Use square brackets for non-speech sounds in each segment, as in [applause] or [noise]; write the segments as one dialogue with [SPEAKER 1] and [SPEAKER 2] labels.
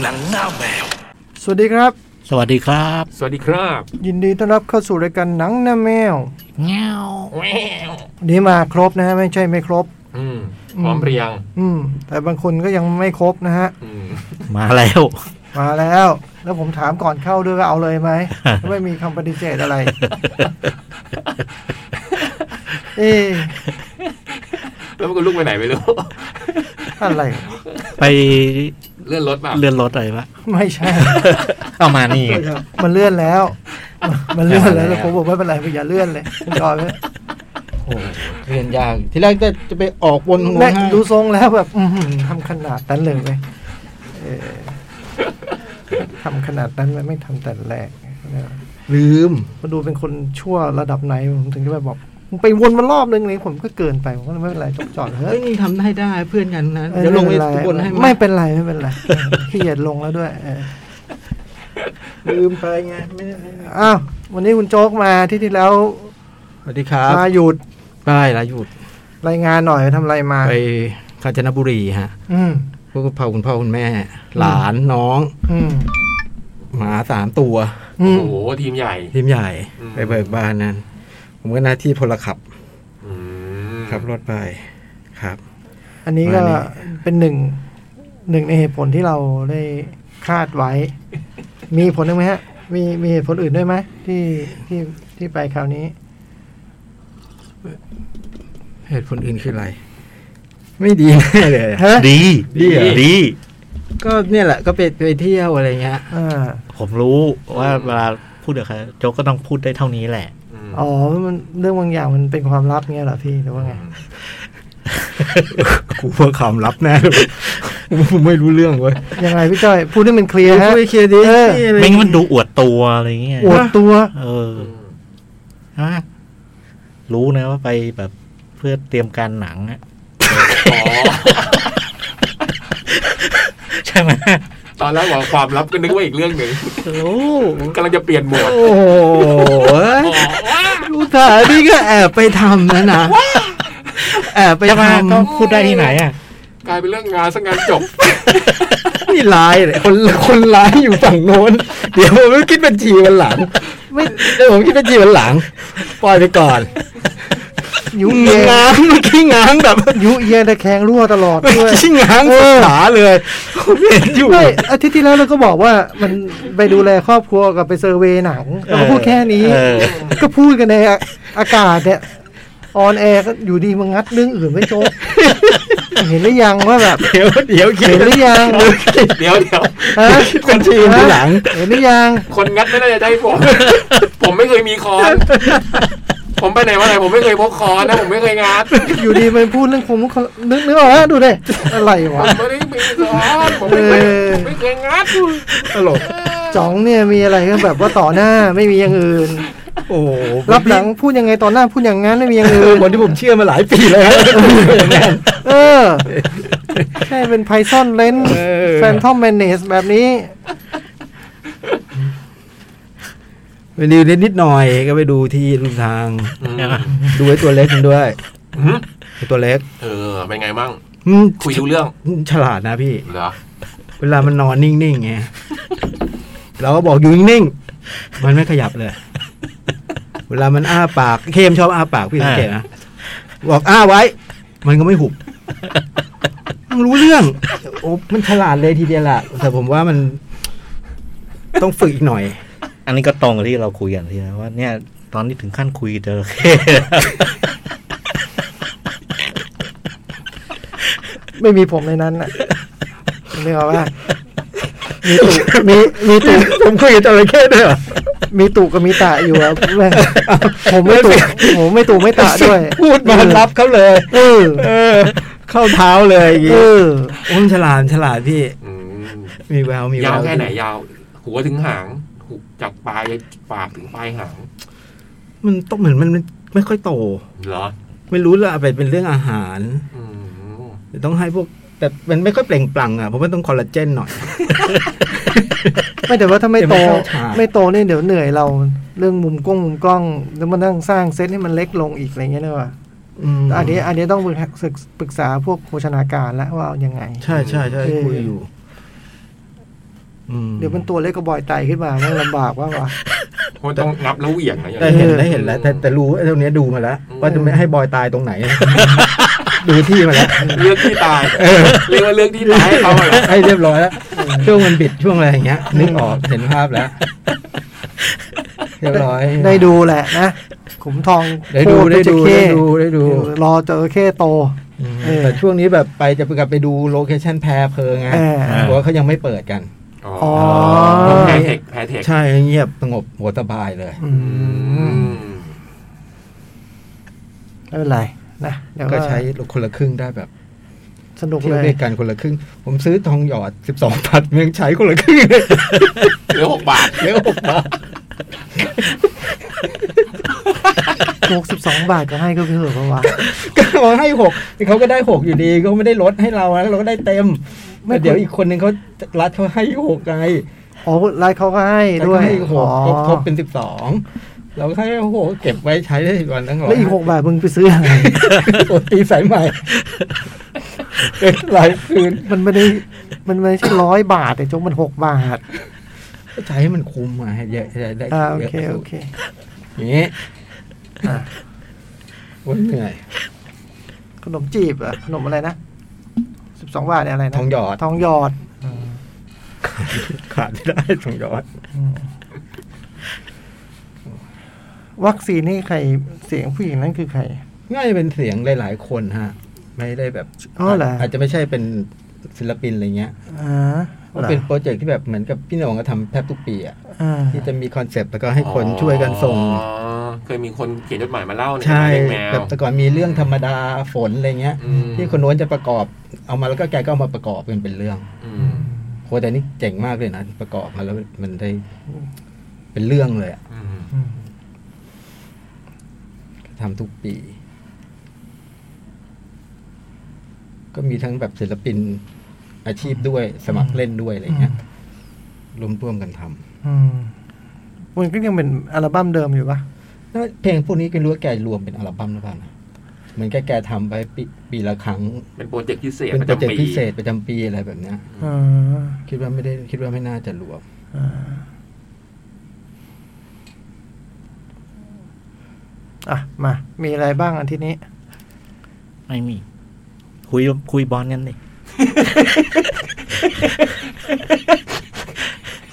[SPEAKER 1] หนังหน้าแมว
[SPEAKER 2] สวัสดีครับ
[SPEAKER 3] สวัสดีครับ
[SPEAKER 4] สวัสดีครับ
[SPEAKER 2] ยินดีต้อนรับเข้าสู่รายการหนังหน้าแมว
[SPEAKER 3] เงา
[SPEAKER 2] วันนี้มาครบนะฮะไม่ใช่ไม่ครบ
[SPEAKER 4] อืมพร้อมเพรียง
[SPEAKER 2] อืม แต่บางคนก็ยังไม่ครบนะฮะ
[SPEAKER 4] อืม
[SPEAKER 3] มาแล้ว
[SPEAKER 2] มาแล้ว แล้วผมถามก่อนเข้าด้วยว่าเอาเลยไหม ไม่มีคำปฏิเสธอะไร เอ๊ะ
[SPEAKER 4] แล้วมันก็ลุกไปไหนไม่รู้
[SPEAKER 2] อะไร
[SPEAKER 3] ไป
[SPEAKER 4] เลื่อนรถมา
[SPEAKER 3] เลื่อนรถอะไรปะ
[SPEAKER 2] ไม่ใช่
[SPEAKER 5] [laughs]
[SPEAKER 3] เอามานี่ไง
[SPEAKER 2] [laughs] มันเลื่อนแล้ว [laughs] มันเลื่อนแล้ว
[SPEAKER 3] เอาแล้ว
[SPEAKER 2] แล้วผมบอกไม่เป็นไรอย่าเลื่อนเลยจอยไว้
[SPEAKER 5] เรียนยาก ทีแรกจะจะไปออกวนหัว
[SPEAKER 2] แม่ง
[SPEAKER 5] ให้
[SPEAKER 2] ดูทรงแล้วแบบ อื้อหือทำขนาดนั้นเลยไหมเอ่อทำขนาดนั้นไหมไม่ทำแต่แรกนะ
[SPEAKER 5] ลืม
[SPEAKER 2] มาดูเป็นคนชั่วระดับไหนผมถึงจะไปบอกมึงไปวนมารอบนึงเลยผมก็เกินไปผมก็เลยไม่เป็นไรจอดจอดเฮ้
[SPEAKER 5] เฮ้
[SPEAKER 2] ย
[SPEAKER 5] ยนี่ทำได้ได้เพื่อนกันนะ
[SPEAKER 2] อ้
[SPEAKER 5] เดี๋ยวลงไป
[SPEAKER 2] ม่
[SPEAKER 5] บนให้
[SPEAKER 2] ไม่เป็นไรไม่เป็นไร [laughs] เออขี้เกียจลงแล้วด้วยเออ
[SPEAKER 5] ลืมไปไงไม่ได้
[SPEAKER 2] อ้าววันนี้คุณโจ๊กมาที่ที่แล้ว
[SPEAKER 5] สวัสดีครับ
[SPEAKER 2] มาหยุด
[SPEAKER 5] ไป้ายลาหยุด
[SPEAKER 2] รายงานหน่อยทำอะไรมา
[SPEAKER 5] ไปกาญจนบุรีฮะ
[SPEAKER 2] อืม
[SPEAKER 5] พวกพ่อคุณพ่อคุณแม่ หลานน้อง
[SPEAKER 2] อืม
[SPEAKER 5] หมาสามตัว
[SPEAKER 2] อื
[SPEAKER 4] โอ้
[SPEAKER 2] ม
[SPEAKER 4] โหทีมใหญ่
[SPEAKER 5] ทีมใหญ่
[SPEAKER 4] อืม
[SPEAKER 5] ไปเบิกบานนั้น ผมก็หน้าที่พลขับ
[SPEAKER 4] อืม
[SPEAKER 5] ขับรถไปครับ
[SPEAKER 2] อันนี้ก็
[SPEAKER 5] มานี่
[SPEAKER 2] เป็นหนึ่งหนึ่งในเหตุผลที่เราได้คาดไว้ มีผลหนึ่งไหมฮะ มีมีเหตุผลอื่นด้วยไหมที่ที่ที่ไปคราวนี้
[SPEAKER 5] เหตุผลอื่นคืออะไร ไม่ดีแน่เลยอะ
[SPEAKER 2] ฮะ
[SPEAKER 3] ดี
[SPEAKER 5] ดีเหรอ
[SPEAKER 3] ดี
[SPEAKER 5] ก็เนี่ยแหละก็ไปไปเที่ยวอะไรเงี้ย
[SPEAKER 2] อ่า
[SPEAKER 3] ผมรู้ว่าเวลาพูดเดี๋ยวครับโจกก็ต้องพูดได้เท่านี้แหละ
[SPEAKER 4] อืม
[SPEAKER 2] อ๋อมันเรื่องบางอย่างมันเป็นความลับเงี้ยเหรอพี่หรือว่าไง
[SPEAKER 5] [laughs] กูเพื่อความลับแน่เลยผมไม่รู้เรื่องเว้ย
[SPEAKER 2] ยังไงพี่จ้อยพูดให้มันเคลียร์
[SPEAKER 5] เดี๋ยว
[SPEAKER 2] ฮะ
[SPEAKER 5] ไปเคลียร์ดิ
[SPEAKER 2] เออ
[SPEAKER 5] นี่อะไร
[SPEAKER 3] ไม่งั้นมันดูอวดตัวอะไรเงี้ย
[SPEAKER 2] อวดตัว
[SPEAKER 3] เอ
[SPEAKER 4] อื
[SPEAKER 3] อ
[SPEAKER 4] ม
[SPEAKER 3] ฮะรู้นะว่าไปแบบเพื่อเตรียมการหนังอะ
[SPEAKER 4] อ๋อ
[SPEAKER 3] ใช่ไหม
[SPEAKER 4] ตอนแรกบอกความลับก็นึกว่าอีกเรื่องหนึ่ง
[SPEAKER 5] รู้
[SPEAKER 4] กำลังจะเปลี่ยนโหมด
[SPEAKER 5] โอ้โหอุตส่าห์นี่ก็แอบไปทำนะนะแอบไป
[SPEAKER 3] จะ
[SPEAKER 5] ท
[SPEAKER 3] มาก็พูดได้ที่ไหนอ่ะ
[SPEAKER 4] กลายเป็นเรื่องงานสักงานจบ
[SPEAKER 5] ำนี่ร้ายเลยคนคนร้ายอยู่ฝั่งโน้น เดี๋ยวผมไม่คิดบัญชีวันหลัง ไม่เดี๋ยวผมคิดบัญชีวันหลัง ปล่อยไปก่อน
[SPEAKER 2] ยุเย
[SPEAKER 5] ง้างเมื่อกี้ง้างแบบ
[SPEAKER 2] ยุเยตะแคงรั่วตลอด
[SPEAKER 5] ไม่
[SPEAKER 2] ด้วย
[SPEAKER 5] ชิงหางขาเลยผมเห็นอยู่
[SPEAKER 2] ไม่อาทิตย์ที่แล้วเราก็บอกว่ามันไปดูแลครอบครัวกับไปเซอร์เวยหนังเราก็พูดแค่นี้
[SPEAKER 3] เออ
[SPEAKER 2] ก็พูดกันในอากาศเนี่ยออนแอร์ก็อยู่ดีมางัดเรื่องอื่นไม่โจ๊ก เห็นหรือยังว่าแบบ
[SPEAKER 5] เดี๋ยวเดี๋ยวเขีย
[SPEAKER 2] เห็
[SPEAKER 5] น
[SPEAKER 2] นหรือยัง
[SPEAKER 4] เดี๋ยวเดี๋ยว
[SPEAKER 2] ฮะ
[SPEAKER 5] เป็นทีมทีหลัง
[SPEAKER 2] เห็นหรือยัง
[SPEAKER 4] คนงัดไม่น่าจะได้ผม ผมไม่เคยมีคอน ผมไปไหนมาไหนผมไม่เคยพกคอนนะผมไม่เคยงัด
[SPEAKER 2] อยู่ดีมันพูดเรื่องคงนึกนึกออกฮะดูดิอะไร
[SPEAKER 4] ผ
[SPEAKER 2] วะ
[SPEAKER 4] มไม่ได้มีคอนผมไม่เคย
[SPEAKER 2] เออ
[SPEAKER 4] ผมไม่เคยงัด
[SPEAKER 5] ตลก
[SPEAKER 2] จ๋องเนี่ยมีอะไรก็แบบว่าต่อหน้าไม่มีอย่างอื่น
[SPEAKER 5] โอ้โห
[SPEAKER 2] รับหลังพูดยังไงต่อหน้าพูดอย่างนั้นไม่มีอย่าง
[SPEAKER 5] คือ
[SPEAKER 2] อื่น
[SPEAKER 5] คนที่ผมเชื่อมาหลายปีแล้ว
[SPEAKER 2] เออใช่เป็นไพซอนเลน
[SPEAKER 5] เออ
[SPEAKER 2] แฟนทอมแมนเนสแบบนี้
[SPEAKER 5] [laughs] ไปดูนิดๆหน่อยก็ไปดูที่ลุงทาง
[SPEAKER 4] อืม
[SPEAKER 5] ดูไอ้ตัวเล็กมันด้วย
[SPEAKER 4] อืม
[SPEAKER 5] ไอ้ตัวเล็ก
[SPEAKER 4] เออเป็นไงบ้าง
[SPEAKER 5] อืม
[SPEAKER 4] คุยรู้เรื่อง
[SPEAKER 5] ฉลาดนะพี่
[SPEAKER 4] เหรอ
[SPEAKER 5] เวลามันนอนนิ่งๆไงเราก็บอกอยู่นิ่งๆมันไม่ขยับเลย เวลามันอ้าปากเข้มชอบอ้าปากพี่สังเกตนะบอกอ้าไว้ มันก็ไม่หุบมันรู้เรื่องโอ้มันฉลาดเลยทีเดียวล่ะ แต่ผมว่ามันต้องฝึกอีกหน่อย
[SPEAKER 3] อันนี้ก็ตรงกับที่เราคุยกันที่นะว่าเนี่ย ตอนนี้ถึงขั้นคุยเจอ
[SPEAKER 5] [laughs]
[SPEAKER 3] เค
[SPEAKER 2] ไม่มีผมในนั้นน่ะเรียกว่ามีตุมีมีตุ
[SPEAKER 5] ผมคุยกับจระเข้ด้วยเหรอ
[SPEAKER 2] มีตุกับมีตะอยู่อะ [laughs] แม่งผมไม่ตุผมไม่ตุไม่ตะด้วย
[SPEAKER 5] [laughs] พูดมารับเขาเลย
[SPEAKER 2] เออ
[SPEAKER 5] เออ เข้าเท้าเลยอย่าง
[SPEAKER 2] เอ
[SPEAKER 5] งี้
[SPEAKER 2] อ
[SPEAKER 5] โอ้มันฉลาดมันฉลาดพี่
[SPEAKER 4] อืม
[SPEAKER 5] มีแววมีแวย
[SPEAKER 4] าว
[SPEAKER 5] ว
[SPEAKER 4] แค่ไหนยาว หัวถึงหางหูจากปลายปากถึงปลายหาง
[SPEAKER 5] มันต้องเหมือนมันไม่ค่อยโต
[SPEAKER 4] เหรอ
[SPEAKER 5] ไม่รู้ละไปเป็นเรื่องอาหาร
[SPEAKER 4] อืม
[SPEAKER 5] หรือต้องให้พวก แต่มันไม่ค่อยเปล่งปลั่งอ่ะเพราะมันต้องคอลลาเจนหน่อย
[SPEAKER 2] ไม่แต่ว่าถ้าไม่โต
[SPEAKER 5] เดี๋ยวมันเข้าฉาก
[SPEAKER 2] ไม่โตนี่เดี๋ยวเหนื่อยเรา เรื่องมุมกล้องมุมกล้องแล้วมันต้องสร้างเซตให้มันเล็กลงอีกอะไรเงี้ยด้วยว่ะ
[SPEAKER 5] ม
[SPEAKER 2] อันนี้อันนี้ต้องปรึกษาปรึกษาพวกโภชนาการแล้วว่าเอายังไง
[SPEAKER 5] ใช่ใช่ใช่
[SPEAKER 2] เออ
[SPEAKER 5] คุยอยู่ อืม
[SPEAKER 2] เดี๋ยวมันตัวเล็กก็บอยไตขึ้นมามันลำบากว่าวะ
[SPEAKER 4] โหต้องนับแล้วเหวี่ยงนะอย่าง
[SPEAKER 5] ได้
[SPEAKER 4] นี้
[SPEAKER 5] เห็นได้เห็นแล้วแต่แต่รู้ไอ้ตรงเนี้ยดูมาแล้วว่าจะไม่ให้บอยตายตรงไหน [laughs] ดูที่มาแล้ว
[SPEAKER 4] เลือกที่ตายเรียกว่าเลือกที่ตายให้เขาอะเหรอ
[SPEAKER 5] ให้เรียบร้อยแล้วช่วงมันบิดช่วงอะไรอย่างเงี้ย นึกออกเห็นภาพแล้วเรียบร้อย
[SPEAKER 2] ได้ดูแหละนะ ขุมทอง
[SPEAKER 5] ได้ดู
[SPEAKER 2] โคตร
[SPEAKER 5] ได้
[SPEAKER 2] จ
[SPEAKER 5] ดู
[SPEAKER 2] ระเข้
[SPEAKER 5] ได้ดูได้ดู
[SPEAKER 2] รอเจอเข้โต เออ
[SPEAKER 5] แต่ช่วงนี้แบบไปจะไปกลับไปดูโลเคชันแพรเพลิงไง
[SPEAKER 2] เออ
[SPEAKER 5] เพราะว่าเขายังไม่เปิดกัน
[SPEAKER 4] อ๋
[SPEAKER 2] อ๋
[SPEAKER 4] อ
[SPEAKER 2] อ
[SPEAKER 4] แพเทคแพเทค
[SPEAKER 5] ใช่เงียบสงบหัวสบายเลย
[SPEAKER 2] อื
[SPEAKER 4] อื
[SPEAKER 2] ม
[SPEAKER 4] ม
[SPEAKER 2] ไม่เป็นไรนะเดี๋ยว
[SPEAKER 5] ก็ใช้คนละครึ่งได้แบบ
[SPEAKER 2] สนุก
[SPEAKER 5] เที่ย
[SPEAKER 2] เล
[SPEAKER 5] วย ด้วยกันคนละครึ่ง ผมซื้อทองหยอด 12พัดยังใช้คนละครึ่งเลย [laughs]
[SPEAKER 4] เหลือหกบาท
[SPEAKER 5] เร็วมาก
[SPEAKER 2] หกสิบสองบาทก็ให้ก็เพื่อเพราะว่า [laughs]
[SPEAKER 5] ก็เอาให้หกเขาก็ได้หกอยู่ดีเขาไม่ได้ลดให้เรานะเราก็ได้เต็มแต่เดี๋ยวอีกคนนึงเขารัดเขาให้หกไง
[SPEAKER 2] อ๋อร้านเขาก็ให้
[SPEAKER 5] แล้ว
[SPEAKER 2] ด้วย
[SPEAKER 5] ก็ให้หก
[SPEAKER 2] อ๋อ
[SPEAKER 5] ครบครบเป็นสิบสองเราก็ให้หกเก็บไว้ใช้ได้วันทั้งร้อย
[SPEAKER 2] แล้วอีกหกบาทมึงไปซื้ออะไร
[SPEAKER 5] [laughs] โอ้ตีสายใหม่เป็นหลายคืน
[SPEAKER 2] มันไม่ได้มันไม่ใช่ร้อยบาทแต่จงมันหกบาท
[SPEAKER 5] ใช้ให้มันคุ้มมาให้เยอะได้ได้
[SPEAKER 2] อ่าโอเค
[SPEAKER 5] ยะ
[SPEAKER 2] โอเค
[SPEAKER 5] อย่างนี้
[SPEAKER 2] อ่ะ
[SPEAKER 5] โอ้ยเหนื่อย
[SPEAKER 2] ขนมจีบเหรอ่ะขนมอะไรนะสิบสองบาทเนี่ยอะไรนะ
[SPEAKER 5] ทองหยอด
[SPEAKER 2] ทองหยอด
[SPEAKER 5] ขาดไม่ได้สองยอด
[SPEAKER 2] อืมวัคซีนนี่ใครเสียงผู้หญิงนั่นคือใคร
[SPEAKER 5] ง่ายเป็นเสียงหลาย ๆ คนฮะ ไม่ได้แบบ
[SPEAKER 2] อ๋อเหรออ
[SPEAKER 5] จจะไม่ใช่เป็นศิลปินอะไรเงี้ย
[SPEAKER 2] อ่า
[SPEAKER 5] มันเป็นโปรเจกต์ที่แบบเหมือนกับพี่หน่องก็ทำแทบทุกปีอ่ะ
[SPEAKER 2] อ่า
[SPEAKER 5] ที่จะมีคอนเซปต์แล้วก็ให้คนช่วยกันส่ง
[SPEAKER 4] อ๋อเคยมีคนเขียนจดหมายมาเล่าใน
[SPEAKER 5] ใช่
[SPEAKER 4] เรื่องแมว
[SPEAKER 5] แบบแต่ก่อนมีเรื่องธรรมดาฝนอะไรเงี้ย
[SPEAKER 4] อืม
[SPEAKER 5] ที่คนโน้นจะประกอบเอามาแล้วก็แกก็เอามาประกอบกันเป็นเรื่อง
[SPEAKER 4] อืม
[SPEAKER 5] โหแต่นี่เจ๋งมากเลยนะ ประกอบมาแล้วมันได้ เป็นเรื่องเลยอะ
[SPEAKER 4] อืม
[SPEAKER 2] อืม
[SPEAKER 5] ทำทุกปี ก็มีทั้งแบบศิลปินอาชีพด้วย สมัครเล่นด้วยอะไรเงี้ยรวมร่วมๆกันท
[SPEAKER 2] อืมมันก็ยังเป็นอัลบั้มเดิมอยู่ปะ
[SPEAKER 5] ำแล้วเพลงพวกนี้ก็รู้ว่าแกรวมเป็นอัลบั้มหรือเปล่านะเหมือนแกแกทำไปปีปีละครั้ง
[SPEAKER 4] เป็นโปรเจกต์พิเศษ
[SPEAKER 5] เป็น
[SPEAKER 4] ประ
[SPEAKER 5] โปรเจก
[SPEAKER 4] จำปี
[SPEAKER 5] ต์พิเศษประจำปีอะไรแบบเนี้ย
[SPEAKER 2] อ่า
[SPEAKER 5] คิดว่าไม่ได้ คิดว่าไม่น่าจะรวม
[SPEAKER 2] อ่าอ่ะมา มีอะไรบ้างอันที่นี้
[SPEAKER 3] ไม่มี คุยคุยบอลกันดิ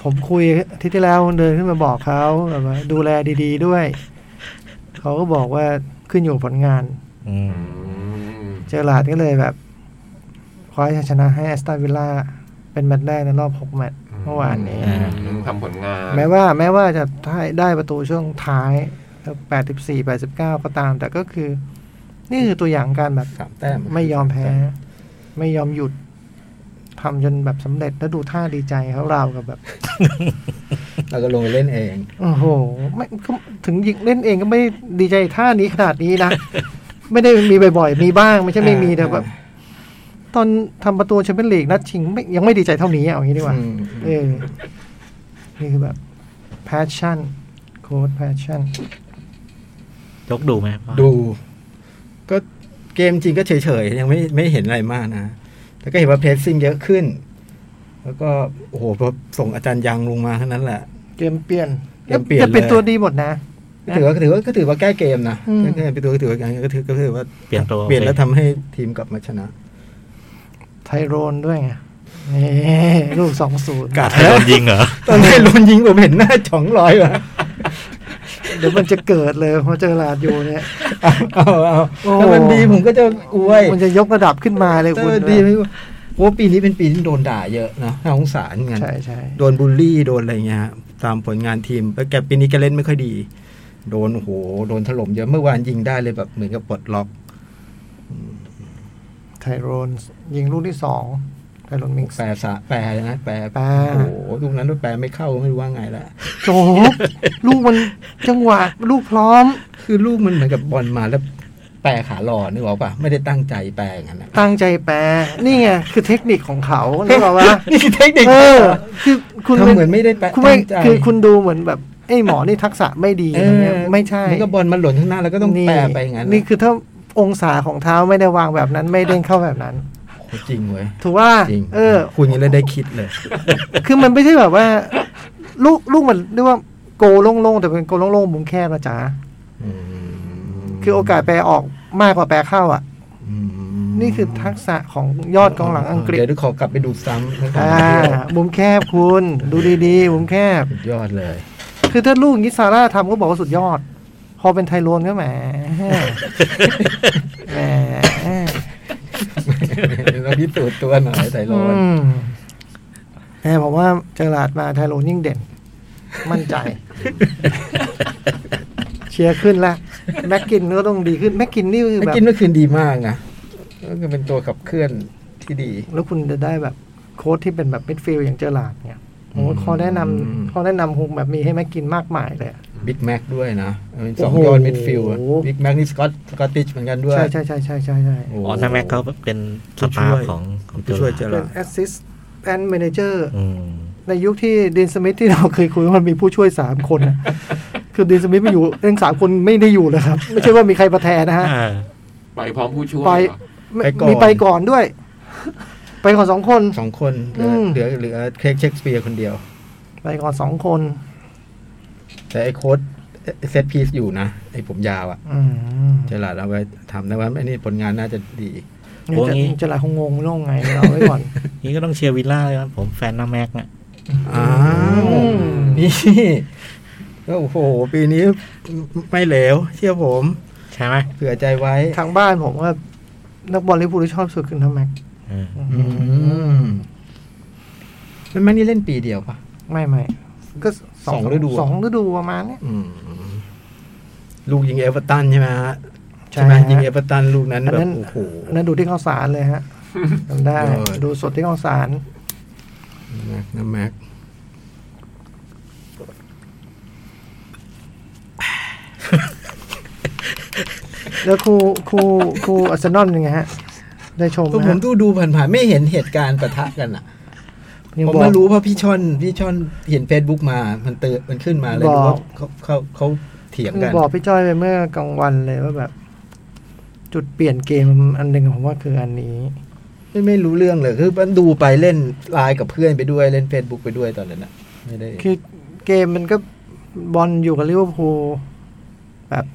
[SPEAKER 2] ผมคุยอาทิตย์ที่แล้วเดินขึ้นมาบอกเขาแบบว่าดูแลดี ๆ ด้วย เขาก็บอกว่าขึ้นอยู่กับผลงาน
[SPEAKER 3] อืม
[SPEAKER 4] อืม
[SPEAKER 2] เจอหลาร์ดก็เลยแบบคว้าชัยชนะให้แอสตันวิลล่าเป็นแมตช์แรกในรอบ 6 แมตช์เมื่อวานนี้
[SPEAKER 4] อืมทำผลงาน
[SPEAKER 2] แม้ว่าแม้ว่าจะได้ได้ประตูช่วงท้าย 84 89 ก็ตาม แต่ก็คือ นี่คือตัวอย่างการแบบ
[SPEAKER 5] สามแต้ม
[SPEAKER 2] ไม่ยอมแพ้ ไม่ยอมหยุดทำจนแบบสำเร็จแล้วดูท่าดีใจเขาเราวกับแบบ
[SPEAKER 5] เราก็ลงไปเล่นเอง
[SPEAKER 2] โอ้โหไม่ก็ถึงยิงเล่นเองก็ไม่ได้ดีใจท่านี้ขนาดนี้
[SPEAKER 5] [laughs]
[SPEAKER 2] นะ ไม่ได้มีบ่อยๆ มีบ้างไม่ใช่ไม่มี
[SPEAKER 5] อ่า
[SPEAKER 2] แต่แบบตอนทำประตูแชมเปี้ยนลีกนัดชิงไม่ยังไม่ดีใจเท่านี้เอาอย่างนี้ดีกว่า
[SPEAKER 5] อืม
[SPEAKER 2] เออนี่คือแบบ passion โค้ด passion
[SPEAKER 3] ยกดูไหมพ่อ
[SPEAKER 5] ดู ก็เกมจริงก็เฉยๆ ยังไม่ไม่เห็นอะไรมากนะ แต่ก็เห็นว่าเพสซิ่งเยอะขึ้น แล้วก็โอ้โหพอส่งอาจารย์ยังลงมาเท่านั้นแหละ
[SPEAKER 2] เกมเปลี่ยน
[SPEAKER 5] เกมเปลี่ยน
[SPEAKER 2] จะเป็น
[SPEAKER 5] เลย
[SPEAKER 2] ตัวดีหมดนะ
[SPEAKER 5] ก็ถือว่าก็ถือว่าก็ถือว่าแก้เกมนะ
[SPEAKER 2] อืม
[SPEAKER 5] แก้ไปตัวก็ถือว่าก็ถือก็ถือว่า
[SPEAKER 3] เปลี่ยนตัว
[SPEAKER 5] เปลี่ยนแล้วทำให้ทีมกลับมาชนะ
[SPEAKER 2] ไทโรนด้วยไงนี่ลูกสองศูนย์
[SPEAKER 5] กาด
[SPEAKER 3] ให้โดนยิงเหรอ
[SPEAKER 5] ตอนนี้ลุนยิงผมเห็นหน้าจ่องลอยว่ะ [laughs]
[SPEAKER 2] เดี๋ยวมันจะเกิดเลยพอเจอลาดอยู่เนี่ย
[SPEAKER 5] เอาเอาเอา
[SPEAKER 2] โอ้
[SPEAKER 5] ถ้ามันดีผมก็จะอวย
[SPEAKER 2] มันจะยกระดับขึ้นมาเลยคุณ
[SPEAKER 5] ถ้ามันดีไม่ว่าโอ้ปีนี้เป็นปีที่โดนด่าเยอะนะน่าสงสารเหมือนกัน
[SPEAKER 2] ใช่ใช่
[SPEAKER 5] โดนบูลลี่โดนอะไรเงี้ยฮะตามผลงานทีมแล้วแกปีนี้แกเล่นไม่ค่อยดี โดนโอ้โหโดนถล่มเยอะเมื่อวานยิงได้เลยแบบเหมือนกับปลดล็อก
[SPEAKER 2] ไทโรนยิงลูกที่สองไทโรนมิงส์
[SPEAKER 5] แปรสะแปรนะแปร
[SPEAKER 2] แปร
[SPEAKER 5] โอ้โหลูกนั้นด้วยแปรไม่เข้าไม่รู้ว่าไงละ
[SPEAKER 2] โจกลูกมันจังหวะลูกพร้อม
[SPEAKER 5] คือลูกมันเหมือนกับบอลมาแล้วแปรขาหลอนึกออกปะไม่ได้ตั้งใจแปรอย่างนั้นนะ
[SPEAKER 2] ตั้งใจแปลนี่ไงคือเทคนิคของเขานึกออกปะ
[SPEAKER 5] นี่คือเทคนิค
[SPEAKER 2] เออ คือคุณ
[SPEAKER 5] ทำเหมือนไม่ได้แปร
[SPEAKER 2] คุณไม่
[SPEAKER 5] ตั้งใจ
[SPEAKER 2] คือคุณดูเหมือนแบบไอ้หมอนี่ทักษะไม่ดี
[SPEAKER 5] เอ
[SPEAKER 2] อะไร
[SPEAKER 5] อ
[SPEAKER 2] เงี้ยไม่ใช่
[SPEAKER 5] เหมันก็บอลมันหล่นข้างหน้าแล้วก็ต้อง
[SPEAKER 2] นี่
[SPEAKER 5] แปรไปอย่างนั้น
[SPEAKER 2] นี่คือถ้าองศาของเท้าไม่ได้วางแบบนั้น ไม่เด้งเข้าแบบนั้น
[SPEAKER 5] โอ้โห จริงเว้ย
[SPEAKER 2] ถูกว่า
[SPEAKER 5] จริง
[SPEAKER 2] เออ
[SPEAKER 5] คุณยังได้ได้คิดเลย
[SPEAKER 2] คือมันไม่ใช่แบบว่า ลูกลูกมันเรียกว่าโกโล่งๆแต่เป็นโกโล่งๆมุมแคบนะจ๊ะคือโอกาสแปลออกมากกว่าแปลเข้าอ่ะ
[SPEAKER 5] อืม
[SPEAKER 2] นี่คือทักษะของยอดกองหลังอังกฤษ
[SPEAKER 5] เดี๋ยวดูขอกลับไปดูซ้ำทั้งสอง
[SPEAKER 2] อ่า
[SPEAKER 5] ประเทศ
[SPEAKER 2] มุมแคบคุณดูดีๆมุมแคบ
[SPEAKER 5] สุดยอดเลย
[SPEAKER 2] คือถ้าลูกอย่างนี้ซาร่าทำก็บอกว่าสุดยอด พอเป็นไทโรนก็แหมแหม
[SPEAKER 5] เราพิสูจน์ตัวหน่อยไทยโร
[SPEAKER 2] อื
[SPEAKER 5] น
[SPEAKER 2] มแหมผมว่าเจอหลาดมาไทโรนยิ่งเด่น มั่นใจ เชียร์ขึ้นละแม็กกินก็ต้องดีขึ้น แม็กกินนี่คือ
[SPEAKER 5] เมื่อ
[SPEAKER 2] แบบ
[SPEAKER 5] กินเมื่อคืนดีมากนะก็คือเป็นตัวขับเคลื่อนที่ดี
[SPEAKER 2] แล้วคุณจะได้แบบโค้ชที่เป็นแบบมิดฟิลด์อย่างเจอหลาดเนี่ยผมว่าข้อแนะนำ
[SPEAKER 5] อืม
[SPEAKER 2] ข้อแนะนำคงแบบมีให้แม็กกินมากมายเลยอะ
[SPEAKER 5] บิ๊กแม็กด้วยนะเป็นสอง
[SPEAKER 2] โอ้โห
[SPEAKER 5] ยอดมิดฟิลด์บิ๊กแม็กนี่สกอตสกอตติชเหมือนกันด้วย
[SPEAKER 2] ใช่ใช่ใช่ใช่ใช่ใช่
[SPEAKER 5] โ
[SPEAKER 3] อ๋อถ้าแม็กเขาเป็นสตาฟของของ
[SPEAKER 5] ผู้ช่วยเจ
[SPEAKER 3] จุฬา
[SPEAKER 5] อ
[SPEAKER 2] เป็
[SPEAKER 5] ละ
[SPEAKER 2] น assist and manager
[SPEAKER 3] อืม
[SPEAKER 2] ในยุคที่ดินสมิธที่เราเคยคุยว่ามันมีผู้ช่วยสามคนน่ะ คือดินสมิธไม่อยู่เองสามคนไม่ได้อยู่เลยครับ ไม่ใช่ว่ามีใครมาแทนนะฮะ
[SPEAKER 3] อ่า
[SPEAKER 4] ไปพร้อมผู้ช่วย
[SPEAKER 2] ไป
[SPEAKER 4] เหรอ
[SPEAKER 2] ไม่มี
[SPEAKER 5] ไปก่อน
[SPEAKER 2] ไปก่อนด้วย ไปก่อนสองคน
[SPEAKER 5] สองคนเหลือ
[SPEAKER 2] อืม
[SPEAKER 5] เหลือเหลือเครกเช็คสเปียร์คนเดียว
[SPEAKER 2] ไปก่อนสองคน
[SPEAKER 5] แต่ไอ้โค้ดเซตพีซอยู่นะ ไอ้ผมยาวอะ
[SPEAKER 2] อืม
[SPEAKER 5] เจอหลาดเอาไว้ทำนะว่าไอ้นี่ผลงานน่าจะดี
[SPEAKER 3] โอ้งี้
[SPEAKER 2] จะจะหลายคงงงไม่รู้ไงเราไว้ก่อน
[SPEAKER 3] นี่ก็ต้องเชียร์วิลล่าเลยครับผมแฟนหน้าแม็กนะ
[SPEAKER 5] อ้าว
[SPEAKER 2] ม
[SPEAKER 5] นี่ก็โอ้โห ปีนี้ไม่เหลว เชื่อผม
[SPEAKER 3] ใช่ไหม
[SPEAKER 5] เผื่อใจไว้
[SPEAKER 2] ทางบ้านผมว่า นักบอลลิเวอร์พูลที่ชอบสุดคือทำแม็ก
[SPEAKER 3] อืม
[SPEAKER 5] อืมมันไม่นี่เล่นปีเดียวปะ
[SPEAKER 2] ไม่ไม่ก็
[SPEAKER 5] สองฤดู
[SPEAKER 2] สองฤดูประมาณเนี้ย
[SPEAKER 5] อืมลูกยิงเอเวอร์ตันใช่ไหมฮะ
[SPEAKER 2] ใช่
[SPEAKER 5] ใช่ไหม
[SPEAKER 2] ฮะ
[SPEAKER 5] ยิงเอเวอร์ตันลูกนั้น
[SPEAKER 2] อัน
[SPEAKER 5] แบบ
[SPEAKER 2] นั้น
[SPEAKER 5] โอ้โห
[SPEAKER 2] นั่นดูที่ข้าวสาร
[SPEAKER 5] [laughs]
[SPEAKER 2] เลยฮะจำได้
[SPEAKER 5] ยอด
[SPEAKER 2] ดูสดที่ข้าวสาร
[SPEAKER 5] แม็กนะแม็ก
[SPEAKER 2] แล้วครูครูครูอาร์เซนอลยังไงฮะ ได้ชม
[SPEAKER 5] ก็
[SPEAKER 2] นะ
[SPEAKER 5] ผม
[SPEAKER 2] ฮะ
[SPEAKER 5] ดูดูผ่านๆไม่เห็นเหตุการณ์ปะทะกันอ่ะ
[SPEAKER 2] ยัง
[SPEAKER 5] ผม
[SPEAKER 2] บอก
[SPEAKER 5] มารู้เพราะพี่ชอนพี่ชอนเห็นเฟซบุ๊กมา มันเตือนมันขึ้นมาเลย
[SPEAKER 2] บอก
[SPEAKER 5] รู้ว่าเขาเขาเขาเถียงกัน
[SPEAKER 2] บอกพี่จ้อยไปเมื่อกลางวันเลยว่าแบบ จุดเปลี่ยนเกมอันหนึ่งผมว่าคืออันนี้
[SPEAKER 5] ไม่ไม่รู้เรื่องเลย คือมันดูไปเล่นไลน์กับเพื่อนไปด้วยเล่น Facebook ไปด้วยตอนนั้นนะไม่ได้
[SPEAKER 2] คือเกมมันก็บอลอยู่กับลิเวอร์พูลแบบ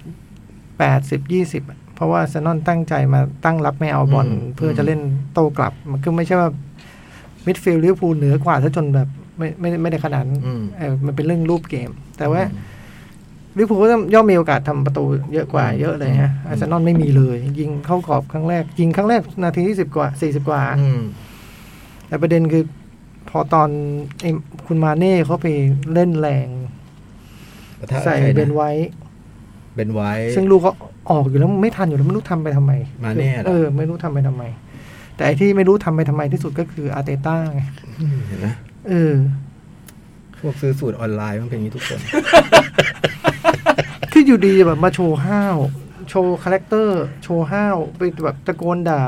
[SPEAKER 2] แปดสิบยี่สิบเพราะว่าอาร์เซนอลตั้งใจมาตั้งรับไม่เอาบอลเพื่อจะเล่นโต้กลับ มันก็ไม่ใช่ว่ามิดฟิลด์ลิเวอร์พูลเหนือกว่าถ้าจนแบบไม่ไม่ไม่ได้ขนาดนั้น
[SPEAKER 5] ม
[SPEAKER 2] เออมันเป็นเรื่องรูปเกม แต่ว่าลิเวอร์พูลก็ย่อมมีโอกาสทำประตูเยอะกว่าเยอะเลยฮะอาร์เซนอลไม่มีเลย ยิงเข้ากรอบครั้งแรก ยิงครั้งแรกนาทีที่สิบกว่าสี่สิบกว่า
[SPEAKER 5] อืม
[SPEAKER 2] แต่ประเด็นคือ พอตอนไอ้คุณมาเน่เขาไปเล่นแรง
[SPEAKER 5] ปะทะ
[SPEAKER 2] ใส่
[SPEAKER 5] ใคระ
[SPEAKER 2] เบนไว้
[SPEAKER 5] เป็นไว้
[SPEAKER 2] ซึ่งลูกก็ออกอยู่แล้วไม่ทันอยู่แล้วไม่รู้ทำไปทำไม
[SPEAKER 5] มาเน่เหรอ
[SPEAKER 2] เออ ไม่รู้ทำไปทำไม แต่ไอ้ที่ไม่รู้ทำไปทำไมที่สุดก็คืออาร์เตต้าไง
[SPEAKER 5] อืมเห็นไหม
[SPEAKER 2] เออ
[SPEAKER 5] พวกซื้อสูตรออนไลน์มันเป็นอย่างนี้ทุกคน
[SPEAKER 2] คืออยู่ดีแบบมาโชว์ห้าว โชว์คาแรคเตอร์ โชว์ห้าว ไปแบบตะโกนด่า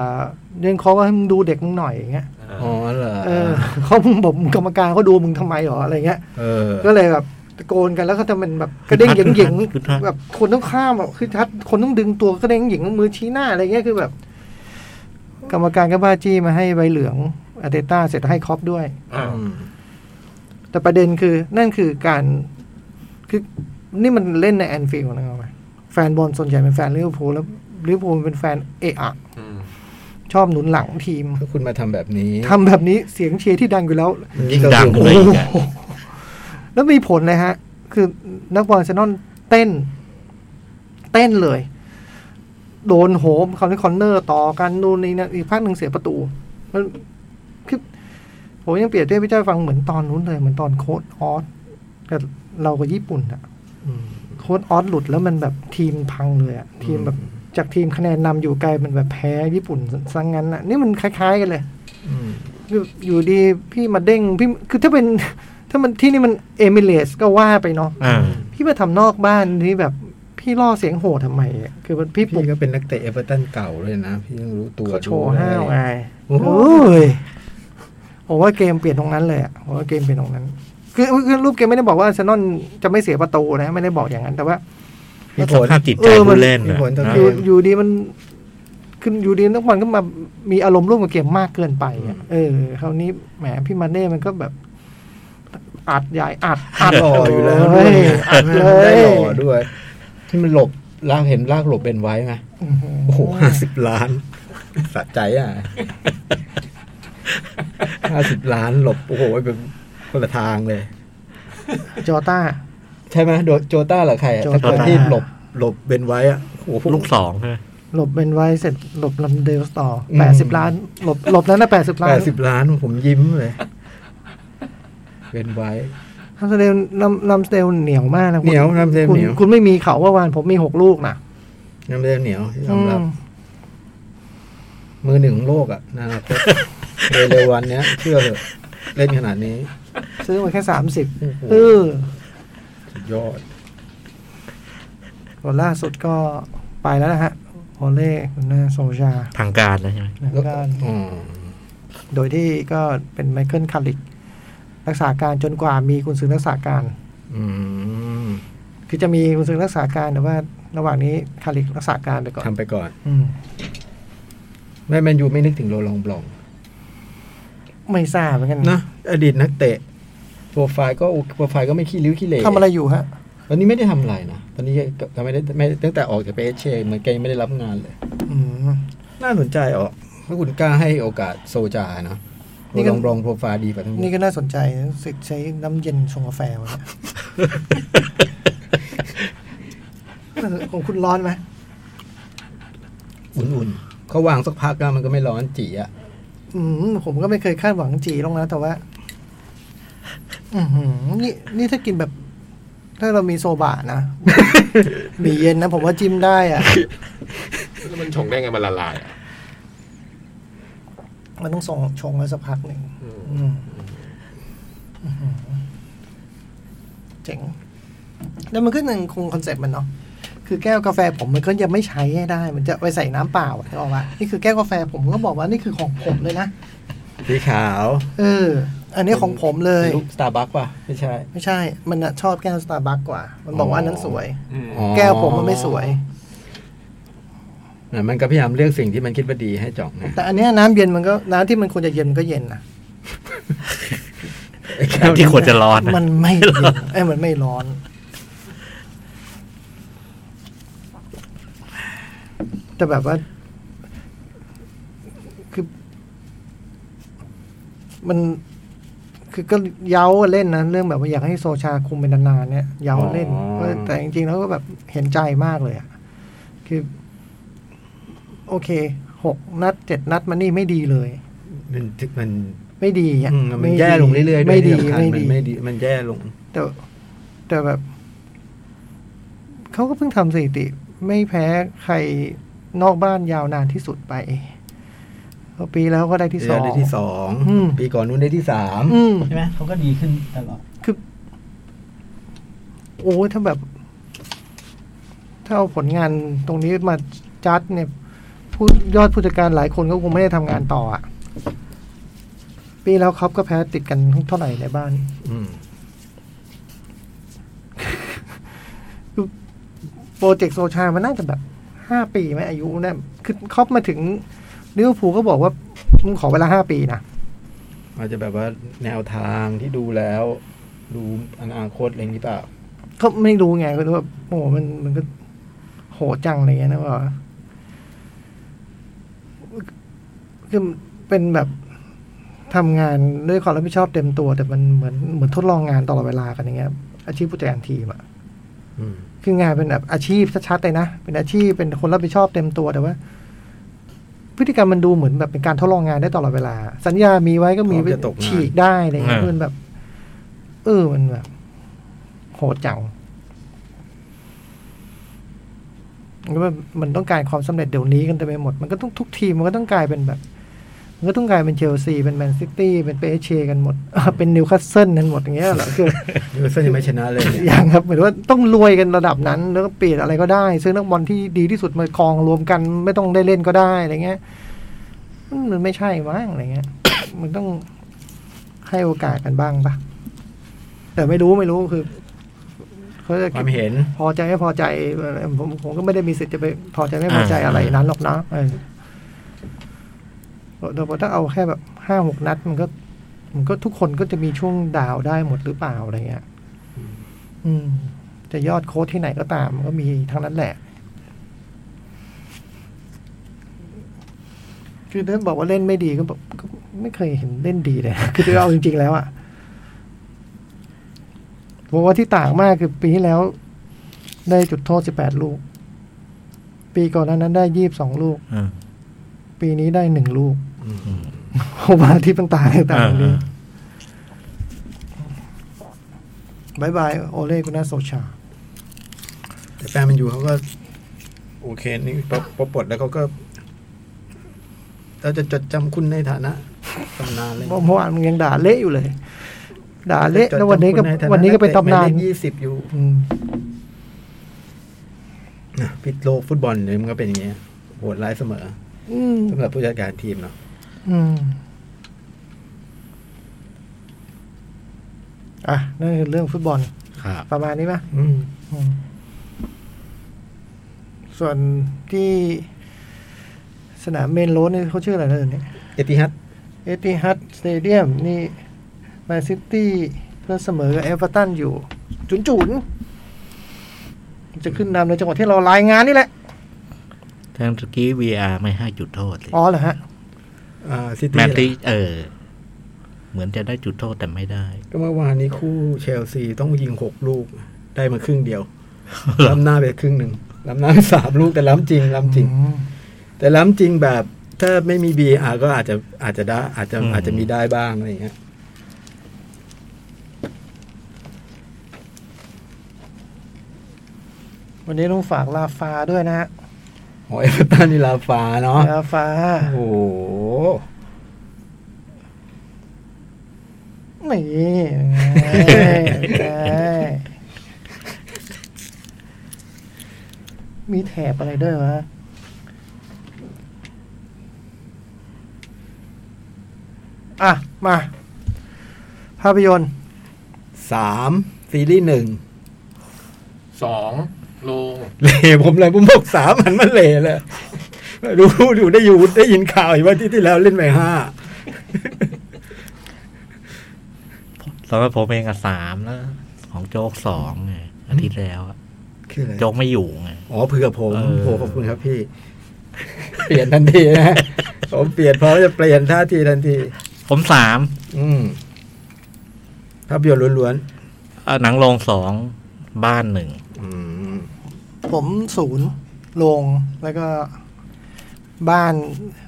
[SPEAKER 2] เรียนเขาว่าให้มึงดูเด็กมึงหน่อยอย่างเงี้ย
[SPEAKER 5] อ๋อเหรอ
[SPEAKER 2] เออเขามึงบอกมึงกรรมการเขาดูมึงทำไมหรออะไรเงี้ย
[SPEAKER 5] เออ
[SPEAKER 2] ก็เลยแบบตะโกนกันแล้วก็จะเป็นแบบกระเด้งหยิงหยิงๆ
[SPEAKER 3] คึกคัก
[SPEAKER 2] แบบคนต้องข้ามแบบคือทัดคนต้องดึงตัวกระเด้งหยิงมือชี้หน้าอะไรเงี้ยคือแบบ กรรมการก็บ้าจี้มาให้ใบเหลืองอาร์เตต้าเสร็จให้คอปด้วย
[SPEAKER 4] อ่า
[SPEAKER 5] อืม
[SPEAKER 2] แต่ประเด็นคือนั่นคือการคือนี่มันเล่นในแอนฟิลด์นะครับแฟนบอลส่วนใหญ่เป็นแฟนลิเวอร์พูลแล้วลิเวอร์พูลเป็นแฟนเอะอะ
[SPEAKER 4] อืม
[SPEAKER 2] ชอบหนุนหลังทีม
[SPEAKER 5] ถ้าคุณมาทำแบบนี้
[SPEAKER 2] ทำแบบนี้เสียงเชียร์ที่ดังอยู่แล้ว
[SPEAKER 5] มัน
[SPEAKER 3] ยิ่ง
[SPEAKER 5] ก็
[SPEAKER 3] ดัง
[SPEAKER 5] คือ
[SPEAKER 3] เลยอีกอะ
[SPEAKER 2] แล้วมีผลเลยฮะ คือนักบอลอาร์เซนอลเต้น เต้นเลย โดนโหมคอนคอนเนอร์ต่อกันนู่นนี่นะอีกพักหนึ่งเสียประตู มันคือผมยังเปรียบเทียบพี่เจ้าฟังเหมือนตอนนู้นเลย เหมือนตอนโค้ดออสแต่เรากับญี่ปุ่นอะ
[SPEAKER 5] อืม
[SPEAKER 2] โค้ดออสหลุดแล้วมันแบบทีมพังเลยอะทีมแบบจากทีมคะแนนนำอยู่ไกลมันแบบแพ้ญี่ปุ่นซะงงั้นอะนี่มันคล้าย ๆ กันเลย
[SPEAKER 5] อืม
[SPEAKER 2] อยู่อยู่ดีพี่มาเด้งพี่คือถ้าเป็น ถ้ามันที่นี่มันเอมิเรตสก็ว่าไปเนาะ
[SPEAKER 3] อ่า
[SPEAKER 2] พี่มาทำนอกบ้านนี่แบบพี่ล่อเสียงโหดทำไมอะคือมันพี่ปลุ
[SPEAKER 5] พี่
[SPEAKER 2] ก
[SPEAKER 5] ก็เป็นนักเตะเอเวอร์ตันเก่าเลยนะ พี่ยังรู้ตัว
[SPEAKER 2] เขาโชว์ห้าว
[SPEAKER 5] ด้
[SPEAKER 2] ไง
[SPEAKER 5] โอ้
[SPEAKER 2] โอ้
[SPEAKER 5] โห
[SPEAKER 2] ยผมว่าเกมเปลี่ยนตรงนั้นเลยอะผมว่าเกมเปลี่ยนตรงนั้น คือคือรูปเกมไม่ได้บอกว่าอาร์เซนอลจะไม่เสียประตูนะ ไม่ได้บอกอย่างนั้นแต่ว่า
[SPEAKER 5] มี
[SPEAKER 3] มี
[SPEAKER 5] ผ
[SPEAKER 3] ผ
[SPEAKER 5] ล
[SPEAKER 3] ลภาพจิตใจ
[SPEAKER 2] เออมัน
[SPEAKER 3] ผู้เล่น
[SPEAKER 5] มีผลต่อ
[SPEAKER 3] นะ
[SPEAKER 5] เก
[SPEAKER 2] อยู่
[SPEAKER 5] ม
[SPEAKER 2] อยู่ดีมัน คืออยู่ดีนักบอลก็มามีอารมณ์ร่วมกับเกมมากเกินไปอะเออคราวนี้แหมพี่มาเน่มันก็แบบ อัดใหญ่อัดอัด
[SPEAKER 5] หล่ออยู่แล้ว
[SPEAKER 2] เล
[SPEAKER 5] ด้วย
[SPEAKER 2] ยอัดเล
[SPEAKER 5] ได้
[SPEAKER 2] ย
[SPEAKER 5] หล่อด้วย ที่มันหลบลากเห็นลากหลบเป็นไว้ไหมโอ้โหห้าสิบล้านสะใจอ่ะห้าสิบล้านหลบ โอ้โหเป็นคนละทางเลย
[SPEAKER 2] จอต้า
[SPEAKER 5] ใช่ไหมโดโจต้าเหรือใครอะ
[SPEAKER 2] โจ
[SPEAKER 5] สัก
[SPEAKER 2] ต้า
[SPEAKER 5] คนที่หลบหลบเป็นไว้อ่ะโอ้โห
[SPEAKER 3] ลูกสองใช่ไหม
[SPEAKER 2] หลบเบนไว้เสร็จหลบลำเดลส์ต่อ
[SPEAKER 5] อืม
[SPEAKER 2] แปดสิบล้าน หลบหลบนั้นนะแปดสิบล้า
[SPEAKER 5] แป
[SPEAKER 2] น
[SPEAKER 5] ดสิบล้านผมยิ้มเลยเป็นไว้
[SPEAKER 2] ลำเดลลำลำเดลเหนียวมากนะคุณ
[SPEAKER 5] เหนียวลำเดล
[SPEAKER 2] คุณ
[SPEAKER 5] เหนียว
[SPEAKER 2] คุณไม่มีเขาว่าวานผมมีหกลูกนะ
[SPEAKER 5] น้ำเลือดเหนียวยอมรับ มือหนึ่งของโลกอ่ะในะครับเร็วๆวันเนี้ย เชื่อเถอะเล่นขนาดนี้
[SPEAKER 2] อืมซื้อมาแค่สามสิบ
[SPEAKER 5] โอ้โห
[SPEAKER 2] เออ
[SPEAKER 5] สุดยอด
[SPEAKER 2] ผลล่าสุดก็ไปแล้วนะฮะโอเล่คุณหน้าโซชา
[SPEAKER 3] ทางการแล้วใช่ไหม
[SPEAKER 2] นะ
[SPEAKER 5] แล้ว
[SPEAKER 2] ด้าน
[SPEAKER 5] อ๋อ
[SPEAKER 2] โดยที่ก็เป็นไมเคิลคาริกรักษาการจนกว่ามีคุณซื้อรักษาการ
[SPEAKER 5] อืม
[SPEAKER 2] คือจะมีคุณซื้อรักษาการแต่ว่า ระหว่างนี้คาริกรักษาการไปก่อน
[SPEAKER 5] ทำไปก่อน
[SPEAKER 2] อืม
[SPEAKER 5] แม่แมนยูไม่นึกถึงโรลองบลอง
[SPEAKER 2] ไม่ทราบเหมือนกัน
[SPEAKER 5] นะอดีตนักเตะ โปรไฟล์ก็โอโปรไฟล์ก็ไม่ขี้ริ้วขี้เหร่
[SPEAKER 2] ทำอะไรอยู่ฮะ
[SPEAKER 5] ตอนนี้ไม่ได้ทำอะไรนะ ตอนนี้ก็ไม่ได้ไม่ตั้งแต่ออกจากเปเอชเหมือนแกยังไม่ได้รับงานเลย
[SPEAKER 2] อืม
[SPEAKER 5] น่าสนใจออกถ้าคุณกล้าให้โอกาสโซจานะ
[SPEAKER 2] นี่
[SPEAKER 5] โร
[SPEAKER 2] ก็
[SPEAKER 5] ลองบลองโปรไฟล์ดีกว่าทั้งหมด
[SPEAKER 2] นี่ก็น่าสนใจนะรู้สึกใช้น้ำเย็นชงกาแฟวะเนี่ย [laughs] ของคุณร้อนไหม
[SPEAKER 5] อุ่นๆเขาวางสักพักแล้วมันก็ไม่ร้อนจีอ่ะ
[SPEAKER 2] อืมผมก็ไม่เคยคาดหวังจีลงนะแต่ว่า อือหือนี่นี่ถ้ากินแบบ ถ้าเรามีโซบะนะ [laughs] มีเย็นนะ ผมว่าจิ้มได้อ่ะ
[SPEAKER 4] แล้วมันชงได้ไงมันละลายอะ
[SPEAKER 2] มันต้องส่งชงไว้สักพักหนึ่งอืมอื้อหือเจ๋ง แล้วมันก็หนึ่งคงคอนเซ็ปต์มันเนาะ คือแก้วกาแฟผมมันก็ยังไม่ใช้ให้ได้ มันจะไปใส่น้ำเปล่าอะนึกออกว่า นี่คือแก้วกาแฟผมก็บอกว่านี่คือของผมเลยนะ
[SPEAKER 5] สีขาว
[SPEAKER 2] เออ อันนี้ของผมเลย
[SPEAKER 5] รูปสตาร์บัคป่ะ ไม่ใช่
[SPEAKER 2] ไม่ใช่ มันน่ะชอบแก้วสตาร์บัคกว่า มันบอกว่าอันนั้นสวย
[SPEAKER 4] อืม
[SPEAKER 5] อ๋อ
[SPEAKER 2] แก้วผมมันไม่สวย
[SPEAKER 5] น่ะมันก็พยายามเลือกสิ่งที่มันคิดว่าดีให้จ่องนะ
[SPEAKER 2] แต่อันเนี้ยน้ำเย็นมันก็น้ำที่มันควรจะเย็นมันก็เย็นนะ
[SPEAKER 5] ไอ้แก้
[SPEAKER 3] แต่
[SPEAKER 5] ว
[SPEAKER 3] ที่ควรจะร้อนนะ
[SPEAKER 2] มันไม่เย็นไอ้ยมันไม่ร้อน แต่แบบว่า คือ มัน คือก็เย้าเล่นนะเรื่องแบบว่าอยากให้โซชาคุมเป็นนานๆเนี่ยเย้าเล่นก็แต่จริงๆแล้วก็แบบเห็นใจมากเลยอะคือ โอเคหกนัดเจ็ดนัดมันนี่ไม่ดีเลย
[SPEAKER 5] มันมัน
[SPEAKER 2] ไม่ดีอะ
[SPEAKER 5] อืมมัน
[SPEAKER 2] ไดี
[SPEAKER 5] แย่ลงเรื่อยๆด้วย
[SPEAKER 2] ไม่ดี
[SPEAKER 5] ที่สำคัญ
[SPEAKER 2] ไม่
[SPEAKER 5] มั
[SPEAKER 2] ดี
[SPEAKER 5] นไม่ดีมันแย่ลง
[SPEAKER 2] แต่แต่แบบ เขาก็เพิ่งทำสถิติ ไม่แพ้ใครนอกบ้านยาวนานที่สุดไปเพราะปีแล้วก็ได้ที่สอง
[SPEAKER 5] ได้ที่สอง
[SPEAKER 2] อืม
[SPEAKER 5] ปีก่อนนู้นได้ที่สาม
[SPEAKER 2] อืม
[SPEAKER 5] ใช่ไหมเขาก็ดีขึ้นตลอด
[SPEAKER 2] โอ้ยถ้าแบบ ถ้าเอาผลงานตรงนี้มาจัดเนี่ยผู้ยอดผู้จัดการหลายคนก็คงไม่ได้ทำงานต่ออ่ะ ปีแล้วครับก็แพ้ติดกันเท่าไหร่ในบ้าน
[SPEAKER 5] อืม
[SPEAKER 2] โปรเจกต์โซชา มันน่าจะแบบห้าปีไหมอายุเนี่ยคือครอบมาถึงลิเวอร์พูลก็บอกว่ามึงขอเวลาห้าปีนะ
[SPEAKER 5] อาจจะแบบว่าแนวทางที่ดูแล้ว ดูอนาคตอะไรอย่างนี้เปล่า
[SPEAKER 2] ก็ไม่รู้ไงก็รู้ว่าโอ้โหมันมันก็โหดจังอะไรเงี้ยนะว่าคือเป็นแบบทำงานด้วยความรับผิดชอบเต็มตัว แต่มันเหมือนเหมือนทดลองงานตลอดเวลากันอย่างเงี้ย อาชีพผู้จัดการทีมอะ
[SPEAKER 5] อืม
[SPEAKER 2] คืองานเป็นแบบอาชีพชัดๆเลยนะ เป็นอาชีพเป็นคนรับผิดชอบเต็มตัวแต่ว่า พฤติกรรมมันดูเหมือนแบบเป็นการทดลองงานได้ตลอดเวลา สัญญามีไว้ก็มีไว้ฉีกได้อะไรอย่างเงี้ยมันแบบ เออมันแบบ โหดจังแล้วมันมันต้องการความสำเร็จเดี๋ยวนี้กันเต็มไปหมด มันก็ต้องทุกทีมมันก็ต้องกลายเป็นแบบ มันก็ต้องกลายเป็นเชลซีเป็นแมนซิตี้เป็นเปเชกันหมด [laughs] เออเป็นนิวคาสเซิลกันหมดอย่างเงี้ยเหรอคือ
[SPEAKER 5] ยูเซอร์ยังไม่ชนะเลยเนี่ย
[SPEAKER 2] [laughs] ยังครับเหมือนว่าต้องรวยกันระดับนั้น แล้วก็เปลี่ยนอะไรก็ได้ ซื้อนักบอลที่ดีที่สุดมากองรวมกัน ไม่ต้องได้เล่นก็ได้อะไรเงี้ยอืมมันไม่ใช่มั้งอะไรเงี้ย มันต้องให้โอกาสกันบ้างปะแต่ไม่รู้ไม่รู้คือเขาจะ
[SPEAKER 5] ความเห็น
[SPEAKER 2] พอใจไม่พอใจผมผมก็ไม่ได้มีสิทธิ์จะไปพอใจไม่พอใจอะไรนั้นหรอกนะเออ เราถ้าเอาแค่แบบห้าหกนัดมันก็ มันก็ทุกคนก็จะมีช่วงดาวได้หมดหรือเปล่าอะไรเงี้ยอืม จะยอดโค้ดที่ไหนก็ตามมันก็มีทั้งนั้นแหละ คือถ้าบอกว่าเล่นไม่ดีก็แบบก็ไม่เคยเห็นเล่นดีเลย [laughs] คือเอาจริง ๆ แล้วอ่ะผมว่าที่ต่างมากคือปีที่แล้ว ได้จุดโทษ 18 ลูก ปีก่อนหนานั้นได้ 22 ลูก
[SPEAKER 3] อ่า
[SPEAKER 2] ปีนี้ได้หนึ่งลูก
[SPEAKER 5] อืม
[SPEAKER 2] ผมว่าที่มันต่างต่างๆนี้บายบายโอเล่กุนาโซชา
[SPEAKER 5] แต่แฟนมันอยู่เขาก็โอเคนี่พอพอปลดแล้วเขาก็เราจะจดจำคุณในฐานะตำนานเลย
[SPEAKER 2] เมื่อวานมันยังด่าเละอยู่เลย ด่าเละ
[SPEAKER 5] จดจำ
[SPEAKER 2] แล้ววันนี้ก็
[SPEAKER 5] คุณใฐาะ
[SPEAKER 2] วันนี้ก็เป็นตำนาน
[SPEAKER 5] หมยเลขยี่สิบอยู่
[SPEAKER 2] อืม
[SPEAKER 5] นะพิดโลกฟุตบอลเนี่ยมันก็เป็นอย่างเงี้ยโหดร้ายเสมอ
[SPEAKER 2] อืม
[SPEAKER 5] สำหรับผู้จัดการทีมเนาะ
[SPEAKER 2] อืมอ่ะนั่นคือเรื่องฟุตบอล
[SPEAKER 3] ครับ
[SPEAKER 2] ประมาณนี้ปะ
[SPEAKER 5] อืม
[SPEAKER 2] อืมส่วนที่สนามเมนโรดนี่เขาชื่ออะไรนะเดี๋ยวนี้
[SPEAKER 5] เอติฮัด
[SPEAKER 2] เอติฮัดสเตเดียมนี่แมนซิตี้เพื่อนเสมอกับเอเวอร์ตันอยู่จุนจุนๆจะขึ้นนำในจังหวะที่เรารายงานนี่แหละ
[SPEAKER 3] ทางตะกี้ VR ไม่ให้จุดโทษสิ
[SPEAKER 2] อ๋อเหรอฮะ
[SPEAKER 5] อ่าซิ
[SPEAKER 3] แม
[SPEAKER 5] ตี้
[SPEAKER 3] ตติเออ เหมือนจะได้จุดโทษแต่ไม่ได้
[SPEAKER 5] ก็เมื่อวานนี้คู่เชลซีต้องยิงหกลูก ได้มาครึ่งเดียว [laughs] ล้ำหน้าไปครึ่งหนึ่งล้ำหน้าไปสามลูกแต่ล้ำจริงล้ำจริง แต่ล้ำจริงแบบถ้าไม่มี BR ก็อาจจะอาจจะได้อาจจะ
[SPEAKER 3] อืม
[SPEAKER 5] อาจจะมีได้บ้างอะไรอย่างเงี้ย
[SPEAKER 2] วันนี้ต้องฝากลาฟาด้วยนะฮะ
[SPEAKER 5] โอ้เอเวอร์ตันนี่ลาฟาเนาะ
[SPEAKER 2] ลาฟา
[SPEAKER 5] โอ้โห
[SPEAKER 2] นี่ไงมีแถบอะไรด้วยวะ อ่ะ มา ภาพยนตร์
[SPEAKER 5] สามซีรีส์หนึ่ง
[SPEAKER 4] สองโรง
[SPEAKER 5] เหลผมเลยผมบอกสามอันมันเหลเลยรู้อยู่ได้อยู่ได้ยินข่าวอยู่ว่าที่ที่แล้วเล่นไปห้า
[SPEAKER 3] สำหรับผมเองอะสามแล้ว ของโจ๊กสองไงอาทิตย์แล้วอะ
[SPEAKER 5] คืออะไร
[SPEAKER 3] โจ๊กไม่อยู่ไง
[SPEAKER 5] อ๋อเผื่อผม
[SPEAKER 3] เออ
[SPEAKER 5] โอ้โหขอบคุณครับพี่ เปลี่ยนทันทีนะผมเปลี่ยนพร้อมจะเปลี่ยนท่าทีทันที
[SPEAKER 3] ผมสาม
[SPEAKER 5] อืมภาพยนตร์ล้วน
[SPEAKER 3] เอ่อหนังโรงสองบ้านหนึ่ง
[SPEAKER 5] ๆอืม
[SPEAKER 2] ผมศูนย์โรงแล้วก็บ้าน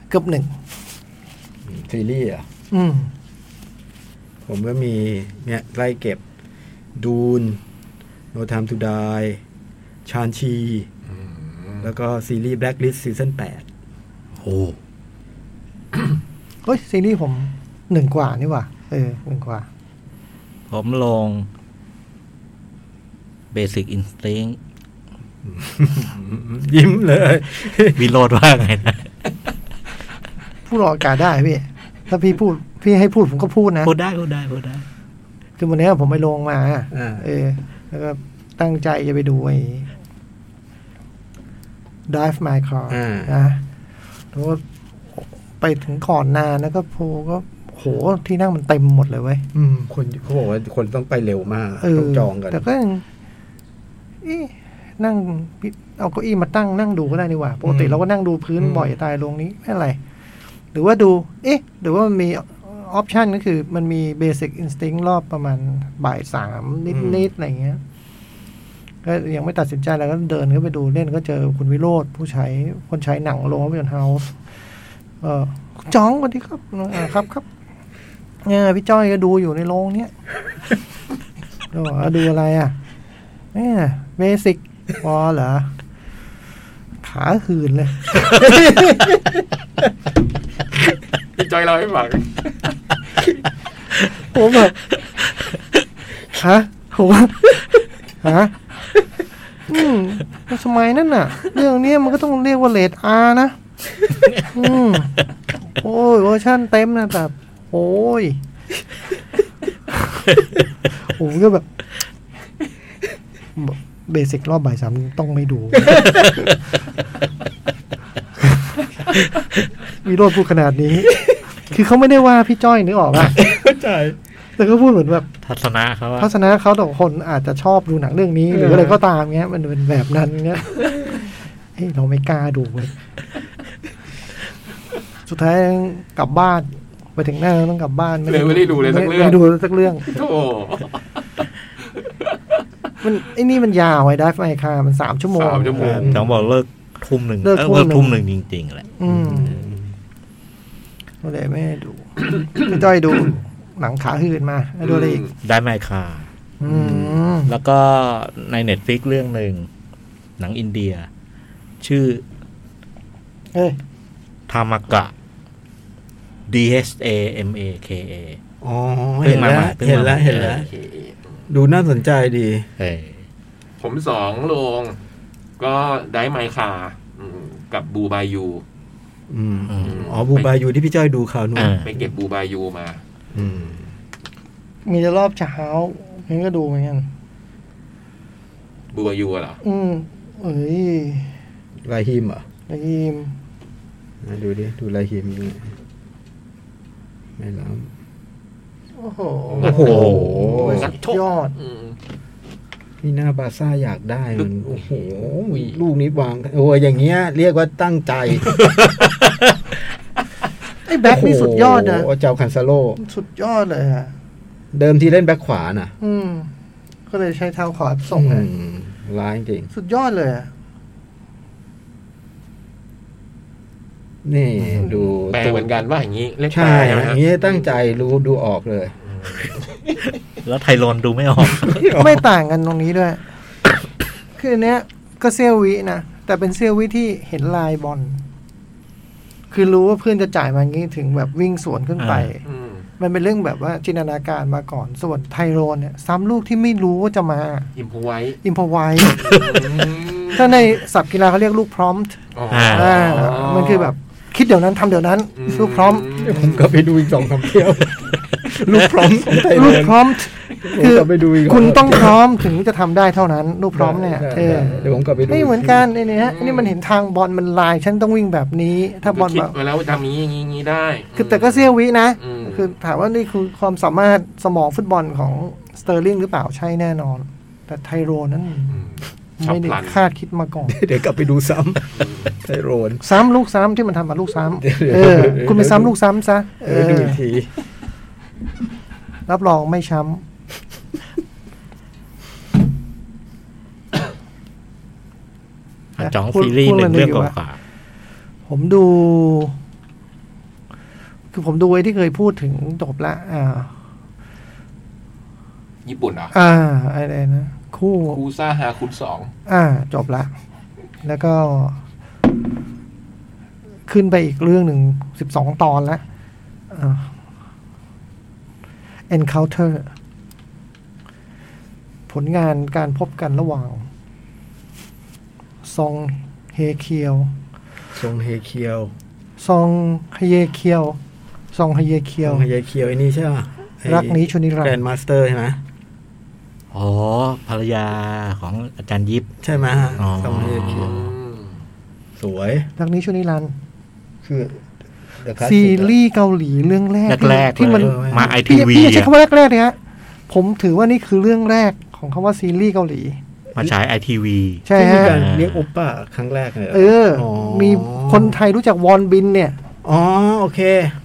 [SPEAKER 2] เกือบหนึ่ง
[SPEAKER 5] ซีรีส์เหรอ่ะ
[SPEAKER 2] อืม
[SPEAKER 5] ผมก็มีเนี่ยไล่เก็บดูนโนทามทูดายชานชี แล้วก็ซีรีส์ Blacklist ซีซั่น
[SPEAKER 3] โอ้
[SPEAKER 2] เฮ้ย ซีรีส์ผมหนึ่งกว่านี่หว่า เออหนึ่งกว่า
[SPEAKER 3] ผมลง Basic Instinct
[SPEAKER 5] 8 ยิ้มเลย
[SPEAKER 3] วิโรดว่าไงนะ
[SPEAKER 2] พูดออกอากาศได้พี่ ถ้าพี่พูด พี่ให้พูดผมก็พูดนะ
[SPEAKER 3] พูดได้พูดได้พูดได้
[SPEAKER 2] คือวันนี้ผมไปลงมา
[SPEAKER 5] อ่า
[SPEAKER 2] เออ แล้วก็ตั้งใจจะไปดูไอ้ Drive My Car
[SPEAKER 5] อ่า
[SPEAKER 2] นะแล้วก็ไปถึงก่อนนานแล้วก็โพก็โหที่นั่งมันเต็มหมดเลยเว้ย
[SPEAKER 5] อืมคนเขาบอกว่าคนต้องไปเร็วมาก
[SPEAKER 2] เออ
[SPEAKER 5] ต้องจองกัน
[SPEAKER 2] แต่ก็ยังเอ๊ะนั่งเอาเก้าอี้มาตั้งนั่งดูก็ได้นี่หว่าปกติ
[SPEAKER 5] อืม
[SPEAKER 2] เราก็นั่งดูพื้น
[SPEAKER 5] อืม
[SPEAKER 2] บ่อยจะตายลงนี้ไม่อะไร หรือว่าดู เอ๊ะ หรือว่ามันมีออปชันก็คือ มันมีเบสิ c อินสติ้งรอบประมาณบ่ายสามนิดๆอะไรเงี้ย ก็ยังไม่ตัดสินใจแล้วก็เดินเข้าไปดูเล่นก็เจอคุณวิโรธผู้ใช้คนใช้หนังโรงภาพยนตร์เฮาส์เออคุณจ้องสวันที่ครับอ่าครับครับเนี่ยพี่จ้อยก็ดูอยู่ในโรงเนี้ยก็บอกว่าดูอะไรอ่ะเนี่ยเบสิกพอเหรอ ขาหืนเลย
[SPEAKER 4] พี่จอยเราให้ฟัง [laughs]
[SPEAKER 2] ผมแบบฮะผมว่าฮะอืมสมัยนั่นน่ะ เรื่องเนี้ยมันก็ต้องเรียกว่าเลดอานะ อืมโอ้ยเวอร์ชั่นเต็มนะแต่โอ้ยผมก็แบบเบสิกรอบบ่ายสามต้องไม่ดู วิโรจน์พูดขนาดนี้ คือเขาไม่ได้ว่าพี่จ้อยนึกออกป่ะ
[SPEAKER 5] ใช่
[SPEAKER 2] แต่ก็พูดเหมือนแบบ
[SPEAKER 3] ทัศนะเขาอะ
[SPEAKER 2] ทัศนะเขาแต่คนอาจจะชอบดูหนังเรื่องนี้ หรืออะไรก็ตามเงี้ย มันเป็นแบบนั้นเงี้ย [laughs] เฮ้ยเราไม่กล้าดูเลยสุดท้ายกลับบ้าน ไปถึงหน้าต้องกลับบ้าน
[SPEAKER 4] เลยไม่ได้ดูเลยสักเรื่อง
[SPEAKER 2] ไม่ได้ดูสักเรื่อง
[SPEAKER 4] โธ่
[SPEAKER 2] มันไอ้นี่มันยาวไอ้ได้ไฟคามันสามชั่วโมง
[SPEAKER 4] สามชั่วโมง
[SPEAKER 3] ต้องบอกเลิกทุ่มหนึ่ง
[SPEAKER 2] เลิก
[SPEAKER 3] เออ
[SPEAKER 2] ทุ่มหนึ่ง
[SPEAKER 3] เลิกทุ่มหนึ่งจริงๆแหละ
[SPEAKER 2] อืมก็เลยไม่ได้ดู พี่จ้อยดูหนังขาหืนมาแล้วดูอะไรอีก
[SPEAKER 3] ได้ไหมค่ะ
[SPEAKER 2] อืม
[SPEAKER 3] แล้วก็ในเน็ตฟิกเรื่องหนึ่งหนังอินเดีย ชื่อ
[SPEAKER 2] เอ้ย
[SPEAKER 3] ธามากะ D H A M A K A
[SPEAKER 5] อ๋อเห็นแล้ว
[SPEAKER 3] เพิ่ง
[SPEAKER 5] เห็น
[SPEAKER 3] มาใหม่
[SPEAKER 5] แล้ว
[SPEAKER 3] เพิ่
[SPEAKER 5] เห็
[SPEAKER 3] ง
[SPEAKER 5] น
[SPEAKER 3] มาใหม่
[SPEAKER 5] แล้วดูน่าสนใจดี
[SPEAKER 3] เออ
[SPEAKER 4] ผมสองลง ก็ได้ไมค์คาอืมกับบูบายู
[SPEAKER 5] อืม
[SPEAKER 3] อืม
[SPEAKER 5] อ๋อบูบาอยู่ที่พี่จ้อยดูข่าวนู่น
[SPEAKER 3] อ่า
[SPEAKER 4] ไปเก็บบูบายูมา
[SPEAKER 5] อืม
[SPEAKER 2] มีแต่รอบเช้างั้นก็ดูเหมือนกัน
[SPEAKER 4] บูบายูอะเหรอ
[SPEAKER 2] อืมเอ้ย
[SPEAKER 5] ลาฮิมเหรอ
[SPEAKER 2] ไอ้ยิม
[SPEAKER 5] อ่ะดูดิดูลาฮิมยังไงไม่ล้
[SPEAKER 2] โอ้โห
[SPEAKER 5] ำโอ้โห
[SPEAKER 4] งัดทุก
[SPEAKER 2] ยอด
[SPEAKER 4] อืม
[SPEAKER 5] นี่หน้าบาซ่าอยากได้มัน
[SPEAKER 4] ลูก
[SPEAKER 5] โอ้โหลูกนี้วางโอ้ยอย่างเงี้ย เรียกว่าตั้งใจ
[SPEAKER 2] ไอ้แบ็คนี่สุดยอดนะ
[SPEAKER 5] โโหเจ้าคันซาโล
[SPEAKER 2] สุดยอดเลยอะ
[SPEAKER 5] เดิมทีเล่นแบ็คขวาน่ะ
[SPEAKER 2] อืม ก็เลยใช้เท้าขวาส่งให้
[SPEAKER 5] อืมร้ายจริง
[SPEAKER 2] สุดยอดเลยอะ
[SPEAKER 5] นี่ดู
[SPEAKER 4] แปลเหมือนกันว่าอย่างนี้เล่นแปล
[SPEAKER 5] ใช่
[SPEAKER 4] ไหม
[SPEAKER 5] อ
[SPEAKER 4] ฮะ
[SPEAKER 5] ย่างเงี้ยตั้งใจรู้ดูออกเลย
[SPEAKER 3] แล้วไทโรนดูไม่ออก
[SPEAKER 2] ไม่ต่างกันตรงนี้ด้วย [coughs] คืออันเนี้ย ก็เซลวินะ แต่เป็นเซลวิที่เห็นลายบอล คือรู้ว่าเพื่อนจะจ่ายมางี้ถึงแบบวิ่งสวนขึ้นไป
[SPEAKER 4] อืม
[SPEAKER 2] มันเป็นเรื่องแบบว่าจินตนาการมาก่อน ส่วนไทโรนเนี่ยซ้ำลูกที่ไม่รู้ว่าจะมา
[SPEAKER 4] อิมพูไว้
[SPEAKER 2] อิมพอไว้ ถ้าในศัพท์กีฬาเขาเรียกลูกพร้อม
[SPEAKER 4] อ๋อ
[SPEAKER 3] อ่
[SPEAKER 2] อ่า มันคือแบบคิดเดี๋ยวนั้นทำเดี๋ยวนั้น
[SPEAKER 4] ม
[SPEAKER 2] ลูกพร้อม
[SPEAKER 5] ผมก็ไปดูอีกสองสามเที่ยว
[SPEAKER 2] [laughs]
[SPEAKER 5] ลูกพร้อมของไทย
[SPEAKER 2] ลู
[SPEAKER 5] เล
[SPEAKER 2] ก
[SPEAKER 5] ย
[SPEAKER 2] พร้อม
[SPEAKER 5] ผม
[SPEAKER 2] คือ
[SPEAKER 5] กลับไปดูอีก
[SPEAKER 2] คุณต้องพ
[SPEAKER 5] [laughs]
[SPEAKER 2] ร้อมถึงจะทำได้เท่านั้น ลูกพร้อมเนี่ย
[SPEAKER 5] ได้
[SPEAKER 2] เออ
[SPEAKER 5] ได้เดี๋ยวผมกลับไปดู
[SPEAKER 2] ไม่เหมือนกันไอ้เนี่ยไอ้นี่มันเห็นทางบอลมันลายฉันต้องวิ่งแบบนี้ ถ้าบอล
[SPEAKER 4] คิ
[SPEAKER 2] แบ
[SPEAKER 4] ด
[SPEAKER 2] บ
[SPEAKER 4] มาแล้วว่าจะมีอย่างนี้อย่างนี้ได้
[SPEAKER 2] คือแต่ก็เสี้ยววินะ
[SPEAKER 4] อืม
[SPEAKER 2] คือถามว่านี่คือความสามารถสมองฟุตบอลของสเตอร์ลิงหรือเปล่าใช่แน่นอน แต่ไทโรนั้น
[SPEAKER 4] ม
[SPEAKER 2] ไม่ได้คาดคิดมาก่อน
[SPEAKER 5] เดี๋ยวกลับไปดูซ้ำไทโรน
[SPEAKER 2] ซ้ำลูกซ้ำที่มันทำมาลูกซ้
[SPEAKER 5] เดี๋ยว
[SPEAKER 2] ำ
[SPEAKER 5] เดี๋ยว
[SPEAKER 2] เอ
[SPEAKER 5] [laughs]
[SPEAKER 2] อ
[SPEAKER 5] เดี๋ยว
[SPEAKER 2] คุณไปซ้ำลูกซ้ำซะเอ
[SPEAKER 5] เดี๋ยว
[SPEAKER 2] อ
[SPEAKER 5] ดูอีกที
[SPEAKER 2] รับรองไม่ช้
[SPEAKER 3] อ่ะจองซีรีส์หนึ่งเรื่องกว่า
[SPEAKER 2] ำผมดู คือผมดูไอ้ที่เคยพูดถึงจบละอ่า
[SPEAKER 4] ญี่ปุ่นเหรอ
[SPEAKER 2] อ่าอะไรนะ คู่
[SPEAKER 4] คูซ่าฮาคุณสอง
[SPEAKER 2] อ่า จบละ แล้วก็ ขึ้นไปอีกเรื่องหนึ่งสิบสองตอนละอ่า Encounter ผลงานการพบกันระหว่าง ซองเฮเคียว
[SPEAKER 5] ทรงเฮเคียว
[SPEAKER 2] ซองเฮเคียว ซองเฮเคี
[SPEAKER 5] ท
[SPEAKER 2] ยว
[SPEAKER 5] รงเฮเคียวไอ้นี่ใช่ป่ะไอ้
[SPEAKER 2] รักนี้ชนิรัน
[SPEAKER 5] แก
[SPEAKER 2] ด
[SPEAKER 5] รน
[SPEAKER 2] ร์
[SPEAKER 5] ด์มาสเตอร์ใช่ไหม
[SPEAKER 3] อ๋อภรรยาของอาจารย์ยิป
[SPEAKER 5] ใช่ไหมฮะ
[SPEAKER 3] อ๋อ
[SPEAKER 5] ทรงเฮเคียวสวย
[SPEAKER 2] รักนี้ชนิรันดร์
[SPEAKER 5] คือ The Classic
[SPEAKER 2] ซีรีส์เกาหลีเรื่องแรก
[SPEAKER 3] แรก
[SPEAKER 2] ที่
[SPEAKER 3] ๆ
[SPEAKER 2] ที่มัน
[SPEAKER 3] เลยมาไอที
[SPEAKER 2] พี่
[SPEAKER 3] วี
[SPEAKER 2] พี่อย่าใช้คำว่าแรกๆเลยฮะผมถือว่านี่คือเรื่องแรกของคำว่าซีรีส์เกาหลี
[SPEAKER 3] มาฉายไอทีวี
[SPEAKER 2] ใช่
[SPEAKER 5] ที่มี
[SPEAKER 2] ฮะ
[SPEAKER 5] การเรียกโอป้าครั้งแรกเลยหร
[SPEAKER 2] เออ มีคนไทยรู้จักวอนบินเนี่ย
[SPEAKER 5] อ๋อ โอเค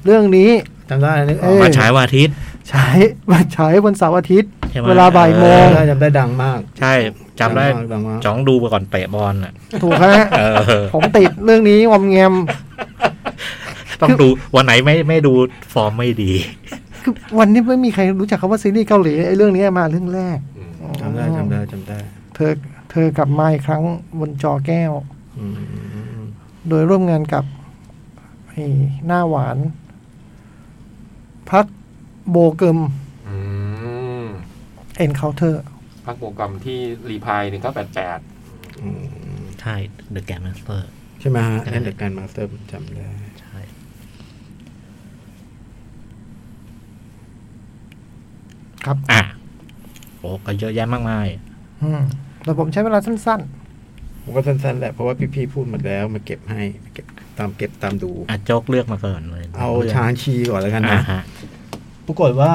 [SPEAKER 2] เรื่องนี้
[SPEAKER 5] จำได้นึกอ
[SPEAKER 2] เอ
[SPEAKER 5] อ
[SPEAKER 2] อ
[SPEAKER 5] ก
[SPEAKER 3] มาฉายวันอาทิตย์
[SPEAKER 2] ใช้ [laughs] มาใช้วันเสาร์อาทิตย์
[SPEAKER 3] ใช่ไหม
[SPEAKER 2] เวลาบ่ายโมง
[SPEAKER 5] จำได้จำได้ดังมาก
[SPEAKER 3] ใช่จำได้
[SPEAKER 5] งมากดังมาก
[SPEAKER 3] จ้องดูไปก่อนเตะบอลอ่ะ
[SPEAKER 2] ถูกฮะ
[SPEAKER 3] เอ
[SPEAKER 2] [laughs]
[SPEAKER 3] อ
[SPEAKER 2] ผมติดเรื่องนี้วอมแงม
[SPEAKER 3] ต้องดูวันไหนไม่ไม่ดูฟอร์มไม่ดี
[SPEAKER 2] คือวันนี้ไม่มีใครรู้จักคำว่าซีรีส์เกาหลีไอ้เรื่องนี้มาเรื่องแรก
[SPEAKER 5] จำได้จำได้จำได้
[SPEAKER 2] เธอเธอกลับมาอีกครั้งบนจอแก้ว
[SPEAKER 5] อืมอืมอืม
[SPEAKER 2] โดยร่วมงานกับไอ้หน้าหวาน พักโบเกิม Encounter
[SPEAKER 4] พักโปรแกรมที่รีพายหนึ่งก็แปดแปด
[SPEAKER 5] อืม
[SPEAKER 3] ใช่ The Game Master
[SPEAKER 5] ใช่ไหมฮะนั่นเด็กการมาสเตอร์ผมจำได้
[SPEAKER 3] ใช่
[SPEAKER 2] ครับ
[SPEAKER 3] อ่ะโอ้ก็เยอะแยะมากมาย
[SPEAKER 2] อืมแต่ผมใช้เวลาสั้น
[SPEAKER 5] ผมก็สั้นๆแหละเพราะว่าพี่ๆพูดหมดแล้วมาเก็บให้มาเก็บ ตามเก็บตามดู
[SPEAKER 3] อ่ะโจ๊กเลือกมาก่อนเลย
[SPEAKER 5] เอาชางชีก่อนแล้วกัน
[SPEAKER 3] อ่า
[SPEAKER 5] นะ
[SPEAKER 3] ฮะ
[SPEAKER 5] ปรากฏว่า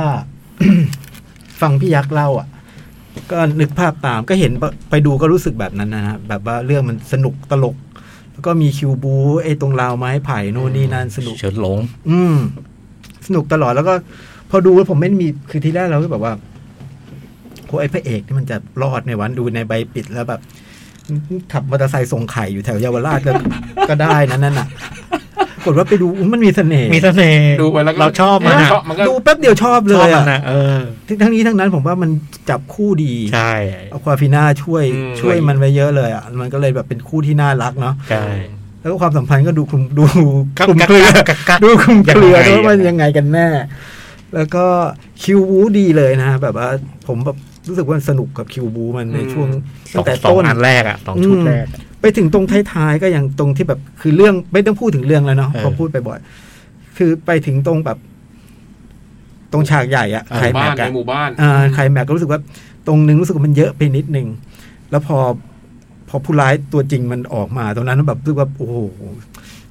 [SPEAKER 5] [coughs] ฟังพี่ยักษ์เล่าอ่ะ ก็นึกภาพตามก็เห็นปะไปดูก็รู้สึกแบบนั้นนะฮะแบบว่าเรื่องมันสนุกตลก แล้วก็มีคิวบูไอ้ตรงราวไม้ไผ่โน่นนี่นั่นสนุก
[SPEAKER 3] เฉินหลง
[SPEAKER 5] อืม สนุกตลอดแล้วก็ พอดูแล้วผมไม่มีคือที่แรกเราก็แบบว่าโอ้ไอ้พระเอกนี่มันจะรอดในวันดูในใบปิดแล้วแบบ ขับมอเตอร์ไซค์ส่งไข่อยู่แถวเยาวราชก็ ก็ได้นะนั่นน่ะปรากฏว่าไปดูอุ๊ยมันมีเสน่ห์
[SPEAKER 3] มีเสน่ห์
[SPEAKER 4] ดูไปแล้วก็
[SPEAKER 3] เราชอบมันอะ
[SPEAKER 4] ชอบมันก็
[SPEAKER 5] ดูแป๊บเดียวชอบเล
[SPEAKER 3] ชอบ
[SPEAKER 5] ย
[SPEAKER 3] มั
[SPEAKER 5] อะ
[SPEAKER 3] นอะเออ
[SPEAKER 5] ทั้งนี้ทั้งนั้นผมว่ามันจับคู่ดี
[SPEAKER 3] ใช่
[SPEAKER 5] อควาฟิน่าช่วย
[SPEAKER 4] อืม
[SPEAKER 5] ช่วยมันไว้เยอะเลยอ่ะ มันก็เลยแบบเป็นคู่ที่น่ารักเนาะ
[SPEAKER 3] ใช่
[SPEAKER 5] แล้วก็ความสัมพันธ์ก็ดูคลุมดูค
[SPEAKER 3] กัก
[SPEAKER 5] ลุม
[SPEAKER 3] กัก
[SPEAKER 5] เครือ
[SPEAKER 3] กักกัก
[SPEAKER 5] [laughs] ดูคลุมเครือ
[SPEAKER 3] ยังไง
[SPEAKER 5] ด้วยว่ามันยังไงกันแน่ แล้วก็คิวบูดีเลยนะแบบว่าผมแบบรู้สึกว่าสนุกกับคิวบูมันในช่วง
[SPEAKER 3] สอ
[SPEAKER 5] ตั้
[SPEAKER 3] ง
[SPEAKER 5] งแต่
[SPEAKER 3] สอง
[SPEAKER 5] ต้น
[SPEAKER 3] อันแรกอะสองชุดแรกอะ
[SPEAKER 5] ไปถึงตรงท้ายๆก็ยังตรงที่แบบคือเรื่องไม่ต้องพูดถึงเรื่องแล้วเนาะ
[SPEAKER 3] เออ
[SPEAKER 5] พอพูดไปบ่อย คือไปถึงตรงแบบ ตรงฉากใหญ่อะ
[SPEAKER 3] เออ
[SPEAKER 5] ไคลแม็
[SPEAKER 4] บ้าก นใน
[SPEAKER 5] ซ์อะ
[SPEAKER 4] หมู่บ้าน
[SPEAKER 5] อ่าไคลแม็กก็รู้สึกว่าตรงหนึงรู้สึกว่ามันเยอะไปนิดนึง แล้วพอพอผู้ร้ายตัวจริงมันออกมาตรงนั้นแบบรู้สึกว่าโอ้โห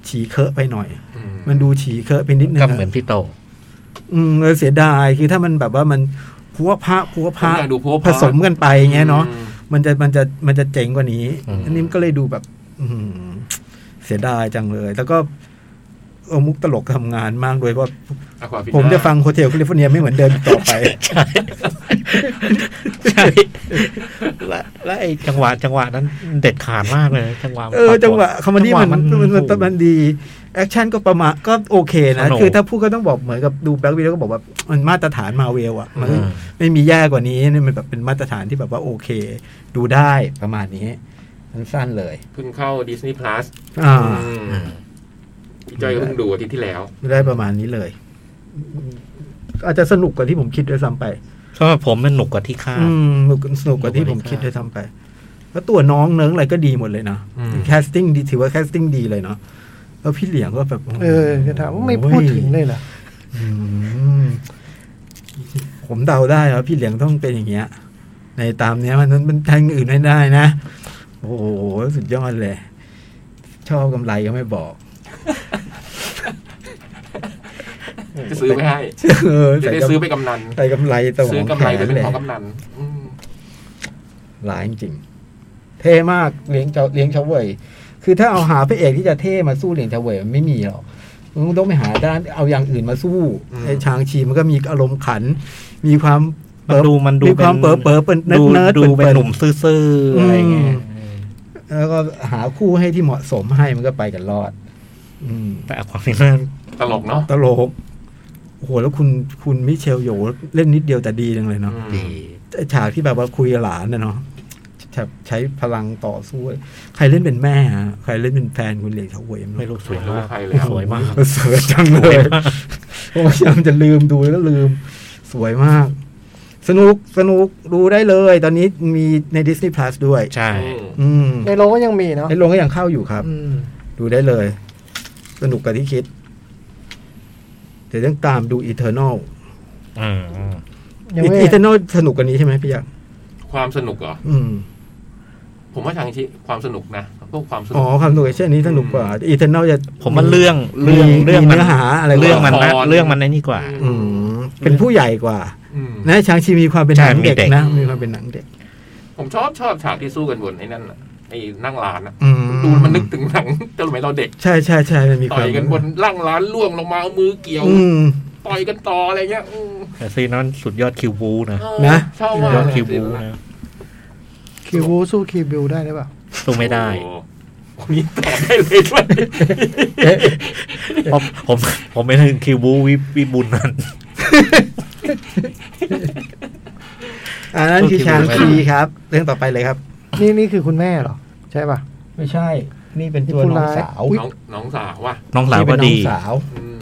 [SPEAKER 5] ฉีเคอะไปหน่อย มันดูฉีเคอะไปนิดนึง
[SPEAKER 3] ก็
[SPEAKER 5] อะ
[SPEAKER 3] เหมือนพี่โต
[SPEAKER 5] อืมเลยเสียดายคือถ้ามันแบบว่ามันพัวพระพัวพระ
[SPEAKER 4] ผมอยากดูพัวพ
[SPEAKER 5] ผ
[SPEAKER 4] ระ
[SPEAKER 5] สมกันไปอย่างเงี้ยเนาะ
[SPEAKER 4] อืม
[SPEAKER 5] มันจะมันจะมันจะเจ๋งกว่านี้
[SPEAKER 3] อืม
[SPEAKER 5] อันนี้มันก็เลยดูแบบ อืมเสียดายจังเลย แล้วก็เออมุกตลกทำงานมากโดยว่า
[SPEAKER 4] Aquafina
[SPEAKER 5] ผมจะฟังโฮเทลแคลิฟอร์เนียไม่เหมือนเดิมอีกต่อ
[SPEAKER 4] [laughs]
[SPEAKER 5] ไป
[SPEAKER 3] ใช่ใช่และและไอ้จังหวะจังหวะนั้นเด็ดขาดมากเลย จังหวะ
[SPEAKER 5] เออจังหวะคอมเมดี้
[SPEAKER 3] จังหวะ
[SPEAKER 5] มันมันมัน
[SPEAKER 3] โอ้โห
[SPEAKER 5] มันดีแอคชั่นก็ประมาณก็โอเคนะ
[SPEAKER 3] สนุก
[SPEAKER 5] คือถ้าพูดก็ต้องบอกเหมือนกับดูแบล็กวีแล้วก็บอกว่ามันมาตรฐานมาเวลอะมัน
[SPEAKER 3] อืม
[SPEAKER 5] ไม่มีแย่กว่านี้นี่มันแบบเป็นมาตรฐานที่แบบว่าโอเค ดูได้ประมาณนี้สั้นๆเลย
[SPEAKER 4] เพิ่งเข้า Disney Plus
[SPEAKER 5] อ่า
[SPEAKER 4] อืมพี่จ้อยก็เพิ่งดูอาทิตย์ที่แล้ว
[SPEAKER 5] ได้ประมาณนี้เลย อาจจะสนุกกว่าที่ผมคิดด้วยซ้ำไป
[SPEAKER 3] สำหรับผมมันหนุกกว่าที่คาด
[SPEAKER 5] อืมสนุกกว่าที่ผมคิดด้วยซ้ำไป แล้วตัวน้องเนิ้งอะไรก็ดีหมดเลยนะ
[SPEAKER 4] อืม
[SPEAKER 5] แคสติ้งดีถือว่าแคสติ้งดีเลยเนาะแล้วพี่เหลียงก็แบบโโห
[SPEAKER 2] เออจะถามว่าไม่พูดถึงเลยเหรอ
[SPEAKER 5] อืมผมเดาได้ว่าพี่เหลียงต้องเป็นอย่างเงี้ย ในตามเนี้ยมันมันมันทางอื่นไม่ได้นะ โอ้โห สุดยอดเลย ชอบกำไรก็ไม่บอก [laughs]
[SPEAKER 4] จะซื้อไปให้
[SPEAKER 5] เออ
[SPEAKER 4] จะได้
[SPEAKER 5] ใส่กำ
[SPEAKER 4] ซื้อไปกำนัน
[SPEAKER 5] ใส่กำไรแต่
[SPEAKER 4] ซื้อกำไรไปเป็นของกำนันอืม
[SPEAKER 5] หลายจริงๆเท่มากเลี้ยงเจ้าเลี้ยงชาวเวยคือถ้าเอาหาพระเอกที่จะเท่มาสู้เหลียงชาวเวยมันไม่มีหรอกมึงต้องไปหาด้านเอาอย่างอื่นมาสู้ไอ้ช้างชีมันก็มีอารมณ์ขัน มีความ
[SPEAKER 3] มันดูมันดู
[SPEAKER 5] มีความเป๋อเป๋อเป็นเนิ
[SPEAKER 3] ดู
[SPEAKER 5] ร์ดเนิร์ด
[SPEAKER 3] ดูเป็น
[SPEAKER 5] เปิด
[SPEAKER 3] หนุ่มซื่อๆอะไรเงี้ย
[SPEAKER 5] แล้วก็หาคู่ให้ที่เหมาะสมให้มันก็ไปกันรอด อืม
[SPEAKER 3] แต่ความที่นั่น
[SPEAKER 4] ตลกเนาะ
[SPEAKER 5] ตลกโอ้โหแล้วคุณคุณมิเชลโยเล่นนิดเดียวแต่ดีจังเลยเนาะ
[SPEAKER 4] อื
[SPEAKER 3] ดี
[SPEAKER 4] ม
[SPEAKER 5] ไอ้ฉากที่แบบว่าคุยกับหลานนะเนาะฉากใช้พลังต่อสู้ใครเล่นเป็นแม่ฮะใครเล่นเป็นแฟนคุณเหลียงเฉาเวยไ
[SPEAKER 3] ไม่รู้สวยมาก
[SPEAKER 4] ไใครแล้ว
[SPEAKER 3] สวยมาก
[SPEAKER 5] สวยจังเลยผมพยายามจะลืมดูแล้วก็ลืม สวยมาก สนุกสนุกดูได้เลย ตอนนี้มีใน Disney Plus ด้วย
[SPEAKER 3] ใช่
[SPEAKER 4] อืม
[SPEAKER 5] อืม
[SPEAKER 2] ในโรงก็ยังมีเนาะ
[SPEAKER 5] ในโรงก็ยังเข้าอยู่ครับ
[SPEAKER 2] อืม
[SPEAKER 5] ดูได้เลย สนุกกับที่คิดเดี๋ยวต้องตามดูอีเทอร์นอล
[SPEAKER 3] อืมอืม
[SPEAKER 2] ยังไม่
[SPEAKER 5] อีเทอร์นอลสนุกกว่านี้ใช่ไหมพี่ยักษ์
[SPEAKER 4] ความสนุกเหรอ
[SPEAKER 5] อืม
[SPEAKER 4] ผมว่าทางชิความสนุกนะพวกความสนุ
[SPEAKER 5] อ๋อก ความสนุกเช่นนี้สนุกกว่าอีเทอร์นอลจะ
[SPEAKER 3] ผมว่าเรื่องเรื่อง
[SPEAKER 5] มี
[SPEAKER 3] เรื่อง
[SPEAKER 5] มี
[SPEAKER 3] มัน
[SPEAKER 5] เนื้อหาอะไรกว่า
[SPEAKER 3] เรื่องมันนะ
[SPEAKER 4] ก่อน
[SPEAKER 3] เรื่องมันในนี่กว่า
[SPEAKER 5] อืมเป็นผู้ใหญ่กว่า
[SPEAKER 4] อืม
[SPEAKER 5] นะชางชีมีความเป็นห
[SPEAKER 3] ใช่
[SPEAKER 5] นังเด็ก
[SPEAKER 3] มีเด็ก
[SPEAKER 5] นะ มีความเป็นหนังเด็ก
[SPEAKER 4] ผมชอบชอบฉากที่สู้กันบนไอ้นั่นน่ะไอ้นั่งร้านอ่ะ
[SPEAKER 5] อืม
[SPEAKER 4] ดูมันนึกถึงห [laughs] นังตอนสมัยเราเด็ก
[SPEAKER 5] ใช่ใช่ใช่มันมีค
[SPEAKER 4] ต่
[SPEAKER 5] วา
[SPEAKER 4] อ
[SPEAKER 5] ม
[SPEAKER 4] ยกันบนร่างร้านล่วงลงมาเอามือเกี่ยว
[SPEAKER 5] อืม [laughs]
[SPEAKER 4] ต่อยกันต่ออะไรเงี้ยอืม
[SPEAKER 3] แต่ซีนนั้นสุดยอดคิวบูนะ
[SPEAKER 5] นะ
[SPEAKER 4] ชอบ
[SPEAKER 3] สุ
[SPEAKER 4] มา
[SPEAKER 3] ด
[SPEAKER 4] ก
[SPEAKER 3] ยอดคิวบูนะ
[SPEAKER 2] คิวบูสู้คิวบิวได้หรือเปล่า
[SPEAKER 3] สู้ไม่ได้
[SPEAKER 4] โอ้โหคนนี้ตอบได้เลยด้วย
[SPEAKER 3] ผมผมผมไม่ถึงคิวบูวิวิบุญนั่น
[SPEAKER 5] อ่านั่นคือ
[SPEAKER 3] โทษที
[SPEAKER 5] ชางชีครับ เรื่องต่อไปเลยครับ
[SPEAKER 2] นี่นี่คือคุณแม่เหรอ ใช่ป่ะ
[SPEAKER 5] ไม่ใช่ นี่เป็นตัว
[SPEAKER 2] นี่ผู้
[SPEAKER 5] น้อง
[SPEAKER 2] ร้าย
[SPEAKER 5] สาว
[SPEAKER 2] อุ๊ย
[SPEAKER 4] น้องน้องสาวว่ะ
[SPEAKER 3] น้องสาว
[SPEAKER 5] นี่เป็
[SPEAKER 3] ก็
[SPEAKER 5] นน้อ
[SPEAKER 3] ดี
[SPEAKER 5] งสาว
[SPEAKER 4] อืม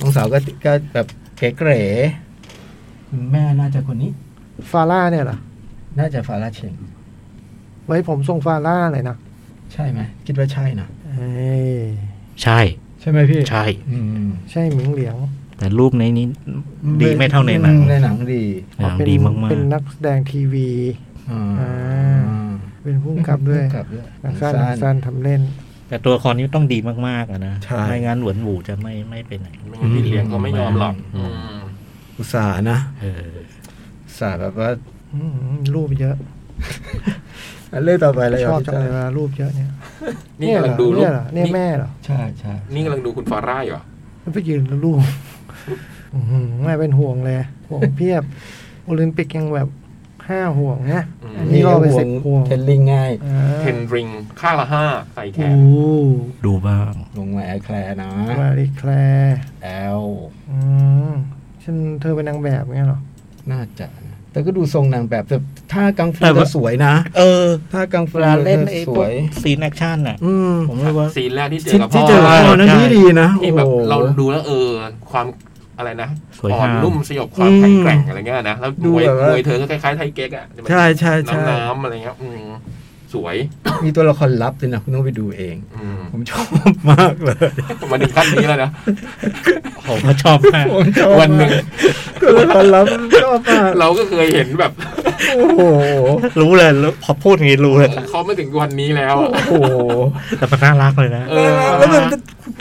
[SPEAKER 5] น้องสาวก็ก็แบบเก๋เก๋คุณแม่น่าจะคนนี้
[SPEAKER 2] ฟาร่าเนี่ยเหรอ
[SPEAKER 5] น่าจะฟาราเชง
[SPEAKER 2] ไว้ผมทรงฟาร่าเลยนะ
[SPEAKER 5] ใช่ไหมคิดว่าใช่นะ
[SPEAKER 2] เอ้ย
[SPEAKER 3] ใช่
[SPEAKER 5] ใช่ไหมพี่
[SPEAKER 3] ใช่
[SPEAKER 5] อืม
[SPEAKER 2] ใช่หมิงเหลียง
[SPEAKER 3] แต่รูปในนี้ดีไม่เท่าในหนัง
[SPEAKER 5] ในหนังดี
[SPEAKER 3] หนัง
[SPEAKER 2] เป็น
[SPEAKER 3] ดีมาก
[SPEAKER 2] เป็นนักแสดงทีวี
[SPEAKER 5] อ่า
[SPEAKER 2] เป็นผู้กำกับด้วย
[SPEAKER 5] กลับด้วย
[SPEAKER 2] หนังสั้นหนังสั้นทำเล่น
[SPEAKER 3] แต่ตัวละครนี้ต้องดีมากๆอะนะ
[SPEAKER 5] ใช่
[SPEAKER 3] ไม่งั้นหวนบูจะไม่ไม่ไปไหน
[SPEAKER 4] ไม่งั้นพี่เลี้ยงก็ไม่ยอมหรอก
[SPEAKER 3] อืม
[SPEAKER 4] อืม
[SPEAKER 5] อุตส่าห์นะ
[SPEAKER 3] เออ
[SPEAKER 5] อุตส่าห์แบบว่า
[SPEAKER 2] อืมรูปเยอะ
[SPEAKER 5] อันเรื่องต่อไปเลย
[SPEAKER 2] ชอบจังเลย
[SPEAKER 5] ค
[SPEAKER 2] เว
[SPEAKER 5] รับ
[SPEAKER 2] ลารูปเยอะเนี่ย
[SPEAKER 4] นี่กำลังดูรู
[SPEAKER 2] เนี่
[SPEAKER 4] ป
[SPEAKER 2] ยเหรอเนี่ย
[SPEAKER 4] นี่
[SPEAKER 2] แม่เหรอ
[SPEAKER 5] ใช่ใช่
[SPEAKER 4] นี่กำลังดูคุณฟาร่าอยู่เหรอ
[SPEAKER 2] แล้วไปยืนรูปอื้อหือแม่เป็นห่วงเลยห่วงเพียบ โอลิมปิกยังแบบห้าห่วงนะ
[SPEAKER 4] อืม
[SPEAKER 2] อันนี้ก็ไปเสร็จพวง
[SPEAKER 5] เทนลิงง่าย
[SPEAKER 2] อ่า
[SPEAKER 4] เทนริงข้างละห้าใส่แข
[SPEAKER 2] โอ้
[SPEAKER 4] น
[SPEAKER 3] ดูบ้าง
[SPEAKER 5] ลงมาแอร์แคลร์นะ
[SPEAKER 2] มาริแคลร์
[SPEAKER 5] แอล
[SPEAKER 2] อืมฉันเธอเป็นนางแบบไงเหรอ
[SPEAKER 5] น่าจะนะแต่ก็ดูทรงนางแบบแต่ท่ากังฟู
[SPEAKER 3] แต่ว่า
[SPEAKER 5] ก็สวยนะ
[SPEAKER 3] เออ
[SPEAKER 5] ท่ากัง
[SPEAKER 3] เว
[SPEAKER 5] ฟู
[SPEAKER 3] ลาเล่นไอ้
[SPEAKER 5] ส
[SPEAKER 3] พวก
[SPEAKER 5] วย
[SPEAKER 3] ซีนแอคชั่นน่ะ
[SPEAKER 5] อืม
[SPEAKER 3] ผมเลยว่า
[SPEAKER 4] ซีนแรกที่เจอกับพ่
[SPEAKER 5] ที่ที่
[SPEAKER 4] อ
[SPEAKER 5] เจอ
[SPEAKER 3] ใช่
[SPEAKER 5] พ่อนั้นที่ดีนะ
[SPEAKER 4] ที่แบบ
[SPEAKER 5] โอ้โห
[SPEAKER 4] เราดูแล้วเออ ความอะไรนะ
[SPEAKER 3] สวย
[SPEAKER 4] อ่
[SPEAKER 3] งาม
[SPEAKER 4] อนนุ่มสยบความ
[SPEAKER 5] อืม
[SPEAKER 4] แข็งแกร่งอะไรเงี้ยนะแล้วมวย
[SPEAKER 5] ดูแบบว่าม ม
[SPEAKER 4] วยเธอก็คล้ายๆไทยเก๊กอ่ะ
[SPEAKER 5] ใช่ใช่ใช่
[SPEAKER 4] น้ำน้ำๆอะไรเงี้ยอืมสวย
[SPEAKER 5] มีตัวละครลับด้วยนะคุณต้องไปดูเอง
[SPEAKER 4] อืม
[SPEAKER 5] ผมชอบมากเลย
[SPEAKER 4] มาถึงขั้นนี้แล้วนะ
[SPEAKER 3] ผมก็ชอบมาก
[SPEAKER 5] ผมชอบมาก
[SPEAKER 4] วันหนึ่ง
[SPEAKER 5] [laughs] ตัวละครลับชอบมาก
[SPEAKER 4] เราก็เคยเห็นแบบ
[SPEAKER 5] โอ้โห
[SPEAKER 3] รู้เลยรู้พอพูดอย่างนี้รู้เลย
[SPEAKER 4] เขาไม่ถึงวันนี้แล้ว
[SPEAKER 5] โอ้โห
[SPEAKER 3] แต่มันน่ารักเลยนะ
[SPEAKER 4] เออ
[SPEAKER 5] แล้วมัน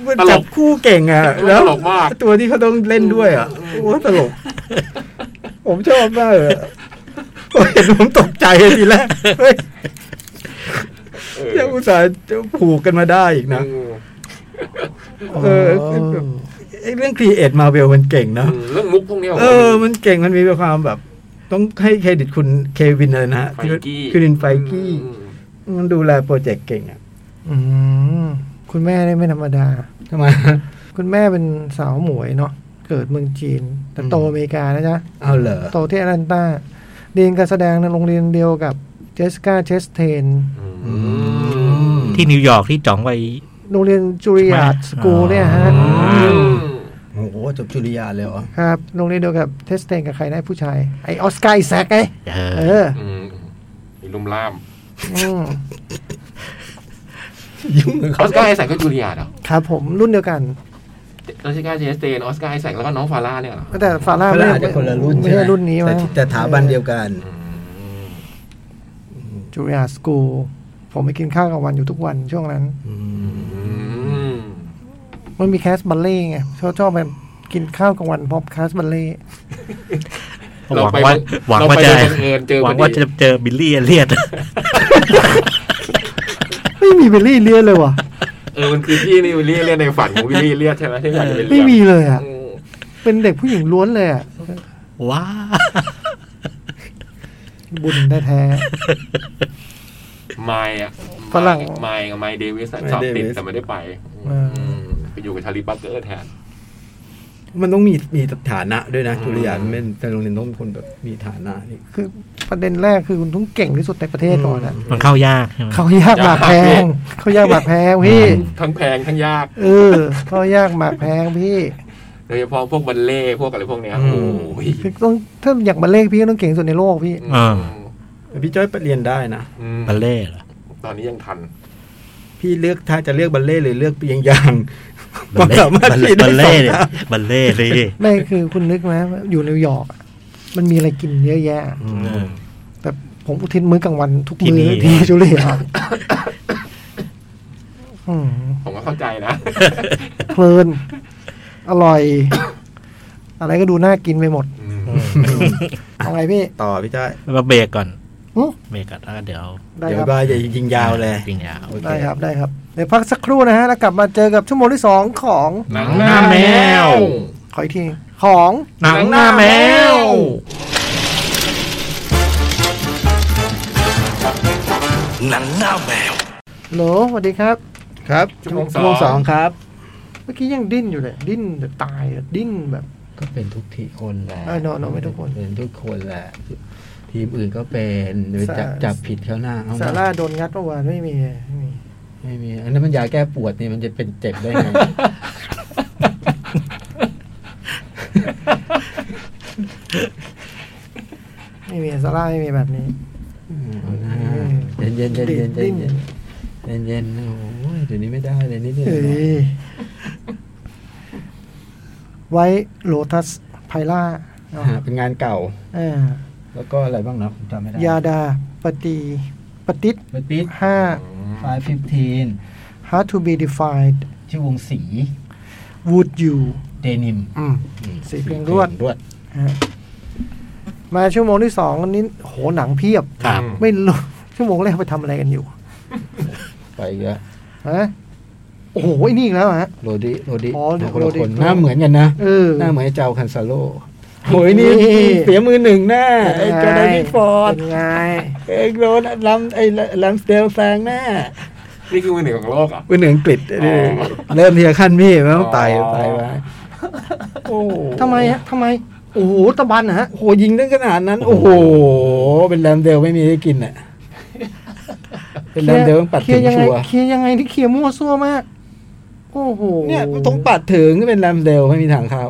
[SPEAKER 5] มันจับคู่เก่งอ่ะ
[SPEAKER 4] แล้
[SPEAKER 5] แล้วว
[SPEAKER 4] ตลกมาก
[SPEAKER 5] ตัวที่เขาต้องเล่นด้วยอ่ะโอ้โหตลก ผมชอบมากเลยอะผมเห็นผมตกใจทีแรกเฮ้ย
[SPEAKER 4] เออ
[SPEAKER 5] ยังอุตส่าห์จะผูกกันมาได้อีกนะ
[SPEAKER 4] เออ
[SPEAKER 5] เออคือแบบ ไอ้เรื่องครีเอทมาเวลมันเก่ง
[SPEAKER 4] อื
[SPEAKER 5] นะ
[SPEAKER 4] มเรื่องมุกพวกเนี้ย
[SPEAKER 5] เออ มันเก่ง มันมีความแบบ ต้องให้เครดิตคุณเควินเลยนะฮะ
[SPEAKER 4] ไฟกี้
[SPEAKER 5] คือดินไฟกี้
[SPEAKER 4] อืม
[SPEAKER 5] มันดูแลโปรเจกต์เก่งอ่ะ
[SPEAKER 2] อืมคุณแม่ได้ไม่ธรรมดา
[SPEAKER 5] ทำไม
[SPEAKER 2] คุณแม่เป็นสาวหมวยเนาะเกิดเมืองจีน แต่โต
[SPEAKER 5] อืม
[SPEAKER 2] อเมริกานะจ๊ะ
[SPEAKER 5] เอาเหรอ
[SPEAKER 2] โตที่แอตแลนตาเรียนการแสดงในโรงเรียนเดียวกับเจสกาเชสเทน
[SPEAKER 4] อืม
[SPEAKER 3] ที่นิวยอร์กที่จ่องไป
[SPEAKER 2] โรงเรียนจูเลียตสกูลเนี่ยฮะ
[SPEAKER 3] อ๋อ
[SPEAKER 4] อืม
[SPEAKER 5] โอ้โหจบจุริยาเลยเหรอ
[SPEAKER 2] ครับโรงเรียนเดียวกับเทสเทนกับใครนะผู้ชาย ไอออสการ์ไอแซกไง
[SPEAKER 3] เอ
[SPEAKER 2] เอ
[SPEAKER 3] อ
[SPEAKER 2] อ
[SPEAKER 4] อืมมีลุมล่าม
[SPEAKER 2] อืม
[SPEAKER 5] ยุ่งกับ
[SPEAKER 4] ออ
[SPEAKER 5] เขา
[SPEAKER 4] สการ์ไอแซคก็จูเลียร์เหรอ
[SPEAKER 2] ครับผมรุ่นเดียวกัน
[SPEAKER 4] ออสการ์เจสเตนออสการ์ไอแซคแล้วก็น้องฟาร่าเนี่ยเหรอ
[SPEAKER 2] แต่ฟาร่า
[SPEAKER 5] เขา
[SPEAKER 2] ไม่
[SPEAKER 5] อาจจะคนละรุ่น
[SPEAKER 2] ไม่
[SPEAKER 5] ใช่ไหม
[SPEAKER 2] ใช่รุ่นนี้มั้
[SPEAKER 5] แต่
[SPEAKER 2] ง
[SPEAKER 5] ที่แต่สถาบันเดียวกัน
[SPEAKER 4] อืม
[SPEAKER 2] จูเลียตสกูลผมไปกินข้าวกลางวันอยู่ทุกวันช่วงนั้น
[SPEAKER 4] อืม
[SPEAKER 2] มันมีแคสบัลเล่ไงชอบชอบไปกินข้าวกลางวันพร้อมแคสบัลเล่
[SPEAKER 3] หวังว่าหวัง
[SPEAKER 4] เร
[SPEAKER 3] ว่า
[SPEAKER 4] ไป
[SPEAKER 3] จะ
[SPEAKER 4] บังเอิญเจอ
[SPEAKER 3] ห
[SPEAKER 4] พ
[SPEAKER 3] วั
[SPEAKER 4] อง ดี
[SPEAKER 3] ว่าจะเจอบิลลี่เอเลียด
[SPEAKER 2] ไม่มีเบลลี่เลียนเลยว่ะ
[SPEAKER 4] เออมันคือพี่นี่วิลลี่เลียนในฝันของวิลลี่เลียนใช่ไหมที่อยากจะเป็นเลียน
[SPEAKER 2] ไม่มีเลยอ่ะ
[SPEAKER 4] อืม
[SPEAKER 2] เป็นเด็กผู้หญิงล้วนเลยอ่ะ
[SPEAKER 3] ว้า
[SPEAKER 2] บุญแท้ๆ
[SPEAKER 4] ไมายอ่ะ
[SPEAKER 2] ฝรั่ง
[SPEAKER 4] ไมายกับไมายเดวิสอะ
[SPEAKER 5] ไมค์
[SPEAKER 4] สอบติด
[SPEAKER 5] Davis
[SPEAKER 4] แต่ไม่ได้ไป
[SPEAKER 2] เอออื
[SPEAKER 4] มไปอยู่กับชาลีบัคเกอร์แทน
[SPEAKER 5] มันต้องมีมีฐานะด้วยนะ
[SPEAKER 4] อืม
[SPEAKER 5] จุริยามันเป็นแต่โรงเรียนต้องเป็นคนแบบมีฐานะนี่
[SPEAKER 2] คือประเด็นแรกคือคุณต้องเก่งที่สุดในประเทศก่อนนะ
[SPEAKER 3] มันเข้ายากใช่ไหม
[SPEAKER 2] เขายากหมากแพงเขายากหมากแพงพี่
[SPEAKER 4] ทั้งแพงทั้งยาก
[SPEAKER 2] เออเขายากหมากแพงพี่
[SPEAKER 4] โดยเฉพาะพวกบัลเล่ต์พวกอะไรพวกเนี้ยโอ้ย
[SPEAKER 2] คือต้องถ้าอยากมาเลขพี่ก็ต้องเก่งที่สุดในโลกพี่
[SPEAKER 4] อา
[SPEAKER 5] พี่จ้อยไปเรียนได้นะ
[SPEAKER 4] อืม
[SPEAKER 3] บัลเล่ต์เหรอ
[SPEAKER 4] ตอนนี้ยังทัน
[SPEAKER 5] พี่เลือกถ้าจะเลือกบัลเล่ต์หรือเลือกเปียงยางความสามารถ
[SPEAKER 3] บัล
[SPEAKER 5] พี่
[SPEAKER 3] เล่บัล
[SPEAKER 5] ได้สอ
[SPEAKER 3] เล่
[SPEAKER 5] ง
[SPEAKER 3] เนี่ย
[SPEAKER 5] ทาง
[SPEAKER 3] บัลเล่เลยดิ
[SPEAKER 2] ไม่คือคุณนึกไหมว่าอยู่นิวยอร์กอะมันมีอะไรกินเยอะแยะ
[SPEAKER 5] อื
[SPEAKER 3] เอ
[SPEAKER 5] ม
[SPEAKER 3] อ
[SPEAKER 2] แต่ผมอุทิศมื้อกลางวันทุก
[SPEAKER 3] ที่
[SPEAKER 2] มื้
[SPEAKER 3] นี่
[SPEAKER 2] อที่จุเลียอืม
[SPEAKER 4] ผมก็เข้าใจนะ
[SPEAKER 2] เพลิน อร่อย อะไรก็ดูน่ากินไปหมดเอาไงพี่
[SPEAKER 5] ต่อพี่จ้อย
[SPEAKER 3] มาเบรกก่อน
[SPEAKER 2] หึ
[SPEAKER 3] เบรกก่อนแล้วก็เดี๋ยว
[SPEAKER 2] ได้
[SPEAKER 5] เดี๋ย
[SPEAKER 2] คว รับ
[SPEAKER 5] ก็จะยิงยาวเลย
[SPEAKER 3] ปิงยาว
[SPEAKER 5] โอเ
[SPEAKER 2] ได้ครับได้ครับเดี๋ยวพักสักครู่นะฮะ แล้วกลับมาเจอกับชั่วโมงที่สองของ
[SPEAKER 4] หนังหน้าแมว
[SPEAKER 2] ขออีกทีของ
[SPEAKER 3] หนังหน้าแมว
[SPEAKER 2] โหลสวัสดีครับ
[SPEAKER 5] ครับ
[SPEAKER 4] ชั่วโมงสอง
[SPEAKER 5] สองครับ
[SPEAKER 2] เมื่อกี้ยังดิ้นอยู่เลย ดิ้นแบบตายอะดิ้นแบบ
[SPEAKER 5] ก็เป็นทุกทีคนแหละ
[SPEAKER 2] เออ no no ไม่ทุกคน
[SPEAKER 5] เป็นทุกคนแหละ ทีมอื่นก็เป็นหรือจับ
[SPEAKER 2] สา
[SPEAKER 5] จับผิดเขาหน้าเอา
[SPEAKER 2] ซาร่าโดนงัดเมื่อวานไม่มีไม่มี
[SPEAKER 5] ไม่มี อันนั้นมันยาแก้ปวดนี่มันจะเป็นเจ็บได้ไง
[SPEAKER 2] ไม่มีซาร่าไม่มีแบบนี้
[SPEAKER 5] เอาหน้าเย็นเย็นเย็นเย็นเย็นเย็นเย็นเย็นโอ้ยเดี๋ยวนี้ไม่ได้เลยนิดเดียว
[SPEAKER 2] เอ้ยไว้โลทัสไพล่าเนอะ
[SPEAKER 5] ฮะเป็นงานเก่า
[SPEAKER 2] อ่า
[SPEAKER 5] แล้วก็อะไรบ้างนะผมจำไม่ได้
[SPEAKER 2] ยาดาปฏิปฏิษ
[SPEAKER 5] เบปิด
[SPEAKER 2] ห้า
[SPEAKER 5] ไฟฟิฟทีน
[SPEAKER 2] hard to be defined
[SPEAKER 3] ชื่อวงสี
[SPEAKER 2] would you
[SPEAKER 3] เดนิม
[SPEAKER 2] อืม
[SPEAKER 3] อืม
[SPEAKER 2] สีเพลงรวด
[SPEAKER 3] รวด
[SPEAKER 2] ฮะมาชั่วโมงที่สองวันนี้โหหนังเพียบ
[SPEAKER 3] ครับ
[SPEAKER 2] ไม่รู้ ชั่วโมงแรกไปทำอะไรกันอยู่
[SPEAKER 5] ไปอีกแล้ว
[SPEAKER 2] ฮะโอ้โหไอ้นี่อีกแล้วฮะ
[SPEAKER 5] โรดิโรดิ
[SPEAKER 2] อ๋อ
[SPEAKER 5] หน้าคนละ
[SPEAKER 2] โรดิ
[SPEAKER 5] คนหน้าเหมือนกันนะ
[SPEAKER 2] เออ
[SPEAKER 5] หน้าเหมือนไอ้เจ้าคันซาโลโหยนี่
[SPEAKER 2] นี่
[SPEAKER 5] เสียมือหนึ่งแน่ไอ้จอร์แดน
[SPEAKER 2] เป็นไง
[SPEAKER 5] พิฟอร์ด
[SPEAKER 2] เป็นไง
[SPEAKER 5] เอ็กโรนลัมไอ้ลัมสเตลแซงแน่
[SPEAKER 4] นี่คือมือหนึ่งของโลกเหรอ่ะ
[SPEAKER 5] มือหนึ่งอังกฤษ
[SPEAKER 4] อ๋อ
[SPEAKER 5] เริ่มทีละขั้นพี่ไม่ต้องไต่
[SPEAKER 4] อ๋อ
[SPEAKER 5] ไต่มาโอ้โห
[SPEAKER 2] ทำไมฮะทำไม โอ้โหตะบันนะฮะ
[SPEAKER 5] โอ้โหยิงตั้งขนาดนั้น โอ้โห เป็นแลมเดลไม่มีได้กินอ่ะ เป็นแลมเดลต้องปัด
[SPEAKER 2] เคลี
[SPEAKER 5] ถึ
[SPEAKER 2] ย
[SPEAKER 5] ง
[SPEAKER 2] ร์ยังไง
[SPEAKER 5] ชัวร์
[SPEAKER 2] เคลียร์ยังไงที่เคลียร์มั่วซั่วมาก โอ้โห
[SPEAKER 5] เนี่ยต้องปัดถึงก็เป็นแลมเดลไม่มีทางเข้า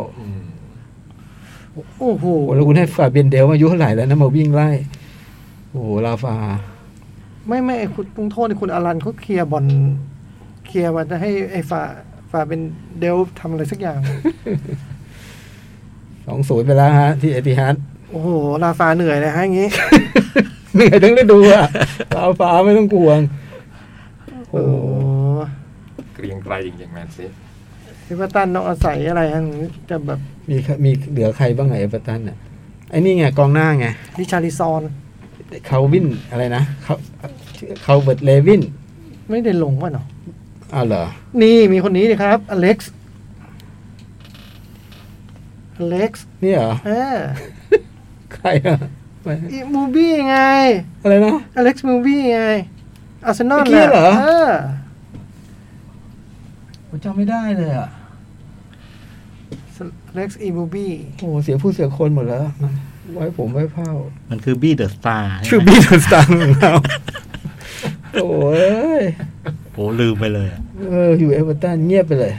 [SPEAKER 2] โอ้โห
[SPEAKER 5] โอ้โหแล้วคุณให้ฟาเบียนเดลมาอายุเท่าไหร่แล้วนะมาวิ่งไล่โอ้โหลาฟา
[SPEAKER 2] ไม่ไม่ไอ้คุณต้องโทษไอ้คุณอลันเขาเคลียร์บอลเคลียร์มาจะให้ไอ้ฝ่าฝ่าเป็นเดลทำอะไรสักอย่าง
[SPEAKER 5] สองศูนย์ไปแล้วฮะ ที่เอติฮัด
[SPEAKER 2] โอ้โหลาฟาเหนื่อยเลยฮะอย่างงี้
[SPEAKER 5] เหนื่อยทั้งฤดูอะ [laughs] ฟาวฟ้าไม่ต้องกลัวง
[SPEAKER 2] โอ้
[SPEAKER 5] โอ้
[SPEAKER 2] โห
[SPEAKER 4] เกรียงไกรจริงๆแมนซี
[SPEAKER 2] เอเวอร์ตันต้องอาศัยอะไรฮะถึงจะแบบ
[SPEAKER 5] มีมีเหลือใครบ้างไงเอเวอร์ตันอ่ะไอ้นี่ไงกองหน้าไง
[SPEAKER 2] ริชาริซอน
[SPEAKER 5] เคาวินอะไรนะเขาเขาเบิร์ตเลวิน
[SPEAKER 2] ไม่ได้ลงวะเนาะ
[SPEAKER 5] อ้าวเหรอ
[SPEAKER 2] นี่มีคนนี้ดิครับอเล็กซ์อเล็กซ์
[SPEAKER 5] นี่เหรอ
[SPEAKER 2] เออ
[SPEAKER 5] ใครอ่ะไม่
[SPEAKER 2] อีมูบี้ไง
[SPEAKER 5] อะไรนะ
[SPEAKER 2] อเล็กซ์มูวี่ไงอาร์เซนอล
[SPEAKER 5] เมื่อกี้เหรอ
[SPEAKER 2] เออ
[SPEAKER 5] ผมจำไม่ได้เลยอ่ะ
[SPEAKER 2] อเล็กซ์อีมูบี้
[SPEAKER 5] โอ้โหเสียผู้เสียคนหมดแล้ว ไว้ผมไว้เผ้า
[SPEAKER 3] มันคือบี้เดอะสตาร์
[SPEAKER 5] ชื่อบีทสตาร์ของเรา [laughs] โอ้ย
[SPEAKER 3] โอ้ลืมไปเลยอะ
[SPEAKER 5] เอออยู่เอเวอร์ตันเงียบไปเลย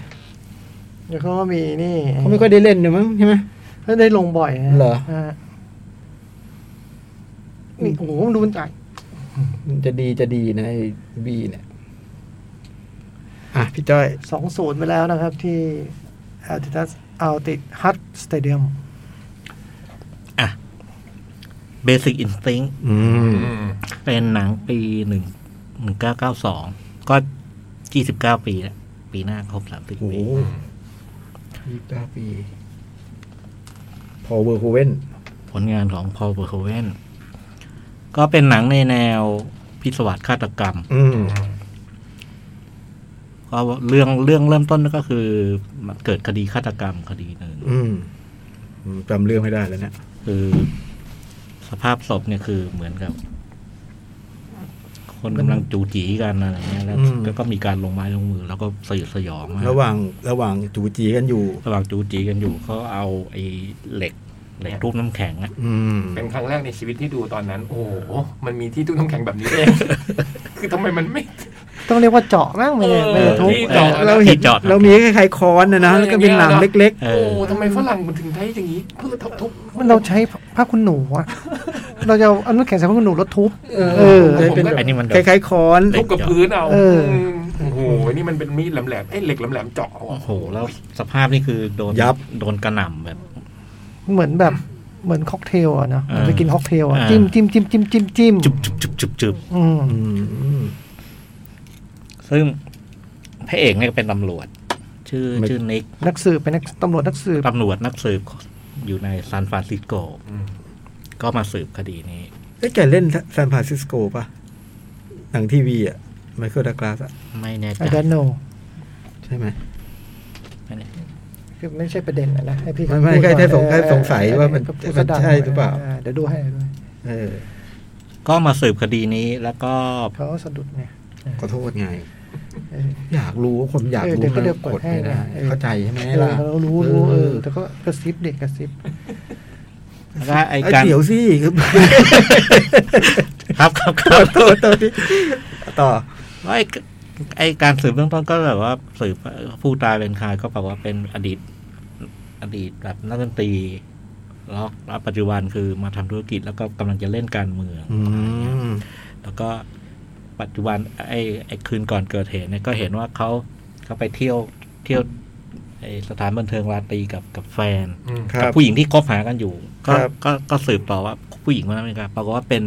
[SPEAKER 2] เดี๋ยวเขาก็มีนี่
[SPEAKER 5] เขาไม่ค่อยได้เล่นเนี่ยมั้งใช่ไหม
[SPEAKER 2] เขาได้ลงบ่อยฮะ
[SPEAKER 5] เหรอ
[SPEAKER 2] ฮะนี่โอ้โหมันดูมันจ่าย
[SPEAKER 5] มันจะดีจะดีนะไอ้บีเนี่ย อ่ะ พี่จ้อย
[SPEAKER 2] สองศูนย์ไปแล้วนะครับ ที่อัลติทัสอัลติฮัตสเตเดียม
[SPEAKER 3] เบสิกอินสติ้ง
[SPEAKER 5] อืม
[SPEAKER 3] เป็นหนังปีหนึ่งหนึ่งเก้าเก้าสองก็ยี่สิบเก้าปีแล้วปีหน้าครบสามสิบ
[SPEAKER 5] โอ้
[SPEAKER 3] ปี
[SPEAKER 5] โหยี่สิบเก้าปี พอเวอร์โฮเว่น
[SPEAKER 3] ผลงานของพอลเบอร์โคเวนก็เป็นหนังในแนวพิศวาสฆาตกรรม
[SPEAKER 5] อืม
[SPEAKER 3] ก็เรื่องเรื่องเริ่มต้นก็คือมันเกิดคดีฆาตกรรมคดีหนึ่ง
[SPEAKER 5] อืมอืมจำเรื่องไม่ได้แล้วเนี่ย
[SPEAKER 3] คือสภาพศพเนี่ยคือเหมือนกับ คนกำลังจูจีกันอะไรเงี้ยแล้ว
[SPEAKER 5] อืม
[SPEAKER 3] แล้วก็มีการลงไม้ลงมือ แล้วก็สยดสยองมาก
[SPEAKER 5] ระหว่างระหว่างจูจีกันอยู่
[SPEAKER 3] ระหว่างจูจีกันอยู่เขาเอาไอ้เหล็กเหล็กรูปน้ำแข็งอะ
[SPEAKER 5] อืม
[SPEAKER 4] เป็นครั้งแรกในชีวิตที่ดูตอนนั้น โอ้โหมันมีที่ตู้น้ำแข็งแบบนี้เอง คือทำไมมันไม่
[SPEAKER 2] ต้องเรียกว่าเจาะมั้งไม่ได้
[SPEAKER 4] เออ
[SPEAKER 2] ไม่ได้ทุบ
[SPEAKER 4] ที่จอด
[SPEAKER 5] เราเห็น
[SPEAKER 3] ที่จอด
[SPEAKER 5] เรามีคล้ายๆค้อนนะนะ แล้วก็เป็นหนามเล็ก
[SPEAKER 3] เอ
[SPEAKER 4] โอ้
[SPEAKER 3] อ
[SPEAKER 4] ทำไมฝรั่งมันถึงใช้อย่างนี้เพื่อทุบทุบ
[SPEAKER 2] มันเราใช้ผ้าคุณหนูอะเราจะเอาเอาน้ำแข็งใส่ผ้าคุณหนูแล้วทุบ
[SPEAKER 5] เออ
[SPEAKER 2] เออ
[SPEAKER 5] ใช้เป็นแบบ
[SPEAKER 3] ไอ้นี่มัน
[SPEAKER 5] ๆ
[SPEAKER 3] แบบ
[SPEAKER 5] คล้ายๆค้อน
[SPEAKER 4] ทุบกับพื้นเอา
[SPEAKER 2] เอออื
[SPEAKER 4] มโอ้โหนี่มันเป็นมีดแหลมๆเอ้ยเหล็กแหลมๆเจาะเอา
[SPEAKER 3] โอ้โห แล้วสภาพนี่คือโดน
[SPEAKER 5] ยับ
[SPEAKER 3] โดนกระหน่ำแบบ
[SPEAKER 2] เหมือนแบบเหมือนค็อกเทลอะเนอะเหมือนไปกินค็อกเทลอะ
[SPEAKER 3] อ่า
[SPEAKER 2] จิ้มจิ้มจิ้มจิ้มจิ้มจิ้ม
[SPEAKER 3] จุบจุบจุบจุบจุบ
[SPEAKER 2] อืม
[SPEAKER 5] อืม
[SPEAKER 3] ซึ่งพระเอกเนี่ยก็เป็นตำรวจ ชื่อ
[SPEAKER 5] ไม่
[SPEAKER 3] ชื่อนิก
[SPEAKER 2] นักสืบเป็นนักตำรวจนักสืบ
[SPEAKER 3] ตำรวจนักสืบอยู่ในซานฟรานซิสโก
[SPEAKER 4] อืม
[SPEAKER 3] ก็มาสืบคดีนี้
[SPEAKER 5] ไอ้ยแกเล่นซานฟรานซิสโกป่ะ หนังทีวีอ่ะ ไมเคิลดักลาสอ่ะ
[SPEAKER 3] ไม่แน่ใจ
[SPEAKER 2] ไอเดนโน
[SPEAKER 5] ใช่ไหม
[SPEAKER 3] ไม่แน่ใจ
[SPEAKER 2] คือไม่ใช่ประเด็นนะนะให้พี่
[SPEAKER 5] ไม่ไม่
[SPEAKER 2] พูด
[SPEAKER 5] แค่
[SPEAKER 2] ก่อนเออ
[SPEAKER 5] แค่สงแค่สงสัยว่ามัน
[SPEAKER 2] ก็พูดซะดัง
[SPEAKER 5] ใช่หรือเปล่า
[SPEAKER 2] เดี๋ยวดูให้ด้วย
[SPEAKER 5] เออ
[SPEAKER 3] ก็มาสืบคดีนี้แล้วก็
[SPEAKER 2] เขาสะดุดไง
[SPEAKER 5] ขอโทษไง
[SPEAKER 2] เออ
[SPEAKER 5] อยากรู้คนอยาก
[SPEAKER 2] เออ
[SPEAKER 5] รู้
[SPEAKER 2] เดี๋ยวก็
[SPEAKER 5] มัน
[SPEAKER 2] เลือกก
[SPEAKER 5] ก
[SPEAKER 2] ด
[SPEAKER 5] ดไม่
[SPEAKER 2] ให้
[SPEAKER 5] ได้
[SPEAKER 2] นะเออ
[SPEAKER 5] เข้าใจใช่ไหม
[SPEAKER 2] เออ
[SPEAKER 5] ล่ะ
[SPEAKER 2] เรารู้รู้เออแต่ก็กระซิบเด็กกระซิบ
[SPEAKER 3] แล้วก็ไอ้
[SPEAKER 5] ไอ้
[SPEAKER 3] การ
[SPEAKER 5] เดี๋ยวสิครับ
[SPEAKER 3] ครับครับครั
[SPEAKER 5] ขอบ โทษตัวที่ต่อ
[SPEAKER 3] แล้วไอ้ไอ้การสืบเบื้องต้นก็แบบว่าสืบผู้ตายเป็นใครก็บอกว่าเป็นอดีต อดีตแบบนักดนตรีแล้วแล้วปัจจุบันคือมาทำธุรกิจแล้วก็กำลังจะเล่นการเมือง
[SPEAKER 5] อืม
[SPEAKER 3] แล้วก็ปัจจุบันไอ้ไอ้คืนก่อนเกิดเหตุเนี่ยก็เห็นว่าเขาเขาไปเที่ยวเที่ยวไอ้สถานบันเทิงราตรีกับกับแฟน
[SPEAKER 4] อืม
[SPEAKER 5] ครั
[SPEAKER 3] กับ บผู้หญิงที่คบหากันอยู่ ก็
[SPEAKER 5] ครับ
[SPEAKER 3] ก็ก็สืบต่อว่าผู้หญิงคนนั้นเป็นใครปรากฏว่าเป็น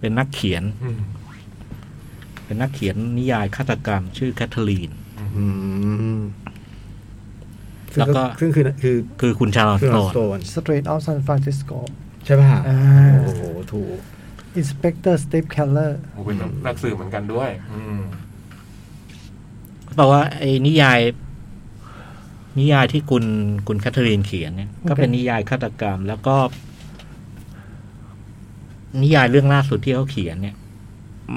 [SPEAKER 3] เป็นนักเขียน
[SPEAKER 4] อืม
[SPEAKER 3] ไป เป็นนักเขียนนิยายฆาตกรรม ชื่อแคทเธอรีน
[SPEAKER 5] อืมซึ่ง
[SPEAKER 3] แล้วก็
[SPEAKER 5] ซึ่งคือคือ
[SPEAKER 3] คือคุณชาลอต
[SPEAKER 5] คือ
[SPEAKER 3] โต
[SPEAKER 5] สโตน
[SPEAKER 2] Straight Out San Francisco
[SPEAKER 5] ใช่ป่ะ
[SPEAKER 2] อ่า
[SPEAKER 5] โอ้โห ถูก
[SPEAKER 2] Inspector Steve Keller
[SPEAKER 4] โอ้เป็นนักสืบเหมือนกันด้วย อืม
[SPEAKER 3] แปลว่าไอ้นิยาย นิยายที่คุณคุณแคทเธอรีนเขียนเนี่ย ก็เป็นนิยายฆาตกรรม แล้วก็ นิยายเรื่องล่าสุดที่เขาเขียนเนี่ย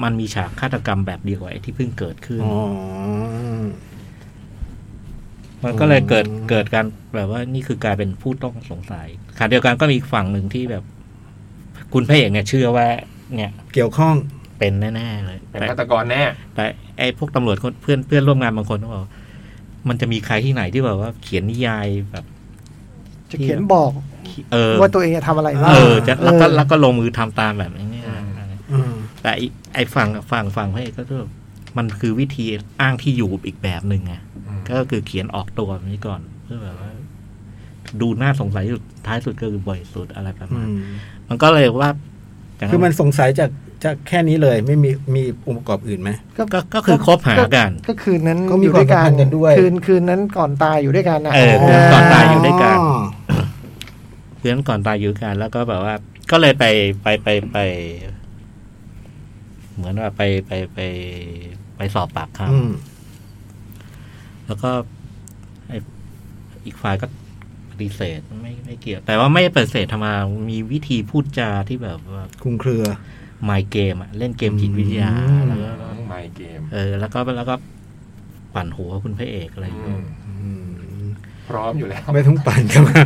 [SPEAKER 3] มันมีฉากฆาตกรรมแบบเดียวกับไอ้ที่เพิ่งเกิดขึ้น
[SPEAKER 5] อ๋อ
[SPEAKER 3] มันก็เลยเกิด
[SPEAKER 5] อืม
[SPEAKER 3] เกิดการแบบว่านี่คือกลายเป็นผู้ต้องสงสัยขณะเดียวกันก็มีอีกฝั่งหนึ่งที่แบบ คุณพระเอกเนี่ย เชื่อว่า เนี่ย
[SPEAKER 5] เกี่ยวข้อง
[SPEAKER 3] เป็นแน่ๆเลย
[SPEAKER 4] เป็น
[SPEAKER 3] แต่
[SPEAKER 4] ฆาตกรแน่
[SPEAKER 3] แต่ไอ้พวกตำรวจคนเพื่อนเพื่อนร่วมงานบางคนก็บอกว่ามันจะมีใครที่ไหนที่แบบว่าเขียนนิยายแบบ
[SPEAKER 2] จะเขียนบอก
[SPEAKER 3] เออ
[SPEAKER 2] ว่าตัวเองจะทำอะไรบ้าง
[SPEAKER 3] เออจะแล้วก็
[SPEAKER 2] เออ
[SPEAKER 3] แล้วก็ลงมือทำตามแบบนี้เนี่ย
[SPEAKER 4] อืม
[SPEAKER 5] อืม
[SPEAKER 3] แต่ไอ้ไอ้ฝั่งฝั่งฝั่งพระเอกก็คือมันคือวิธีอ้างที่อยู่อีกแบบหนึ่งไง
[SPEAKER 4] อืม
[SPEAKER 3] ก็คือเขียนออกตัวแบบนี้ก่อน เพื่อแบบว่า ดูน่าสงสัยที่สุดท้ายสุดก็คือบริสุทธิ์อะไรประ
[SPEAKER 5] อื
[SPEAKER 3] มาณ
[SPEAKER 5] ม
[SPEAKER 3] มันก็เลยว่าย่าง
[SPEAKER 5] คือมันสงสัยจากจากแค่นี้เลย ไม่มีมีองค์ประกอบอื่นไหม
[SPEAKER 3] ก็ก็คือคบหากัน
[SPEAKER 2] ก็คืนนั้น
[SPEAKER 5] ก็มี
[SPEAKER 2] อยู่ด้วยกั
[SPEAKER 5] ความสัมพันธ์กันด้วย
[SPEAKER 2] คืนคืนนั้นก่อนตายอยู่ด้วยกันนะ
[SPEAKER 3] เออคืนก่อนตายอยู่ด้วยกัน
[SPEAKER 5] อ๋อ
[SPEAKER 3] เพื่อนก่อนตายอยู่กัน แล้วก็แบบว่า ก็เลยไปไปไปไป เหมือนว่าไปไปไปไปสอบปากค
[SPEAKER 5] อืม
[SPEAKER 3] ำแล้วก็ไอ้อีกฝ่ายก็ปฏิเสธไม่ไม่เกี่ยว แต่ว่าไม่ปฏิเสธธรรมดามีวิธีพูดจาที่แบบว่า
[SPEAKER 5] คลุมเครือ
[SPEAKER 3] ไมเกมอะเล่นเกมจิตวิทยา
[SPEAKER 5] อืม
[SPEAKER 3] แล้วก็
[SPEAKER 4] ไม่เกม
[SPEAKER 3] เออแล้วก็แล้วก็ปั่นหัวคุณพระเอกอะไรอย่าง
[SPEAKER 4] อื
[SPEAKER 3] เงี้ย
[SPEAKER 4] ม
[SPEAKER 5] อืม
[SPEAKER 4] พร้อมอยู่แล้ว
[SPEAKER 5] ไม่ต้องปั่นกันมา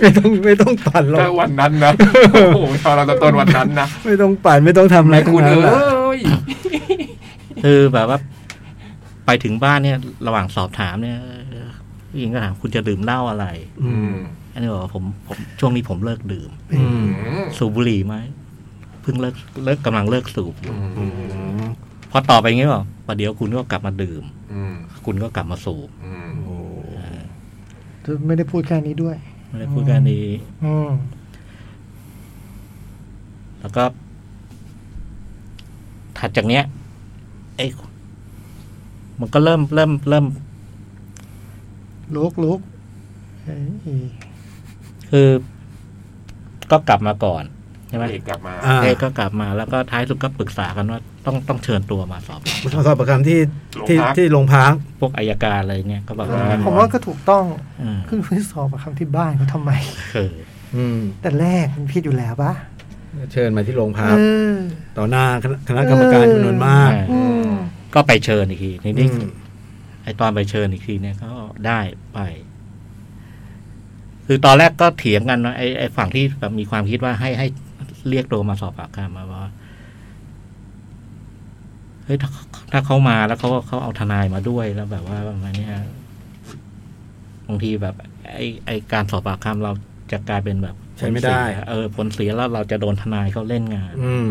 [SPEAKER 5] ไม่ต้องไม่ต้องปั่นหรอ
[SPEAKER 4] ถ้ากวันนั้นนะ โอ้โหชาวเราตะต้นวันนั้นนะ
[SPEAKER 5] ไม่ต้องปั่นไม่ต้องทำอะไร
[SPEAKER 4] ไอ้
[SPEAKER 5] ทั้
[SPEAKER 4] คุณ
[SPEAKER 5] งนั้
[SPEAKER 4] เอน
[SPEAKER 5] หรอก
[SPEAKER 4] ้ย
[SPEAKER 3] คือแบบว่าไปถึงบ้านเนี่ย ระหว่างสอบถามเนี่ยเออผู้หญิงก็ถามคุณจะดื่มเหล้าอะไร
[SPEAKER 4] อืม
[SPEAKER 3] อันนี้บอกว่าผมผมช่วงนี้ผมเลิกดื่ม
[SPEAKER 5] อืม
[SPEAKER 3] สูบบุหรี่ไหมเพิ่งเลิกเลิกกำลังเลิกสูบอยู่
[SPEAKER 4] อืม
[SPEAKER 3] พอต่อไปอย่างเงี้ยบอกประเดี๋ยวคุณก็กลับมาดื่ม
[SPEAKER 4] อืม
[SPEAKER 3] คุณก็กลับมาสูบ
[SPEAKER 4] อืม
[SPEAKER 5] โอ้
[SPEAKER 3] เออ
[SPEAKER 2] ไม่ได้พูดแค่นี้ด้วย
[SPEAKER 3] ไม่ได้พูดแค่นี้
[SPEAKER 2] อืม
[SPEAKER 3] แล้วก็ถัดจากเนี้ยไอ้มันก็เริ่มเริ่มเริ่ม
[SPEAKER 2] ลุกลุกเอ้ย
[SPEAKER 3] คือก็กลับมาก่อนใช่ไหม
[SPEAKER 4] เอกกลับมา
[SPEAKER 5] อ่า
[SPEAKER 3] เอกก็กลับมาแล้วก็ท้ายสุดก็ปรึกษากันว่าต้องต้องเชิญตัวมาสอบ
[SPEAKER 5] สอบประคำที่
[SPEAKER 4] โรง
[SPEAKER 5] ที่
[SPEAKER 4] พัก
[SPEAKER 5] ที่โรงพัก
[SPEAKER 3] พวกอายการอะไรเนี่ยก็บอกว่า
[SPEAKER 2] ผมว่าก็ถูกต้อง
[SPEAKER 3] อืม
[SPEAKER 2] ขึ้นคุณสอบประคำที่บ้านเขาทำไม
[SPEAKER 3] คือ
[SPEAKER 5] อืม
[SPEAKER 2] แต่แรกมันผิดอยู่แล้วปะ
[SPEAKER 5] เชิญมาที่โรงพั
[SPEAKER 2] เอก อ
[SPEAKER 5] ต่อหน้าคณะกรรมการ
[SPEAKER 2] เออ
[SPEAKER 5] จำนวนมาก
[SPEAKER 2] อืม
[SPEAKER 3] ก็ไปเชิญอีกทีนี่นี่
[SPEAKER 5] อืม
[SPEAKER 3] ไอตอนไปเชิญอีกทีเนี่ยก็ได้ไป คือตอนแรกก็เถียงกันนะไอไอฝั่งที่แบบมีความคิดว่าให้ให้เรียกตัวมาสอบปากคำมาว่าเฮ้ยถ้าถ้าเขามาแล้วเขาเขาเอาทนายมาด้วยแล้วแบบว่าประมาณเนี้ยบางทีแบบ ไอไอการสอบปากคำเราจะกลายเป็นแบบ
[SPEAKER 5] ใช้ไม่ได้
[SPEAKER 3] ผลเสียเออผลเสียแล้วเราจะโดนทนายเขาเล่นงาน
[SPEAKER 5] อืม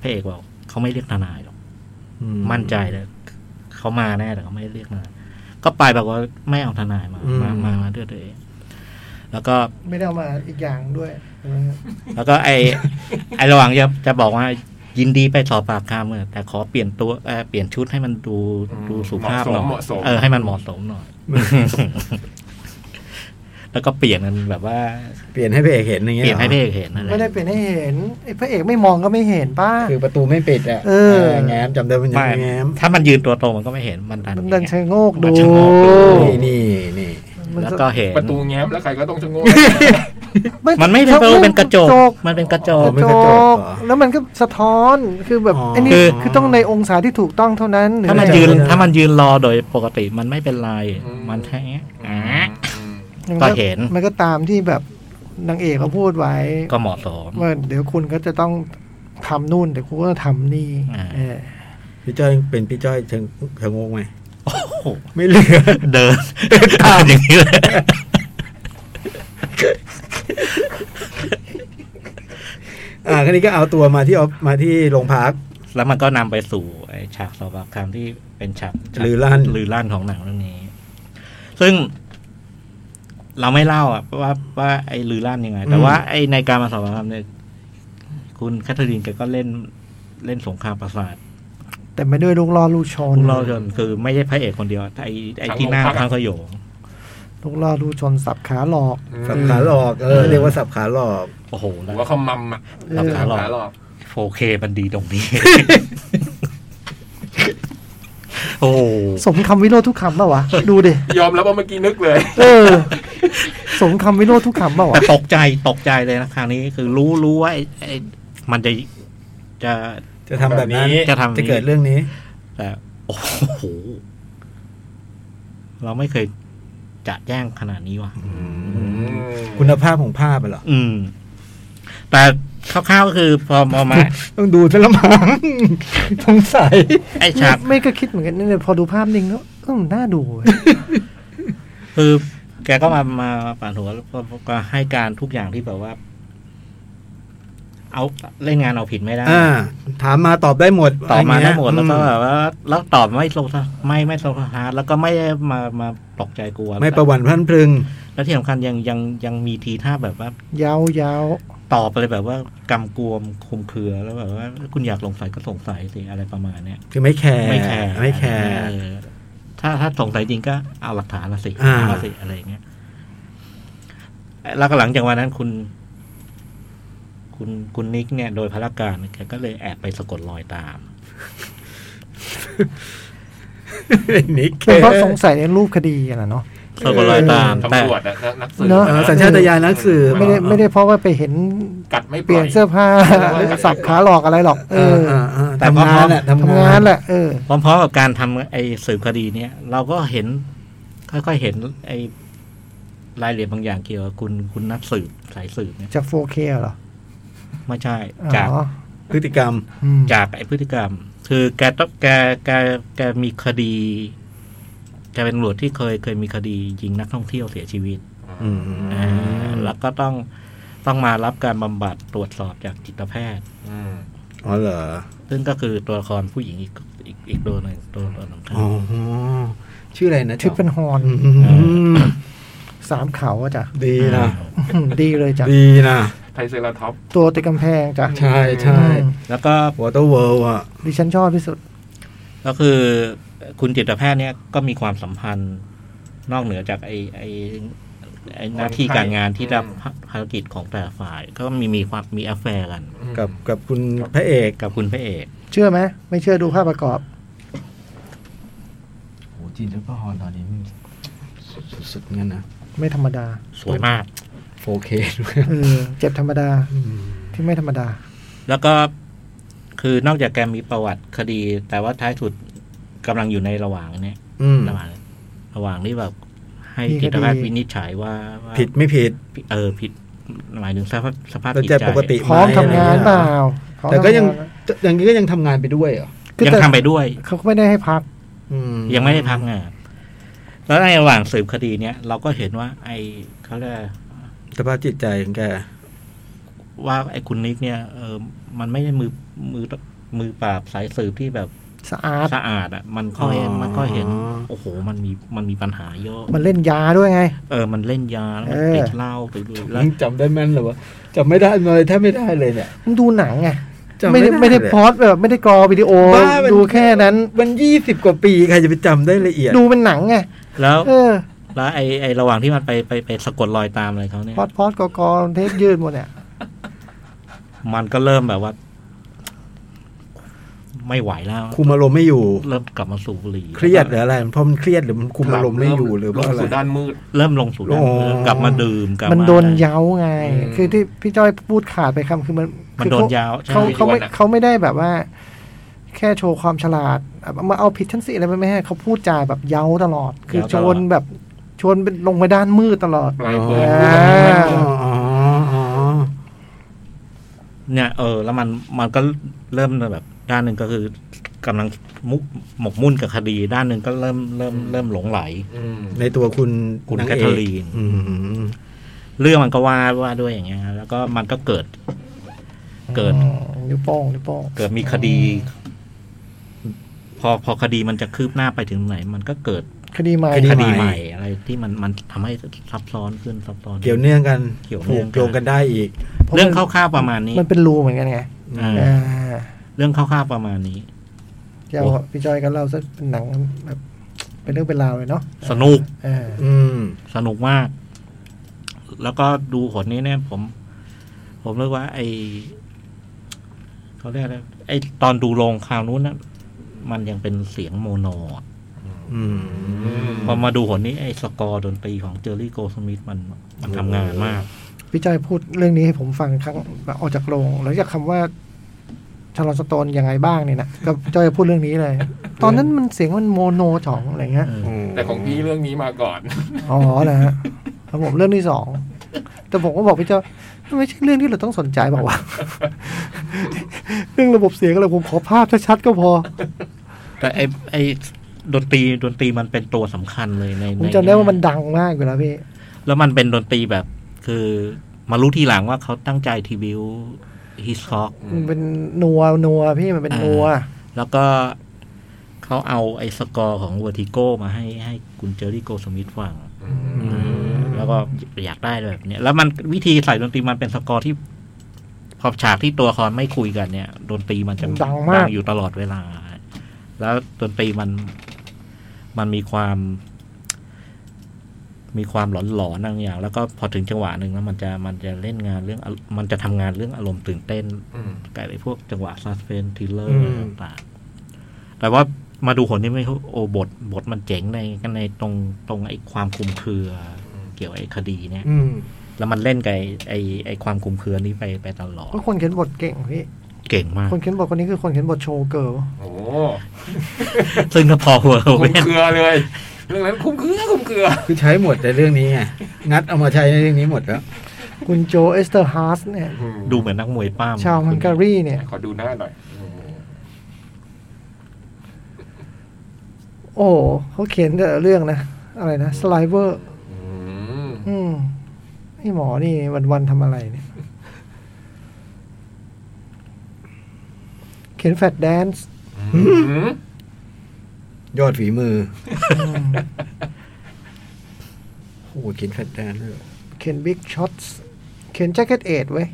[SPEAKER 3] พระเอกบอกเขาไม่เรียกทนายหรอก
[SPEAKER 5] อื
[SPEAKER 3] มั่นใจเลยเขามาแน่แต่เขาไม่เรียกมาก็ไปแบบว่าไม่เอาทนายมามามามาด้วยตัวเองแล้วก็
[SPEAKER 2] ไม่ได้เอามาอีกอย่างด้วยใช่ไหมฮะ
[SPEAKER 3] แล้ว [laughs] ก็ไอไอระหว่างจะจะบอกว่ายินดีไปสอบปากคำเออแต่ขอเปลี่ยนตัวเอ่อเปลี่ยนชุดให้มันดู
[SPEAKER 4] อืม
[SPEAKER 3] ดูสุภาพหน่อย
[SPEAKER 4] เหมาะสม
[SPEAKER 3] เออให้มันเหมาะสมหน่อย แล้วก็เปลี่ยนกันแบบว่า
[SPEAKER 5] เปลี่ยนให้พระเอกเห็นอย่างเงี้
[SPEAKER 3] เป
[SPEAKER 5] ย
[SPEAKER 3] ลี่ยนให้พระเอกเห็นอะไร
[SPEAKER 2] ไม่ได้เป็นให้เห็นไอ้พระเอกไม่มองก็ไม่เห็นป้า
[SPEAKER 5] คือประตูไม่ปิดอ่ะ
[SPEAKER 2] เออ
[SPEAKER 5] แง้มจำได้มันยัง
[SPEAKER 3] ไม่
[SPEAKER 5] แง้ม
[SPEAKER 3] ถ้ามันยืนตัวตรงมันก็ไม่เห็นมันดัน
[SPEAKER 2] มันดัน
[SPEAKER 3] อย่างเงี้ย
[SPEAKER 2] ชะโงก
[SPEAKER 3] มั
[SPEAKER 2] ดู
[SPEAKER 3] นชะโงกดู
[SPEAKER 5] นี่นี่นี่
[SPEAKER 2] มัน
[SPEAKER 3] แล้วก็เห็น
[SPEAKER 4] ประตูแง้มแล้วใครก็ต้องชะโงก
[SPEAKER 3] มันไม่ได้
[SPEAKER 2] ชะโง
[SPEAKER 3] เป็นกระจกมันเป็นกระจก
[SPEAKER 5] อ๋อไม่
[SPEAKER 2] ก
[SPEAKER 5] ก
[SPEAKER 2] ระ
[SPEAKER 5] ระ
[SPEAKER 2] จ
[SPEAKER 5] จก
[SPEAKER 2] ก
[SPEAKER 5] เหรอ
[SPEAKER 2] แล้วมันก็สะท้อนคือแบบ
[SPEAKER 5] อ๋อ
[SPEAKER 2] ไอ้นี่
[SPEAKER 5] คือ
[SPEAKER 2] คือต้องในองศาที่ถูกต้องเท่านั้นหรือ
[SPEAKER 3] ถ้ามัน
[SPEAKER 2] อะไร
[SPEAKER 3] ยืน
[SPEAKER 5] ไม่ได้
[SPEAKER 3] ถ้ามันยืนรอโดยปกติมันไม่เป็นไร
[SPEAKER 4] อืม
[SPEAKER 3] มันแค่เงี้ยอ่ะ
[SPEAKER 4] อืม
[SPEAKER 2] มัน
[SPEAKER 3] ก็เห็น
[SPEAKER 2] มันก็ตามที่แบบนางเอกเขาพูดไว้
[SPEAKER 3] ก็เหมาะสม
[SPEAKER 2] ว่าเดี๋ยวคุณก็จะต้องทำนู่นเดี๋ยวคุณก็ต้องทำนี่
[SPEAKER 3] อ่า
[SPEAKER 2] เออ
[SPEAKER 5] พี่จ้อยเป็นพี่จ้อยเชิงเชิงงงไหม
[SPEAKER 3] โอ้โห
[SPEAKER 5] ไม่เหลือ
[SPEAKER 3] เดินตามอย่างนี้เลย
[SPEAKER 5] อ่าคันนี้ก็เอาตัวมาที่ออฟมาที่โรงพัก
[SPEAKER 3] แล้วมันก็นำไปสู่ไอ้ฉากสอบปากคำที่เป็นฉากฉาก
[SPEAKER 5] ลือลั่น
[SPEAKER 3] ลือลั่นของหนังเรื่องนี้ ซึ่ง เราไม่เล่าอะว่าว่าไอ้ลือลั่นยังไง แต่ว่าไอ้ในการมาสอบปากคำเนี่ยคุณแคทเธอรีนแกก็เล่นเล่นสงครามประสาท
[SPEAKER 2] แต่ไม่ด้วยลูกล่อลูกชน
[SPEAKER 3] พวกเราจนคือไม่ใช่พระเอกคนเดียวไอ้ไอ้ที่หน้าข้างสยอง
[SPEAKER 2] ลูกล่อลูกชนสับขาหลอก
[SPEAKER 5] สับขาหลอกเออเรียกว่าสับขาหลอก
[SPEAKER 3] โอ้โหแล้ว
[SPEAKER 4] หัวขมำอ่ะ
[SPEAKER 3] สับขาหลอก
[SPEAKER 4] สับก
[SPEAKER 3] 4K มันดีตรงนี้ โอ้โห
[SPEAKER 2] สมคำวิโรธทุกคำเปล่าวะ ดูดิ
[SPEAKER 4] ยอมรับว่าเมื่อกี้นึกเลย
[SPEAKER 2] เออ สมคำวิโรธทุกคำเปล่าวะ
[SPEAKER 3] แต่ตกใจตกใจเลยนะคราวนี้คือรู้รู้ว่าไอ้ไอ้มันจะจะ
[SPEAKER 5] จะทำแบบนี้
[SPEAKER 3] จะทำแบบนี้
[SPEAKER 5] จะเกิดเรื่องนี้
[SPEAKER 3] แต่โอ้โห เราไม่เคยจะแย่งขนาดนี้ว่ะ
[SPEAKER 5] คุณภาพของภาพอะเหรอ
[SPEAKER 3] อืม แต่คร่าวๆก็คือพอมอมา
[SPEAKER 5] ต้องดูซะละมั้ง [laughs] สงสัย
[SPEAKER 3] ไอ้ฉาก
[SPEAKER 2] ไม่ก็คิดเหมือนกันเนี่ยพอดูภาพนิ่งแล้วเออน่าดูเว้ย
[SPEAKER 3] คือแกก็มามาป่านหัวแล้วก็ก็ให้การทุกอย่างที่แบบว่า เอาเล่นงานเอาผิดไม่ได้
[SPEAKER 5] อ่า ถามมาตอบได้หมด
[SPEAKER 3] ตอบมาทั้งหมด
[SPEAKER 5] อะร
[SPEAKER 3] แล้วก็
[SPEAKER 5] เงี้ย
[SPEAKER 3] แบบว่าแล้วตอบไม่โซทไม่ไม่โซทฮาร์ดแล้วก็ไม่ได้มามาตกใจกลัว
[SPEAKER 5] อืมไม่ประวันพรันพรึง
[SPEAKER 3] แล้วที่สำคัญยังยังยังมีทีท่าแบบว่า
[SPEAKER 2] ยาวยาว
[SPEAKER 3] ตอบไปเลยแบบว่ากำกวมคุมเครือแล้วแบบว่า คุณอยากสงสัยก็สงสัยสิอะไรประมาณเนี้ย
[SPEAKER 5] คือไม่แคร์
[SPEAKER 3] ไม่แคร์
[SPEAKER 5] ไม่แคร์
[SPEAKER 3] เออถ้าถ้าสงสัยจริงก็เอาหลักฐานมาสิ
[SPEAKER 5] อ่า
[SPEAKER 3] เอามาสิอะไรอย่างเงี้ยแล้วก็หลังจากวันนั้นคุณ คุณคุณนิกเนี่ย โดยพละการแกก็เลยแอบไปสะกดรอยตาม
[SPEAKER 5] นิก
[SPEAKER 2] ๆเป็นเพราะสงสัยในรูปคดีอะนะเนาะ
[SPEAKER 3] สะกดรอยตามแต่
[SPEAKER 4] ตำรวจนะนักสืบ
[SPEAKER 2] เนอะ
[SPEAKER 5] เออ
[SPEAKER 4] นะ
[SPEAKER 5] สัญชาตญาณนักสืบ
[SPEAKER 2] ไม่ได้ไม่ได้เพราะว่าไปเห็น
[SPEAKER 4] กัดไม่
[SPEAKER 2] เป
[SPEAKER 4] ปล่
[SPEAKER 2] ลี่
[SPEAKER 4] อย
[SPEAKER 2] น
[SPEAKER 4] ย
[SPEAKER 2] เสื้อผ้า
[SPEAKER 4] ไม่ปล่อย
[SPEAKER 2] สับขาหลอกอะไรหรอก เออ
[SPEAKER 5] เออเออ
[SPEAKER 3] แต่พอ
[SPEAKER 5] ทำงานแหละ
[SPEAKER 2] ทำ
[SPEAKER 5] ทำ
[SPEAKER 2] งาง
[SPEAKER 5] าน น
[SPEAKER 2] แหละเออ
[SPEAKER 3] พร้อมๆกับการทำไอ้สืบคดีเนี่ย เราก็เห็น ค่อยๆเห็น ไอ้รายละเอียดบางอย่างเกี่ยวกับคุณคุณนักสืบสายสืบเนี่ย
[SPEAKER 2] จาก 4K เหรอ
[SPEAKER 3] ไม่ใช่
[SPEAKER 2] อ๋
[SPEAKER 3] จาก
[SPEAKER 2] อ
[SPEAKER 5] พฤติกรรม
[SPEAKER 2] อืม
[SPEAKER 3] จากไอ้พฤติกรรม คือแกต้องแกแกแกมีคดีแกเป็นตำรวจที่เคยเคยมีคดียิงนักท่องเที่ยวเสียชีวิต
[SPEAKER 5] อืม
[SPEAKER 3] อ่าแล้วก็ต้องต้องมารับการบำบัดตรวจสอบจากจิตแพทย์
[SPEAKER 4] อืม
[SPEAKER 5] อ๋อเหรอ
[SPEAKER 3] ซึ่งก็คือตัวละครผู้หญิงอีกอีกอีกตัวหนึ่งตัวตัวหนึ่ง
[SPEAKER 5] อ๋อชื่ออะไรนะ
[SPEAKER 2] ชื่อเป็นฮอน
[SPEAKER 5] อืม
[SPEAKER 2] สามเขาอะ [laughs] จ้ะ
[SPEAKER 5] ดีนะ
[SPEAKER 2] อืมดีเลยจ้ะ
[SPEAKER 5] ดีนะ
[SPEAKER 4] ไทรเซราท็อปส์
[SPEAKER 2] ตัวติดกำแพงจ้ะ
[SPEAKER 5] ใช่ใช่
[SPEAKER 2] อืม
[SPEAKER 3] แล้วก็
[SPEAKER 5] วอเตอร์เวิลด์อ่ะ
[SPEAKER 2] ดิฉันชอบที่สุด
[SPEAKER 3] ก็คือคุณจิตแพทย์เนี่ยก็มีความสัมพันธ์นอกเหนือจากไอไอไอหน้าที่การงานที่รับภารกิจของแต่ละฝ่าย ก็มีมีความมีแอฟแฟร์กัน
[SPEAKER 4] อืม
[SPEAKER 5] กับกับคุณพระเอก
[SPEAKER 3] กับคุณพระเอก
[SPEAKER 2] เชื่อไหมไม่เชื่อดูภาพประกอบ
[SPEAKER 5] โอ้จีนแล้วก็ฮอนตอนนี้สุดๆงั้นนะ
[SPEAKER 2] ไม่ธรรมดา
[SPEAKER 3] สวยมาก
[SPEAKER 5] 4K ด้วย
[SPEAKER 2] เออ เจ็บธรรมดาที่ไม่ธรรมดา
[SPEAKER 3] แล้วก็คือนอกจากแกมีประวัติคดี แต่ว่าท้ายสุดกำลังอยู่ในระหว่างเนี่ย
[SPEAKER 5] อืม
[SPEAKER 3] ระหว่างระหว่างที่แบบให้
[SPEAKER 2] มีคดี
[SPEAKER 3] จิตแพทย์วินิจฉัยว่าว่า
[SPEAKER 5] ผิดไม่ผิด
[SPEAKER 3] เออผิดหมายถึงสภาพสภาพ
[SPEAKER 5] แล้ว
[SPEAKER 3] จิต
[SPEAKER 5] จะ
[SPEAKER 3] ใจ
[SPEAKER 5] ปกติ
[SPEAKER 2] พร้อมทำงานเปล่าพร้อม
[SPEAKER 5] แต่ก็ยั
[SPEAKER 2] ทำา
[SPEAKER 5] ง
[SPEAKER 2] นนะ
[SPEAKER 5] อย่างนี้ก็ยังทำงานไปด้วยเหรอ
[SPEAKER 2] คือ
[SPEAKER 3] ยัง
[SPEAKER 2] แต่
[SPEAKER 3] ทำไปด้วย
[SPEAKER 2] เขาก็ไม่ได้ให้พัก
[SPEAKER 5] อื
[SPEAKER 3] ยังไม่ได้พักงานแล้วในระหว่างสืบคดีเนี่ย เราก็เห็นว่า ไอ้เขาเรียก
[SPEAKER 5] สภาพจิตใจของแก
[SPEAKER 3] ว่าไอ้คุณนิกเนี่ยเออมันไม่ใช่มือมือมือปราบสายสืบที่แบบ
[SPEAKER 2] สะอาด
[SPEAKER 3] สะอาดอ่ะ มันค่อย
[SPEAKER 5] อ๋อ
[SPEAKER 3] มันก็เห็น โอ้โห มันมีมันมีปัญหาเยอะ
[SPEAKER 2] มันเล่นยาด้วยไง
[SPEAKER 3] เออ มันเล่นยาแล้วมัน
[SPEAKER 2] เออ
[SPEAKER 3] ติดเหล้าไปด้วยแล้ว
[SPEAKER 5] มึงจำได้แม่นเหรอวะจำไม่ได้เลยแทบไม่ได้เลยเนี่ย
[SPEAKER 2] มันดูหนังไง
[SPEAKER 5] จำ
[SPEAKER 2] ไม่ได้ไม่ได้
[SPEAKER 5] เลย
[SPEAKER 2] พอดแบบไม่ได้กรอวิดีโอ
[SPEAKER 5] บ้ามัน
[SPEAKER 2] ดูแค่นั้น
[SPEAKER 5] มันยี่สิบกว่าปีใครจะไปจำได้ละเอียด
[SPEAKER 2] ดูเป็นหนังไง
[SPEAKER 3] แล้ว
[SPEAKER 2] เออ
[SPEAKER 3] แล้วไอ้ไอ้ระหว่างที่มันไปไปไปสะกดรอยตามอะไรเขาเนี่ย
[SPEAKER 2] พอดพอดกอกอเทปยืดหมดเนี่ย
[SPEAKER 3] มันก็เริ่มแบบว่า ไม่ไหวแล้ว
[SPEAKER 5] คุมอารมณ์ไม่อยู่
[SPEAKER 3] เริ่มกลับมาสูบบุหรี่
[SPEAKER 5] เครียดหรืออะไรเพราะมันเครียดหรือมันคุมอารมณ์ไม่อยู่หรือ
[SPEAKER 4] ล
[SPEAKER 5] ว่าง อะไร
[SPEAKER 4] สู่ด้านมืด
[SPEAKER 3] เริ่มลงสู่ด้านมือ
[SPEAKER 5] โอ้
[SPEAKER 3] กลับมาดื่มกลับ
[SPEAKER 2] มัน
[SPEAKER 3] มา
[SPEAKER 2] โดน
[SPEAKER 3] อะไร
[SPEAKER 2] เย้าไง
[SPEAKER 4] อืม
[SPEAKER 2] คือที่พี่จ้อยพูดขาดไปคำคือมัน
[SPEAKER 3] มัน
[SPEAKER 2] คือ
[SPEAKER 3] โดน
[SPEAKER 2] เข
[SPEAKER 3] ยาวใช่
[SPEAKER 2] เขาเขาไม่
[SPEAKER 4] ยวนอะ
[SPEAKER 2] เขาไม่ได้แบบว่า แค่โชว์ความฉลาดเอามาเอาผิดฉันสิอะไรไม่ให้เขาพูดจาแบบเย้าตลอด คือชวนแบบชวนเป็นลงไปด้านมืดตลอด
[SPEAKER 4] ปลายเปิด
[SPEAKER 2] อ่า
[SPEAKER 5] อ๋ออ๋ออ๋อ
[SPEAKER 3] เนี่ยเออแล้วมันมันก็เริ่มแบบด้านหนึ่งก็คือกำลังมุกหมกมุ่นกับคดี ด้านหนึ่งก็เริ่มเริ่มเริ่มหลงไหล
[SPEAKER 4] อืม
[SPEAKER 5] ในตัวคุณ
[SPEAKER 3] คุณ
[SPEAKER 5] นาง
[SPEAKER 3] แคท
[SPEAKER 5] เอ
[SPEAKER 3] เธอก รีน
[SPEAKER 5] อืม
[SPEAKER 3] เรื่องมันก็ว่าว่าด้วยอย่างเงี้ยฮะแล้วก็มันก็เกิด เกิด
[SPEAKER 2] อืมนิ้วโป้งนิ้วโป้ง
[SPEAKER 3] เกิดมีคดี พอพอคดีมันจะคืบหน้าไปถึงไหน มันก็เกิด
[SPEAKER 2] คดีใหม่
[SPEAKER 3] คดีใหม่อะไรที่มันมันทำให้ซับซ้อนขึ้นซับซ้อน
[SPEAKER 5] เกี่ยวเนื่องกัน
[SPEAKER 3] เกี่ยวเนื่
[SPEAKER 5] ผู
[SPEAKER 3] อง
[SPEAKER 5] ก
[SPEAKER 3] กัน
[SPEAKER 5] โยงกันได้อีก
[SPEAKER 2] พาะ
[SPEAKER 3] เรื่อง
[SPEAKER 2] มัน
[SPEAKER 3] คร่าวๆประมาณนี้
[SPEAKER 2] มันเป็นรูเหมือนกันไง
[SPEAKER 3] อ่า
[SPEAKER 2] อ่า
[SPEAKER 3] เรื่องคร่าวๆประมาณนี้
[SPEAKER 2] จะเอาพี่จอยกันเราซะเป็นหนังแบบเป็นเรื่องเป็นราวเลยเนาะ
[SPEAKER 3] สนุก
[SPEAKER 2] อ่า
[SPEAKER 5] อืม
[SPEAKER 3] สนุกมาก แล้วก็ดูผลนี้เนี่ย ผม ผมเรียกว่า ไอเขาเรียกอะไรไอตอนดูโรงคราวนู้นนะมันยังเป็นเสียงโมโนอะ
[SPEAKER 5] อืม
[SPEAKER 3] พอมาดูผลนี้ไอสกอร์ดนตรีของเจอรี่โกสมิธมันมันทำงานมาก
[SPEAKER 2] พี่จอยพูดเรื่องนี้ให้ผมฟังครั้งออกจากโรงแล้วจากคำว่าชาลอนสโตนยังไงบ้างเนี่ยนะก็พี่จอยพูดเรื่องนี้เลย ตอนนั้นมันเสียงมันโมโนจ่องอะไรเงี้ย
[SPEAKER 4] แต่ของพี่เรื่องนี้มาก่อน
[SPEAKER 2] อ๋อนะฮะครับผมเรื่องที่สอง แต่ผมก็บอกพี่เจ้ามันไม่ใช่เรื่องที่เราต้องสนใจบอกว่าวะ เรื่องระบบเสียงอะไรผมขอภาพชัดๆก็พอ
[SPEAKER 3] แต่ไอไอดนตรีดนตรีมันเป็นตัวสำคัญเลยใน
[SPEAKER 2] ผม
[SPEAKER 3] ใน
[SPEAKER 2] จำได้ว่ามันดังมากอยู่แล้วพี่
[SPEAKER 3] แล้วมันเป็นดนตรีแบบ คือมารู้ทีหลังว่าเขาตั้งใจทีบิวฮิสคอก
[SPEAKER 2] มันเป็นนัวนัวพี่มันเป็นนัว
[SPEAKER 3] แล้วก็เขาเอาไอ้สกอร์ของเวอร์ติโกมาให้ให้คุณเจอรี่โกสมิธฟัง แล้วก็อยากได้แบบเนี้ยแล้วมันวิธีใส่ดนตรีมันเป็นสกอร์ที่ พอฉากที่ตัวละครไม่คุยกันเนี่ยดนตรีมันจะ
[SPEAKER 2] ดังมาก
[SPEAKER 3] อยู่ตลอดเวลา แล้วดนตรีมันมันมีความ มีความหลอนหลอนบางอย่าง แล้วก็พอถึงจังหวะหนึ่งแล้วมันจะมันจะเล่นงานเรื่องอารมันจะทำงานเรื่องอารมณ์ตื่นเต้น กับไอ้พวกจังหวะซัสเพนทิลเลอ
[SPEAKER 5] อื
[SPEAKER 3] ร์
[SPEAKER 5] ม
[SPEAKER 3] ต่างๆ แต่ว่ามาดูผลนี่ไม่โอ้บทบทมันเจ๋งในในตรงตรงไอ้ความคลุมเครืออ
[SPEAKER 4] ม
[SPEAKER 3] เกี่ยวไอ้คดีเนี่ย
[SPEAKER 5] อืม
[SPEAKER 3] แล้วมันเล่นกับไอ้ไอ้ไอ้ความคลุมเครือนี้ไปไปตลอด
[SPEAKER 2] ก็คนเขียนบทเก่งพี่
[SPEAKER 3] เก่งมาก
[SPEAKER 2] คนเขียนบทคนนี้คือคนเขียนบทโชว์เกิร์ล
[SPEAKER 4] โอ้
[SPEAKER 3] ซึ่งก็พอเวอร์
[SPEAKER 4] คุ้ม
[SPEAKER 3] เว้น
[SPEAKER 4] เครือเลย เรื่องนั้นคุ้มเครือคุ้มเครือ
[SPEAKER 5] คือใช้หมดในเรื่องนี้ไงงัดเอามาใช้ในเรื่องนี้หมดแล้ว
[SPEAKER 2] คุณโจเอสเตอร์ฮาร์สเนี่ย
[SPEAKER 3] ดูเหมือนนักมวยป้าม
[SPEAKER 2] ชาวฮังการีเนี่ย
[SPEAKER 4] ขอดูหน้าหน่อย
[SPEAKER 2] โอ้โหเขาเขียนแต่ละเรื่องนะ อะไรนะสไลเวอร์ อืมไอหมอนี่วันวันๆทำอะไรเนี่ย เขียนแฟดแดนซ์
[SPEAKER 5] ยอดฝีมือโอ้โหเขียนแฟตแดนด้วยเหรอ
[SPEAKER 2] เขียนบิ๊กช็อตส์เขียนแจ็คเก็ตเอทไว้ย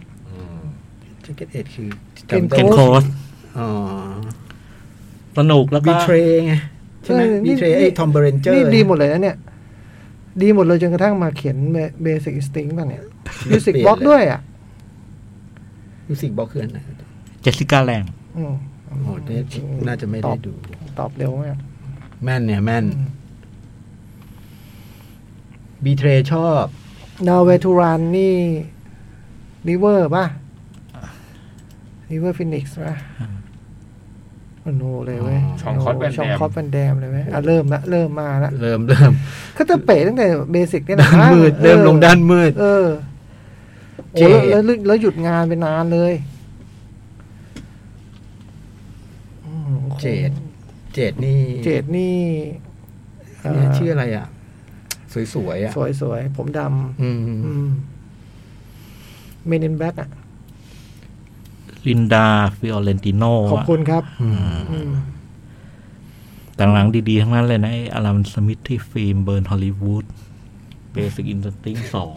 [SPEAKER 5] แจ็คเก็ตเอ็ดคือ
[SPEAKER 2] เขียน
[SPEAKER 5] จำได้
[SPEAKER 3] เคนโคส
[SPEAKER 5] อ๋อ
[SPEAKER 3] สนุกแล้วก็
[SPEAKER 5] บีเทรไง ใช่ไหม
[SPEAKER 2] เออนี่
[SPEAKER 5] บีเทร
[SPEAKER 2] นี่
[SPEAKER 5] ไอ้ทอมเบรนเจอร์
[SPEAKER 2] นี่ดีหมดเลยนะเนี่ย ดีหมดเลยจนกระทั่งมาเขียนเบสิ i อิสติ้งป่ะเนี่ยมิวสิกบล็อกด้วยอ่ะ
[SPEAKER 5] มิวสิกบล็อกคืออันไหน
[SPEAKER 3] เจสสิก้าแรง
[SPEAKER 2] อืม
[SPEAKER 5] โอ้โหเนี่ยน่าจะไม่
[SPEAKER 2] ต
[SPEAKER 5] ได้
[SPEAKER 2] อบ
[SPEAKER 5] ดู
[SPEAKER 2] ตอบเร็วมาก
[SPEAKER 5] แม่นเนี่ย แม่น
[SPEAKER 2] อืม
[SPEAKER 5] บีเทรชอบ
[SPEAKER 2] นาเวทูรันนี่ริเวอร์ป่ะริเวอร์ฟินิกส์ป่ะโอ้โหเลยเว้ย
[SPEAKER 5] อ๋อ
[SPEAKER 4] ชองคอตแวนแดม
[SPEAKER 2] ชองคอตแวนแดมเลยเว้ยอ่ะเริ่มละเริ่มมาละ
[SPEAKER 5] เริ่มเริ่ม
[SPEAKER 2] เขาจะเป๋ตั้งแต่เบสิกเนี่ยนะ
[SPEAKER 5] ด้านมืด เริ่มลงด้านมืด
[SPEAKER 2] เออ
[SPEAKER 5] เจ
[SPEAKER 2] โอ้แล้วแล้วแล้วหยุดงานไปนานเลยอืม
[SPEAKER 5] เจด เจดนี่
[SPEAKER 2] เจดนี่
[SPEAKER 5] เนี่ยชื่ออะไรอ่ะ สวยๆอ่ะ
[SPEAKER 2] สวยสวยๆ ผมด
[SPEAKER 5] อืม
[SPEAKER 2] ำเมนินแบ็กอ่ะ
[SPEAKER 3] ลินดาฟิออเรนติโน
[SPEAKER 2] ขอบคุณครับ
[SPEAKER 5] อืม
[SPEAKER 2] อืม
[SPEAKER 3] ต่างหลังดีๆ ทั้งนั้นเลยนะไอ้อารัมสมิธที่ฟิล์มเบิร์นฮอลลีวูดเบสิกอินสติ้งสอง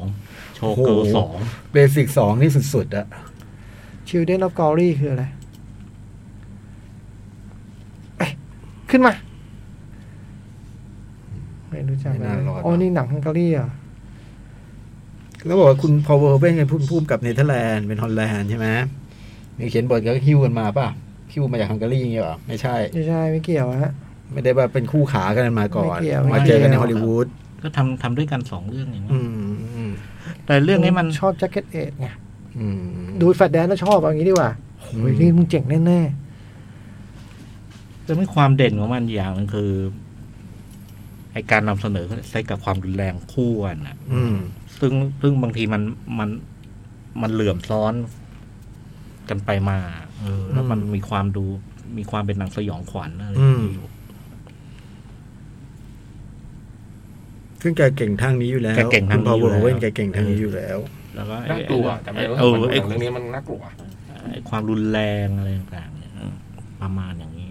[SPEAKER 3] โชว์เกิล
[SPEAKER 5] โอ้โห
[SPEAKER 3] สอง
[SPEAKER 5] เบสิกสองนี่สุดๆอ่ะ
[SPEAKER 2] ชิลเดนออฟกอรี่คืออะไรเอ้ยขึ้นมา ไม่รู้จัก
[SPEAKER 5] ไม่น่ารอด
[SPEAKER 2] อ๋อนี่หนังฮังการีเหรอ่ะ
[SPEAKER 5] แล้วบอกว่าคุณพอเวอร์เป็นไงพุ่มพุ่มกับเนเธอร์แลนด์เป็นฮอลแลนด์ใช่ไหมมีเขียนบทก็ฮิ้วกันมาป่ะฮิ้วมาจากฮังการีอย่างเงี้ยป่ะไม่ใช่
[SPEAKER 2] ไม่ใช่ไม่เกี่ยวฮะ
[SPEAKER 5] ไม่ได้ว่าเป็นคู่ขากันมาก่อน
[SPEAKER 2] ไม่เกี่ยวไม่
[SPEAKER 5] มาเจอกันใน
[SPEAKER 3] เกี่ยว
[SPEAKER 5] ฮอลลีวูด
[SPEAKER 3] ก็ทำทำด้วยกันสองเรื่องอย่างนี้
[SPEAKER 5] อื
[SPEAKER 3] ย
[SPEAKER 5] มอืม
[SPEAKER 3] แต่เรื่องนี้มัน
[SPEAKER 2] ชอบแจ็คเก็ตเอทไง
[SPEAKER 5] อืม
[SPEAKER 2] ดูแฟดแดนซ์แล้วชอบเอาอย่างนี้ดีกว่าโอ้ยนี่มึงเจ๋งแน่
[SPEAKER 3] จะไม่ความเด่นของมันอย่างหนึงคือไอการนำเสนอใช้กับความรุนแรงคู่กันน่ะ
[SPEAKER 5] อืม
[SPEAKER 3] ซึ่งซึ่งบางทีมันมันมันเหลื่อมซ้อนกันไปมา เออ แล้วมัน
[SPEAKER 5] อืม
[SPEAKER 3] มีความดู มีความเป็นหนังสยองขวัญอะไร
[SPEAKER 5] อืม
[SPEAKER 3] อยู่
[SPEAKER 5] ซึ่งแกเก่งทางนี้อยู่แล้วคุณพอเวอร์เป็นแกเก่งทางนี้อยู่แล้ว
[SPEAKER 3] แล้วก็ไอ้
[SPEAKER 4] น่ากลัว
[SPEAKER 3] ไอ้
[SPEAKER 4] แต่ไม่รู้
[SPEAKER 3] เออ
[SPEAKER 4] ว่า
[SPEAKER 3] ไอ้
[SPEAKER 4] เรื่องนี้มันน่ากลัว
[SPEAKER 3] ไอ้ความรุนแรงอะไรต่างๆเนี่ยเออประมาณอย่างนี้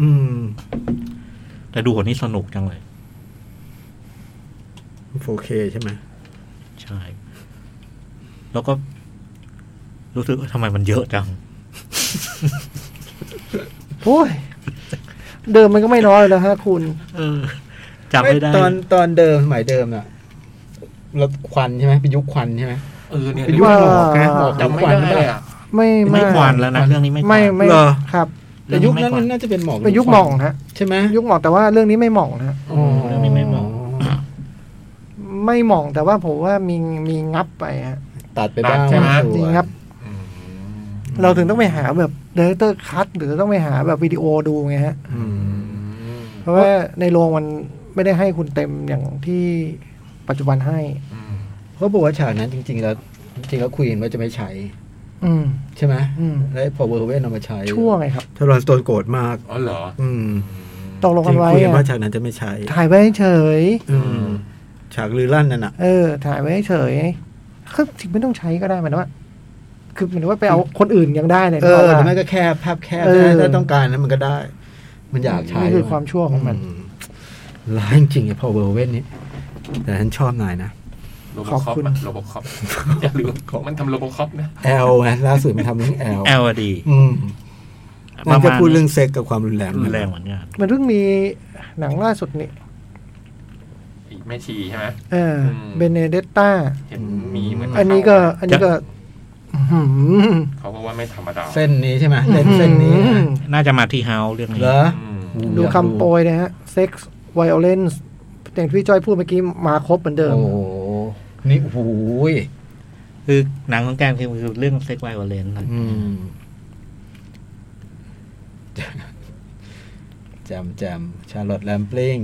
[SPEAKER 5] อืม
[SPEAKER 3] แต่ดูคนนี้สนุกจังเลย
[SPEAKER 5] โฟเคใช่ไหม
[SPEAKER 3] ใช่ แล้วก็รู้สึกว่าทำไมมันเยอะจัง
[SPEAKER 2] ๆโอ้ย เดิมมันก็ไม่น้อยแล้วฮะคุณ
[SPEAKER 3] เออจำไม่ได้
[SPEAKER 5] ตอนตอนเดิมสมัยเดิมอะเราควันใช่ไหมเป็นยุคควันใช่ไหม
[SPEAKER 4] เออเนี่ย
[SPEAKER 5] เป็นยุคหมอกนะหมอก
[SPEAKER 4] จำไม่ได้เลยอะ
[SPEAKER 2] ไม่
[SPEAKER 3] ไม่ควันแล้วนะเรื่องนี้ไม่ควั
[SPEAKER 2] ไม่
[SPEAKER 3] น
[SPEAKER 2] ไม่
[SPEAKER 5] เหรอ
[SPEAKER 2] ครับ
[SPEAKER 5] แต่ยุคนั้นมันน่าจะเป็นหมอก
[SPEAKER 2] เป็นยุคหมองฮะ
[SPEAKER 5] ใช่ไหม
[SPEAKER 2] ยุคหมองแต่ว่าเรื่องนี้ไม่หมองนะ
[SPEAKER 5] อ๋อ
[SPEAKER 3] เรื่องนี้ไม่เหมาะ
[SPEAKER 2] ไม่หมองแต่ว่าผมว่ามีมีงับไปฮะ
[SPEAKER 5] ตัดไปบ้างส่วน
[SPEAKER 2] มีงับ
[SPEAKER 4] อืม
[SPEAKER 2] เราถึงต้องไปหาแบบเด r เตอร์คัตหรือต้องไปหาแบบวิดีโอดูไงฮะ
[SPEAKER 5] อืม
[SPEAKER 2] เพราะว่าในโรงมันไม่ได้ให้คุณเต็มอย่างที่ปัจจุบันให้
[SPEAKER 4] อืม
[SPEAKER 5] เขาบอกว่าฉากนั้นจริงๆแล้วจริงๆแล้วควีนว่าจะไม่ใช้
[SPEAKER 2] อืม
[SPEAKER 5] ใช่ไหม
[SPEAKER 2] อืม
[SPEAKER 5] แล้วพอเวอร์เวนเอามาใช้
[SPEAKER 2] ชั่วไงครับ
[SPEAKER 5] ทารอนสโตนโกรธมาก
[SPEAKER 4] อ๋อเหรอ
[SPEAKER 5] อืม
[SPEAKER 2] ตกลงกันไว้
[SPEAKER 5] คุยกั
[SPEAKER 2] อะ
[SPEAKER 5] นว่าฉากนั้นจะไม่ใช้
[SPEAKER 2] ถ่ายไว้เฉย
[SPEAKER 5] อืมฉากลือลั่นนั่นน่ะ
[SPEAKER 2] เออ ถ่ายไว้เฉยคือถึงไม่ต้องใช้ก็ได้หมายถึงว่า คือหมายถึงว่าไปเอาคนอื่นยังได้เลย
[SPEAKER 5] เออ
[SPEAKER 2] พราะ
[SPEAKER 5] หรือ
[SPEAKER 2] ว่า
[SPEAKER 5] ไม่ก็แคบภาพแคบ
[SPEAKER 2] เออ
[SPEAKER 5] ถ้าต้องการนั้นมันก็ได้ มันอยากใช้
[SPEAKER 2] นี่คือความชั่วของมัน
[SPEAKER 5] มร้ายจริงๆไอ้พอเวอร์เวนนี่แต่ฉันชอบนายนะ
[SPEAKER 4] โรบ
[SPEAKER 2] ขอบ
[SPEAKER 4] คอป
[SPEAKER 2] คุณ
[SPEAKER 4] โรบคอปอย่าลืมของมันทำโรบคอปนะ
[SPEAKER 5] แอลนะล่าสุดมันทำเรื่องแอล
[SPEAKER 3] แอลดี
[SPEAKER 5] อืมมันจะพูดเรื่องเซ็กกับความรุนแรง
[SPEAKER 3] รุนแรงเหมือนกัน
[SPEAKER 2] มันเพิ่งมีหนังล่าสุดนี่
[SPEAKER 4] อีกแม่ชีใช่ไหม
[SPEAKER 2] เอออ
[SPEAKER 4] ม
[SPEAKER 2] เบเนเดตต้า
[SPEAKER 4] เห็นมีเหมือน
[SPEAKER 2] อันนี้ก็ อันนี้ก็อื้อหือ
[SPEAKER 4] เขาก็ว่าไม่ธรรมดา
[SPEAKER 5] เส้นนี้ใช่ไหมเส้นเส้นนี้นะ
[SPEAKER 3] น่าจะมาที่เฮาส์เรื่องนี้
[SPEAKER 5] เหรอ
[SPEAKER 4] อืม
[SPEAKER 5] อืม
[SPEAKER 2] ดู
[SPEAKER 5] อยาก
[SPEAKER 2] คำโปรยนะฮะ sex violence อย่างที่พี่จ้อยพูดเมื่อกี้มาครบเหมือนเดิม
[SPEAKER 5] โอ้โหนี่โอ้โหย
[SPEAKER 3] คือหนังของแกงคือเรื่องเซ็กไวโอเลนต์
[SPEAKER 5] อืมแจมแจมชาร์ลอตแลมปลิง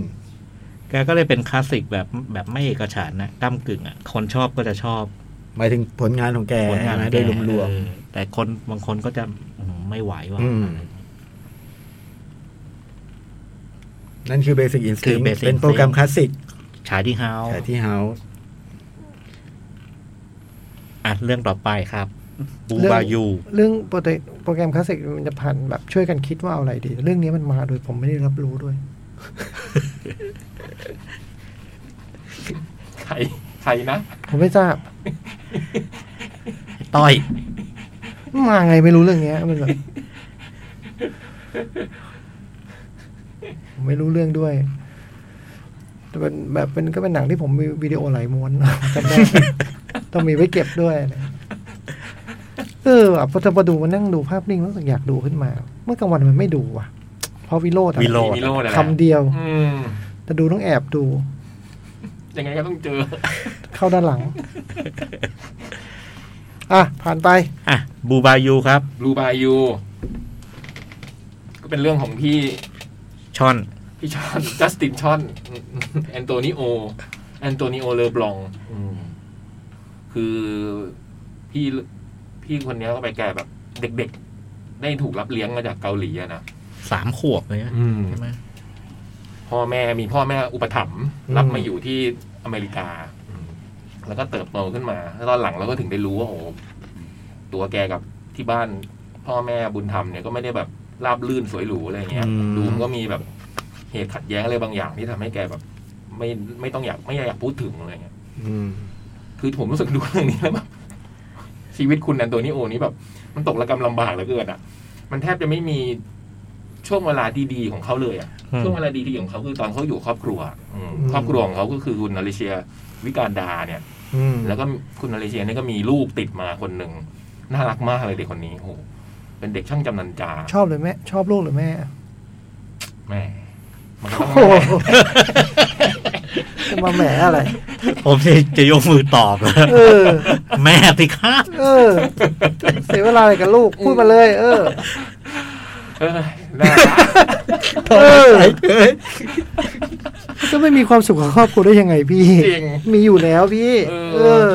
[SPEAKER 3] แกก็เลยเป็นคลาสสิกแบบแบบไม่เอกฉันท์นะก้ากึ่งอ่ะคนชอบก็จะชอบ
[SPEAKER 5] หมายถึงผลงานของแก
[SPEAKER 3] ผลงาน
[SPEAKER 5] นะ
[SPEAKER 3] แก
[SPEAKER 5] โดยรวม
[SPEAKER 3] เออแต่คนบางคนก็จะอืมไม่ไหวว่ะ
[SPEAKER 5] อืม ๆ นั่นคือเบสิกอินส
[SPEAKER 3] คื
[SPEAKER 5] ติ้
[SPEAKER 3] องเบสิก
[SPEAKER 5] เป็นโปรแกรมคลาสสิก
[SPEAKER 3] ฉายที่เฮาส์
[SPEAKER 5] แต่ที่เฮาส์
[SPEAKER 3] อ่ะเรื่องต่อไป
[SPEAKER 4] [laughs]
[SPEAKER 3] ครับบู
[SPEAKER 2] เรื่อง
[SPEAKER 3] บายู
[SPEAKER 2] เรื่องโปรเจกต์โปรแกรมคลาสสิกมันจะพันแบบช่วยกันคิดว่าเอาอะไรดี เรื่องนี้มันมาโดยผมไม่ได้รับรู้ด้วย
[SPEAKER 4] ใครใครนะ
[SPEAKER 2] ผมไม่ทราบ
[SPEAKER 3] ต้อย
[SPEAKER 2] มาไงไม่รู้เรื่องเนี้ยมันแบบผมไม่รู้เรื่องด้วยแต่เป็นแบบเป็นก็เป็นหนังที่ผมมีวิดีโอหลายม้วน [laughs] จำได้ต้องมีไว้เก็บด้วยนะเออแบบพอจะมาดูมานั่งดูภาพนิ่งรู้สึกอยากดูขึ้นมา เมื่อกลางวันมันไม่ดูว่ะเพราะวิโรด
[SPEAKER 3] วิโรจน์
[SPEAKER 4] มีโลดอะไร
[SPEAKER 2] คำเดียว
[SPEAKER 4] อืม
[SPEAKER 2] แต่ดูต้องแอบดู
[SPEAKER 4] ยังไงก็ต้องเจอ
[SPEAKER 2] เข้าด้านหลัง อ่ะ ผ่านไป
[SPEAKER 3] อ่ะบูบายูครับ
[SPEAKER 4] รูบายูก็เป็นเรื่องของพี่
[SPEAKER 3] ชอน
[SPEAKER 4] พี่ชอน [laughs] จัสตินชอน แอนโตนิโอ แอนโตนิโอเลอบลองคือพี่พี่คนเนี้ยก็ไปแก่แบบเด็กๆ ได้ถูกรับเลี้ยงมาจากเกาหลีอะนะ
[SPEAKER 3] สามขวบเลยนะใช่ไหม
[SPEAKER 4] พ่อแม่มีพ่อแม่อุปถัมภ์รับมาอยู่ที่อเมริกา แล้วก็เติบโตขึ้นมา แล้วตอนหลังเราก็ถึงได้รู้ว่าโอ้โหตัวแกกับที่บ้านพ่อแม่บุญธรรมเนี่ยก็ไม่ได้แบบราบลื่นสวยหรูอะไรอย่างเงี้ย
[SPEAKER 5] อืม
[SPEAKER 4] ดูมันก็มีแบบเหตุขัดแย้งอะไรบางอย่างที่ทำให้แกแบบ ไม่ไม่ต้องอยากไม่อยากพูดถึงอะไรเงี้ย
[SPEAKER 5] อืม
[SPEAKER 4] คือผมรู้สึกดูเรื่องนี้แล้วแบบชีวิตคุณแอนโตนิโอนี่แบบ มันตกระกำลำบากเหลือเกินอ่ะ มันแทบจะไม่มีช่วงเวลาดีๆของเขาเลยอ่ะ
[SPEAKER 3] อืม
[SPEAKER 4] ช่วงเวลาดีๆของเขาคือตอนเขาอยู่ครอบครัวอืม
[SPEAKER 5] อืม
[SPEAKER 4] ครอบครัวของเขาก็คือคุณนาริเชียวิการดาเนี่ย
[SPEAKER 5] อืม
[SPEAKER 4] แล้วก็คุณมาเลเซียนี่ก็มีลูกติดมาคนหนึ่งน่ารักมากเลยเด็กคนนี้โอ้โหเป็นเด็กช่างจำนันจา
[SPEAKER 2] ชอบหรือแม่ ชอบลูกหรือแม่
[SPEAKER 4] แม่มันก็ต้
[SPEAKER 2] โอ้
[SPEAKER 4] อง
[SPEAKER 2] โหจะมาแหมอะไร
[SPEAKER 3] ผมจะจะยกมือตอบ [laughs] เลย
[SPEAKER 2] เออ
[SPEAKER 3] แม่สิครับ
[SPEAKER 2] เออ เสียเวลาอะไรกับลูก พูดมาเลย เออ
[SPEAKER 4] เออน่ารัก
[SPEAKER 2] เออ
[SPEAKER 5] เอ้ย
[SPEAKER 2] จะไม่มีความสุขกับครอบครัวได้ยังไงพี่
[SPEAKER 4] จริง
[SPEAKER 2] มีอยู่แล้วพี่
[SPEAKER 4] เออ
[SPEAKER 2] เออ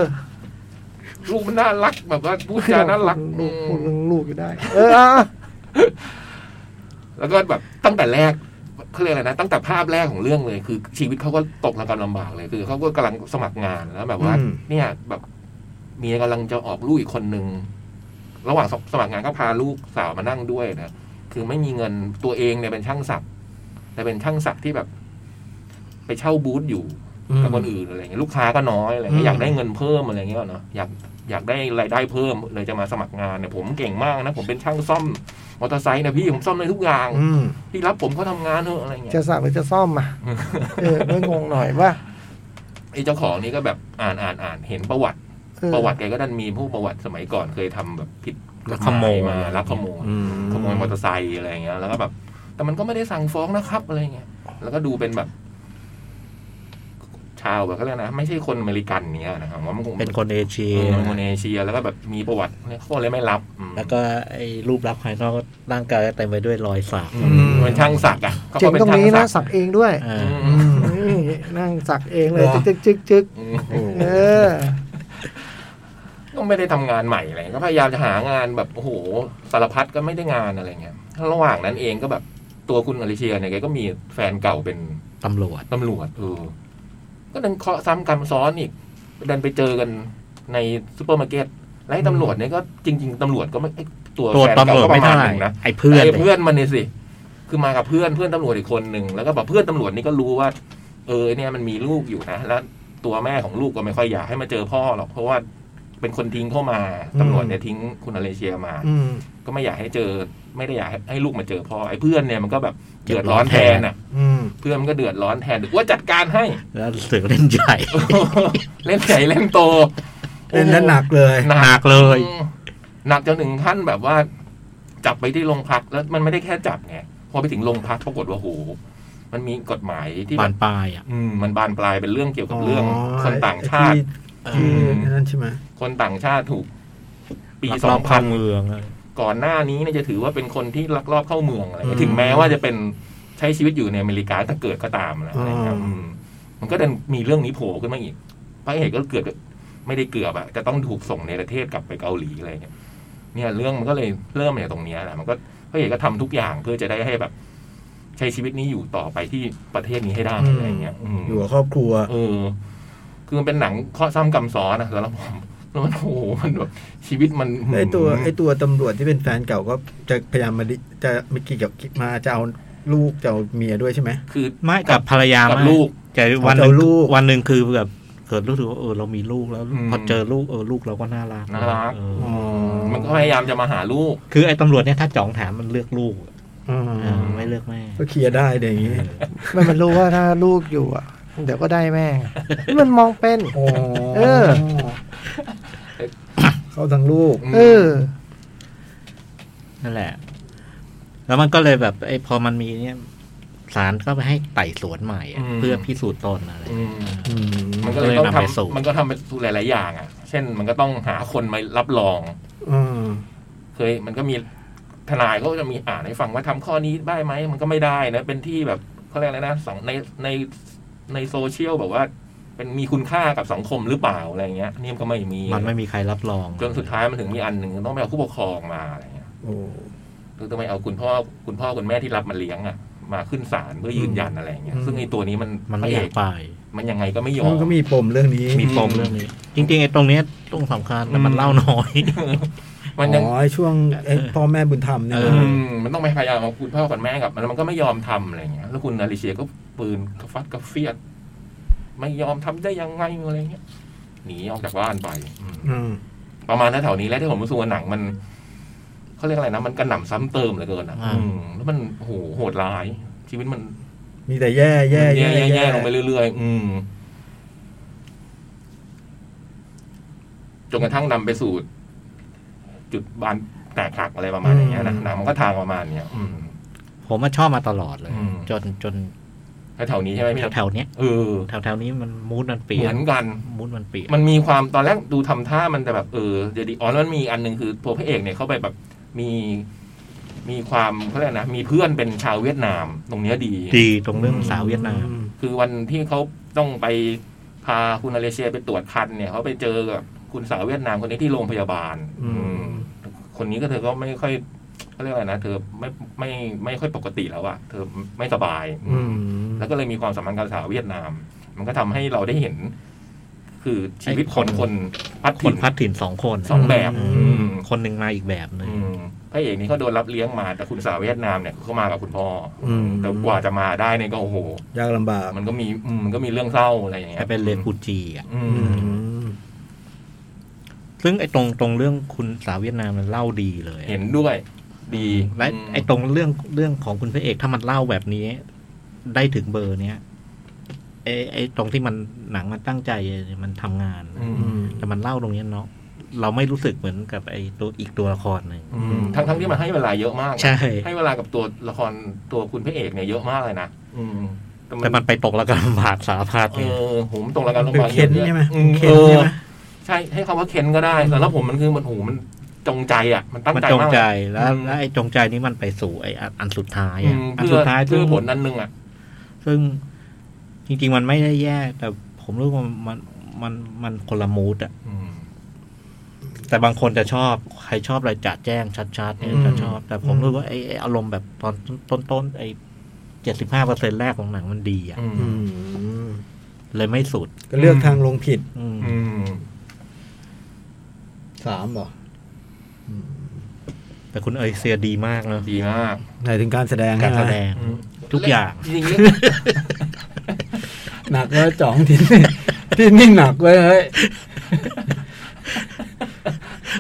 [SPEAKER 4] ลูกมันน่ารักแบบว่าพูดจาน่ารัก
[SPEAKER 2] ลูกพูด
[SPEAKER 4] อื
[SPEAKER 2] เรื่
[SPEAKER 4] ม
[SPEAKER 2] องลูกอยู่ได้ เอออ่ะอ่ะ
[SPEAKER 4] แล้วก็แบบตั้งแต่แรกเขาเรียกอะไรนะตั้งแต่ภาพแรกของเรื่องเลย คือ ชีวิตเขาก็ตกระกำลำบากเลยคือเขาก็กำลังสมัครงานแล้วแบบว่า เนี่ยแบบเมียกำลังจะออกลูกอีกคนนึงระหว่างสสมัครงานก็พาลูกสาวมานั่งด้วยนะคือไม่มีเงินตัวเองเนี่ยเป็นช่างศักดิ์แต่เป็นช่างศักดิ์ที่แบบ ไปเช่าบูธอยู่ กับคนอื่นอะไรเงี้ยลูกค้าก็น้อยอะไรเงี้ย
[SPEAKER 5] อืม
[SPEAKER 4] อยากได้เงินเพิ่มอะไรเงี้ยเนาะอยากอยากได้รายได้เพิ่มเลยจะมาสมัครงานเนี่ยผมเก่งมากนะผมเป็นช่างซ่อมมอเตอร์ไซค์นะพี่ผมซ่อมได้ทุกอย่าง
[SPEAKER 5] อืม
[SPEAKER 4] พี่รับผมเขาทำงานเถอะอะไรเงี้ย
[SPEAKER 2] จะสักหรือจะซ่อมมาเออไม่งงหน่อยว่า
[SPEAKER 4] ไอ้เจ้าของนี่ก็แบบอ่านอ่านอ่านเห็นประวัติ
[SPEAKER 2] เออ
[SPEAKER 4] ประวัติแกก็ดันมีผู้ประวัติสมัยก่อนเคยทำแบบผิด
[SPEAKER 3] ลักขโมย
[SPEAKER 4] มาลักขโมย
[SPEAKER 5] อื
[SPEAKER 4] ขโมยมอเตอร์ไซค์อะไรอย่างเงี้ยแล้วก็แบบ แต่มันก็ไม่ได้สั่งฟ้องนะครับอะไรเงี้ยแล้วก็ดูเป็นแบบ ชาวแบบเขาเรียกนะไม่ใช่คนอเมริกันเนี้ยนะครับว่ามันคง
[SPEAKER 3] เป็นคนเอเชีย
[SPEAKER 4] เออเป็นคนเอเชียแล้วก็แบบมีประวัติเนี่ยเขาเลยไม่รับอืม
[SPEAKER 3] แล้วก็ไอ้รูปลักษณ์ภายนอกก็ร่างกายก็เต็มไปด้วยรอยสัก
[SPEAKER 4] อืมเป็นช่างสักดิ์อ่ะเขา
[SPEAKER 2] เจ๋
[SPEAKER 4] ก็
[SPEAKER 2] ง
[SPEAKER 4] เป็น
[SPEAKER 2] ตรง
[SPEAKER 4] ช่าง
[SPEAKER 2] นี้
[SPEAKER 4] สัก
[SPEAKER 2] นะ
[SPEAKER 4] ดิ์
[SPEAKER 2] สักเองด้วย
[SPEAKER 3] อ่า
[SPEAKER 4] อื
[SPEAKER 5] อื
[SPEAKER 4] ม
[SPEAKER 5] ม
[SPEAKER 2] นี่นั่งสักเองเลย
[SPEAKER 5] ว้า
[SPEAKER 2] จึกจึกจึก
[SPEAKER 4] อืม
[SPEAKER 5] โอ้
[SPEAKER 2] เออ
[SPEAKER 4] ก็ไม่ได้ทำงานใหม่อะไรก็พยายามจะหางานแบบโอ้โหสารพัดก็ไม่ได้งานอะไรเงี้ยระหว่างนั้นเองก็แบบตัวคุณอลิเชียเนี่ยแกก็มีแฟนเก่าเป็น
[SPEAKER 3] ตำรวจ
[SPEAKER 4] ตำรวจเออ ก็ดันเคาะซ้ำกรรมซ้อนอีก ดันไปเจอกันในซูเปอร์มาร์เก็ต และไอ้ตำรวจเนี่ยก็จริง ๆ ตำรวจก็ไม่ไอ้ตัว
[SPEAKER 3] ตัว
[SPEAKER 4] แฟน
[SPEAKER 3] ตำรวจ
[SPEAKER 4] เก่าก็
[SPEAKER 3] ไม่
[SPEAKER 4] ปะ
[SPEAKER 3] เท่าไห
[SPEAKER 4] ณ
[SPEAKER 3] ร่
[SPEAKER 4] งนะ
[SPEAKER 3] ไอ้เพื่อน
[SPEAKER 4] ไอ้
[SPEAKER 3] เนี่ย
[SPEAKER 4] เพื่อนมันเนี่ยสิ คือมากับเพื่อนเพื่อนตำรวจอีกคนหนึ่งแล้วก็บอกเพื่อนตำรวจนี่ก็รู้ว่า เออเนี่ยมันมีลูกอยู่นะ แล้วตัวแม่ของลูกก็ไม่ค่อยอยากให้มาเจอพ่อหรอก เพราะว่าเป็นคนทิ้งเข้ามาตำรวจเนี่ยทิ้งคุณอเลเชียมา
[SPEAKER 5] อืม
[SPEAKER 4] ก็ไม่อยากให้เจอ ไม่ได้อยากให้ลูกมาเจอพ่อไอ้เพื่อนเนี่ยมันก็แบบเดือดร้อนแทนอ่ะ
[SPEAKER 5] อืม
[SPEAKER 4] เพื่อนมันก็เดือดร้อนแทนว่าจัดการให้ [laughs]
[SPEAKER 3] แล้วเสือกเล่นใหญ่
[SPEAKER 4] เล่นใหญ่เล่นโต
[SPEAKER 5] เล่นแล้วหนักเลย
[SPEAKER 4] หนั
[SPEAKER 3] หนั
[SPEAKER 4] ก
[SPEAKER 3] กเลย
[SPEAKER 4] อืมหนักจนถึงขั้นแบบว่า จับไปที่โรงพักแล้วมันไม่ได้แค่จับไงพอไปถึงโรงพักปรากฏว่าโหมันมีกฎหมายที่แบบ
[SPEAKER 3] า
[SPEAKER 4] บ
[SPEAKER 3] นปลายอ่ะ
[SPEAKER 4] อืมมันบานปลายเป็นเรื่องเกี่ยวกับ
[SPEAKER 5] อ๋อ
[SPEAKER 4] เรื่องคนต่างชาติ
[SPEAKER 5] ที่ที่
[SPEAKER 4] อืม
[SPEAKER 5] นั่นใช่ไหม
[SPEAKER 4] คนต่างชาติถูก ปี
[SPEAKER 3] ลัก
[SPEAKER 4] ส
[SPEAKER 3] ล
[SPEAKER 4] อ
[SPEAKER 3] อง บ
[SPEAKER 4] พั
[SPEAKER 3] เข้าน เมืองอะ
[SPEAKER 4] ก่อนหน้านี้เนี่ยจะถือว่าเป็นคนที่ลักลอบเข้าเมืองอะไรเงี้ย
[SPEAKER 3] อืม
[SPEAKER 4] ถึงแม้ว่าจะเป็นใช้ชีวิตอยู่ในอเมริกาแต่เกิดก็ตามนะอะไรเงี้ยอืมมันก็ดันมีเรื่องนี้โผล่ขึ้นมาอีกพระเอกก็เกือบไม่ได้เกือบอะจะต้องถูกส่งในประเทศกลับไปเกาหลีอะไรเงี้ยเนี่ยเรื่องมันก็เลยเริ่มจากตรงเนี้ยแหละมันก็พระเอกก็ทำทุกอย่างเพื่อจะได้ให้แบบ ใช้ชีวิตนี้อยู่ต่อไปที่ประเทศนี้ให้ได้อะไรเงี้ยม
[SPEAKER 5] อยู่กับครอบครัว
[SPEAKER 4] เออ คือมันเป็นหนังข้อซ้ำกำซ้อนนะสำหรับผม [laughs] แล้วมันโอ้โหมันแบบชีวิตมัน
[SPEAKER 5] ไอตัวไอตัวตำรวจที่เป็นแฟนเก่าก็จะพยายามมาดิจะมากี่กับมาจะเอาลูกจะเอาเมียด้วยใช่ไหม
[SPEAKER 4] คือ
[SPEAKER 3] ไม่กับภรรยา
[SPEAKER 4] กับ
[SPEAKER 3] ไม่
[SPEAKER 4] ลูก
[SPEAKER 3] แต่วันหนึ่ง
[SPEAKER 5] เอาลูก
[SPEAKER 3] วันหนึ่งคือแบบเกิดรู้สึกว่าเออเรามีลูกแล้ว
[SPEAKER 4] อืม
[SPEAKER 3] พอเจอลูกเออลูกเราก็น่ารัก
[SPEAKER 4] น่ารัก
[SPEAKER 3] เออ
[SPEAKER 5] อ๋อ
[SPEAKER 4] มันก็พยายามจะมาหาลูก
[SPEAKER 3] คือไอ้ตำรวจเนี่ยถ้าจ่องถามมันเลือกลูกอะ
[SPEAKER 5] อ๋อ
[SPEAKER 3] เออไม่เลือกแม่
[SPEAKER 5] ก็เคลียร์ได้เดี๋ยวอย่างนี้
[SPEAKER 2] มันมันรู้ว่าถ้าลูกอยู่อ่ะ เดี๋ยวก็ได้แม่งมันมองเป็น
[SPEAKER 5] อ๋อ
[SPEAKER 2] เออ
[SPEAKER 5] เข้าทางลูก
[SPEAKER 2] เออ
[SPEAKER 3] นั่นแหละ แล้วมันก็เลยแบบไอ้พอมันมีเนี่ยศาลก็ไปให้ไต่สวนใหม่อะ
[SPEAKER 4] อืม
[SPEAKER 3] เพื่อพิสูจน์ตนอะไร
[SPEAKER 4] อืม
[SPEAKER 5] อืม
[SPEAKER 4] มันก็เลยต้อง
[SPEAKER 3] ก็เลยนำไปสู่
[SPEAKER 4] ทำมันก็ทำเป็นหลาย ๆ อย่างอ่ะ เช่นมันก็ต้องหาคนมารับรอง
[SPEAKER 5] อ่า
[SPEAKER 4] เคย มันก็มีทนายเขาก็จะมีอ่านให้ฟังว่าทำข้อนี้ได้ไหม มันก็ไม่ได้นะ เป็นที่แบบเขาเรียกอะไรนะสังในในในโซเชียลแบบว่า เป็นมีคุณค่ากับสังคมหรือเปล่าอะไรเงี้ยนี่มันก็ไม่มี
[SPEAKER 3] มันไม่มีใครรับรอง
[SPEAKER 4] จนสุดท้ายมันถึงมีอันหนึ่งต้องไปเอาผู้ปกครองมาอะไรเงี้ย
[SPEAKER 5] โอ้
[SPEAKER 4] คือทำไมเอาคุณพ่อคุณพ่อคุณแม่ที่รับมาเลี้ยงอะมาขึ้นศาลเพื่อยืนยันอะไรอย่างเงี้ยซึ่งไอ้ตัวนี้มัน
[SPEAKER 3] มัน
[SPEAKER 4] พ
[SPEAKER 3] ไม่
[SPEAKER 4] ระเอย
[SPEAKER 3] อาก
[SPEAKER 4] ก
[SPEAKER 3] ไป
[SPEAKER 4] มันยังไงก็ไม่ยอ
[SPEAKER 5] มั
[SPEAKER 4] ม
[SPEAKER 5] นก็มีปมเรื่องนี้
[SPEAKER 3] มีปมเรื่องนี้ จริงๆไอ้ตรงเนี้ยตรงสำคัญแต่มัน
[SPEAKER 4] อืม
[SPEAKER 3] เล่าน้อย [laughs]
[SPEAKER 4] มันยัง
[SPEAKER 5] อ๋อไอ้ช่วงไอ้พ่อแม่บุญธรรมเนี่ย
[SPEAKER 3] เอ
[SPEAKER 4] อืมมันต้องไปพยายามเอาคุณพ่อคุณแม่กลับมันมันก็ไม่ยอมทำอะไรอย่างเงี้ยแล้วคุณนาริเชียก็ปืนกระฟัดกระเฟียด ไม่ยอมทำได้ยังไงอะไรเงี้ยหนีออกจากบ้านไปอืม
[SPEAKER 5] อืม
[SPEAKER 4] ประมาณนั้นแถวนี้แหล้วที่ผมรู้สึกว่าหนังมันเขาเรียกอะไรนะมันกระหน่ำซ้ำเติมเหลือเกินอะ
[SPEAKER 3] อ่า
[SPEAKER 4] อืมแล้วมันโอ้โหโหดร้าย ชีวิตมัน
[SPEAKER 5] มีแต่แย่แย่
[SPEAKER 4] แย่แย่แย่ลงไปเรื่อยๆอืม จนกระทั่งนำไปสู่จุดบานแตกหักอะไรประมาณอย่างเงี้ยนะหนังมันก็ทางประมาณเนี้ยอืม
[SPEAKER 3] ผมมาชอบมาตลอดเลย
[SPEAKER 4] อืม
[SPEAKER 3] จนจน
[SPEAKER 4] แล้วแถวนี้ใช่ไหมพี่
[SPEAKER 3] แถวๆเนี้ย
[SPEAKER 4] เออ
[SPEAKER 3] แถวๆนี้มันมูดมันเปลี่
[SPEAKER 4] เห
[SPEAKER 3] ย
[SPEAKER 4] มื
[SPEAKER 3] น
[SPEAKER 4] อนกัน
[SPEAKER 3] มูดมันเปลี่ยน
[SPEAKER 4] มันมีความตอนแรกดูทำท่ามันแต่แบบเออเดี๋ยวดีอ๋อแล้วมันมีอันหนึ่งคือตัวพระเอกเนี่ยเขาไปแบบมี มีความเขาเรียกนะมีเพื่อนเป็นชาวเวียดนาม ตรงเนี้ยดี
[SPEAKER 3] ดีตรงเรื่องสาวเวียดนาม
[SPEAKER 4] คือวันที่เขาต้องไปพาคุณอเลเชียไปตรวจคันเนี่ยเขาไปเจอกับคุณสาวเวียดนามคนนี้ที่โรงพยาบาล
[SPEAKER 5] อื
[SPEAKER 4] อื
[SPEAKER 5] ม
[SPEAKER 4] ม คนนี้ก็เธอก็ไม่ค่อยเขาเรียกอะไรนะเธอไม่ไม่ไม่ค่อยปกติแล้วอะเธอไม่สบาย
[SPEAKER 5] อืม
[SPEAKER 4] แล้วก็เลยมีความสัมพันธ์กับสาวเวียดนาม มันก็ทำให้เราได้เห็น คือชีวิตคนคนพัด
[SPEAKER 3] คน
[SPEAKER 4] ถิ่น
[SPEAKER 3] พัดถิ่นสองคน
[SPEAKER 4] สองแบบ
[SPEAKER 3] อืมคนหนึ่งมาอีกแบบหนึ่ง
[SPEAKER 4] อืม พระเอกนี่เขาโดนรับเลี้ยงมาแต่คุณสาวเวียดนามเนี่ยเขามากับคุณพ่อ
[SPEAKER 5] อืม
[SPEAKER 4] แต่กว่าจะมาได้เนี่ยก็โอ้โห
[SPEAKER 5] ยากลำบาก
[SPEAKER 4] มันก็มีอืมมันก็มีเรื่องเศร้าอะไรอย่างเงี้
[SPEAKER 3] ให้
[SPEAKER 4] ย
[SPEAKER 3] เป็นเลฟูจีอ่ะ
[SPEAKER 4] อื
[SPEAKER 5] อื
[SPEAKER 4] ม
[SPEAKER 5] ม
[SPEAKER 3] ซึ่งไอ้ตรงตรงเรื่องคุณสาวเวียดนามมันเล่าดีเลย
[SPEAKER 4] เห็นด้วย ดี
[SPEAKER 3] และ
[SPEAKER 4] อืม
[SPEAKER 3] ไอ้ตรงเรื่องเรื่องของคุณพระเอกถ้ามันเล่าแบบนี้ ได้ถึงเบอร์เนี้ยไอ้ไอ้ตรงที่มันหนังมันตั้งใจมันทำงาน
[SPEAKER 4] อืม
[SPEAKER 5] อืม
[SPEAKER 3] แต่มันเล่าตรงเนี้ยเนาะเราไม่รู้สึกเหมือนกับไอ้ตัวอีกตัวละครหนึ่ง
[SPEAKER 4] อืมทั้งทั้งที่มันให้เวลาเยอะมากนะ
[SPEAKER 3] ใช่
[SPEAKER 4] ให้เวลากับตัวละครตัวคุณพระเอกเนี่ยเยอะมากเลยนะอืม
[SPEAKER 3] แต่มันไปตกละกัน [laughs] บาดสารพัด
[SPEAKER 4] เอ
[SPEAKER 3] เนี่ย
[SPEAKER 4] อผมตรงแล้วกันลงมา
[SPEAKER 5] เข็นใช่ไหม
[SPEAKER 4] อื
[SPEAKER 5] เข็นใช่ไหม
[SPEAKER 4] ใช่ให้คำว่าเข็นก็ได้แต่แล้วผมมันคือมันโหมันจงใจอ่ะ มันตั้ง
[SPEAKER 3] มัน
[SPEAKER 4] ใจ
[SPEAKER 3] จง
[SPEAKER 4] มาก
[SPEAKER 3] ใจ
[SPEAKER 4] เลย
[SPEAKER 3] แล้ว
[SPEAKER 4] อืม
[SPEAKER 3] แล้วไอ้จงใจนี้มันไปสู่ไอ้อันอันสุดท้าย
[SPEAKER 4] อื
[SPEAKER 3] อะ
[SPEAKER 4] ม
[SPEAKER 3] อัน
[SPEAKER 4] เพื่
[SPEAKER 3] สุ
[SPEAKER 4] อ
[SPEAKER 3] ดท้าย
[SPEAKER 4] เพื่
[SPEAKER 3] ซึ่ง
[SPEAKER 4] อผลนั้นหนึงอ่ะ
[SPEAKER 3] ซึ่งจริง ๆ มันไม่ได้แย่ แต่ผมรู้ว่ามันมันมันคนละมูดอะ
[SPEAKER 4] อืม
[SPEAKER 3] แต่บางคนจะชอบ ใครชอบอะไรจัดแจ้งชัดๆเนี่ย
[SPEAKER 4] อืม
[SPEAKER 3] จะชอบ แต่ผม
[SPEAKER 5] อืม
[SPEAKER 3] รู้ว่าไอ้ไอ้อารมณ์แบบตอนต้นๆไอ้เจ็ดสิบห้าเปอร์เซ็นแรกของหนังมันดีอ่ะ
[SPEAKER 4] อืม
[SPEAKER 5] อืม
[SPEAKER 3] เลยไม่สุด
[SPEAKER 5] ก็เลือกทางลงผิด
[SPEAKER 3] อืม
[SPEAKER 4] อืม
[SPEAKER 5] สามบ่
[SPEAKER 3] แต่คุณเอยเซียดีมากเนอะ
[SPEAKER 4] ดีมาก
[SPEAKER 5] หมายถึงการแสดง
[SPEAKER 3] การแสดง
[SPEAKER 4] อืม
[SPEAKER 3] ทุกอย่าง
[SPEAKER 4] จริง
[SPEAKER 5] หนักแล้วจ่องที่นี่ที่นี่หนักเว้ยเฮ้ย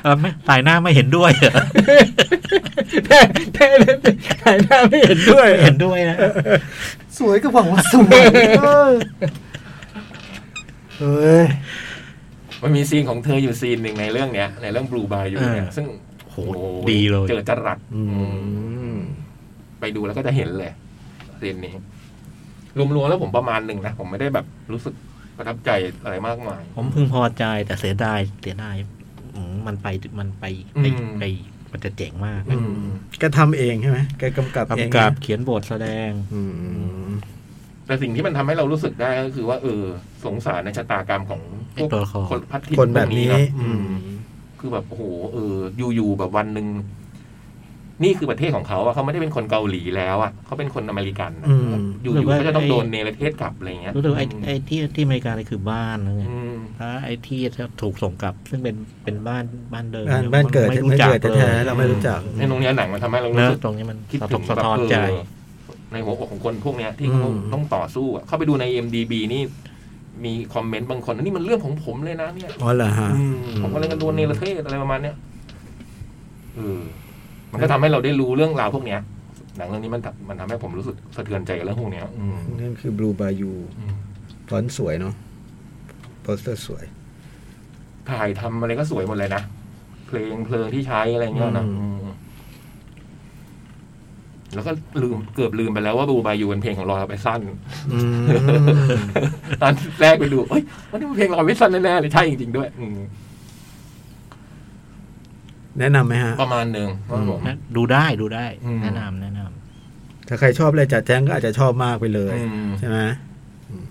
[SPEAKER 3] เออไม่สายหน้าไม่เห็นด้วยเหรอ
[SPEAKER 5] แท้แท้หายหน้าไม่เห็นด้วย
[SPEAKER 3] ไม่เห็นด้วยนะ
[SPEAKER 2] สวยก็หวังว่าสวยเออเอ้ย
[SPEAKER 4] ๆมันมีซีนของเธออยู่ซีนหนึ่งในเรื่องเนี้ยในเรื่องบลูบายอยู่เนี่ยซึ่ง
[SPEAKER 3] โหดีเลย
[SPEAKER 4] เจอจรัส
[SPEAKER 5] อืม
[SPEAKER 4] ไปดูแล้วก็จะเห็นเลยเรียนนี้ รวมๆแล้วผมประมาณหนึ่งนะ ผมไม่ได้แบบรู้สึกประทับใจอะไรมากมาย
[SPEAKER 3] ผมพึงพอใจแต่เสียดายเสียดายอืมมันไปมันไปไป
[SPEAKER 4] อืม
[SPEAKER 3] ไปมันจะเจ๋งมาก
[SPEAKER 4] อืม
[SPEAKER 5] แกทำเองใช่ไหมแกกำกับเอง
[SPEAKER 3] กำกับเขียนบทแสดง
[SPEAKER 5] อืม
[SPEAKER 4] แต่สิ่งที่มันทำให้เรารู้สึกได้ก็คือว่าเออ สงสารในชะตากรรมของ
[SPEAKER 3] ไอ้ตัวละคร
[SPEAKER 4] คนพัดถิ่น
[SPEAKER 5] คนแบบนี้
[SPEAKER 4] พวกะ
[SPEAKER 5] อื
[SPEAKER 4] อื
[SPEAKER 5] ม
[SPEAKER 4] ม คือแบบโอ้โหเออ อยู่ๆแบบวันหนึ่งนี่คือประเทศของเขาอะเขาไม่ได้เป็นคนเกาหลีแล้วอะเขาเป็นคนอเมริกันนะ
[SPEAKER 5] อืม
[SPEAKER 4] อยู่ๆเขาจะต้องโดนเนรเทศกลับอะไรเงี้ย
[SPEAKER 3] รู้สึกว่าไอ้
[SPEAKER 4] อืม
[SPEAKER 3] ไอ้ที่ที่อเมริกานี่คือบ้านนะไง
[SPEAKER 4] อืม
[SPEAKER 3] ถ้าไอ้ที่ถูกส่งกลับ ซึ่งเป็นเป็นบ้านบ้านเดิม
[SPEAKER 5] บ้านบ้านเกิด
[SPEAKER 3] ไม่
[SPEAKER 5] ไม่
[SPEAKER 3] รู้จัก
[SPEAKER 5] เกิด
[SPEAKER 3] เล
[SPEAKER 5] แท้
[SPEAKER 3] ย
[SPEAKER 5] ๆเราไม่รู้จัก
[SPEAKER 4] ในตรงเนี้ยหนังมันทำให้เรา
[SPEAKER 3] เน
[SPEAKER 4] รู้
[SPEAKER 3] อะ
[SPEAKER 4] สึก
[SPEAKER 3] ตรงนี้มัน
[SPEAKER 4] คิด
[SPEAKER 3] สะท
[SPEAKER 4] ถึ
[SPEAKER 3] ก
[SPEAKER 4] ง
[SPEAKER 3] สะท้อน
[SPEAKER 4] แบบเ
[SPEAKER 3] ใจ
[SPEAKER 4] ในหัวอกของคนพวกเนี้ยที่เขา
[SPEAKER 5] อืม
[SPEAKER 4] ต้องต่อสู้อะเข้าไปดูใน MDB นี่ มีคอมเมนต์บางคนนี่มันเรื่องของผมเลยนะเนี่ย
[SPEAKER 5] อ๋อเหรอฮะ
[SPEAKER 4] อืมผมก็เลยกระโดนในประเทศอะไรประมาณเนี้ยเออมันก็ทำให้เราได้รู้เรื่องราวพวกเนี้ยหนังเรื่องนี้มันทำมันทำให้ผมรู้สึกสะเทือนใจกับเรื่องพวกเนี้ยอืม
[SPEAKER 5] นั่นคือบลูบายู
[SPEAKER 4] อืม
[SPEAKER 5] ฟอนต์สวยเนาะโปสเตอร์สวย
[SPEAKER 4] ถ่ายทำอะไรก็สวยหมดเลยนะเพลงเพลิงที่ใช้อะไรเงี้ยนะ
[SPEAKER 5] อืม
[SPEAKER 4] อืมแล้วก็ลืมเกือบลืมไปแล้วว่าบูบายูเป็นเพลงของลอร์ไบสัน
[SPEAKER 5] อืม
[SPEAKER 4] ตอนแรกไปดูเอ้ยวันนี้มันเพลงลอยวิสันแน่ๆเลยใช่จริงๆด้วยอืม
[SPEAKER 5] แนะนำไหมฮะ
[SPEAKER 4] ประมาณหนึ่งครับผม
[SPEAKER 3] นะดูได้ดูได้
[SPEAKER 4] อืม
[SPEAKER 3] แนะนำแนะนำ
[SPEAKER 5] ถ้าใครชอบเลยจัดแจ้งก็อาจจะชอบมากไปเลย
[SPEAKER 4] อืม
[SPEAKER 5] ใช่ไหมอืม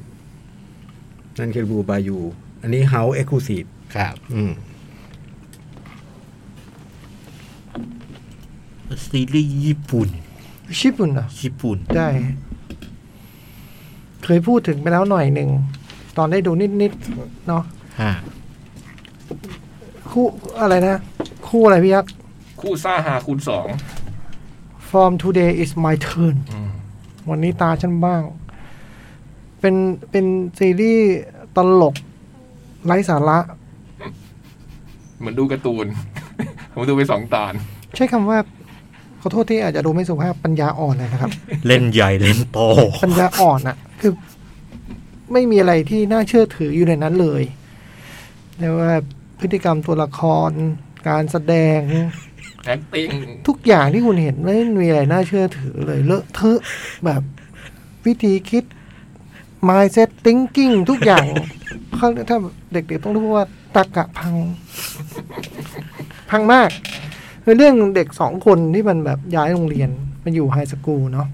[SPEAKER 5] นั่นคือบลูบายูอันนี้เฮาเอ็กซ์คลูซีฟ
[SPEAKER 3] ครับซีรีส์ญี่ปุ่น
[SPEAKER 2] ชิปุ่นเหรอ
[SPEAKER 3] ญี่ปุ่น
[SPEAKER 2] ได้ เคยพูดถึงไปแล้วหน่อยหนึ่ง ตอนได้ดูนิด ๆ เนาะ
[SPEAKER 3] ฮะ
[SPEAKER 2] คู่อะไรนะ คู่อะไรพี่ยักษ์
[SPEAKER 4] คู่ซ่าฮาคูณสอง
[SPEAKER 2] From today is my turn วันนี้ตาฉันบ้าง เป็นเป็นซีรีส์ตลกไร้สาระ
[SPEAKER 4] เหมือนดูการ์ตูน [laughs] ผมดูไปสองตอน
[SPEAKER 2] ใช้คำว่า ขอโทษที่อาจจะดูไม่สุภาพปัญญาอ่อนเลยนะครับ
[SPEAKER 3] เล่นใหญ่เล่นโต
[SPEAKER 2] ปัญญาอ่อนอะคือ ไม่มีอะไรที่น่าเชื่อถืออยู่ในนั้นเลยเรียกว่าพฤติกรรมตัวละคร การแสดง
[SPEAKER 4] แอคติ้ง
[SPEAKER 2] ทุกอย่างที่คุณเห็นไม่มีอะไรน่าเชื่อถือเลยเลอะเทอะแบบวิธีคิด mindset thinking ทุกอย่างเขาถ้าเด็กๆต้องรู้ว่าตะกะพัง พังมากคือเรื่องเด็กสองคนที่มันแบบย้ายโรงเรียนมันอยู่ไฮสคูลเนาะ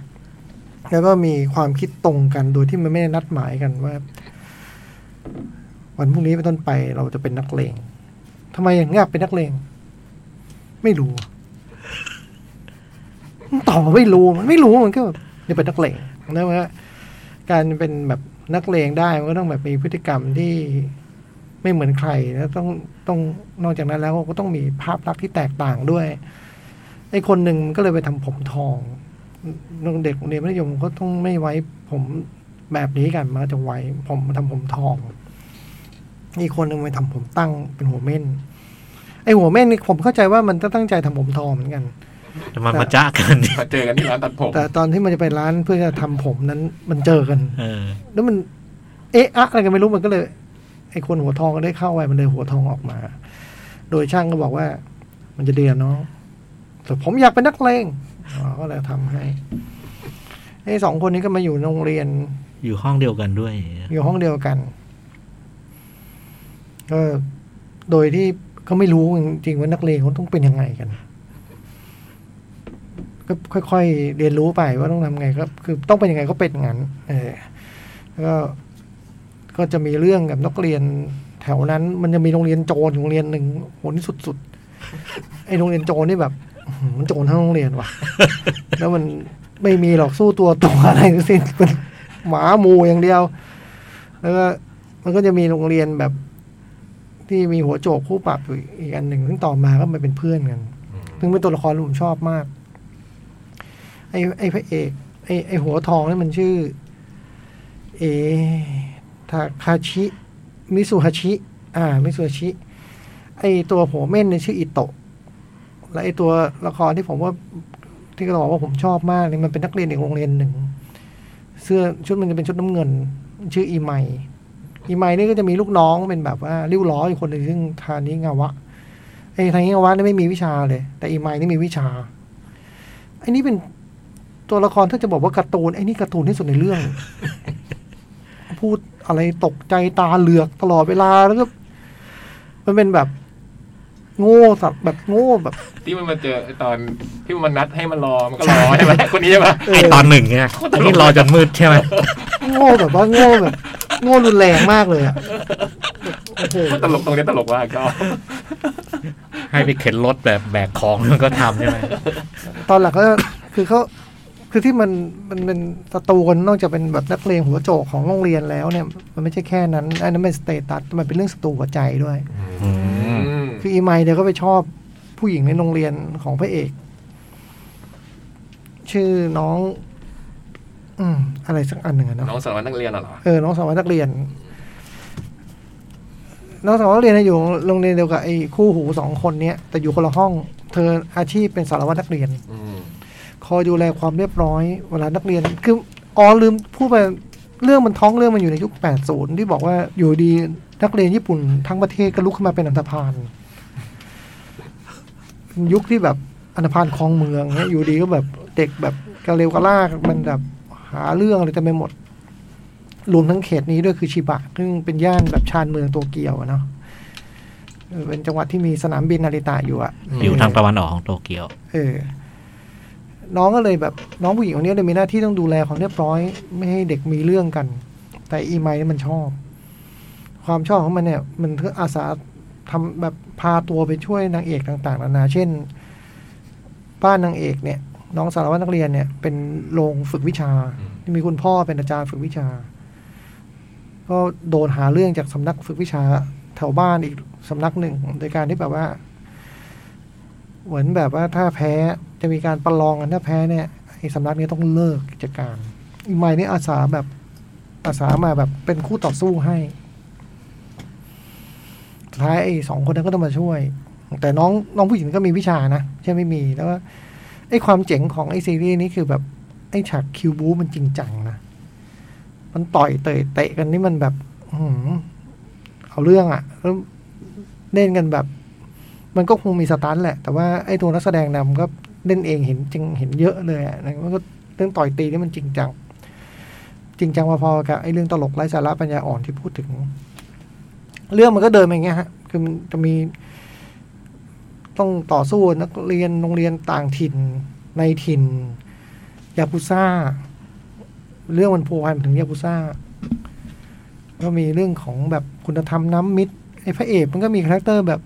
[SPEAKER 2] แล้วก็มีความคิดตรงกันโดยที่มันไม่ได้นัดหมายกันว่า วันพรุ่งนี้เป็นต้นไปเราจะเป็นนักเลงทำไมอย่างเงี้ยเป็นนักเลง ไม่รู้ ตอบว่าไม่รู้มันไม่รู้มันก็แบบจะเป็นนักเลงนะว่าการเป็นแบบนักเลงได้มันก็ต้องแบบมีพฤติกรรมที่ไม่เหมือนใครแล้วต้องต้องนอกจากนั้นแล้วก็ต้องมีภาพลักษณ์ที่แตกต่างด้วยไอ ไอ้คนหนึ่งมันก็เลยไปทำผมทองน้องเด็กโรงเรียนมัธยมก็ต้องไม่ไว้ผมแบบนี้กันมาจะไว้ผมมาทำผมทอง อีกคนหนึ่งไปทำผมตั้งเป็นหัวเม่น ไอ้หัวเม่นนี่ผมเข้าใจว่ามันตั้งใจทำผมทองเหมือนกัน
[SPEAKER 3] แต่มันมาจ้ากัน [laughs] นี่
[SPEAKER 4] มาเจอกันที่ร้านตัดผม
[SPEAKER 2] แต่ตอนที่มันจะไปร้านเพื่อจะทำผมนั้นมันเจอกัน
[SPEAKER 3] เออ
[SPEAKER 2] แล้วมันเอะอะอะไรกันไม่รู้มันก็เลย ไอ้คนหัวทองก็ได้เข้าไปมันเลยหัวทองออกมา โดยช่างก็บอกว่า มันจะเดียนเนาะแต่ผมอยากเป็นนักเลงอ๋อก็เลยทำให้ไอ้สองคนนี้ก็มาอยู่โรงเรียน
[SPEAKER 3] อยู่ห้องเดียวกันด้วย
[SPEAKER 2] อยู่ห้องเดียวกันก็โดยที่เขาไม่รู้จริงๆว่านักเลงเขาต้องเป็นยังไงกัน ก็ค่อยๆเรียนรู้ไปว่าต้องทำไงก็คือต้องเป็นยังไงก็เป็นอย่างนั้นเออ ก็ ก็จะมีเรื่องกับนักเรียนแถวนั้น มันจะมีโรงเรียนโจรอยู่โรงเรียนหนึ่งโหนี่สุดๆไอโรงเรียนโจรนี่แบบอื้อหือมันโจรทั้งโรงเรียนว่ะ แล้วมันไม่มีหรอกสู้ตัวตัวอะไรทั้งสิ้นเป็นหมาหมูอย่างเดียว แล้วก็มันก็จะมีโรงเรียนแบบ ที่มีหัวโจกคู่ปรับอยู่อีกอันหนึ่งซึ่งต่อมาก็มาเป็นเพื่อนกัน ซึ่งเป็นตัวละครที่ผมชอบมาก ไอ้ไอ้พระเอกไอ้ไอ้หัวทองนี่มันชื่อ เอทาคาชิ มิสุฮาชิ อ่า มิสุฮาชิ ไอตัวหัวเม่นเนี่ยชื่ออิโตะ และไอตัวละครที่ผมว่า ที่กระบอกว่าผมชอบมากเนี่ยมันเป็นนักเรียนอีกโรงเรียนหนึ่ง เสื้อชุดมันจะเป็นชุดน้ำเงิน ชื่ออีไมอีไมนี่ก็จะมีลูกน้องเป็นแบบว่าริ้วล้ออยู่คนหนึ่งซึ่งทานิงาวะไอทานิงาวะนี่ไม่มีวิชาเลย แต่อีไมนี่มีวิชาไอนี่เป็นตัวละครถ้าจะบอกว่าการ์ตูนไอนี่การ์ตูนที่สุดในเรื่อง พูดอะไรตกใจตาเหลือกตลอดเวลาแล้วก็มันเป็นแบบ โง่สับแบบโง่แบบ
[SPEAKER 4] ที่มันมาเจอไอ้ตอนที่มันนัดให้มันรอมันก็รอใช่ไหม
[SPEAKER 2] [laughs]
[SPEAKER 4] คนนี้ใช่ไหม
[SPEAKER 3] ไอตอนหนึ่งไงอันนี้รอจนมืดใช่ไหม
[SPEAKER 2] โง่แบบว่าโง่แบบ โง่รุนแรงมากเลยอะโอ้โห
[SPEAKER 4] ตลกตรงนี้ตลกมากชอบ
[SPEAKER 3] [laughs] ให้ไปเข็นรถแบบแบกของมันก็ทำใช่ไหม
[SPEAKER 2] ตอนหลังก็ [coughs] คือเขาคือที่มันมันเป็นศัตรูกันนอกจากเป็นแบบนักเลงหัวโจกของโรงเรียนแล้วเนี่ย มันไม่ใช่แค่นั้นอันนั้นเป็นสเตตัสมันเป็นเรื่องศัตรูหัวใจด้วย
[SPEAKER 3] อืม
[SPEAKER 2] คืออีไมล์เนี่ยก็ไปชอบผู้หญิงในโรงเรียนของพระเอก ชื่อน้อง อืม อะไรสักอันหนึ่งอะเนาะ
[SPEAKER 4] น้องสารวัตรนักเรียนน่ะเหรอ
[SPEAKER 2] เออน้องสาวนักเรียน น้องสาวนักเรียนน่ะอยู่โรงเรียนเดียวกับไอ้คู่หูสองคนเนี้ยแต่อยู่คนละห้อง เธออาชีพเป็นสารวัตรนักเรียน
[SPEAKER 4] อืม
[SPEAKER 2] คอยดูแลความเรียบร้อยเวลานักเรียน คืออ๋อลืมพูดไปเรื่องมันท้องเรื่องมันอยู่ในยุค 80 ที่บอกว่าอยู่ดีนักเรียนญี่ปุ่นทั้งประเทศก็ลุกขึ้นมาเป็นอันธพาลยุคที่แบบอันธพาลคลองเมืองเนี่ยอยู่ดีก็แบบเด็กแบบกระเลวกระลากมันแบบหาเรื่องอะไรจะไปหมด รวมทั้งเขตนี้ด้วยคือชิบะซึ่งเป็นย่านแบบชานเมืองโตเกียวอะเนาะเออเป็นจังหวัดที่มีสนามบินนาริตะอยู่อะ
[SPEAKER 3] อยู่ทางตะวันออกของโตเกียว
[SPEAKER 2] เออ น้องก็เลยแบบ น้องผู้หญิงคนนี้เลยมีหน้าที่ต้องดูแลความเรียบร้อย ไม่ให้เด็กมีเรื่องกัน แต่อีไมล์เนี่ยมันชอบ ความชอบของมันเนี่ย มันก็อาสาทำแบบพาตัวไปช่วยนางเอกต่างๆนานาเช่น บ้านนางเอกเนี่ย น้องสารวัตรนักเรียนเนี่ย เป็นโรงฝึกวิชา ที่มีคุณพ่อเป็นอาจารย์ฝึกวิชา ก็โดนหาเรื่องจากสำนักฝึกวิชาแถวบ้านอีกสำนักหนึ่งโดยการที่แบบว่า เหมือนแบบว่าถ้าแพ้จะมีการประลองกันถ้าแพ้เนี่ยไอ้สำนักนี้ต้องเลิกกิจการอีไมล์นี่อาสาแบบอาสามาแบบเป็นคู่ต่อสู้ให้สุดท้ายไอ้สองคนนั้นก็ต้องมาช่วย แต่น้องน้องผู้หญิงก็มีวิชานะใช่ไม่มีแล้วก็ไอ้ความเจ๋งของไอ้ซีรีส์นี้คือแบบไอ้ฉากคิวบูมันจริงจังนะมันต่อยเตะเตะกันนี่มันแบบอื้อหือเอาเรื่องอะแล้วเล่นกันแบบ มันก็คงมีสตันท์แหละ แต่ว่าไอ้ตัวนักแสดงนำก็เล่นเองเห็นจริงเห็นเยอะเลยอะนะมันก็เรื่องต่อยตีนี่มันจริงจัง จริงจังพอๆกับไอ้เรื่องตลกไร้สาระปัญญาอ่อนที่พูดถึง เรื่องมันก็เดินมาอย่างเงี้ยฮะ คือมันจะมี ต้องต่อสู้นักเรียนโรงเรียนต่างถิ่น ในถิ่น ยากุซ่า เรื่องมันโพวันถึงยากุซ่า ก็มีเรื่องของแบบคุณธรรมน้ำมิตรไอ้พระเอกมันก็มีคาแรคเตอร์แบบ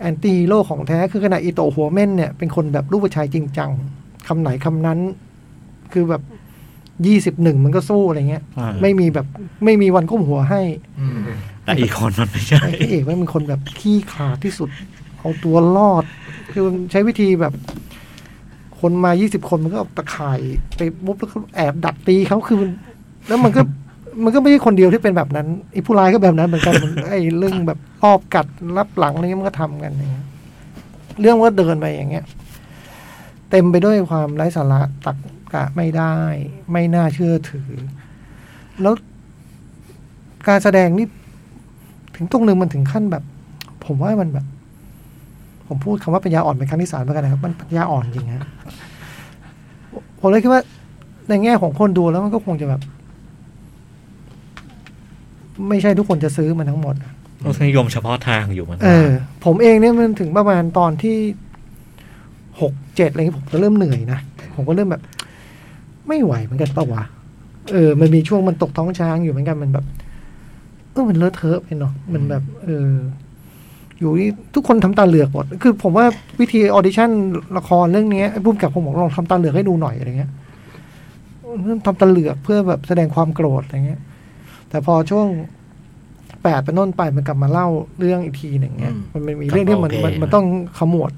[SPEAKER 2] แอนตี้ฮีโร่ของแท้คือขนาดอีโตะหัวเม่นเนี่ยเป็นคนแบบรูปผู้ชายจริงจังคำไหนคำนั้น คือแบบยี่สิบหนึ่งมันก็สู้อะไรเงี้ย
[SPEAKER 3] อ่า
[SPEAKER 2] ไม่มีแบบไม่มีวันก้มหัวให้
[SPEAKER 3] แต่อีกคนมันไม่ใช่
[SPEAKER 2] ไอ้พระเอกแมันเป็นคนแบบขี้ขลาดที่สุด เอาตัวรอด คือใช้วิธีแบบ คนมายี่สิบคนมันก็เอาตะข่ายไปมุบแล้วก็แอบดักตีเขาคือมันแล้วมันก็ มันก็ไม่ใช่คนเดียวที่เป็นแบบนั้นไอ้ผู้ร้ายก็แบบนั้นเหมือนกันมันไอ้เรื่องแบบรอบกัดรับหลังอะไรเงี้ยมันก็ทำกันอย่างเงี้ยเรื่องว่าเดินไปอย่างเงี้ย เต็มไปด้วยความไร้สาระตักกะไม่ได้ ไม่น่าเชื่อถือ แล้วการแสดงนี่ ถึงตรงหนึ่งมันถึงขั้นแบบ ผมว่ามันแบบ ผมพูดคำว่าปัญญาอ่อนเป็นครั้งที่สามแล้วกันนะครับ มันปัญญาอ่อนจริงฮะผมเลยคิดว่า ในแง่ของคนดูแล้วมันก็คงจะแบบ ไม่ใช่ทุกคนจะซื้อมันทั้งหมด
[SPEAKER 3] รส [laughs] นิยมเฉพาะทางอยู่มัน
[SPEAKER 2] เออ ผมเองเนี่ยมันถึงประมาณตอนที่หกเจ็ดอะไรเงี้ยผมก็เริ่มเหนื่อยนะ ผมก็เริ่มแบบ ไม่ไหวเหมือนกันปะวะเออ มันมีช่วงมันตกท้องช้างอยู่เหมือนกันมันแบบเออมันเลอะเทอะไปเนาะมันแบบ เออ อยู่นี่ทุกคนทำตาเหลือกหมดคือ ผมว่าวิธีออดิชั่นละครเรื่องเนี้ยไอ้พุ่มกับผมบอกลองทำตาเหลือกให้ดูหน่อยอะไรเงี้ยเริ่มทำตาเหลือกเพื่อแบบแสดงความโกรธอะไรเงี้ย แต่พอช่วงแปดเป็นต้นไปมันกลับมาเล่าเรื่องอีกทีหนึ่งเนี้ย
[SPEAKER 5] อืม
[SPEAKER 2] มันมีเรื่องที่มัน
[SPEAKER 3] โอเค
[SPEAKER 2] มันมันต้องขมวด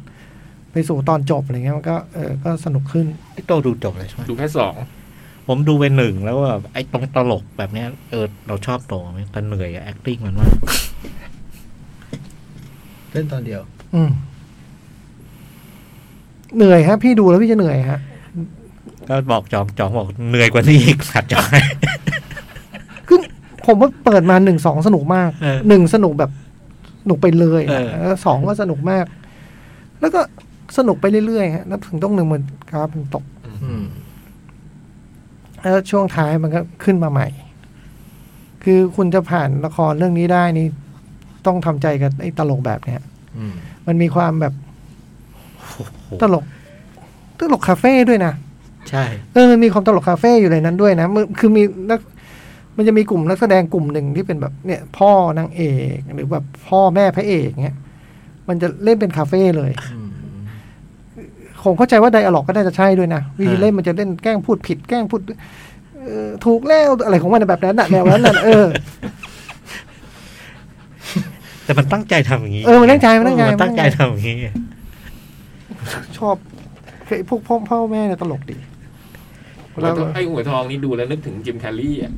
[SPEAKER 2] ไปสู่ตอนจบอะไรเงี้ยมันก็เออก็สนุกขึ้น
[SPEAKER 3] ไอ้โตดูจบเลยใช่ไหม
[SPEAKER 4] ดูแค่สอง
[SPEAKER 3] ผมดูเป็นหนึ่งแล้วแบบไอ้ตรงตลกแบบเนี้ยเออเราชอบโตไหมแต่เหนื่อยอะ acting มันมาก
[SPEAKER 5] เล่นตอนเดียว
[SPEAKER 2] อืมเหนื่อยฮะ พี่ดูแล้วพี่จะเหนื่อยฮะ
[SPEAKER 3] ก็บอกจองจองบอกเหนื่อยกว่านี้อีก [laughs] ขัดจอย
[SPEAKER 2] คือผมว่าเปิดมาหนึ่งสองสนุกมาก
[SPEAKER 3] เออ
[SPEAKER 2] หนึ่งสนุกแบบสนุกไปเลย
[SPEAKER 3] เออ
[SPEAKER 2] แล้วสองก็สนุกมาก แล้วก็สนุกไปเรื่อยๆฮะแล้วถึงต้องหนึ่งมันกราฟมันตก
[SPEAKER 5] อืม
[SPEAKER 2] แล้วช่วงท้ายมันก็ขึ้นมาใหม่ คือคุณจะผ่านละครเรื่องนี้ได้นี่ ต้องทำใจกับไอ้ตลกแบบเนี้ย
[SPEAKER 5] อืม
[SPEAKER 2] มันมีความแบบ
[SPEAKER 3] โอ้โห
[SPEAKER 2] ตลก ตลกคาเฟ่ด้วยนะ
[SPEAKER 3] ใช่
[SPEAKER 2] เออมันมีความตลกคาเฟ่อยู่ในนั้นด้วยนะมันคือมีนัก มันจะมีกลุ่มนักแสดงกลุ่มหนึ่งที่เป็นแบบเนี่ย พ่อนางเอกหรือแบบพ่อแม่พระเอกเนี้ย มันจะเล่นเป็นคาเฟ่เลย
[SPEAKER 5] อืม
[SPEAKER 2] ผมเข้าใจว่าไดอะล็อกก็น่าจะใช่ด้วยนะวิธีเล่นมันจะเล่นแกล้งพูดผิดแกล้งพูดเออถูกแล้วอะไรของมันแบบนั้นน่ะแนวนั้นน่ะเออ
[SPEAKER 3] แต่มันตั้งใจทำอย่างนี้
[SPEAKER 2] เออมันตั้งใจมันตั้งใจ
[SPEAKER 3] เออมันตั้งใจทำอย่างนี้
[SPEAKER 2] ชอบคือไอ้พวกพ่อพ่อแม่เนี่ยตลกดี แล้ว
[SPEAKER 4] ไอ้หัวทองนี่ดูแล้วนึกถึงจิมแคลรี่อ่ะ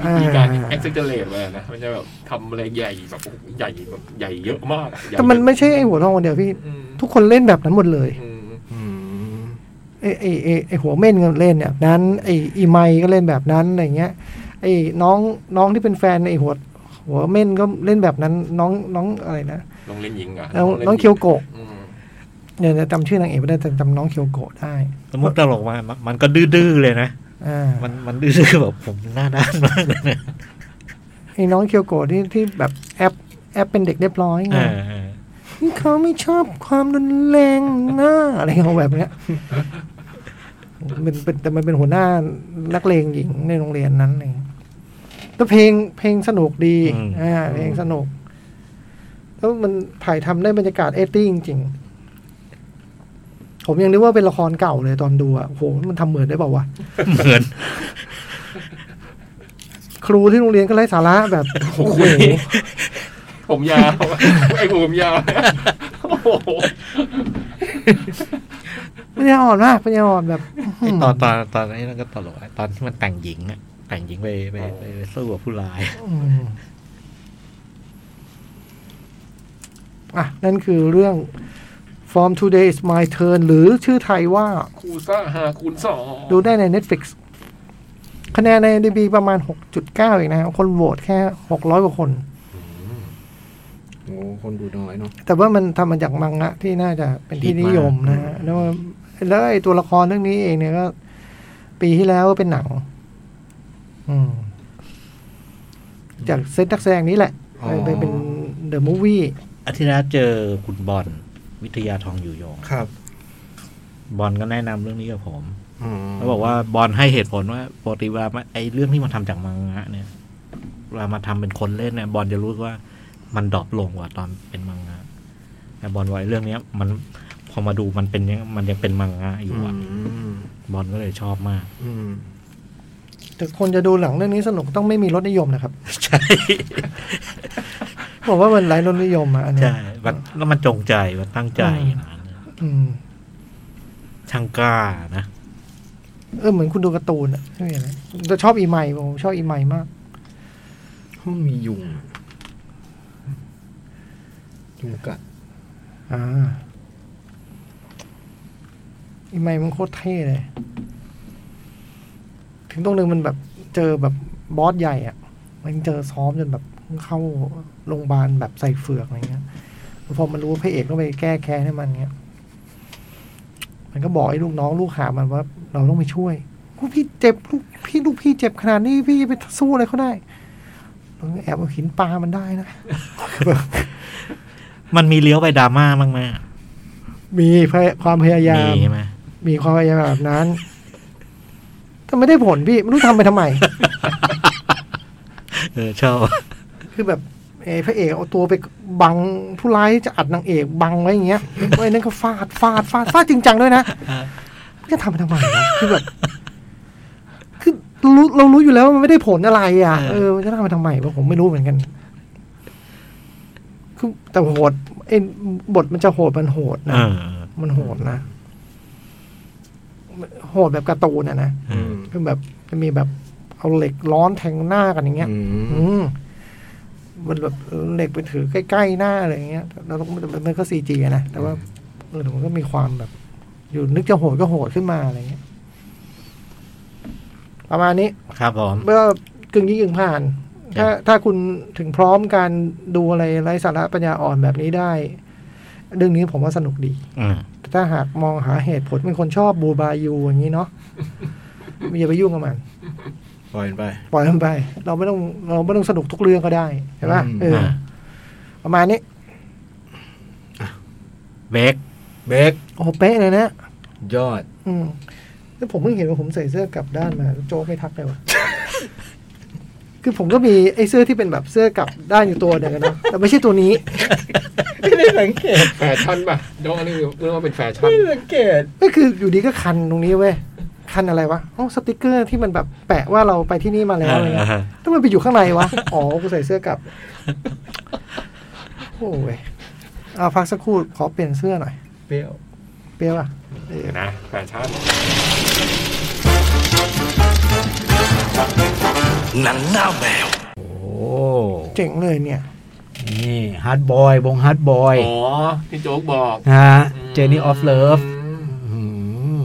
[SPEAKER 2] อ่า
[SPEAKER 4] มีการ e อ็กซ์เจเลตเลยนะมันจะแบบทำอะไรใหญ่แบบโอ้โหใหญ่แบบใหญ่เยอะมากอะใหญ่
[SPEAKER 2] แต่มันไม่ใช่ไอ้หัวทองคนเดียวพี่
[SPEAKER 4] อืม
[SPEAKER 2] ทุกคนเล่นแบบนั้นหมดเลย
[SPEAKER 4] อืม
[SPEAKER 5] อืม
[SPEAKER 2] ไอ้ไอ้ไอ้ไอ้หัวเม่นก็เล่นแบบนั้นไอ้อีไมค์ก็เล่นแบบนั้นอะไรเงี้ยไอ้น้องน้องที่เป็นแฟนไอ้หัวหัวเม่นก็เล่นแบบนั้น น้องน้องอะไรนะ
[SPEAKER 4] ลองเล่นยิงอ่ะ
[SPEAKER 2] น้องน้องเคียวโกะ
[SPEAKER 4] อืม
[SPEAKER 2] เนี่ยจำชื่อนางเอกไม่ได้แต่จำน้องเคียวโกะได้
[SPEAKER 3] สมมติตลกมามันมันก็ดื้อๆเลยนะ
[SPEAKER 2] อ่า
[SPEAKER 3] มันมันดื้อๆแบบผมหน้าด้านมากเลยนะ
[SPEAKER 2] ไอ้น้องเคียวโกะที่ที่แบบแอปแอปเป็นเด็กเรียบร้อยไง
[SPEAKER 3] อ่าอ่ [laughs] า
[SPEAKER 2] เขาไม่ชอบความรุนแรงนะอะไรของแบบเนี้ยมันเป็นแต่มันเป็นหัวหน้านักเลงหญิงในโรงเรียนนั้นเองแล้วเพลงเพลงสนุกดีอ่าเพลงสนุก แล้วมันถ่ายทำได้บรรยากาศเอตี้จริงๆ ผมยังนึกว่าเป็นละครเก่าเลยตอนดูอ่ะโหมันทำเหมือนได้เปล่าวะ
[SPEAKER 3] เหมือน
[SPEAKER 2] ครูที่โรงเรียนก็ไร้สาระแบบ [laughs]
[SPEAKER 4] โอ้โหผมยาวไอ้หัวผมยาวโอ้โห
[SPEAKER 2] ปัญญาอ่อนมากปัญญาอ่อนแบบ
[SPEAKER 3] ไอ้ตอนตอนตอนนี้มันก็ตลกอะตอนที่มันแต่งหญิงอะแต่งหญิงไปไปไปไปสู้กับผู้ร้าย
[SPEAKER 2] อืมอ่ะ นั่นคือเรื่อง From Today is my turn หรือชื่อไทยว่า
[SPEAKER 4] คูซ่าหาคูณสอง
[SPEAKER 2] ดูได้ใน Netflix คะแนนใน d b ประมาณ 6.9เองนะคนโหวตแค่ 600 กว่าคน
[SPEAKER 5] โอ้คนดูน้อยเนาะ
[SPEAKER 2] แต่ว่ามันทำมาจากมังงะที่น่าจะเป็นที่
[SPEAKER 3] ฮิตมาก
[SPEAKER 2] นิยมนะฮะแล้วแล้วไอ้ตัวละครเรื่องนี้เองเนี่ยก็ ปีที่แล้วก็เป็นหนัง อืม จากเซตนักแสดงนี้แหละ
[SPEAKER 5] อ๋อ
[SPEAKER 2] ไปไปเป็นเดอะมูฟวี่
[SPEAKER 3] อาทิตย์แล้วเจอคุณบอลวิทยาทองอยู่ยง
[SPEAKER 5] ครับ
[SPEAKER 3] บอลก็แนะนำเรื่องนี้กับผม
[SPEAKER 5] อ๋อ
[SPEAKER 3] แล้วบอกว่าบอลให้เหตุผลว่าปกติเวลามาไอ้เรื่องที่มันทำจากมังงะเนี่ยเวลามาทำเป็นคนเล่นเนี่ยบอลจะรู้ว่ามันดรอปลงกว่าตอนเป็นมังงะแต่บอลไว้เรื่องเนี้ย มันพอมาดูมันเป็นยังมันยังเป็นมังงะอยู่
[SPEAKER 5] อื
[SPEAKER 3] อะ
[SPEAKER 5] ม
[SPEAKER 3] บอลก็เลยชอบมาก [laughs]
[SPEAKER 5] อืม
[SPEAKER 2] แต่คนจะดูหลังเรื่องนี้สนุกต้องไม่มีรสนิยมนะครับ
[SPEAKER 3] ใช่
[SPEAKER 2] บอกว่ามันไร้รสนิยมอ่ะอันเนี้ย
[SPEAKER 3] ใช่มันแล้วมันจงใจมันตั้งใจอย่างนั้น
[SPEAKER 2] อืม
[SPEAKER 3] ช่างกล้านะ
[SPEAKER 2] เออเหมือนคุณดูการ์ตูนอะไม่มีอะไรแต่ชอบอีไมค์ผมชอบอีไมค์มาก
[SPEAKER 5] ห้องมียุงอะยุงกัด
[SPEAKER 2] อ่าอีไมค์มันโคตรเท่เลย ถึงตรงนึงมันแบบเจอแบบบอสใหญ่อะมันเจอซ้อมจนแบบเข้าโรงพยาบาลแบบใส่เฟือกอะไรเงี้ยแล้วพอมันรู้ว่าพระเอกต้องไปแก้แค้นให้มันเงี้ย มันก็บอกไอ้ลูกน้องลูกหามันว่า เราต้องไปช่วยลูกพี่เจ็บลูกพี่ลูกพี่เจ็บขนาดนี้พี่จะไปสู้อะไรเขาได้เราก็แอบเอาหินปลามันได้นะ
[SPEAKER 3] มันมีเลี้ยวไปดราม่าบ้างไหม
[SPEAKER 2] มีพยความพยายาม
[SPEAKER 3] มีไหม
[SPEAKER 2] มีความพยายามแบบนั้น แต่ไม่ได้ผลพี่ไม่รู้ทำไปทำไม
[SPEAKER 3] เออชอบ
[SPEAKER 2] คือแบบเออพระเอกเอาตัวไปบังผู้ร้ายจะอัดนางเอกบังไว้อย่างเงี้ยไอ้นั่นก็ฟาดฟาดฟาดฟาดจริงจังด้วยนะก็ทำไปทำไมวะคือแบบ คือรู้เรารู้อยู่แล้วว่ามันไม่ได้ผลอะไร อ่ะ
[SPEAKER 3] เออ
[SPEAKER 2] เออมันจะทำไปทำไมวะผมไม่รู้เหมือนกันคือแต่โหดไอ้บทมันจะโหดมันโหดนะ
[SPEAKER 3] เออ
[SPEAKER 2] มันโหดนะโหดแบบการ์ตูนอะนะ
[SPEAKER 3] เออ
[SPEAKER 2] คือแบบจะมีแบบเอาเหล็กร้อนแทงหน้ากันอย่างเงี้ย
[SPEAKER 5] อืม
[SPEAKER 2] อืมมันแบบเออเหล็กไปถือใกล้ๆหน้าอะไรอย่างเงี้ยแล้วมันมันก็ซีจีนะแต่ว่าเออมันก็มีความแบบ อยู่นึกจะโหดก็โหดขึ้นมาอะไรเงี้ย ประมาณนี้
[SPEAKER 3] ครับผม
[SPEAKER 2] เมื่อกึ่งยิงกึ่งผ่าน ถ้าถ้าคุณถึงพร้อมการดูอะไรไร้สาระปัญญาอ่อนแบบนี้ได้ เรื่องนี้ผมว่าสนุกดี
[SPEAKER 3] อืม
[SPEAKER 2] ถ้าหากมองหาเหตุผลเป็นคนชอบบูบายูอย่างนี้เนาะอย่าไปยุ่งกับมัน
[SPEAKER 5] ปล่อยมันไป
[SPEAKER 2] ปล่อยมันไป เราไม่ต้องเราไม่ต้องสนุกทุกเรื่องก็ได้ใช่ปะ
[SPEAKER 5] อืม
[SPEAKER 2] เออประมาณนี้
[SPEAKER 3] เบก
[SPEAKER 5] เบรก
[SPEAKER 2] โอ้โหเป๊ะเลยนะ
[SPEAKER 5] ยอด
[SPEAKER 2] อืมแล้วผมเพิ่งเห็นว่าผมใส่เสื้อกลับด้านมาแล้วโจ๊กไม่ทักเลยวะ [laughs] คือผมก็มีไอ้เสื้อที่เป็นแบบเสื้อกลับด้านอยู่ตัวเดียวกันนะแต่ไม่ใช่ตัวนี้
[SPEAKER 5] ไม่ได้สังเกต
[SPEAKER 4] แฟชั่นป่ะโดนนี่เรื่องว่าเป็นแฟชั่น
[SPEAKER 5] ไม่ได้สังเกต
[SPEAKER 2] ก็คืออยู่ดีก็คันตรงนี้เว้ยคันอะไรวะอ๋อสติกเกอร์ที่มันแบบแปะว่าเราไปที่นี่มาแล้วอะไรเงี้ย ถ้ามันไปอยู่ข้างในวะ อ๋อ กูใส่เสื้อกลับ โอ้ยเอาพักสักครู่ ขอเปลี่ยนเสื้อหน่อย
[SPEAKER 5] เปรี้ยว
[SPEAKER 2] เปรี้ยวอ่ะเออ
[SPEAKER 4] นะแฟชั่น
[SPEAKER 5] โอ้
[SPEAKER 2] เจ๋งเลยเนี่ย
[SPEAKER 5] นี่ฮาร์ดบอยวงฮาร์ดบอย
[SPEAKER 4] อ๋อ ที่โจ๊กบอก
[SPEAKER 5] นะฮะเจนี่ออฟเลิฟ
[SPEAKER 4] ม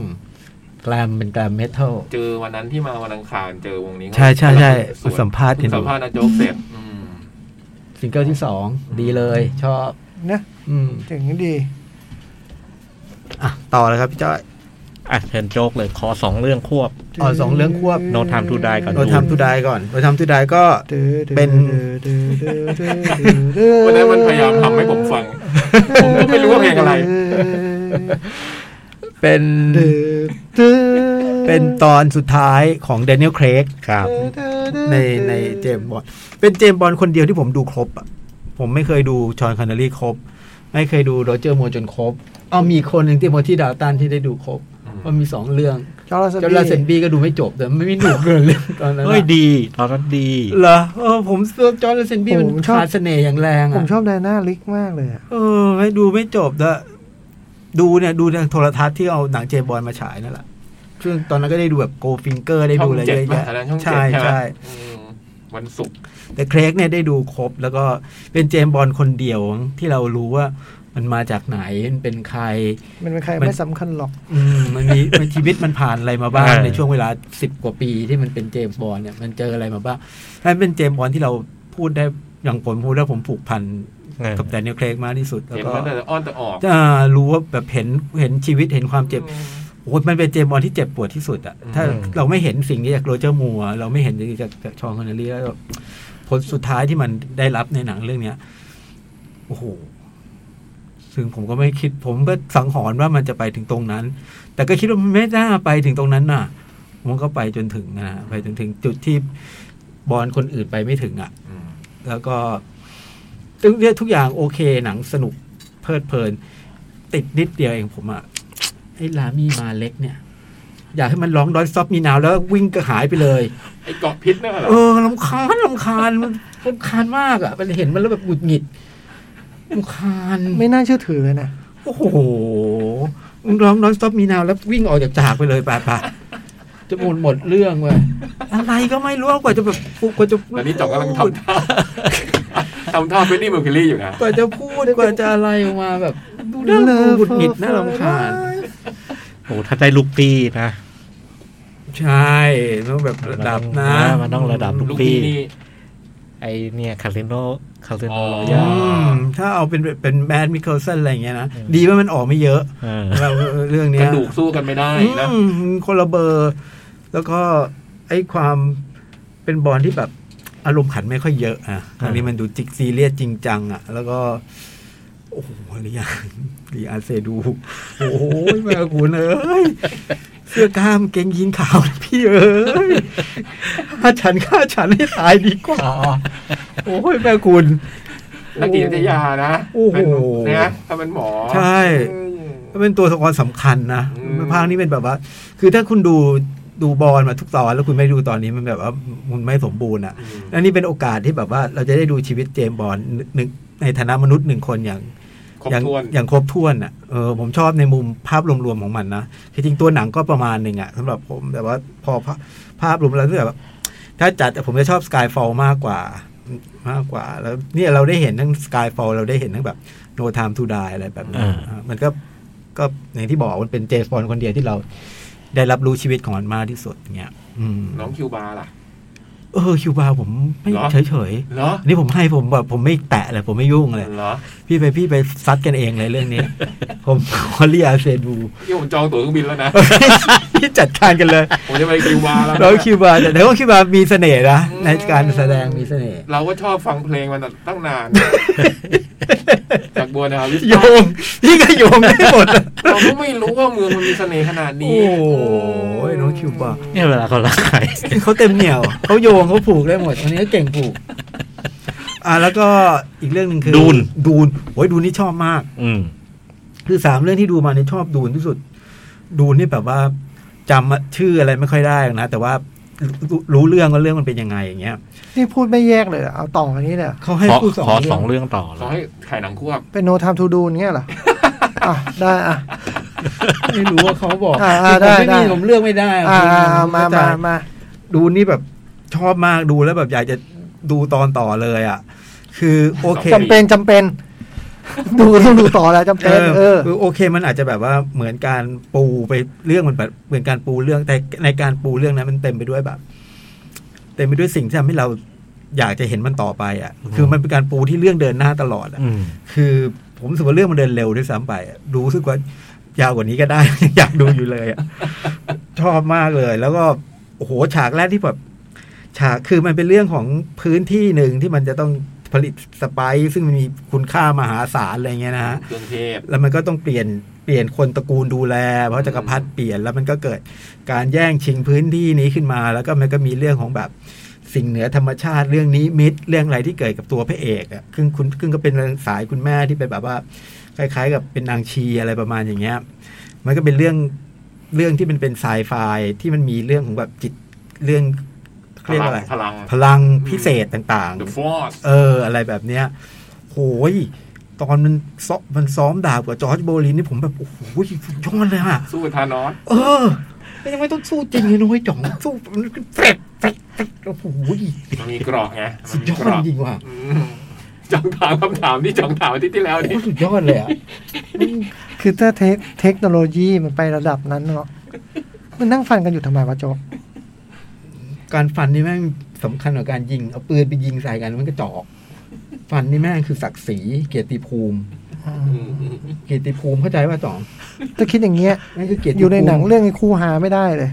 [SPEAKER 5] แกลมเป็นแกลมเมทัล
[SPEAKER 4] เจอวันนั้นที่มาวันอังคารเจอวงนี้
[SPEAKER 5] ใช่ใช่ใช่
[SPEAKER 4] สวย
[SPEAKER 5] สัมภาษณ์เห็น
[SPEAKER 4] สัมภาษณ์นะโจ๊กเสร็จอืม
[SPEAKER 5] ซิงเกิลที่สอง ดีเลยชอบ
[SPEAKER 2] นะ
[SPEAKER 5] อืม
[SPEAKER 2] เจ๋งดี
[SPEAKER 5] อ่ะ ต่อเลยครับพี่จ้อย
[SPEAKER 3] อ่ะเชิญโจ๊กเลยขอสองเรื่องควบ
[SPEAKER 5] อ๋อสองเรื่องควบ
[SPEAKER 3] No Time to Die ก่อน
[SPEAKER 5] เราทำทูดายก่อนเราทำทูดายก็ เป็น
[SPEAKER 4] วันนั้นมันพยายามทำให้ผมฟัง ผมก็ไม่รู้ว่าเพลงอะไร
[SPEAKER 5] เป็น เป็นตอนสุดท้ายของเดนิเอลเครก
[SPEAKER 3] ครับ
[SPEAKER 5] ในในเจมบอลเป็นเจมบอลคนเดียวที่ผมดูครบอ่ะ ผมไม่เคยดูชอนคอนเนอรี่ครบ ไม่เคยดูโรเจอร์มัวจนครบ เอามีคนหนึ่งที่โมที่ดาวตันที่ได้ดูครบมันมีสองเรื่อง
[SPEAKER 2] จอร์
[SPEAKER 5] จนลาเซนบีก็ดูไม่จบแต่ไม่มีหนุกเลยเรื่องตอนนั้นอะ
[SPEAKER 3] เฮ้ยดี ตอนนั้นดี
[SPEAKER 5] เหรอเออผมเสื้อจอร์แดนเซนบี้มันขาดเสน่ห์อย่างแรง
[SPEAKER 2] ผ
[SPEAKER 5] อ่ะ
[SPEAKER 2] มชอบแดนหน้าลิกมากเลยอะ
[SPEAKER 5] เออไม่ดูไม่จบด้วยดูเนี่ยดูทางโทรทัศน์ที่เอาหนังเจมส์บอลมาฉายนั่นแหละซึ่งตอนนั้นก็ได้ดูแบบโกฟิงเกอร์ได้ดูอะไร
[SPEAKER 4] ช่งจ็
[SPEAKER 5] เยอะ
[SPEAKER 4] ป่
[SPEAKER 5] แยะ
[SPEAKER 4] นนั้นช่องเจ็ด
[SPEAKER 5] ใช่
[SPEAKER 4] ใช่ไหม
[SPEAKER 5] ใช่
[SPEAKER 4] อืมวันศุกร์
[SPEAKER 5] แต่เครกเนี่ยได้ดูครบ แล้วก็เป็นเจมส์บอลคนเดียวที่เรารู้ว่ามันมาจากไหนมันเป็นใคร
[SPEAKER 2] มันเป็นใคร
[SPEAKER 5] มัน
[SPEAKER 2] ไม่สำคัญหรอก
[SPEAKER 5] อืมมันมี [laughs] มันชีวิตมันผ่านอะไรมาบ้าง
[SPEAKER 3] เออ
[SPEAKER 5] ในช่วงเวลาสิบกว่าปีที่มันเป็นเจมส์บอลเนี่ยมันเจออะไรมาบ้างถ้าเป็นเจมส์บอลที่เราพูดได้อย่างผมพูดแล้วผมผูกพันกับแต่เนลเครกมากที่สุด แล้ว
[SPEAKER 4] เห็น
[SPEAKER 5] ก็
[SPEAKER 4] มันแต่อ้อนแต่ออก
[SPEAKER 5] จะรู้ว่าแบบเห็นเห็นชีวิตเห็นความเจ็บโอ้ยมันเป็นเจมส์บอลที่เจ็บปวดที่สุดอะถ้า
[SPEAKER 3] อืม
[SPEAKER 5] เราไม่เห็นสิ่งนี้จากโรเจอร์มัวร์เราไม่เห็นจากจากชองคอนเนลลี่แล้วผลสุดท้ายที่มันได้รับในหนังเรื่องเนี้ยโอ้โห ซึ่งผมก็ไม่คิด ผมก็สังหรณ์ว่ามันจะไปถึงตรงนั้น แต่ก็คิดว่ามันไม่น่าไปถึงตรงนั้นน่ะ มันก็ไปจนถึงนะฮะไปจนถึงจุดที่บอลคนอื่นไปไม่ถึงอ่ะ
[SPEAKER 4] อืม
[SPEAKER 5] แล้วก็ทุกเนี่ยทุกอย่างโอเคหนังสนุกเพลิดเพลิน ติดนิดเดียวเองผมอ่ะไอ้ลามีมาเล็กเนี่ย อยากให้มันร้องดอนซอฟมีนาวแล้ววิ่งก็หายไปเลย
[SPEAKER 4] ไอ้เกาะพิษนั่นเหรอ
[SPEAKER 5] เออลำคาญลำคาญมันลำคาญมากอ่ะ มันเห็นมันแล้วแบบหงุดหงิดลำคาญ
[SPEAKER 2] ไม่น่าเชื่อถือเลยนะ
[SPEAKER 5] โอ้โห ร้องน้องสต็อปมีนาวแล้ววิ่งออกจากจากไปเลยป่าป่าจะหมดหมดเรื่องเว้ยอะไรก็ไม่รู้กว่าจะแบบกว่าจะพูด
[SPEAKER 4] ตอนนี้จ่องกำลังทำ
[SPEAKER 5] [laughs]
[SPEAKER 4] ท่าทำท่าเฟรดดี้เมอร์คิวรี่อยู่นะ
[SPEAKER 5] กว่าจะพู [laughs] ดกว่าจะอะไรออกมาแบบดูน่าหงุดหงิดน่ารำคาญ
[SPEAKER 3] โอ้ถ้าได้ลูกพี่นะ
[SPEAKER 5] ใช่ต้องแบบระดับนะ
[SPEAKER 3] มันต้องระดับ
[SPEAKER 4] ลูกพี่นี่
[SPEAKER 3] ไอเนี่ยคาสิโนคาสิโน
[SPEAKER 4] อ๋อ
[SPEAKER 3] รอ
[SPEAKER 5] อื
[SPEAKER 3] ยัล
[SPEAKER 5] มถ้าเอาเป็นเป็นแมดมิเคิลสันอะไรอย่างเงี้ยนะ
[SPEAKER 3] อืม
[SPEAKER 5] ดีว่ามันออกไม่เยอะ [laughs]
[SPEAKER 3] เออ
[SPEAKER 5] แบบเรื่องเนี้
[SPEAKER 4] ก
[SPEAKER 5] ย
[SPEAKER 4] ระดูกสู้กันไม่ได้นะ
[SPEAKER 5] อืมคนละเบอร์ แล้วก็ไอ้ความเป็นบอลที่แบบอารมณ์ขันไม่ค่อยเยอะอ่ะคราวนี้มันดูจิกซีเรียสจริงจังอ่ะ แล้วก็ โอ้โหลี [laughs] อาลีอาเซดู โอ้ยแม่คุณเอ้ย เสื้อกล้ามเกงยีนขาวนะพี่เอ้ย [laughs] ฆ่าฉันฆ่าฉันให้ตายดีกว่า โอ้ยแม่คุณ
[SPEAKER 4] นักจิตวิทยานะ
[SPEAKER 5] โอ้โห
[SPEAKER 4] เป็นนะถ้าเป็นหมอ
[SPEAKER 5] ใช่ เป็นตัวละครสำคัญนะ
[SPEAKER 4] อืม
[SPEAKER 5] ภาคนี้เป็นแบบว่า คือถ้าคุณดูดูบอลมาทุกตอนแล้วคุณไม่ดูตอนนี้มันแบบว่ามันไม่สมบูรณ์อ่ะ
[SPEAKER 4] อืม
[SPEAKER 5] และนี่เป็นโอกาสที่แบบว่าเราจะได้ดูชีวิตเจมส์บอลหนึ่งในฐานะมนุษย์หนึ่งคนอย่าง
[SPEAKER 4] ครบ
[SPEAKER 5] อย่าง
[SPEAKER 4] ถ้วน
[SPEAKER 5] อย่างครบถ้วนอ่ะเออผมชอบในมุมภาพรวมๆของมันนะคือจริงตัวหนังก็ประมาณหนึ่งอ่ะสำหรับผมแต่ว่าพอภาพภาพรวมแล้วรู้สึกแบบถ้าจัดอะผมจะชอบ Skyfall มากกว่ามากกว่า แล้วเนี่ยเราได้เห็นทั้ง Skyfall เราได้เห็นทั้งแบบ No Time to Die อะไรแบบนี้อ่ะมันก็ก็อย่างที่บอกมันเป็นเจสปอนคนเดียวที่เราได้รับรู้ชีวิตของมันมากที่สุดเงี้ยอืม
[SPEAKER 4] น้องคิวบาร์ล่ะ
[SPEAKER 5] เออคิวบาผมไม่
[SPEAKER 4] เหรอ
[SPEAKER 5] เฉย
[SPEAKER 4] เหรอ
[SPEAKER 5] ๆอันนี้ผมให้ผมแบบผมไม่แตะเลยผมไม่ยุ่งเลย
[SPEAKER 4] เหรอ
[SPEAKER 5] พี่ไปพี่ไปซัดกันเองเลยเรื่องนี้ [laughs] ผมขอเรียอาเซดู
[SPEAKER 4] ที่ผมจองตั๋วเครื่องบินแล้วนะ
[SPEAKER 5] [laughs] พี่จัดการกันเลย
[SPEAKER 4] ผมจะไปคิวบาร์แล้วนะ
[SPEAKER 5] แล้วคิวบาร์แต่ว่าคิวบาร์มีเสน่ห์นะในการแสดงมีเสน่ห์
[SPEAKER 4] เราก็ชอบฟังเพลงมันตั้งนาน
[SPEAKER 5] [laughs]
[SPEAKER 4] จากบัวนาวิส
[SPEAKER 5] โยง [laughs] พี่ก็โยงได้หมดอะ
[SPEAKER 4] เราก็ไม่รู้ว่าเมืองมันมีเสน่ห์ขนาดนี้
[SPEAKER 5] โอ้ยน้องคิวบาร์
[SPEAKER 3] เนี่ยเวลาเขารักใคร
[SPEAKER 5] [laughs] เขาเต็มเหนียวเขาโยงเขาผูกได้หมดวันนี้ก็เก่งผูก อ่ะแล้วก็อีกเรื่องหนึ่งคือ
[SPEAKER 3] ดูน
[SPEAKER 5] ดูนโอ้ยดูนนี่ชอบมาก
[SPEAKER 3] อืม
[SPEAKER 5] คือสามเรื่องที่ดูมาเนี่ยชอบดูนที่สุด ดูนนี่แบบว่าจำชื่ออะไรไม่ค่อยได้หรอกนะ แต่ว่ารู้รู้เรื่องว่าเรื่องมันเป็นยังไงอย่างเงี้ย
[SPEAKER 2] นี่พูดไม่แยกเลยเหรอเอาต่ออันนี้เลยเหรอ
[SPEAKER 5] เขาให้
[SPEAKER 3] ขอ
[SPEAKER 5] พูด
[SPEAKER 3] ขอส
[SPEAKER 5] ส
[SPEAKER 3] อ
[SPEAKER 5] องงเรื่อง
[SPEAKER 3] เรื่องต่อเล
[SPEAKER 4] ขอย ให้ถ่ายหนังควบ
[SPEAKER 2] เป็นโนทามทูดูเงี้ยเหรออ่ะได้อ่ะ
[SPEAKER 5] ไม่รู้ว่าเขาบอก
[SPEAKER 2] อ่าอ่า
[SPEAKER 5] ผม
[SPEAKER 2] ได้
[SPEAKER 5] ไม่มี
[SPEAKER 2] ได้
[SPEAKER 5] ผมเลือกไม่ได้
[SPEAKER 2] อ่ะอ่ะอ่ะ
[SPEAKER 5] ผม
[SPEAKER 2] มา
[SPEAKER 5] เข้ใจ
[SPEAKER 2] มามา
[SPEAKER 5] ดูนี่แบบชอบมากดูแล้วแบบอยากจะดูตอนต่อเลยอ่ะ คือโอเค
[SPEAKER 2] จำเป็นจำเป็น ดูต้องดูต่อแล้วจำเป็น เออ
[SPEAKER 5] คือโอเคมันอาจจะแบบว่าเหมือนการปูไปเรื่องมันแบบเหมือนการปูเรื่องแต่ในการปูเรื่องนั้นมันเต็มไปด้วยแบบ เต็มไปด้วยสิ่งที่ทำให้เราอยากจะเห็นมันต่อไปอ่ะ คือมันเป็นการปูที่เรื่องเดินหน้าตลอดอ่ะ
[SPEAKER 3] อืม
[SPEAKER 5] คือผมรู้สึกว่าเรื่องมันเดินเร็วด้วยซ้ำไปอะดูรู้สึกว่ายาวกว่านี้ก็ [laughs] ได้ อยากดูอยู่เลยอะชอบมากเลย แล้วก็โอ้โหฉากแรกที่แบบฉากคือมันเป็นเรื่องของพื้นที่หนึ่งที่มันจะต้องผลิตสไปซ์ซึ่งมันมีคุณค่ามหาศาลอะไรเงี้ยนะฮะ
[SPEAKER 4] เครื่องเทพ
[SPEAKER 5] แล้วมันก็ต้องเปลี่ยนเปลี่ยนคนตระกูลดูแล เพราะจักรพรรดิเปลี่ยนแล้วมันก็เกิดการแย่งชิงพื้นที่นี้ขึ้นมา แล้วก็มันก็มีเรื่องของแบบสิ่งเหนือธรรมชาติเรื่องนี้มิตรเรื่องอะไรที่เกิดกับตัวพระเอกอ่ะซึ่งคุณซึ่งก็เป็นสายคุณแม่ที่เป็นแบบว่า คล้าย ๆ กับเป็นนางชีอะไรประมาณอย่างเงี้ย มันก็เป็นเรื่องเรื่องที่มันเป็นไซไฟที่มันมีเรื่องของแบบจิตเรื่อง
[SPEAKER 4] พ
[SPEAKER 5] เรียก
[SPEAKER 4] ลั
[SPEAKER 5] ว่าง อะไร
[SPEAKER 4] พลัง
[SPEAKER 5] พลังพิเศษต่างๆ
[SPEAKER 4] The Force
[SPEAKER 5] เออ อะไรแบบเนี้ยโหย ตอนมันซ้อมมันซ้อมดาบกับจอร์จโบลินนี่ผมแบบ โอ้โหสุดยอดเลยอ่ะ
[SPEAKER 4] สู้กับธานอส
[SPEAKER 5] เออมันยังไม่ต้องสู้จริงเลยนุ้ยจ่อง สู้มันก็เฟดเฟดเฟดโอ้โห
[SPEAKER 4] มันมีเกรอกไงมั
[SPEAKER 5] สุ
[SPEAKER 4] นมี
[SPEAKER 5] ดยอด
[SPEAKER 4] เกรอก
[SPEAKER 5] จริงว่ะ
[SPEAKER 4] อืมจองถามคำถามที่จองถามอาที่ที่แล้ว
[SPEAKER 5] โอ้โห
[SPEAKER 4] นี่
[SPEAKER 5] สุดยอดเลยอ่ะ
[SPEAKER 2] คือถ้าเทคเทคโนโลยีมันไประดับนั้นเนาะมันนั่งฟันกันอยู่ทำไมวะโจ๊ก
[SPEAKER 5] การฟันนี่แม่งสำคัญกว่าการยิง เอาปืนไปยิงใส่กันมันก็จอก ฟันนี่แม่งคือศักดิ์ศรีเกียรติภูมิ
[SPEAKER 2] อืม
[SPEAKER 4] อืมอืม
[SPEAKER 5] เกียรติภูมิเข้าใจป่ะจ่อง
[SPEAKER 2] ถ้าคิดอย่างเงี้ย
[SPEAKER 5] นั่นคือเกียรติ
[SPEAKER 2] อ
[SPEAKER 5] ภูมิ
[SPEAKER 2] ยู่ในหนังเรื่องไอ้คู่หาไม่ได้เลย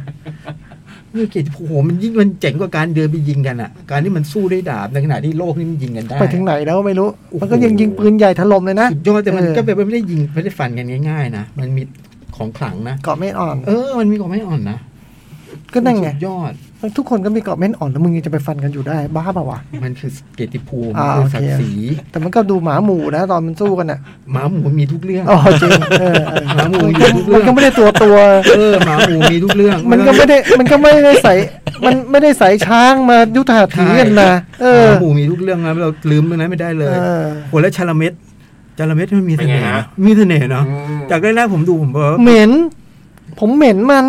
[SPEAKER 5] เมื่อกี้โอ้โหมันยิ่งมันเจ๋งกว่าการเดินไปยิงกันอ่ะ การที่มันสู้ด้วยดาบในขณะที่โลกนี่มันยิงกันได้
[SPEAKER 2] ไปถึงไหนแล้วไม่รู้
[SPEAKER 5] โอ้โห
[SPEAKER 2] มันก็ยังยิงปืนใหญ่ถล่มเลยนะ
[SPEAKER 5] สุดยอดแต่มัน
[SPEAKER 2] เออ
[SPEAKER 5] ก็แบบว่าไม่ได้ยิงไม่ได้ฟันกันง่ายๆนะมันมีของขลังนะ
[SPEAKER 2] เกาะเม่นอ่อน
[SPEAKER 5] เออ มันมีของไม่อ่อนนะ
[SPEAKER 2] ก็นั่นไง
[SPEAKER 5] สุดยอด
[SPEAKER 2] ทุกคนก็มีเกาะเม่นอ่อนแล้วมึงยังจะไปฟันกันอยู่ได้ บ้าเปล่าวะ
[SPEAKER 5] มันคือเกียรติภูมิ
[SPEAKER 2] อ่า
[SPEAKER 5] คือ
[SPEAKER 2] โอเค
[SPEAKER 5] ศักดิ์ศรี
[SPEAKER 2] แต่มันก็ดูหมาหมู่นะ ตอนมันสู้กันอ่ะ
[SPEAKER 5] หมาหมูมีทุกเรื่อง
[SPEAKER 2] อ๋อจริงเออเออ
[SPEAKER 5] หมาหมู่อยู่ทุกเรื่
[SPEAKER 2] มั
[SPEAKER 5] อน ง
[SPEAKER 2] ก็ไม่ได้ตัวตัว
[SPEAKER 5] เออหมาหมูมีทุกเรื่อง
[SPEAKER 2] มันก็ไม่ได้ มันก็ไม่ได้ใส่มันไม่ได้ใส่ช้างมายุทธหัตถีกันนะเอ
[SPEAKER 5] ห
[SPEAKER 2] อ
[SPEAKER 5] มาหมูมีทุกเรื่องนะเราลืมเรื่องนั้นไม่ได้เลย
[SPEAKER 2] เออ
[SPEAKER 5] โหแล้วชาลาเม็ด จาระเม็ดมันมีเสน่
[SPEAKER 4] เป็น
[SPEAKER 5] ห์
[SPEAKER 4] ไง
[SPEAKER 5] นะ
[SPEAKER 4] ฮะ
[SPEAKER 5] มีเสน่ห์เนาะ
[SPEAKER 4] อืม
[SPEAKER 5] จากแรกๆผมดูผมบอกว่า
[SPEAKER 2] เหม็น ผมเหม็นมัน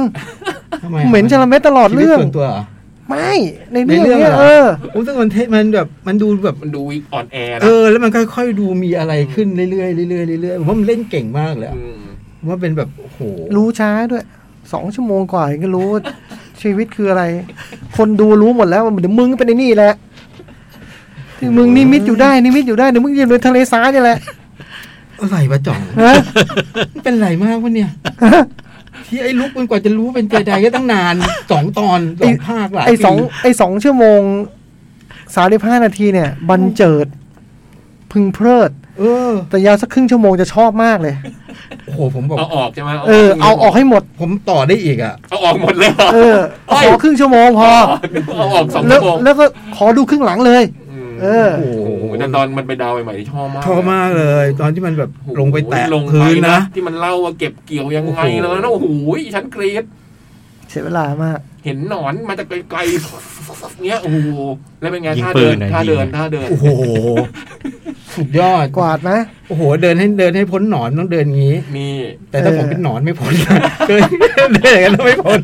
[SPEAKER 5] ทำไมอะ
[SPEAKER 2] เหม็นจระเม็ดตลอด
[SPEAKER 5] ชีวิต
[SPEAKER 2] เรื่อง
[SPEAKER 5] ส่วนตัวเหรอ
[SPEAKER 2] ไม่ใน
[SPEAKER 5] ใน
[SPEAKER 2] เรื่อง
[SPEAKER 5] เรื่อง
[SPEAKER 2] เนี้ย
[SPEAKER 5] เหรอ
[SPEAKER 2] เออ
[SPEAKER 5] ผมซึ่งมันเทมันแบบมันดูแบบ
[SPEAKER 4] มันดูวิกอ่อนแอนะ
[SPEAKER 5] เออ แล้วมันค่อยๆดูมีอะไรขึ้นเรื่อยๆเรื่อยๆเรื่อยๆผมว่ามันเล่นเก่งมากเลยอะ
[SPEAKER 4] ม
[SPEAKER 5] ผมว่าเป็นแบบโอ้โห
[SPEAKER 2] รู้ช้าด้วยสองชั่วโมงกว่าเองก็รู้ว่าชีวิตคืออะไร คนดูรู้หมดแล้วว่าเดี๋ยวมึงก็เป็นไอ้นี่แหละที่มึงนิมิตอยู่ได้นิมิตอยู่ได้เดี๋ยวมึงอยู่ในทะเลทรายนี่แหละ
[SPEAKER 5] อะไรวะ
[SPEAKER 2] [laughs]
[SPEAKER 5] จ่อง [laughs]
[SPEAKER 2] ฮะ
[SPEAKER 5] มันเป็นไรมากวะเนี่ย ที่ไอ้ลุกมันกว่าจะรู้เป็นเจไดก็ตั้งนานสองตอนสองภาคหลาย
[SPEAKER 2] ไอสอง
[SPEAKER 5] ปี
[SPEAKER 2] ไอสองชั่วโมงสามสิบห้านาทีเนี่ย บันเจิด พึงเพลิด
[SPEAKER 5] เออ
[SPEAKER 2] แต่ยาวสักครึ่งชั่วโมงจะชอบมากเลย
[SPEAKER 5] โอ้โหผมบอก
[SPEAKER 4] เอาออกใช่ไหม
[SPEAKER 2] เออ เอาออกให้หมด
[SPEAKER 5] ผมต่อได้อีกอ่ะ
[SPEAKER 4] เอาออกหมดเลยเหรอ
[SPEAKER 2] เออ
[SPEAKER 4] เฮ้ย
[SPEAKER 2] ขอครึ่งชั่วโมงพอ
[SPEAKER 4] เอาออกสอง
[SPEAKER 2] แล้
[SPEAKER 4] ชั่ว
[SPEAKER 2] ว
[SPEAKER 4] โมง
[SPEAKER 2] แล้วก็ขอดูครึ่งหลังเลย
[SPEAKER 4] ม
[SPEAKER 2] เออ
[SPEAKER 4] โอ้โหแต่ตอนมันไปดาวใหม่ๆที่ชอบมาก
[SPEAKER 5] ชอบมากเลย ตอนที่มันแบบ
[SPEAKER 4] โอ้โห
[SPEAKER 5] ลงไปแตะ
[SPEAKER 4] ลงไป
[SPEAKER 5] พื้นนะ
[SPEAKER 4] ที่มันเล่าว่าเก็บเกี่ยวยังไง
[SPEAKER 5] โอ้โห
[SPEAKER 4] แล้วนะโอ้โหฉันกรี๊ด
[SPEAKER 2] เสียเวลามาก
[SPEAKER 4] เห็นหนอนมาจากไกลๆเนี้ยโอ้โหแล้วเป็นไง
[SPEAKER 3] ยิง
[SPEAKER 4] ท่า
[SPEAKER 3] ปื
[SPEAKER 4] เดิ
[SPEAKER 3] น
[SPEAKER 4] น
[SPEAKER 3] หน่อย
[SPEAKER 4] ท่าเดิน
[SPEAKER 3] ยิง
[SPEAKER 4] ท่าเดิน
[SPEAKER 5] โอ้โหสุดยอด
[SPEAKER 2] กวาดไหม
[SPEAKER 5] โอ้โห เดินให้เดินให้พ้นหนอนต้องเดินงี้
[SPEAKER 4] มี
[SPEAKER 5] แต่ถ้าผมเป็นหนอนไม่พ้น [laughs] นะเดินเดินอย่างนั้นต้องไม่พ้น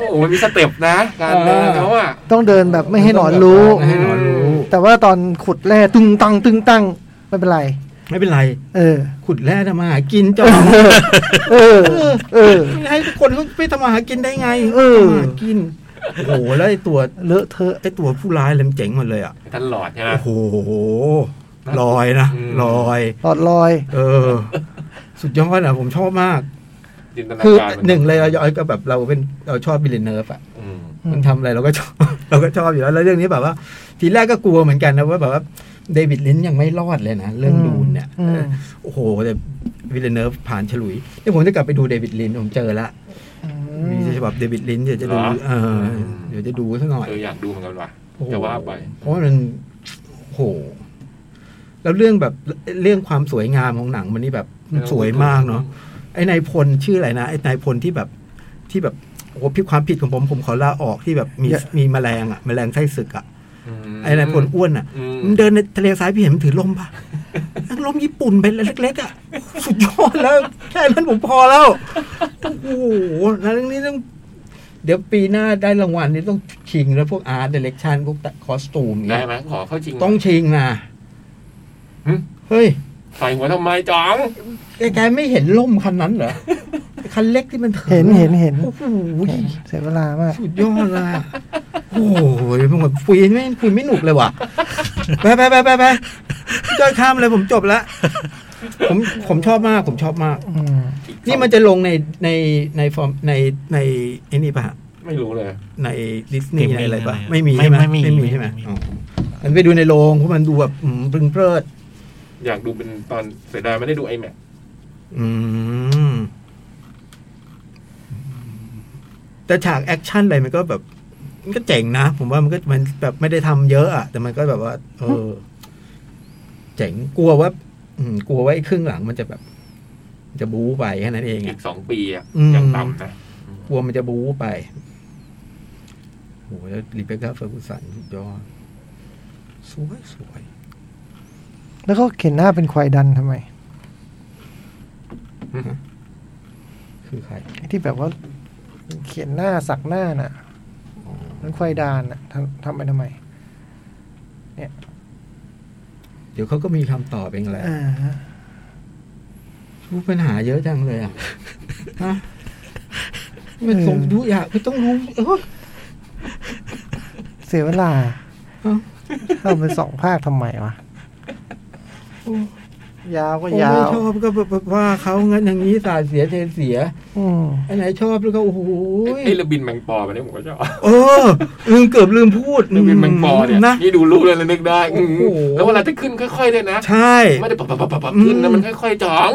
[SPEAKER 4] โอ้โหมันมีสเต็ปนะ การเดิน
[SPEAKER 5] เออ
[SPEAKER 4] เขาอะ
[SPEAKER 2] ต้องเดินแบบไม่ให้หนอนรู้
[SPEAKER 5] ไม่ให้หนอนรู้
[SPEAKER 2] แต่ว่าตอนขุดแร่ตึงตังตึงตังไม่เป็นไร
[SPEAKER 5] ไม่เป็นไร
[SPEAKER 2] เออ
[SPEAKER 5] ขุดแร่ทำมาหากินจอม
[SPEAKER 2] เออ เออ
[SPEAKER 5] ไม่ให้คนเขาไปทำมาหากินได้ไง
[SPEAKER 2] เออ
[SPEAKER 5] ทำมาหากินโอ้โหแล้วไอ้ตัว
[SPEAKER 2] เลอะเทอะ
[SPEAKER 5] ไอ้ตัวผู้ร้ายเลยมันเจ๋งหมดเลยอ่ะ
[SPEAKER 4] ท่านหลอดใช่ไหม
[SPEAKER 5] โอ้โหลอยนะ
[SPEAKER 4] อืม
[SPEAKER 5] ลอย
[SPEAKER 2] หลอดลอย
[SPEAKER 5] เออ สุดยอดอ่ะผมชอบมาก
[SPEAKER 4] จินตนา
[SPEAKER 5] คือ
[SPEAKER 4] การมั
[SPEAKER 5] หนึ่งเลยเราย้อนก็แบบเราเป็นเราชอบบิลเลนเนอร์ฟอ่ะ
[SPEAKER 4] อืม
[SPEAKER 2] อืม
[SPEAKER 5] มันทำอะไรเราก็ชอบ [laughs] เราก็ชอบอยู่แล้วแล้วเรื่องนี้แบบว่า ทีแรกก็กลัวเหมือนกันนะว่าแบบว่าเดวิดลินช์ยังไม่รอดเลยนะเรื่องดูนเนี่ย
[SPEAKER 2] อืม
[SPEAKER 5] โอ้โหแต่วิลเลนเนอร์ฟผ่านฉลุยนี่ผมจะกลับไปดูเดวิดลินช์ผมเจอละ
[SPEAKER 2] อื
[SPEAKER 5] มี
[SPEAKER 2] ม
[SPEAKER 5] ฉบับเดวิดลินช์เดี๋ยวจะดูเออเดี๋ยวจะดูซะหน่อย
[SPEAKER 4] เอออยากดูเหมือนกันว่ะ
[SPEAKER 5] โอ้โห
[SPEAKER 4] จะว่าไป
[SPEAKER 5] เพราะว่ามันโอ้โหแล้วเรื่องแบบเรื่องความสวยงามของหนังมันนี่แบบมันสวยมากเนาะ ไอ้นายพลชื่ออะไรนะไอ้นายพลที่แบบที่แบบโอ้โหพี่ความผิดของผมผมขอลาออกที่แบบมีมีแมลงอ่ะแมลงไส้ศึกอ่ะ
[SPEAKER 4] ม
[SPEAKER 5] ไอ้นายพลอ้วนอ่ะ
[SPEAKER 4] อืม
[SPEAKER 5] มันเดินในทะเลทรายพี่เห็นมันถือล่มปะนั่งล่มญี่ปุ่นเป็นเล็กๆอ่ะสุดยอดแล้ว แค่นั้นผมพอแล้วโอ้โหแล้วเรื่องนี้ต้อง เดี๋ยวปีหน้าได้รางวัลนี่ต้องชิงแล้วพวกอาร์ตเดเรคชันพวกคอสตูม
[SPEAKER 4] ได้
[SPEAKER 5] เนี่ย
[SPEAKER 4] ไหมขอเข้าจริง
[SPEAKER 5] ต้องชิงนะ
[SPEAKER 4] หึ
[SPEAKER 5] เฮ้ย
[SPEAKER 4] ใส่หัวทำไมจ๋อง
[SPEAKER 5] แกไม่เห็นล่มคันนั้นเหรอ คันเล็กที่มันถือ
[SPEAKER 2] เห็นเห็นเห็น
[SPEAKER 5] โอ้โห
[SPEAKER 2] เสียเวลามาก
[SPEAKER 5] สุดยอดเลยอะโอ้โหผมแบบคุยไม่คุยไม่หนุกเลยว่ะ ไปไปไปไปไปจอยข้ามเลยผมจบละผมผมชอบมาก ผมชอบมาก
[SPEAKER 2] อืม
[SPEAKER 5] นี่มันจะลงในในในฟอร์มในในไอ้นี่ปะฮะ
[SPEAKER 4] ไม่รู้เลย
[SPEAKER 5] ในดิสนีย์
[SPEAKER 3] Streaming
[SPEAKER 5] ในอะไรปะ
[SPEAKER 3] อะไร
[SPEAKER 5] ไม่มี
[SPEAKER 3] ไม่
[SPEAKER 5] ใช่ไหม
[SPEAKER 3] ไม่มี
[SPEAKER 5] ไม่มีใช่ไหม
[SPEAKER 3] ไม่มี
[SPEAKER 5] อ๋อมันไปดูในโรงเพราะมันดูแบบอืมพรึงเพลิด
[SPEAKER 4] อยากดูเป็นตอนเสียดายไม่ได้ดูไอแม็ก
[SPEAKER 5] อืม แต่ฉากแอคชั่นอะไรมันก็แบบ มันก็เจ๋งนะ ผมว่ามันก็มันแบบไม่ได้ทำเยอะอะแต่มันก็แบบว่า เออ เจ๋งกลัวว่า อืม กลัวว่าไอ้ครึ่งหลังมันจะแบบ จะบู๊ไปแค่นั้นเอง
[SPEAKER 4] อี
[SPEAKER 5] อะ
[SPEAKER 4] กสองปีอ่ะ
[SPEAKER 5] อืม
[SPEAKER 4] ยังต่ำนะ
[SPEAKER 5] กลัวมันจะบู๊ไปโหแล้วรีเบคก้าเฟอร์กูสันสุดยอดสวยสวย
[SPEAKER 2] แล้วก็เขียนหน้าเป็นควายดันทำไม
[SPEAKER 5] คือใคร
[SPEAKER 2] ที่แบบว่าเขียนหน้าสักหน้าน่ะ
[SPEAKER 5] อ๋อ
[SPEAKER 2] มันควายดานน่ะทำทำไปทำไม
[SPEAKER 5] เดี๋ยวเขาก็มีคำตอบเองแหละ
[SPEAKER 2] เออ
[SPEAKER 5] รู้ปัญหาเยอะจังเลยอ่ะ ฮะมันสงรู้อยากไม่ต้องรู้เออ
[SPEAKER 2] เสียเวลา
[SPEAKER 5] เอ้า
[SPEAKER 2] เข้าไป [laughs] สองภาคทำไมวะยาว
[SPEAKER 5] ผ
[SPEAKER 2] ก็
[SPEAKER 5] มไม่
[SPEAKER 2] ยาว
[SPEAKER 5] ชอบก็แบบว่าเขางั้นอย่างนี้สาดเสียเทเสีย
[SPEAKER 2] อืม
[SPEAKER 5] อันไหนชอบแล้วก็โอ้โหย
[SPEAKER 4] ไอ้ระบินแมงปอไปเนี่ยผมก็ชอบ
[SPEAKER 5] เออลืมเกือบลืมพูด
[SPEAKER 4] ระบินแมงปอเนี่ย
[SPEAKER 5] นะ
[SPEAKER 4] นี่ดูรูปเลยแล้วนึกได้
[SPEAKER 5] โอ้โห
[SPEAKER 4] อืมแล้วเวลาจะขึ้นค่อยๆด้วยนะ
[SPEAKER 5] ใช่
[SPEAKER 4] ไม่ได้ปับปับปับปับขึ้น
[SPEAKER 5] อื
[SPEAKER 4] นะ
[SPEAKER 5] ม
[SPEAKER 4] มันค่อยๆจ๋อง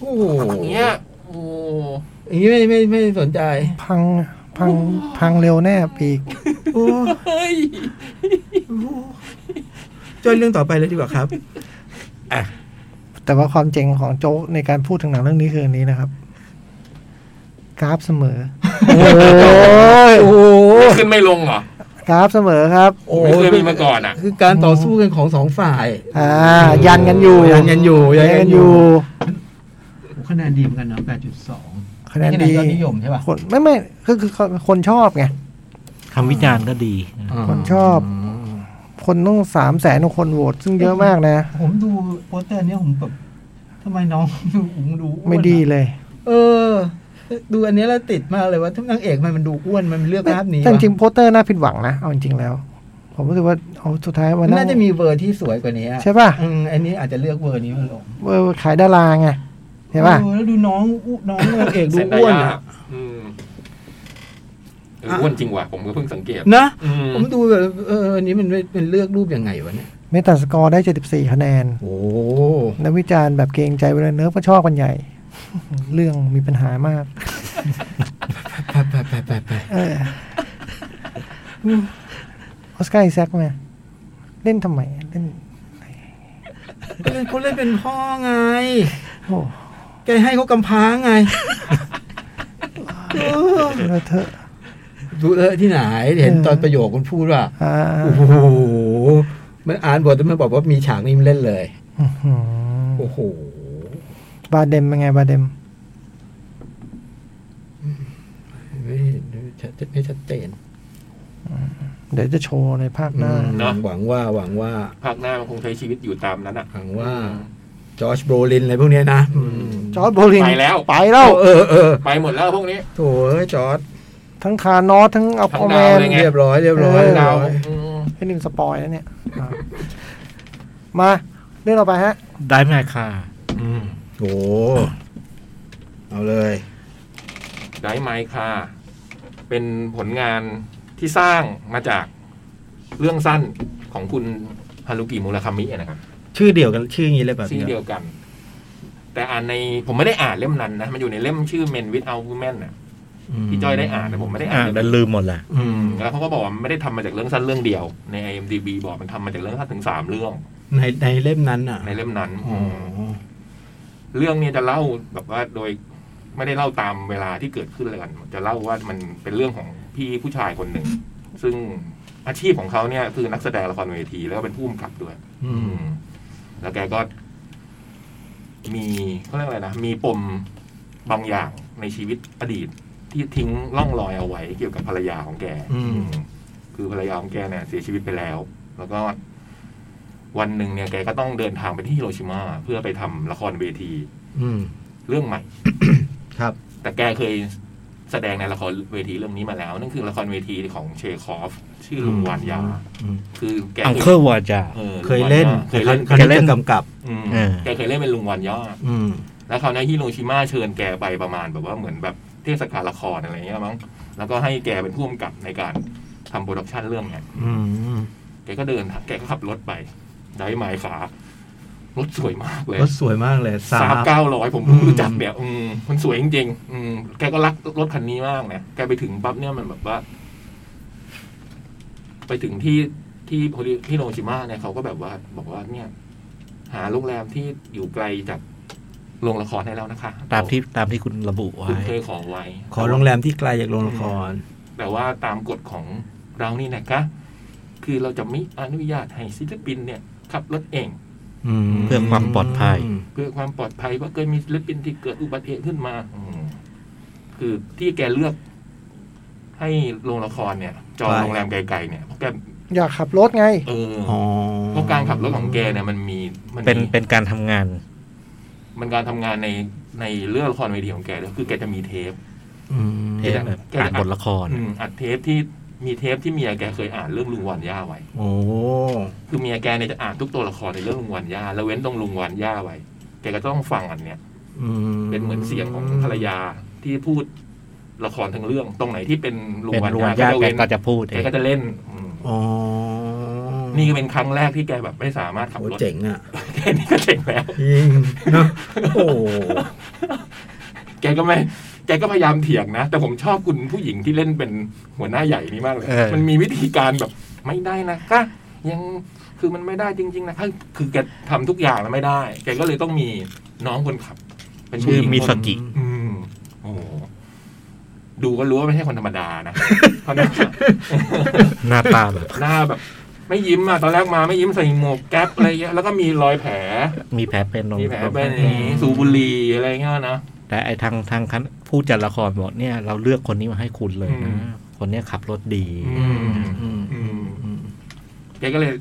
[SPEAKER 5] โอ้โห
[SPEAKER 4] อย่างเงี้ยโอ้
[SPEAKER 5] อย่างนี้ไม่ไม่ไม่สนใจ
[SPEAKER 2] พังพังพังเร็วแน่ปีก
[SPEAKER 5] โอ้
[SPEAKER 4] เฮ้ย
[SPEAKER 5] จอยเรื่องต่อไปเลยดีกว่าครับ
[SPEAKER 2] แต่ว่าความเจ๋งของโจ๊กในการพูดถึงหนังเรื่องนี้คืออันนี้นะครับ กราฟเสมอ โอ้ย
[SPEAKER 5] โอ้โห
[SPEAKER 4] ขึ้นไม่ลงเหรอ
[SPEAKER 2] ครับเสมอครับ
[SPEAKER 5] โอ้
[SPEAKER 4] ไม่เคยมีมาก่อนอ่ะ
[SPEAKER 5] คือการต่อสู้กันของสองฝ่าย
[SPEAKER 2] อ่า ยันกันอยู่
[SPEAKER 5] ยันกันอยู่ยันกันอยู่คะแนนดีเหมือนกันเนาะ8.2
[SPEAKER 2] คะแนนดี
[SPEAKER 5] ยอดนิยมใช่ป่ะ
[SPEAKER 2] คนไม่ไม่คือคือคนชอบไง
[SPEAKER 3] คำวิจารณ์ก็ดี
[SPEAKER 2] คนชอบ
[SPEAKER 5] ม
[SPEAKER 2] คนต้องสามแสนคนโหวตซึ่งเยอะมากนะ
[SPEAKER 1] ผมดูโปสเตอร์เนี้ยผมแบบทำไมน้อง ดูผมดูอ้วนอะ
[SPEAKER 2] ไม่ดีเลย
[SPEAKER 1] เออ ดูอันเนี้ยแล้วติดมากเลยว่าทั้งนางเอกมันมันดูอ้วนมันเลือกภาพนี้
[SPEAKER 2] แต่จ
[SPEAKER 1] วะ
[SPEAKER 2] ริงๆโพสเตอร์น่าผิดหวังนะ เอาจริงๆแล้ว ผมรู้สึกว่าเอาสุดท้าย
[SPEAKER 1] มั
[SPEAKER 2] วัน นนั้
[SPEAKER 1] น่าน จะมีเวอร์ที่สวยกว่านี้อะ
[SPEAKER 2] ใช่ป่ะ
[SPEAKER 1] อืมอันนี้อาจจะเลือกเวอร์นี้มาลง
[SPEAKER 2] เออขายดาราไงใช่ป่ะ
[SPEAKER 1] เออแล้วดูน้องอู้น้องนางเอกดู
[SPEAKER 4] เส้นได้
[SPEAKER 1] อ้วน
[SPEAKER 4] ยา
[SPEAKER 1] อะ
[SPEAKER 4] กอืมเอออ้วนจริงว่ะผมก็เพิ่งสังเกต
[SPEAKER 5] นะ
[SPEAKER 4] อืม
[SPEAKER 5] ผมดูแบบเอออันนี้มันเป็นเลือกรูปยังไงวะเนี่ย
[SPEAKER 2] เมตาสกอร์ได้ 74 คะแนน
[SPEAKER 5] โอ้
[SPEAKER 2] นักวิจารณ์แบบเกรงใจเวลาเนิร์ฟก็ชอบกันใหญ่ [laughs] เรื่องมีปัญหามาก
[SPEAKER 5] ไปไปไปไปไป
[SPEAKER 2] เออออสการ์ไอแซคมา เล่นทำไมเล่น
[SPEAKER 5] เขาเล่นเขาเล่นเป็นพ่อไง
[SPEAKER 2] โอ้
[SPEAKER 5] แกให้เขากำพร้าไง
[SPEAKER 2] เลอะเธอะ
[SPEAKER 5] ดูเออที่ไหน เห็น
[SPEAKER 2] เออ
[SPEAKER 5] ตอนประโยคคุณพูดว่า
[SPEAKER 2] อ่า
[SPEAKER 5] โอ้โห มันอ่านบทแล้วมันบอกว่ามีฉากนี้มันเล่นเลย
[SPEAKER 2] อื้อหือ
[SPEAKER 5] โอ้โห
[SPEAKER 2] บาเดมเป็นไงบาเดม
[SPEAKER 5] ไม่เห็นชัดไม่ชัดเจน
[SPEAKER 2] เดี๋ยวจะโชว์ในภาคหน้า
[SPEAKER 5] อืมหวังว่าหวังว่า
[SPEAKER 4] ภาคหน้ามันคงใช้ชีวิตอยู่ตามนั้นอ่ะ
[SPEAKER 5] หวังว่า จอร์จโบรลินอะไรพวกเนี้ยนะอืม
[SPEAKER 2] จอร์ดโบลิน
[SPEAKER 4] ไปแล้ว
[SPEAKER 2] ไปแล้ว
[SPEAKER 5] เออเออ
[SPEAKER 4] ไปหมดแล้วพวกนี้
[SPEAKER 5] โถ่เอ้ยจอร์จ
[SPEAKER 2] ทั้งคานอสทั้งอัลคอแมน
[SPEAKER 4] ทั้งดาวล ไง
[SPEAKER 5] เรียบร้อยเรียบร้อย
[SPEAKER 2] เออ
[SPEAKER 5] เรียบ
[SPEAKER 4] ดาว
[SPEAKER 5] ร้อย
[SPEAKER 4] อืม
[SPEAKER 2] ให้นิวสปอยแล้วเนี่ยอ่ะมาเรื่องต่อไปฮะ
[SPEAKER 3] ได้แม่ค่ะ
[SPEAKER 4] อืม
[SPEAKER 5] โอ้โห เอาเลย
[SPEAKER 4] ไดไมค่ะ เป็นผลงานที่สร้างมาจากเรื่องสั้นของคุณฮารุกิมูราคามินะครับ
[SPEAKER 5] ชื่อเดียวกันชื่ออย่างนี้เลยแบบ
[SPEAKER 4] ชื่อเดียวกัน แต่อ่านในผมไม่ได้อ่านเล่มนั้นนะ มันอยู่ในเล่มชื่อ Men Without Women นะพี่จ้อยได้อ่านแต่ผมไม่ได้
[SPEAKER 3] อ่า
[SPEAKER 4] อ่านเล่
[SPEAKER 3] ดั
[SPEAKER 4] ม
[SPEAKER 3] นลืมหมดแหละ
[SPEAKER 5] อืม
[SPEAKER 4] แล้วเขาก็บอกว่ามันไม่ได้ทำมาจากเรื่องสั้นเรื่องเดียว ใน IMDb บอกมันทำมาจากเรื่องสั้นถึงสามเรื่อง
[SPEAKER 5] ในในเล่มนั้นอ่ะ
[SPEAKER 4] ในเล่มนั้น
[SPEAKER 5] อ๋อ
[SPEAKER 4] เรื่องเนี้จะเล่าแบบว่าโดยไม่ได้เล่าตามเวลาที่เกิดขึ้นเลยกันจะเล่าว่ามันเป็นเรื่องของพี่ผู้ชายคนหนึ่ง ซึ่งอาชีพของเขาเนี่ยคือนักแสดงละครเวทีแล้วก็เป็นผู้กำกับด้วย
[SPEAKER 5] อืม
[SPEAKER 4] แล้วแกก็ มีเขาเรียกอะไรนะ มีปมบางอย่างในชีวิตอดีต ที่ทิ้งร่องรอยเอาไว้ เกี่ยวกับภรรยาของแก
[SPEAKER 5] อืม
[SPEAKER 4] อืมคือภรรยาของแกเนี่ยเสียชีวิตไปแล้ว แล้วก็ วันหนึ่งเนี่ยแกก็ต้องเดินทางไปที่ฮิโรชิมาเพื่อไปทำละครเวที
[SPEAKER 5] อืม
[SPEAKER 4] เรื่องใหม่
[SPEAKER 5] ครับ
[SPEAKER 4] แต่แกเคยแสดงในละครเวทีเรื่องนี้มาแล้ว นั่นคือละครเวทีของเชคอฟ ชื่อลุงวานยา
[SPEAKER 5] อืม
[SPEAKER 4] คือแก
[SPEAKER 3] อังเคิลวาจา
[SPEAKER 4] ออ
[SPEAKER 5] เคยเล่น
[SPEAKER 4] เคยเล่น
[SPEAKER 5] คราว
[SPEAKER 3] เคยเล่
[SPEAKER 5] นี้
[SPEAKER 3] น
[SPEAKER 5] จะกำกับ
[SPEAKER 4] อืม
[SPEAKER 3] เออ
[SPEAKER 4] แกเคยเล่นเป็นลุงวานยา
[SPEAKER 5] อืม
[SPEAKER 4] แล้วคราวนี้ฮิโรชิมาเชิญแกไปประมาณแบบว่าเหมือนแบบเทศกาลละครอะไรเงี้ยมั้ง แล้วก็ให้แกเป็นผู้กำกับในการทำโปรดักชันเรื่องเนี้ย
[SPEAKER 5] อืม
[SPEAKER 4] แกก็เดินทางแกก็ขับรถไปได้ไม้ขารถสวยมากเลย
[SPEAKER 5] รถสวยมากเลยสา
[SPEAKER 4] สาม มเก้าร้อยผมเพิ่ง
[SPEAKER 5] อืม
[SPEAKER 4] รู้จักเนี่ยอืมมันสวยจริงๆอืมแกก็รักรถคันนี้มากเนี่ยแกไปถึงปั๊บเนี่ยมันแบบว่า ไปถึงที่ที่ฮิโรชิมาเนี่ยเขาก็แบบว่า บอกว่าเนี่ย หาโรงแรมที่อยู่ไกลจากโรงละครให้แล้วนะคะ
[SPEAKER 3] ตามที่ตามที่คุณระบุ
[SPEAKER 4] คุ
[SPEAKER 3] ไว้
[SPEAKER 4] ณเคยขอไว้
[SPEAKER 5] ขอโรงแรมที่ไกลจากโรงละคร
[SPEAKER 4] แต่ว่าตามกฎของเรานี่นะคะคือเราจะไม่อนุญาตให้ศิลปินเนี่ยขับรถเอง
[SPEAKER 5] อืม
[SPEAKER 3] เพื่อความปลอดภัย
[SPEAKER 4] เพื่อความปลอดภัยว่าะเคยมีศิลปินที่เกิดอุบัติเหตุขึ้นมาอืมคือที่แกเลือก ให้โรงละครเนี่ย จองโรงแรมไกลๆเนี่ยเพราะแก
[SPEAKER 2] อยากขับรถไง
[SPEAKER 4] เออ
[SPEAKER 5] อ๋อ
[SPEAKER 4] เพราะการขับรถของแกเนี่ยมันมีมันมี
[SPEAKER 3] เป็นเป็นการทำงาน
[SPEAKER 4] มันการทำงานในในเรื่องละครเวทีของแกด้วยคือแกจะมีเทป
[SPEAKER 5] อืม
[SPEAKER 3] เทปแบบอ่านบทละคร
[SPEAKER 4] อืมอัดเทปที่มีเทปที่เมียแกเคยอ่านเรื่องลุงวันย่าไว้
[SPEAKER 5] โอ้
[SPEAKER 4] คือเมียแกเนี่ยจะอ่านทุกตัวละครในเรื่องลุงวันย่าแล้วเว้นตรงลุงวันย่าไว้ แกก็ต้องฟังอันเนี้ย
[SPEAKER 5] อื
[SPEAKER 4] เป็นเหมือนเสียงของภรรยาที่พูดละครทั้งเรื่อง ตรงไหนที่เป็นลุง
[SPEAKER 3] เป็น
[SPEAKER 4] วัน
[SPEAKER 3] รว
[SPEAKER 4] ย่าย
[SPEAKER 3] นาก
[SPEAKER 4] ก็
[SPEAKER 3] แก
[SPEAKER 4] เว้น
[SPEAKER 3] ก็จะพูดเอ
[SPEAKER 4] แก
[SPEAKER 3] ง
[SPEAKER 4] ก็จะเล่นอืม
[SPEAKER 5] อ๋อ
[SPEAKER 4] นี่ก็เป็นครั้งแรกที่แกแบบไม่สามารถขับ
[SPEAKER 5] โอ้
[SPEAKER 4] รถ
[SPEAKER 5] เจ๋งอ่ะ
[SPEAKER 4] แค่นี้ก็เจ๋งแล้ว
[SPEAKER 5] จริงเนอะโอ้
[SPEAKER 4] แกก็ไม่แกก็พยายามเถียงนะ แต่ผมชอบคุณผู้หญิงที่เล่นเป็นหัวหน้าใหญ่นี่มากเลย
[SPEAKER 3] เออ
[SPEAKER 4] มันมีวิธีการแบบไม่ได้นะคะยังคือมันไม่ได้จริง ๆ นะคะคือแกทำทุกอย่างแล้วไม่ได้ แกก็เลยต้องมีน้องคนขับ เป็นผู้
[SPEAKER 3] ชื่อ
[SPEAKER 4] หญิง
[SPEAKER 3] มิ
[SPEAKER 4] ค
[SPEAKER 3] ส
[SPEAKER 4] น
[SPEAKER 3] กิ
[SPEAKER 4] อืมโอ้โห ดูก็รู้ว่าไม่ใช่คนธรรมดานะ [laughs] เขาเนี่ย
[SPEAKER 3] หน้าตาแบบ [laughs]
[SPEAKER 4] หน้าแบบ ไม่ยิ้มอ่ะตอนแรกมาไม่ยิ้มใส่หมวกแก๊ปอะไรเงี้ยแล้วก็มีรอยแผล
[SPEAKER 3] มีแผลเป็นลง
[SPEAKER 4] มีแผลเป็นอย่างงี้สูบบุหรีอะไรเงี้ยนะ
[SPEAKER 3] แต่ไอทางทางคันผู้จัดละครบอกเนี่ย เราเลือกคนนี้มาให้คุณเลย
[SPEAKER 4] อืม
[SPEAKER 3] นะคนเนี้ยขับรถดี
[SPEAKER 4] อืม
[SPEAKER 5] อืม
[SPEAKER 4] อืม
[SPEAKER 5] อืม
[SPEAKER 4] แกก็เลย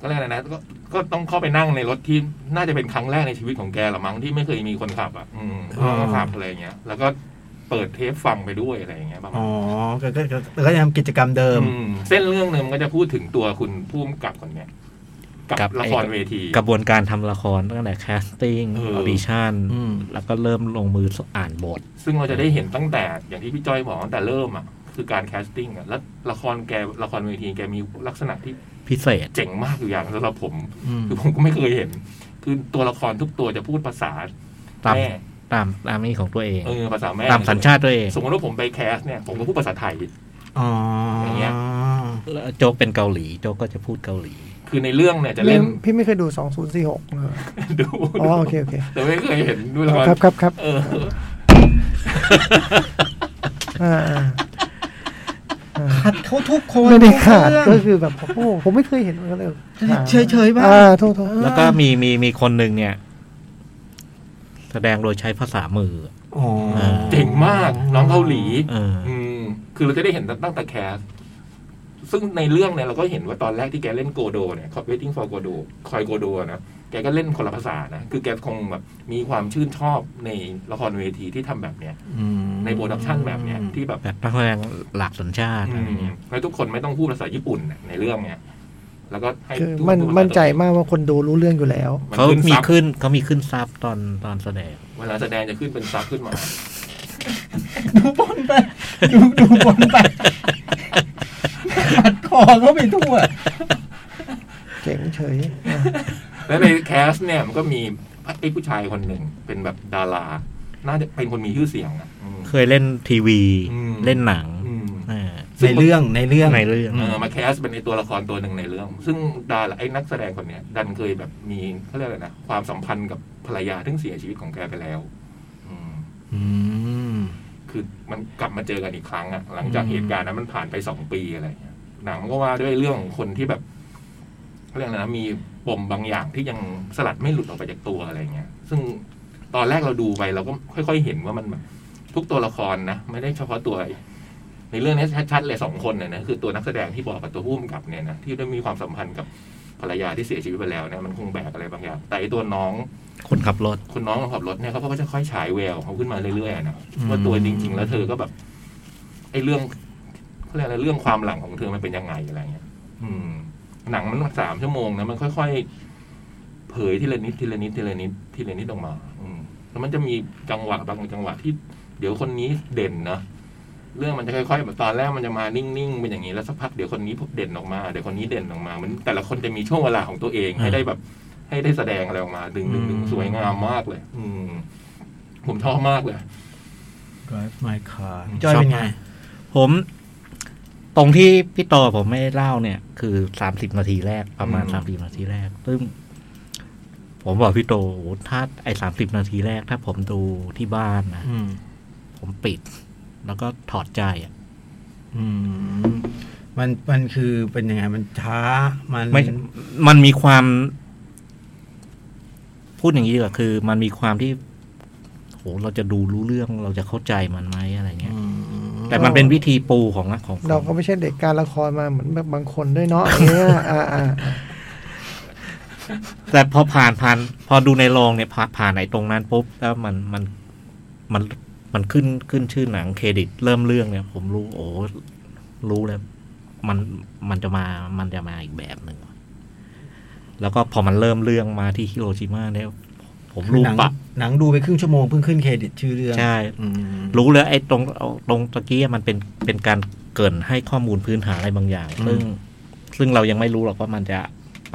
[SPEAKER 4] ก็เลยกอะไรนะก็ก็ต้องเข้าไปนั่งในรถที่น่าจะเป็นครั้งแรกในชีวิตของแกละมั้งที่ไม่เคยมีคนขับอ่ะอืมก็ขับอะไรเงี้ย แล้วก็เปิดเทปฟังไปด้วยอะไรอย่างเงี้ยประมาณ
[SPEAKER 5] อ๋อก็ก็ก็ก็ยังทำกิจกรรมเดิม
[SPEAKER 4] อืมเส้นเรื่องหนึ่งมันก็จะพูดถึงตัวคุณผู้กำกับคนเนี้ย
[SPEAKER 3] กั
[SPEAKER 4] กับบ ละครเวที
[SPEAKER 3] กระบวนการทำละครตั้งแต่แคสติ้ง
[SPEAKER 4] เอ
[SPEAKER 3] อ
[SPEAKER 4] อ
[SPEAKER 3] อดิชั่น
[SPEAKER 5] อืม
[SPEAKER 3] แล้วก็เริ่มลงมืออ่านบท
[SPEAKER 4] ซึ่งเราจะได้เห็นตั้งแต่อย่างที่พี่จ้อยบอกตั้งแต่เริ่มอ่ะคือการแคสติ้งอ่ะแล้วละครแกละครเวทีแกมีลักษณะที่
[SPEAKER 3] พิเศษ
[SPEAKER 4] เจ๋งมากอยู่อย่างสำหรับผม
[SPEAKER 5] อืม
[SPEAKER 4] คือผมก็ไม่เคยเห็น คือตัวละครทุกตัวจะพูดภาษา
[SPEAKER 3] ตาม
[SPEAKER 4] แม่
[SPEAKER 3] ตามตามนี่ของตัวเอง
[SPEAKER 4] เออภาษาแม่
[SPEAKER 3] ตามสัญชาติตัวเอง
[SPEAKER 4] สมมติว่าผมไปแคสเนี่ยผมก็พูดภาษาไทย
[SPEAKER 5] อ๋ออย่าง
[SPEAKER 4] เงี้ย
[SPEAKER 3] แล้วโจ๊กเป็นเกาหลี โจ๊กก็จะพูดเกาหลี
[SPEAKER 4] คือในเรื่องเนี่ยจะเล่น
[SPEAKER 2] พี่พี่ไม่เคยดูสองศูนย์สี่หก
[SPEAKER 4] ดู
[SPEAKER 2] อ๋อโอเคโอเค
[SPEAKER 4] แต่ไม่เคยเห็นดูละคร
[SPEAKER 2] ครับครับครับ
[SPEAKER 4] เออ
[SPEAKER 2] อ่าอ่าอ่า
[SPEAKER 1] ขัดเขาทุกคน
[SPEAKER 2] ไม่ได้ขาด
[SPEAKER 1] ทุก
[SPEAKER 2] ก็
[SPEAKER 1] เรื่อง
[SPEAKER 2] คือแบบโอ้โหผมไม่เคยเห็นเหมือนกันเลย
[SPEAKER 1] เฉยเฉยๆบ้าง
[SPEAKER 2] อ่าโทษโทษ
[SPEAKER 3] แล้วก็มีมีมีคนหนึ่งเนี่ย แสดงโดยใช้ภาษามือ
[SPEAKER 5] อ๋อ
[SPEAKER 4] เจ๋งมากน้องเกาหลี
[SPEAKER 3] เอออ
[SPEAKER 4] อืมคือเราจะได้เห็นตั้งแต่แคส ซึ่งในเรื่องเนี่ยเราก็เห็นว่าตอนแรกที่แกเล่นโกโดเนี่ยคอย waiting for โกโดคอยโกโดนะ แกก็เล่นคนละภาษานะ คือแกคงแบบมีความชื่นชอบในละครเวทีที่ทำแบบเนี้ย
[SPEAKER 5] อืม
[SPEAKER 4] ในโปรดักชันแบบเนี้ยที่แบบ
[SPEAKER 3] แบบนักแสดงหลากสัญชาติ
[SPEAKER 4] อื
[SPEAKER 3] อะไร
[SPEAKER 4] ม
[SPEAKER 3] เงี้ย
[SPEAKER 4] แล้วทุกคนไม่ต้องพูดภาษาญี่ปุ่นน่ะในเรื่องเนี้ย แล้วก็ให้
[SPEAKER 2] คือ
[SPEAKER 4] ทุกค
[SPEAKER 2] มัน
[SPEAKER 4] พูดภาษา
[SPEAKER 2] มั่นใจมากว่าคนดูรู้เรื่องอยู่แล้ว
[SPEAKER 4] มัน
[SPEAKER 3] เขา
[SPEAKER 4] ขึ้น
[SPEAKER 3] มี
[SPEAKER 4] ซับ
[SPEAKER 3] ขึ้นเขามีขึ้นซับตอนตอนแสดง
[SPEAKER 4] เวลาแสดงจะขึ้นเป็นซับขึ้นมา
[SPEAKER 1] ดูบนไปดูดูบนไปปัดคอเขาไปทั่ว
[SPEAKER 2] เจ๋งเฉยอ่ะ
[SPEAKER 4] แล้วในแคสเนี่ยมันก็มีไอ้ผู้ชายคนหนึ่งเป็นแบบดารา น่าจะเป็นคนมีชื่อเสียงนะอืม
[SPEAKER 3] เคยเล่นทีวี
[SPEAKER 4] อืม
[SPEAKER 3] เล่นหนัง
[SPEAKER 4] อืม
[SPEAKER 3] เออ
[SPEAKER 5] ในเรื่องในเรื่อง
[SPEAKER 3] ในเรื่อง
[SPEAKER 4] เออมาแคสเป็นในตัวละครตัวหนึ่งในเรื่อง ซึ่งดาราไอ้นักแสดงคนเนี้ย ดันเคยแบบมีเขาเรียกอะไรนะความสัมพันธ์กับภรรยาที่งเสียชีวิตของแกไปแล้ว อืม
[SPEAKER 5] อืม
[SPEAKER 4] คือมันกลับมาเจอกันอีกครั้งอะหลังจาก
[SPEAKER 5] อืม
[SPEAKER 4] เหตุการณ์นั้นมันผ่านไปสองปีอะไรเงี้ยหนังก็ว่าด้วยเรื่องของคนที่แบบเขาเรียกอะไรนะมีปมบางอย่างที่ยังสลัดไม่หลุดออกไปจากตัวอะไรเงี้ย ซึ่งตอนแรกเราดูไปเราก็ค่อยๆเห็นว่ามันแบบทุกตัวละครนะไม่ได้เฉพาะตัว ในเรื่องนี้ชัดๆเลยสองคนเนี่ยนะคือตัวนักแสดงที่บอกกับตัวผู้กำกับเนี่ยนะที่ได้มีความสัมพันธ์กับภรรยาที่เสียชีวิตไปแล้วเนี่ยมันคงแบกอะไรบางอย่างแต่ไอ้ตัวน้อง
[SPEAKER 3] คนขับรถ
[SPEAKER 4] คนน้องคนขับรถเนี่ยเขาก็จะค่อยฉายแววเขาขึ้นมาเรื่อยๆนะ
[SPEAKER 3] อืม
[SPEAKER 4] ว่าตัวจริง ๆ แล้วเธอก็แบบไอ้เรื่องเขาเรียกอะไรเรื่องความหลังของเธอมันเป็นยังไงอะไรเงี้ยอืม หนังมันสามชั่วโมงนะมันค่อยๆเผยทีละนิดทีละนิดทีละนิดทีละนิดออกมา อืมแล้วมันจะมีจังหวะบางจังหวะที่ เดี๋ยวคนนี้เด่นนะเรื่องมันจะค่อยๆแบบตอนแรกมันจะมานิ่งๆเป็นอย่างนี้แล้วสักพักเดี๋ยวคนนี้เด่นออกมาเดี๋ยวคนนี้เด่นออกมามันแต่ละคนจะมีช่วงเวลาของตัวเองให้ได้แบบ ให้ได้แสดงอะไรออกมาดึงดึงดึงสวยงามมากเลย อืม ผมชอบมากเลย
[SPEAKER 5] drive my car
[SPEAKER 1] จอยเป็นไง
[SPEAKER 3] ผม ตรงที่พี่ต่อผมไม่เล่าเนี่ย คือสามสิบนาทีแรกประมาณ
[SPEAKER 4] อืม
[SPEAKER 3] สามสิบนาทีแรก ซึ่ง ผมบอกพี่โตโอ้ถ้าไอ้สามสิบนาทีแรก ถ้าผมดูที่บ้านนะ
[SPEAKER 5] อืม
[SPEAKER 3] ผมปิด แล้วก็ถอดใจอะ
[SPEAKER 5] อืมมันมันคือเป็นยังไงมันช้ามัน
[SPEAKER 3] ไม่มันมีความ พูดอย่างนี้ดีกว่าคือ มันมีความที่โหเราจะดูรู้เรื่องเราจะเข้าใจมันไหมอะไรเงี้ย
[SPEAKER 5] อืม
[SPEAKER 3] แต่มันเป็นวิธีปูของของ
[SPEAKER 2] เราก็ไม่ใช่เด็กการละครมาเหมือนแบบบางคนด้วยเนาะอย่างเนี้ยอ่าอ่าอ่า
[SPEAKER 3] แต่พอผ่านผ่าน พอดูในโรงเนี่ยผ่านผ่านไหนตรงนั้นปุ๊บแล้วมันมันมันมันขึ้นขึ้นชื่อหนังเครดิต เริ่มเรื่องเนี่ย ผมรู้โอ้รู้เลยมันมันจะมามันจะมาอีกแบบหนึ่งว่ะแล้วก็พอมันเริ่มเรื่องมาที่ฮิโรชิมาเนี่ยผม
[SPEAKER 5] คือ
[SPEAKER 3] รู้
[SPEAKER 5] หนัง
[SPEAKER 3] ปะ
[SPEAKER 5] หนังดูไปครึ่งชั่วโมงเพิ่งขึ้นเครดิตชื่อเรื่อง
[SPEAKER 3] ใช่
[SPEAKER 5] อืม
[SPEAKER 3] รู้เลยไอ้ตรงตรงตะกี้มันเป็นเป็นการเกรินให้ข้อมูลพื้นฐานอะไรบางอย่าง
[SPEAKER 5] อืม
[SPEAKER 3] ซึ่งซึ่งเรายังไม่รู้หรอกว่ามันจะ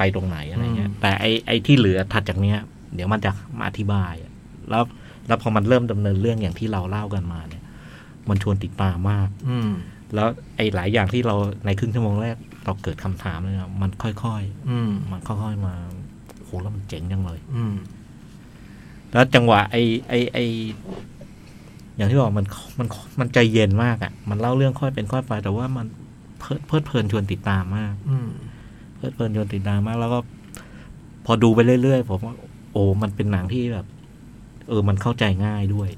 [SPEAKER 3] ไปตรงไหนอะไรเงี้ย
[SPEAKER 5] อืม
[SPEAKER 3] แต่ไอ้ไอ้ที่เหลือถัดจากเนี้ย เดี๋ยวมันจะมาอธิบายอะแล้วแล้วพอมันเริ่มดำเนินเรื่องอย่างที่เราเล่ากันมาเนี่ย มันชวนติดตามมาก
[SPEAKER 5] อืม
[SPEAKER 3] แล้วไอ้หลายอย่างที่เราในครึ่งชั่วโมงแรกเราเกิดคำถามเลยนะมันค่อย
[SPEAKER 5] อืม
[SPEAKER 3] ๆ มันค่อยๆมาโหแล้วมันเจ๋งจังเลย
[SPEAKER 5] อืม
[SPEAKER 3] แล้วจังหวะไอ้ไอ้ไอ้ อย่างที่บอกมันมันมันใจเย็นมากอะ่ะ มันเล่าเรื่องค่อยเป็นค่อยไป แต่ว่ามันเพลิดเพลิดเพลินชวนติดตามมาก
[SPEAKER 5] อืม
[SPEAKER 3] เพลิดเพลินจนติดดรามมากแล้วก็ พอดูไปเรื่อยๆผมว่าโอ้มันเป็นหนังที่แบบ เออมันเข้าใจง่ายด้วย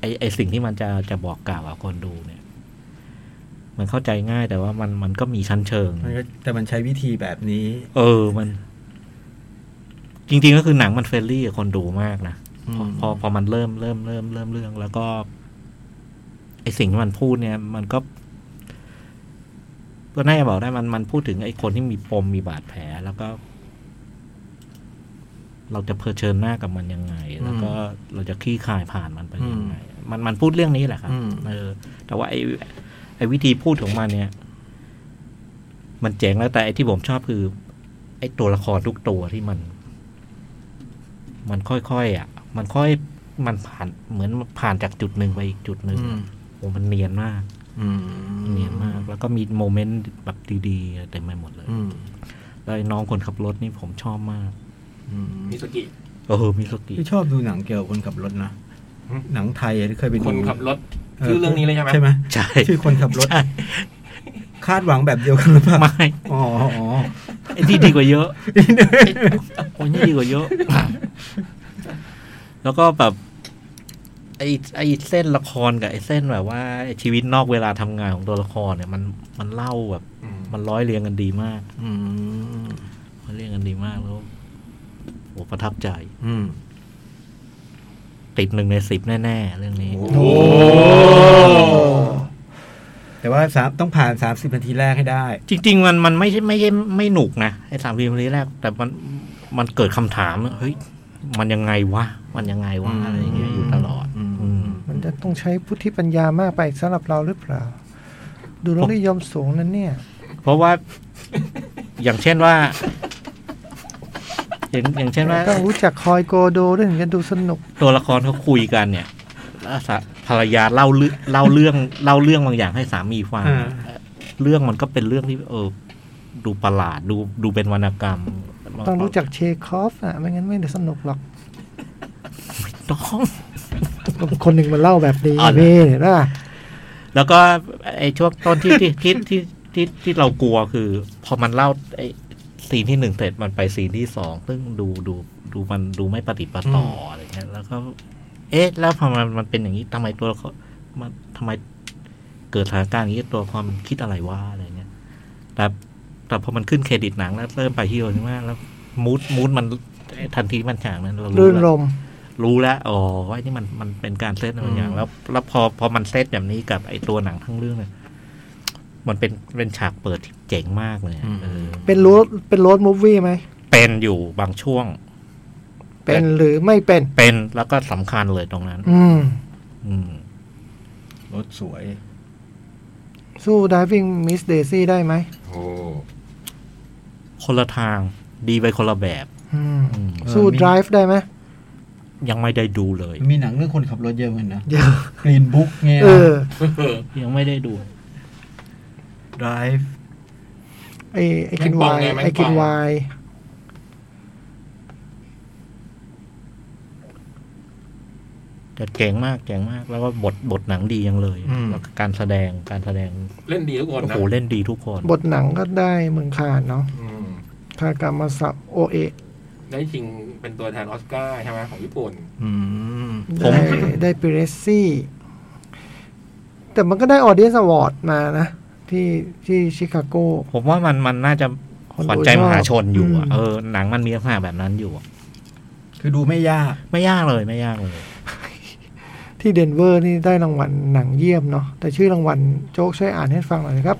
[SPEAKER 3] ไอไอสิ่งที่มันจะจะบอกกล่าวกับคนดูเนี่ย มันเข้าใจง่ายแต่ว่ามันมันก็มีชั้นเชิง
[SPEAKER 5] มันก็แต่มันใช้วิธีแบบนี้
[SPEAKER 3] เออมัน จริง ๆ ก็คือหนังมันเฟรนลี่กับคนดูมากนะ
[SPEAKER 5] อื
[SPEAKER 3] พอ
[SPEAKER 5] ม
[SPEAKER 3] พอพอมันเริ่มเริ่มเริ่มเริ่มเรื่อง แล้วก็ ไอสิ่งที่มันพูดเนี่ย มันก็ ก็น่าจะบอกได้มันมันพูดถึงไอคนที่มีปมมีบาดแผล แล้วก็ เราจะเผชิญหน้ากับมันยังไง แล้วก็เราจะคลี่คลายผ่านมันไปยังไงมันมันพูดเรื่องนี้แหละครับ
[SPEAKER 5] อืม
[SPEAKER 3] เออ แต่ว่าไอไอวิธีพูดของมันเนี่ย มันเจ๋งแล้วแต่ไอที่ผมชอบคือ ไอตัวละครทุกตัวที่มัน มันค่อยๆอ่ะ มันค่อยมันผ่านเหมือนผ่านจากจุดหนึ่งไปอีกจุดหนึ่ง
[SPEAKER 5] อืม
[SPEAKER 3] โอ้มันเนียนมาก
[SPEAKER 5] อืม
[SPEAKER 3] เนียนมาก แล้วก็มีโมเมนต์แบบดีๆเต็มไปหมดเลย
[SPEAKER 5] อืม
[SPEAKER 3] แล้วไอ้น้องคนขับรถนี่ผมชอบมาก
[SPEAKER 5] อืม
[SPEAKER 4] มิสกิ
[SPEAKER 3] เออมิสกิ
[SPEAKER 5] พี่ชอบดูหนังเกี่ยวกับคนขับรถนะ
[SPEAKER 4] อืม
[SPEAKER 5] หนังไทยอะที่เคยไปดู
[SPEAKER 4] คนขับรถชื่อเรื่องนี้เลยใช่ไหม
[SPEAKER 5] ใช่ไหม
[SPEAKER 3] ใช่
[SPEAKER 5] ชื่อคนขับรถ
[SPEAKER 3] ใช่
[SPEAKER 5] คาดหวังแบบเดียวกันหรือเปล่า
[SPEAKER 3] ไม่
[SPEAKER 5] อ๋ออ๋อ
[SPEAKER 3] ไอ้ที่ดีกว่าเย
[SPEAKER 5] [laughs]
[SPEAKER 3] อะโอ้ยนี่ดีกว่าเยอะ แล้วก็แบบ ไอ้ไอ้เส้นละครกับไอ้เส้นแบบว่าไอ้ชีวิตนอกเวลาทำงานของตัวละครเนี่ย มันมันเล่าแบบ
[SPEAKER 4] อืม
[SPEAKER 3] มันร้อยเรียงกันดีมาก
[SPEAKER 5] อืม
[SPEAKER 3] มันเรียงกันดีมากแล้วโอ้ประทับใจ
[SPEAKER 5] อืม
[SPEAKER 3] ติดหนึ่งในสิบแน่ๆเรื่องนี้
[SPEAKER 5] โอ้โห แต่ว่าสามต้องผ่านสามสิบนาทีแรกให้ได้
[SPEAKER 3] จริง ๆ มันมันไม่ใช่ไม่ใช่ไม่หนุกนะไอ้สามพีมนี้แรก แต่มันมันเกิดคำถามเฮ้ยมันยังไงวะมันยังไงวะ
[SPEAKER 5] อืม
[SPEAKER 3] อะไรอย่างเงี้ยอยู่ตลอด
[SPEAKER 5] อืม
[SPEAKER 3] อืม
[SPEAKER 2] มันจะต้องใช้พุทธิปัญญามากไปสำหรับเราหรือเปล่า ดูแล้วนิยมสูงนั้นเนี่ย
[SPEAKER 3] เพราะว่า อย่างเช่นว่า อย่างอย่างเช่นว่า
[SPEAKER 2] ต้องรู้จักคอยโกโดด้วยถึงจะดูสนุก
[SPEAKER 3] ตัวละครเขาคุยกันเนี่ยแล้วสาภรรยาเล่าเรื่องเล่าเรื่องเล่าเรื่องบางอย่างให้สามีฟัง
[SPEAKER 5] อ่า
[SPEAKER 3] เรื่องมันก็เป็นเรื่องที่ เออ ดูประหลาดดูดูเป็นวรรณกรรม
[SPEAKER 2] ต้องรู้จักเชคอฟอ่ะไม่งั้นไม่ได้สนุกหรอก
[SPEAKER 3] ต้อง
[SPEAKER 2] คนหนึ่งมาเล่าแบบนี้
[SPEAKER 3] อ๋อเหรอ
[SPEAKER 2] นี่เห็นป่ะ
[SPEAKER 3] แล้วก็ไอ้ช่วงต้นที่ ที่ที่ที่ที่ที่เรากลัวคือ พอมันเล่าไอ้ซีนที่หนึ่งเสร็จมันไปซีนที่สองซึ่งดูดูดูมันดูไม่ปฏิดปะต่ออะไรเงี้ยแล้วก็ เอ๊ะ แล้วพอมันมันเป็นอย่างนี้ทำไมตัวละครมันทำไมเกิดสถานการณ์อย่างนี้ตัวความนคิดอะไรวะอะไรเงี้ยแต่แต่พอมันขึ้นเครดิตหนังแล้วเริ่มไปที่โอนิมาแล้วมูดมูดมันทันทีมันฉากนั้นเรารู้
[SPEAKER 2] รื่น
[SPEAKER 3] แล้ว
[SPEAKER 2] รม
[SPEAKER 3] รู้แล้วอ๋อไอ้นี่มันมันเป็นการเซตอะไรบางอย่าง
[SPEAKER 5] อืม
[SPEAKER 3] แล้ว แล้วพอพอมันเซตแบบนี้กับไอ้ตัวหนังทั้งเรื่องเนี่ยมันเป็นเป็นฉากเปิดที่เจ๋งมากเลยอะเออ
[SPEAKER 2] เป็นโรถเป็นโรถมูฟวี่ไหม
[SPEAKER 3] เป็นอยู่บางช่วง
[SPEAKER 2] เป็นหรือไม่เป็น
[SPEAKER 3] เป็นแล้วก็สำคัญเลยตรงนั้น
[SPEAKER 2] อืม
[SPEAKER 3] อืม
[SPEAKER 5] รถสวย
[SPEAKER 2] สู้ Diving Miss Daisy ได้ไหม
[SPEAKER 4] โอ้
[SPEAKER 3] คนละทางดีไปคนละแบบ
[SPEAKER 2] อืม
[SPEAKER 3] อืม
[SPEAKER 2] สู้ Drive ได้ไหม
[SPEAKER 3] ยังไม่ได้ดูเลย
[SPEAKER 5] มีหนังเรื่องคนขับรถเยอะเหมือนกันนะ
[SPEAKER 2] เยอะ
[SPEAKER 5] กรีนบุ๊กเนี่ย
[SPEAKER 2] เออ
[SPEAKER 3] ยังไม่ได้ดู
[SPEAKER 5] ไดฟ์
[SPEAKER 2] ไอไอกินไวน์ไอกินไวน์
[SPEAKER 3] แต่เจ๋งมากเจ๋งมาก แล้วก็บทบทหนังดียังเลย
[SPEAKER 5] อืม
[SPEAKER 3] แล้วก็การแสดงการแสดง
[SPEAKER 4] เล่นดีทุกคน
[SPEAKER 3] โอ้
[SPEAKER 4] นะ
[SPEAKER 3] โหเล่นดีทุกคน
[SPEAKER 2] บทหนังก็ได้เมืองคานเนาะ
[SPEAKER 4] อืม
[SPEAKER 2] คากรรมศัพท์โอเอ
[SPEAKER 4] ได้ชิงเป็นตัวแทนออสการ์ใช่ไหมของญี่ปุ่น
[SPEAKER 5] อืม
[SPEAKER 2] ได้ได้ปิเรซี่ แต่มันก็ได้ออเดียสวอร์ดมานะ ที่ที่ชิคาโก
[SPEAKER 3] ผมว่ามันมันน่าจะ
[SPEAKER 2] คนดู
[SPEAKER 3] ขวัญใจมหาชนอยู่
[SPEAKER 2] ช
[SPEAKER 3] อะ
[SPEAKER 2] อบ
[SPEAKER 3] เออหนังมันมีลักษณะแบบนั้นอยู่อะ
[SPEAKER 5] คือดูไม่ยาก
[SPEAKER 3] ไม่ยากเลยไม่ยากเลย
[SPEAKER 2] ที่เดนเวอร์นี่ได้รางวัลหนังเยี่ยมเนาะแต่ชื่อรางวัลโจ๊กช่วยอ่านให้ฟังหน่อยนะครับ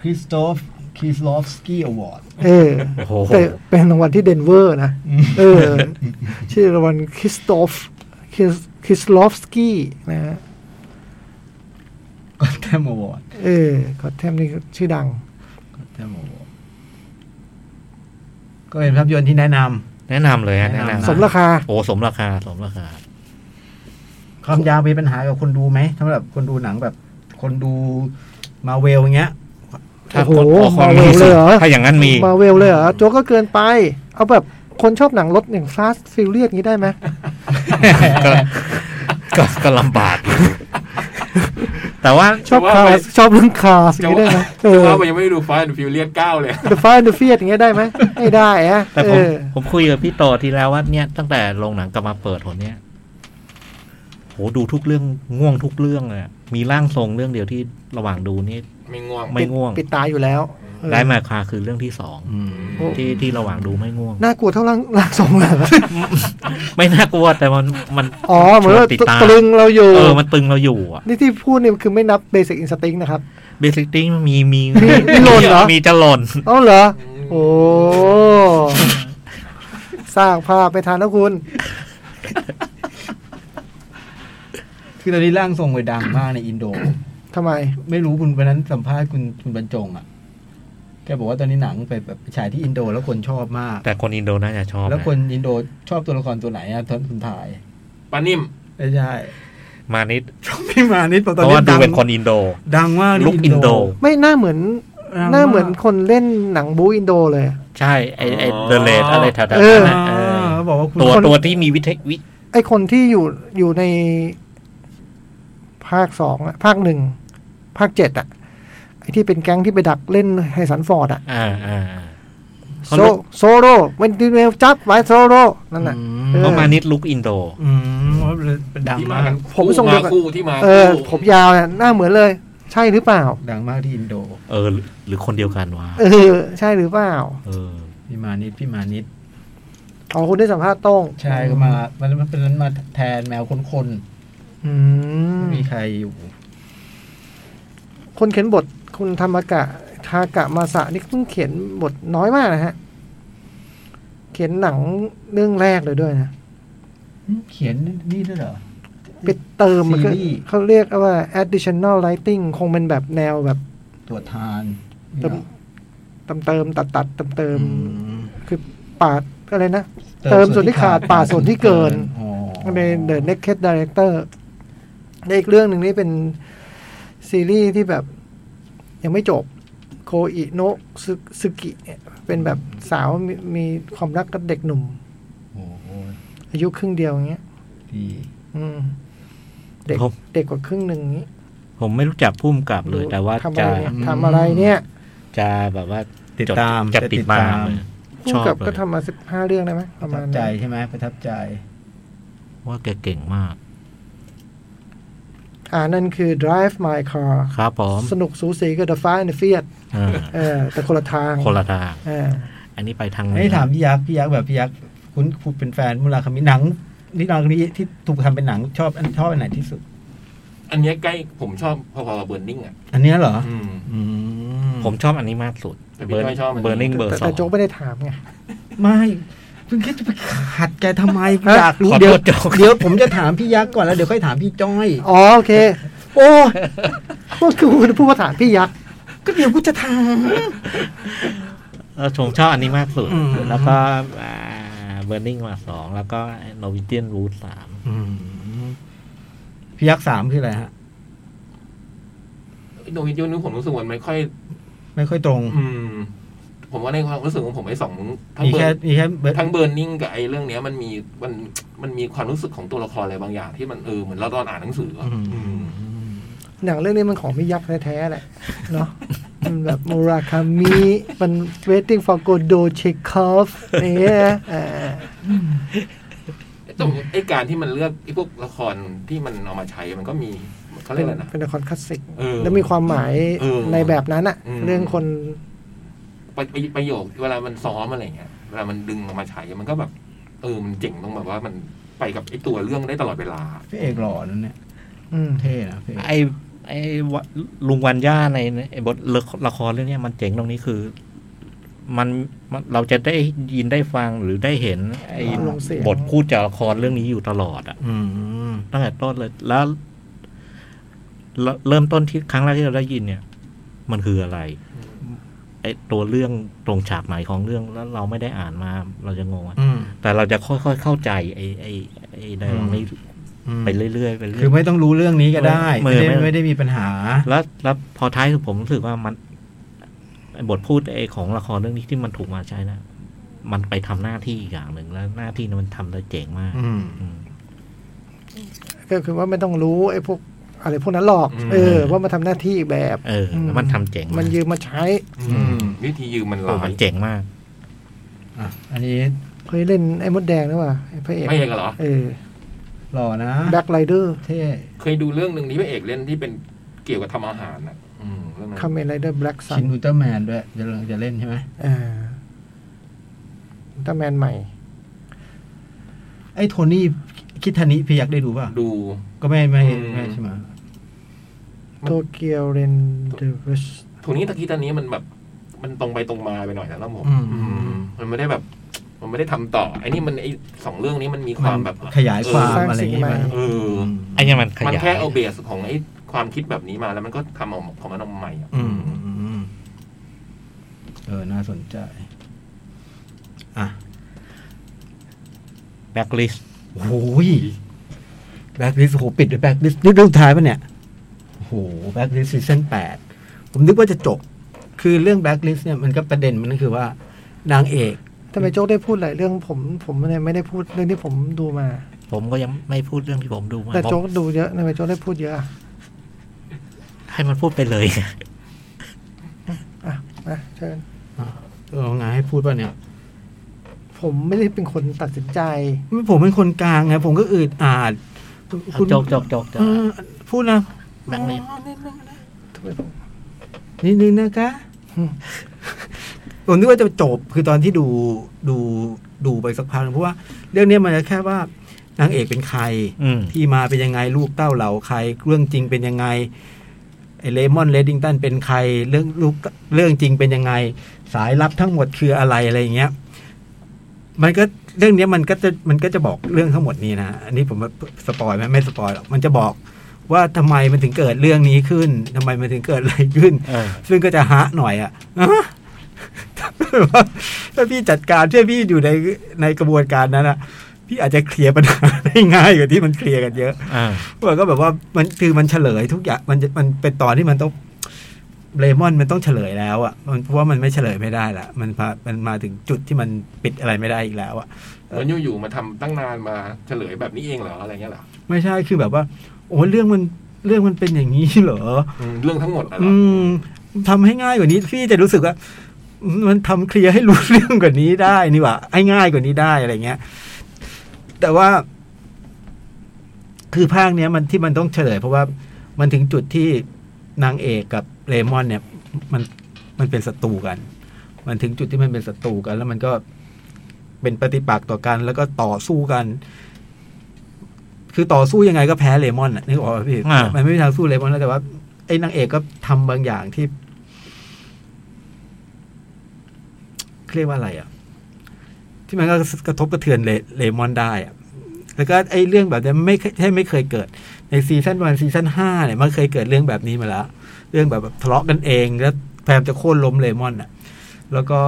[SPEAKER 5] คริสโตฟคีสลอฟสกี้อวอร์ด
[SPEAKER 2] เออ
[SPEAKER 3] โอ้โห
[SPEAKER 2] แต่เป็นรางวัลที่เดนเวอร์นะ เออ ชื่อรางวัลคริสโตฟคริสลอฟสกี้นะฮะ
[SPEAKER 5] ก็แทมอวอร์ด
[SPEAKER 2] เออก็แทมนี่ชื่อดัง
[SPEAKER 5] ก็แทมอวอร์ดก็เป็นภาพยนตร์ที่แนะนำ
[SPEAKER 3] แนะนำเลยฮะ
[SPEAKER 5] แนะ
[SPEAKER 3] แนะ
[SPEAKER 5] นำ
[SPEAKER 3] นำ
[SPEAKER 2] สมราคา
[SPEAKER 3] โอ้สมราคาสมราคา
[SPEAKER 5] ความยาวมีปัญหากับคนดูไหมสำหรับคนดูหนังแบบ คนดูมาเวลอย่างเงี้ย
[SPEAKER 3] ถ้า
[SPEAKER 2] โอ้
[SPEAKER 3] ค
[SPEAKER 2] โห
[SPEAKER 3] นขอความ
[SPEAKER 2] มาเวล
[SPEAKER 3] มีสุ
[SPEAKER 2] เลย
[SPEAKER 3] ด
[SPEAKER 2] เหรอ
[SPEAKER 3] ถ้าอย่างนั้นมี
[SPEAKER 2] มาเวลเลยเหรอโจ๊กก็เกินไป เอาแบบคนชอบหนังรถอย่างฟาสฟิลเลียสงี้ได้ไหม
[SPEAKER 3] ก็ก็ก็ลำบาก แต่ว่า
[SPEAKER 2] ชอบคาสชอบเรื่องคาสอ
[SPEAKER 4] จะ
[SPEAKER 2] ย่าง
[SPEAKER 4] ว่า
[SPEAKER 2] นี้ได้ไหมเอ
[SPEAKER 4] จะ
[SPEAKER 2] อ
[SPEAKER 4] ว่ามันยังไม่ได้ดูฟา n ฟิวเลียนเก้าเลย
[SPEAKER 2] The Fast and the Furious อย่างเงี้ยได้ไหมไม่ได้อะ
[SPEAKER 3] แต่
[SPEAKER 2] เอ
[SPEAKER 3] ผม
[SPEAKER 2] อ
[SPEAKER 3] ผมคุยกับพี่โตทีแล้วว่าเนี่ยตั้งแต่โรงหนังกลับมาเปิดหนเนี้ยโหดูทุกเรื่องง่วงทุกเรื่องเลยอะมีร่างทรงเรื่องเดียวที่ระหว่างดูนี่
[SPEAKER 4] ไม่ง่วง
[SPEAKER 3] ไม่ ง่วง
[SPEAKER 2] ปิดปิดตาอยู่แล้วเออ
[SPEAKER 3] ได้มาคาคือเรื่องที่สอง
[SPEAKER 5] อืม
[SPEAKER 4] อืม
[SPEAKER 3] ที่ที่ระหว่างดูไม่ง่วง
[SPEAKER 2] น่ากลัวเท่าร่างร่างทรงเลยเหรอ
[SPEAKER 3] ไม่น่ากลัวแต่มันมัน
[SPEAKER 2] อ๋อเหมือนว่า
[SPEAKER 3] ติด
[SPEAKER 2] ต
[SPEAKER 3] ตา
[SPEAKER 2] ตรึงเราอยู่
[SPEAKER 3] เออมันตึงเราอยู่อ่ะ
[SPEAKER 2] นี่ที่พูดเนี่ยคือไม่นับ Basic Instinct นะครับ
[SPEAKER 3] เบสิกติ้งมีมี
[SPEAKER 2] มีมีหล่นเหรอ
[SPEAKER 3] มีจะหล่น
[SPEAKER 2] เอ้าเหรอ โอ้สร้างภาพไปทานนะคุณ
[SPEAKER 5] คือตอนนี้ร่างทรงไปดังมากในอินโด
[SPEAKER 2] ทำไม
[SPEAKER 5] ไม่รู้คุณวันนั้นสัมภาษณ์คุณคุณบรรจงอ่ะ แกบอกว่าตอนนี้หนังไปแบบฉายที่อินโดแล้วคนชอบมาก
[SPEAKER 3] แต่คนอินโดน่าจะชอบ
[SPEAKER 5] แล้ว
[SPEAKER 3] นะ
[SPEAKER 5] คนอินโดชอบตัวละครตัวไหนอ่ะตอนคุณถ่าย
[SPEAKER 4] ปานิ่ม
[SPEAKER 5] ไม่ใช่
[SPEAKER 3] มานิด
[SPEAKER 5] ชอบพี่มานิด
[SPEAKER 3] เพราะว่าดูเป็นคนอินโด
[SPEAKER 5] ดังมาก
[SPEAKER 3] ลุกอินโด
[SPEAKER 2] ไม่น่าเหมือน หน้าเหมือนคนเล่นหนังบูอินโดเลยอะ
[SPEAKER 3] ใช่ไอไอเดเลตอะไรแถวๆ
[SPEAKER 2] เออ
[SPEAKER 3] นั้นน่ะเออ
[SPEAKER 5] เขาบอกว่าคุณ
[SPEAKER 3] ตัว
[SPEAKER 2] คน
[SPEAKER 3] ตัวที่มีวิเทควิ
[SPEAKER 2] ไอคนที่อยู่อยู่ใน ภาคสองอะภาคหนึ่ง ภาคเจ็ดอะไอที่เป็นแก๊งที่ไปดักเล่นไฮสันฟอร์ดอะ
[SPEAKER 3] อ่าอ่าอ่า เขา
[SPEAKER 2] โซ
[SPEAKER 3] ลุก
[SPEAKER 2] โซโร่มันดีเวลจับไว้โซโร่นั่นแหละ เออ
[SPEAKER 3] เขามานิดลุกอินโด
[SPEAKER 5] อืมว่าเป็นดัง
[SPEAKER 4] ที่มาม
[SPEAKER 5] าก
[SPEAKER 4] กัน
[SPEAKER 2] ผมทรง
[SPEAKER 4] มา
[SPEAKER 2] เดียวกัน
[SPEAKER 4] คู่ที่มา
[SPEAKER 2] เอ
[SPEAKER 4] คู่
[SPEAKER 2] อ ผมยาวเนี่ยหน้าเหมือนเลย ใช่หรือเปล่า
[SPEAKER 5] ดังมากที่อินโด
[SPEAKER 3] เออ หรือคนเดียวกันวะ
[SPEAKER 2] เออ ใช่หรือเปล่า
[SPEAKER 3] เออ
[SPEAKER 5] พี่มานิดพี่มานิด
[SPEAKER 2] อ๋อคุณได้สัมภาษณ์โต้ง
[SPEAKER 5] ใช่ก็มามันมันเป็นนั้นมาแทนแมวคน
[SPEAKER 2] อื
[SPEAKER 5] ๆไม่
[SPEAKER 2] ม
[SPEAKER 5] มีใครอยู่
[SPEAKER 2] คนเขียนบทคุณธรรมกะทากะมาสะนี่เพิ่งเขียนบทน้อยมากนะฮะ เขียนหนังเรื่องแรกเลยด้วยนะ
[SPEAKER 5] อืมเขียนนี่ด้วยเหรอ
[SPEAKER 2] ไปเติมมันก็
[SPEAKER 5] ซีรีส์
[SPEAKER 2] เขาเรียกว่า additional lighting คงเป็นแบบแนวแบบ
[SPEAKER 5] ตรวจทาน
[SPEAKER 2] เติม เติมเติมตัดตัดเติมเติม
[SPEAKER 5] อืม
[SPEAKER 2] ปาดอะไรนะ เติมส่วนที่ขาดป่าส่วนที่เกิน ใน The Naked Director และอีกเรื่องหนึ่งนี่เป็นซีรีส์ที่แบบยังไม่จบโคอิโนะซึกิเนี่ยเป็นแบบสาวมีมีความรักกับเด็กหนุ่ม
[SPEAKER 5] โอ้โห
[SPEAKER 2] อายุครึ่งเดียวอย่างเงี้ย
[SPEAKER 5] ดี
[SPEAKER 2] อืม เด็ก
[SPEAKER 3] ครับ
[SPEAKER 2] เด็กกว่าครึ่งหนึ่งอย่างงี้
[SPEAKER 3] ผมไม่รู้จักพุ่มกับเลย แต่ว่า
[SPEAKER 2] ทำอะ
[SPEAKER 3] จะ
[SPEAKER 2] ไรเนี่ยทำอะไรเนี่ย
[SPEAKER 3] จะแบบว่า
[SPEAKER 5] ติด
[SPEAKER 3] จด
[SPEAKER 5] ตาม
[SPEAKER 3] จะติดตามเลยช
[SPEAKER 2] ผู้
[SPEAKER 3] อบ
[SPEAKER 2] กับ
[SPEAKER 3] เล
[SPEAKER 2] ก็
[SPEAKER 3] ย
[SPEAKER 2] ทำมาสิบห้าเรื่องได้ไหมป
[SPEAKER 5] ประ ระ
[SPEAKER 2] มา
[SPEAKER 5] ทั
[SPEAKER 2] ณ
[SPEAKER 5] บ
[SPEAKER 2] นั้น
[SPEAKER 5] ใจใช่ไหมประทับใจ
[SPEAKER 3] ว่าแกเก่งมาก
[SPEAKER 2] อ่านั่นคือ Drive My Car
[SPEAKER 3] ครับผม
[SPEAKER 2] สนุกสูสีกับ The Fast and the Furious
[SPEAKER 3] เออ
[SPEAKER 2] เออแต่คนละทาง
[SPEAKER 3] คนละทาง
[SPEAKER 2] เออ
[SPEAKER 3] อันนี้ไปทาง
[SPEAKER 5] นี่ถามพี่ยักษ์พี่ยักษ์แบบพี่ยักษ์คุณคุณเป็นแฟนมุลาคามิหนังนี่นองนี้ที่ถูกทำเป็นหนังชอบอันชอบอันไหนที่สุด
[SPEAKER 4] อันเนี้ยใกล้ผมชอบพอๆกับเบิร์นนิ่งอ่ะ
[SPEAKER 5] อันเนี้ยเหรอ
[SPEAKER 4] อืม
[SPEAKER 5] อื
[SPEAKER 3] ผมชอบอันนี้มากสุด
[SPEAKER 4] แต่พี่
[SPEAKER 3] เบอร์
[SPEAKER 4] ไม่ชอบอันนี้
[SPEAKER 3] เบอร์นิ่งเบอร์
[SPEAKER 2] แต่
[SPEAKER 3] สอ
[SPEAKER 2] แต่
[SPEAKER 3] ง
[SPEAKER 2] โจ๊กไม่ได้ถามไง
[SPEAKER 5] ไม่คุณคิดจะไปขัดแกทำไม
[SPEAKER 2] ฮะ
[SPEAKER 5] อยากรู้
[SPEAKER 3] ขอโท
[SPEAKER 5] เดี๋ยว
[SPEAKER 3] ษโจ๊ก
[SPEAKER 5] เดี๋ยวผมจะถามพี่ยักษ์ก่อนแล้วเดี๋ยวค่อยถามพี่จ้อย
[SPEAKER 2] อ๋อโอเค โอ้ก็คือคุณพูดภาษาพี่ยักษ์
[SPEAKER 5] ก็เดี๋ยวกูจะถาม
[SPEAKER 3] เออผมชอบอันนี้มากสุด
[SPEAKER 5] อืม
[SPEAKER 3] แล้วก็เบอร์นิ่งมาสองแล้วก็โนวิเทียนรูทสาม
[SPEAKER 5] พี่ยักษ์สามคืออะไรฮะ
[SPEAKER 4] โนวินยูนู้ผมรู้สึกว่ามันไม่ค่อย
[SPEAKER 5] ไม่ค่อยตรง
[SPEAKER 4] อืม ผมว่าในความรู้สึกของผมไอ้สองทั้ง
[SPEAKER 5] มี
[SPEAKER 4] เบิ
[SPEAKER 5] แค่
[SPEAKER 4] ร์น
[SPEAKER 5] มีแค่เบิร์ด
[SPEAKER 4] ทั้งเบิร์นนิ่งกับไอ้เรื่องเนี้ยมันมีมันมันมีความรู้สึกของตัวละครอะไรบางอย่างที่มันเออเหมือนเราตอนอ่านหนังสืออะอืม
[SPEAKER 2] หนังเรื่องนี้มันของพี่ยักษ์แท้ๆแหละเนาะมันแบบมูราคามิมัน waiting for Godot Chekhov อย่างเงี้ยนะอ่า
[SPEAKER 4] ตรงไอ้การที่มันเลือกไอ้พวกละครที่มันเอามาใช้มันก็มีเขาเรียกอะไรนะ
[SPEAKER 2] เป็นละครคลาสสิก
[SPEAKER 4] เออ
[SPEAKER 2] แล้วมีความหมาย
[SPEAKER 4] เออ
[SPEAKER 2] ในแบบนั้นอะ
[SPEAKER 4] อืม
[SPEAKER 2] เรื่องคน
[SPEAKER 4] ประประโยคเวลามันซ้อมอะไรอย่างเงี้ยเวลามันดึงออกมาใช้มันก็แบบ เออมันเจ๋งตรงแบบว่ามันไปกับไอ้ตัวเรื่องได้ตลอดเวลา
[SPEAKER 5] พี่เอกหล่อนั่นเนี่ย
[SPEAKER 2] อืม
[SPEAKER 5] เท่นะพี่เอก
[SPEAKER 3] ไอไอวะลุงวันย่าในไอบทละครเรื่องเนี้ยมันเจ๋งตรงนี้คือ มันมันเราจะได้ยินได้ฟังหรือได้เห็น ไอ
[SPEAKER 2] ลงเสียง
[SPEAKER 3] บทพูดจากละครเรื่องนี้อยู่ตลอดอะ
[SPEAKER 5] อืม
[SPEAKER 3] ตั้งแต่ต้นเลยแล้วเรเริ่มต้นที่ครั้งแรกที่เราได้ยินเนี่ย มันคืออะไรไอตัวเรื่องตรงฉากไหนของเรื่องแล้วเราไม่ได้อ่านมา เราจะงงอะ
[SPEAKER 5] อืม
[SPEAKER 3] แต่เราจะค่อยๆเข้าใจ ไอไอไอไดองนี้ไปเรื่อยๆไปเรื่อยๆ
[SPEAKER 5] คือไม่ต้องรู้เรื่องนี้ก็ได้
[SPEAKER 3] ไม่
[SPEAKER 5] ไม่ได้
[SPEAKER 3] ไม่
[SPEAKER 5] ไม่ได้มีปัญหา
[SPEAKER 3] แล้วแล้วพอท้ายสุดผมรู้สึกว่ามันบทพูดเอของละครเรื่องนี้ที่มันถูกมาใช้นะมันไปทำหน้าที่อีกอย่างหนึ่งแล้วหน้าที่นั้นมันทำได้เจ๋งมาก
[SPEAKER 5] อืม
[SPEAKER 3] อืม
[SPEAKER 2] ก็คือว่าไม่ต้องรู้ไอ้พวก อะไรพวกนั้นหรอก
[SPEAKER 4] อืม
[SPEAKER 2] เออ ว่ามาทำหน้าที่อีกแบบ
[SPEAKER 3] เออแล้วมันทำเจ๋งาก
[SPEAKER 2] มันยืมมาใช้
[SPEAKER 4] อืมวิธียืมมันห
[SPEAKER 3] โอ้
[SPEAKER 4] ลา
[SPEAKER 3] มั
[SPEAKER 4] ย
[SPEAKER 3] นเจ๋งมาก
[SPEAKER 5] อ่ะอันนี้
[SPEAKER 2] เคยเล่นไอ้มดแดงนะว่ะไอ้พระเอก
[SPEAKER 4] ไม่เอกเหรอ
[SPEAKER 2] เออ
[SPEAKER 5] หล่อนะ
[SPEAKER 2] แบ็คไรเดอร์
[SPEAKER 5] เท่
[SPEAKER 4] เคยดูเรื่องหนึ่งนี้พระเอกเล่นที่เป็นเกี่ยวกับทำอาหารนะอืมเรื่องนั้น
[SPEAKER 2] คาเมนไรเดอร์แบล็กซั
[SPEAKER 5] ชิ
[SPEAKER 2] น
[SPEAKER 5] นอุลตร้าแมนด้วยจะจะเล่นใช่ไหม
[SPEAKER 2] อ่าตาแมนใหม่
[SPEAKER 5] ไอ้โทนี่คิดทานิพี่ยักษ์ได้ดูป่ะ
[SPEAKER 4] ดู
[SPEAKER 5] ก็ไม่ไม่
[SPEAKER 4] อืม
[SPEAKER 5] ไม่ใช่ไหม
[SPEAKER 2] โตเกียวเรนเดอร์
[SPEAKER 4] ทุนนี้ตะกี้ตอนนี้มันแบบ มันตรงไปตรงมาไปหน่อยนะแล้วผมอืมมันไม่ได้แบบ มันไม่ได้ทำต่อไอ้นี่มันไอ้สองเรื่องนี้มันมีค
[SPEAKER 5] มั
[SPEAKER 4] วาม
[SPEAKER 5] น
[SPEAKER 4] แบบ
[SPEAKER 5] ขยายความ
[SPEAKER 2] สร้าง
[SPEAKER 5] อะไรอย่างเงี้ย
[SPEAKER 2] สิ่งใหม่
[SPEAKER 4] เออ
[SPEAKER 3] ไอ้เนี่ยมันข
[SPEAKER 4] มัน
[SPEAKER 3] ยาย
[SPEAKER 4] แค่เอาเบสของไอ้ความคิดแบบนี้มาแล้วมันก็ทำเอาของมันออกมาใหม่อะ
[SPEAKER 5] อืมอืมอืมเออ น่าสนใจ อ่ะ
[SPEAKER 3] แบ็กลิส
[SPEAKER 5] โอ้โหแบ็คลิสโอ้โหปิดด้วยแบ็คลิสนี่เรื่องสุดท้ายปะเนี่ยโอ้โหแบ็คลิสซีซั่นแปดผมนึกว่าจะจบ คือเรื่องแบ็คลิสเนี่ยมันก็ประเด็นมันก็คือว่า นางเอก
[SPEAKER 2] ทำไมโจ๊กได้พูดหลายเรื่องผมผมเนี่ยไม่ได้พูดเรื่องที่ผมดูมา
[SPEAKER 3] ผมก็ยังไม่พูดเรื่องที่ผมดูมา
[SPEAKER 2] แต่
[SPEAKER 3] ผม
[SPEAKER 2] โจ๊กดูเยอะทำไมโจ๊กได้พูดเยอะอะ
[SPEAKER 3] ให้มันพูดไปเลย
[SPEAKER 2] อ่ะมาเชิญ
[SPEAKER 5] เออไงให้พูดป่ะเนี่ย
[SPEAKER 2] ผมไม่ได้เป็นคนตัดสินใจ
[SPEAKER 5] ผมเป็นคนกลางไงผมก็อืดอาด
[SPEAKER 3] โจกโจกโจกโจ
[SPEAKER 5] เอก อพูดนะ
[SPEAKER 3] แบ็กลิส
[SPEAKER 5] นิดนึงนะคะ ผมนึกว่าจะจบคือตอนที่ดูดูดูไปสักพักหนึ่งเพราะว่า เรื่องเนี้ยมันจะแค่ว่านางเอกเป็นใคร
[SPEAKER 3] อืม
[SPEAKER 5] ที่มาเป็นยังไงลูกเต้าเหล่าใคร เรื่องจริงเป็นยังไงไอเลมอนเลดดิงตันเป็นใคร เรื่องลูกเรื่องจริงเป็นยังไง สายลับทั้งหมดคืออะไรอะไรอย่างเงี้ย มันก็เรื่องเนี้ยมันก็จะมันก็จะบอกเรื่องทั้งหมดนี้นะอันนี้ผมว่าสปอยไหมไม่สปอยหรอกมันจะบอกว่าทำไมมันถึงเกิดเรื่องนี้ขึ้นทำไมมันถึงเกิดอะไรขึ้น
[SPEAKER 3] เออ
[SPEAKER 5] ซึ่งก็จะฮะหน่อยอะ [laughs] อ่ะถ้าพี่จัดการถ้าพี่อยู่ในในกระบวนการนั้นอะพี่อาจจะเคลียร์ปัญหาได้ง่ายกว่าที่มันเคลียร์กันเยอะ
[SPEAKER 3] อ่า
[SPEAKER 5] มันก็แบบว่ามันคือมันเฉลยทุกอย่างมันมันเป็นตอนที่มันต้องเลมอนมันต้องเฉลยแล้วอะมันเพราะว่ามันไม่เฉลยไม่ได้ละมันมามันมาถึงจุดที่มันปิดอะไรไม่ได้อีกแล้วอะ
[SPEAKER 4] มันอยู่ๆมาทำตั้งนานมาเฉลยแบบนี้เองเหรออะไรเงี้ยเหรอ
[SPEAKER 5] ไม่ใช่คือแบบว่า โอ้เรื่องมันเรื่องมันเป็นอย่างนี้เหรอ
[SPEAKER 4] อืมเรื่องทั้งหมดอะเหร
[SPEAKER 5] อื
[SPEAKER 4] อ
[SPEAKER 5] มทำให้ง่ายกว่านี้พี่จะรู้สึกว่าอืมมันทำเคลียร์ให้รู้เรื่องกว่านี้ได้นี่หว่าให้ง่ายกว่านี้ได้อะไรเงี้ย แต่ว่า คือภาคเนี้ยมันที่มันต้องเฉลย เพราะว่ามันถึงจุดที่นางเอกกับเลมอนเนี่ย มันมันเป็นศัตรูกัน มันถึงจุดที่มันเป็นศัตรูกัน แล้วมันก็เป็นปฏิปักษ์ต่อกัน แล้วก็ต่อสู้กัน คือต่อสู้ยังไงก็แพ้เลมอนน่ะนึกออกไหมพี่
[SPEAKER 3] อ่ามั
[SPEAKER 5] มันไม่มีทางสู้เลมอนแล้วแต่ว่า ไอ้นางเอกก็ทำบางอย่างที่เรียกว่าอะไรอ่ะ ที่มันก็กระทบกระเทือนเลเลมอนได้อ่ะแล้วก็ไอ้เรื่องแบบเนี้ยไม่เคยใช่ไม่เคยเกิด ในซีซั่นวันซีซั่นห้าเนี่ยมันเคยเกิดเรื่องแบบนี้มาแล้ว เรื่องแบบทะเลาะกันเองแล้วพยายามจะโค่นล้มเลมอนอ่ะ แล้วก็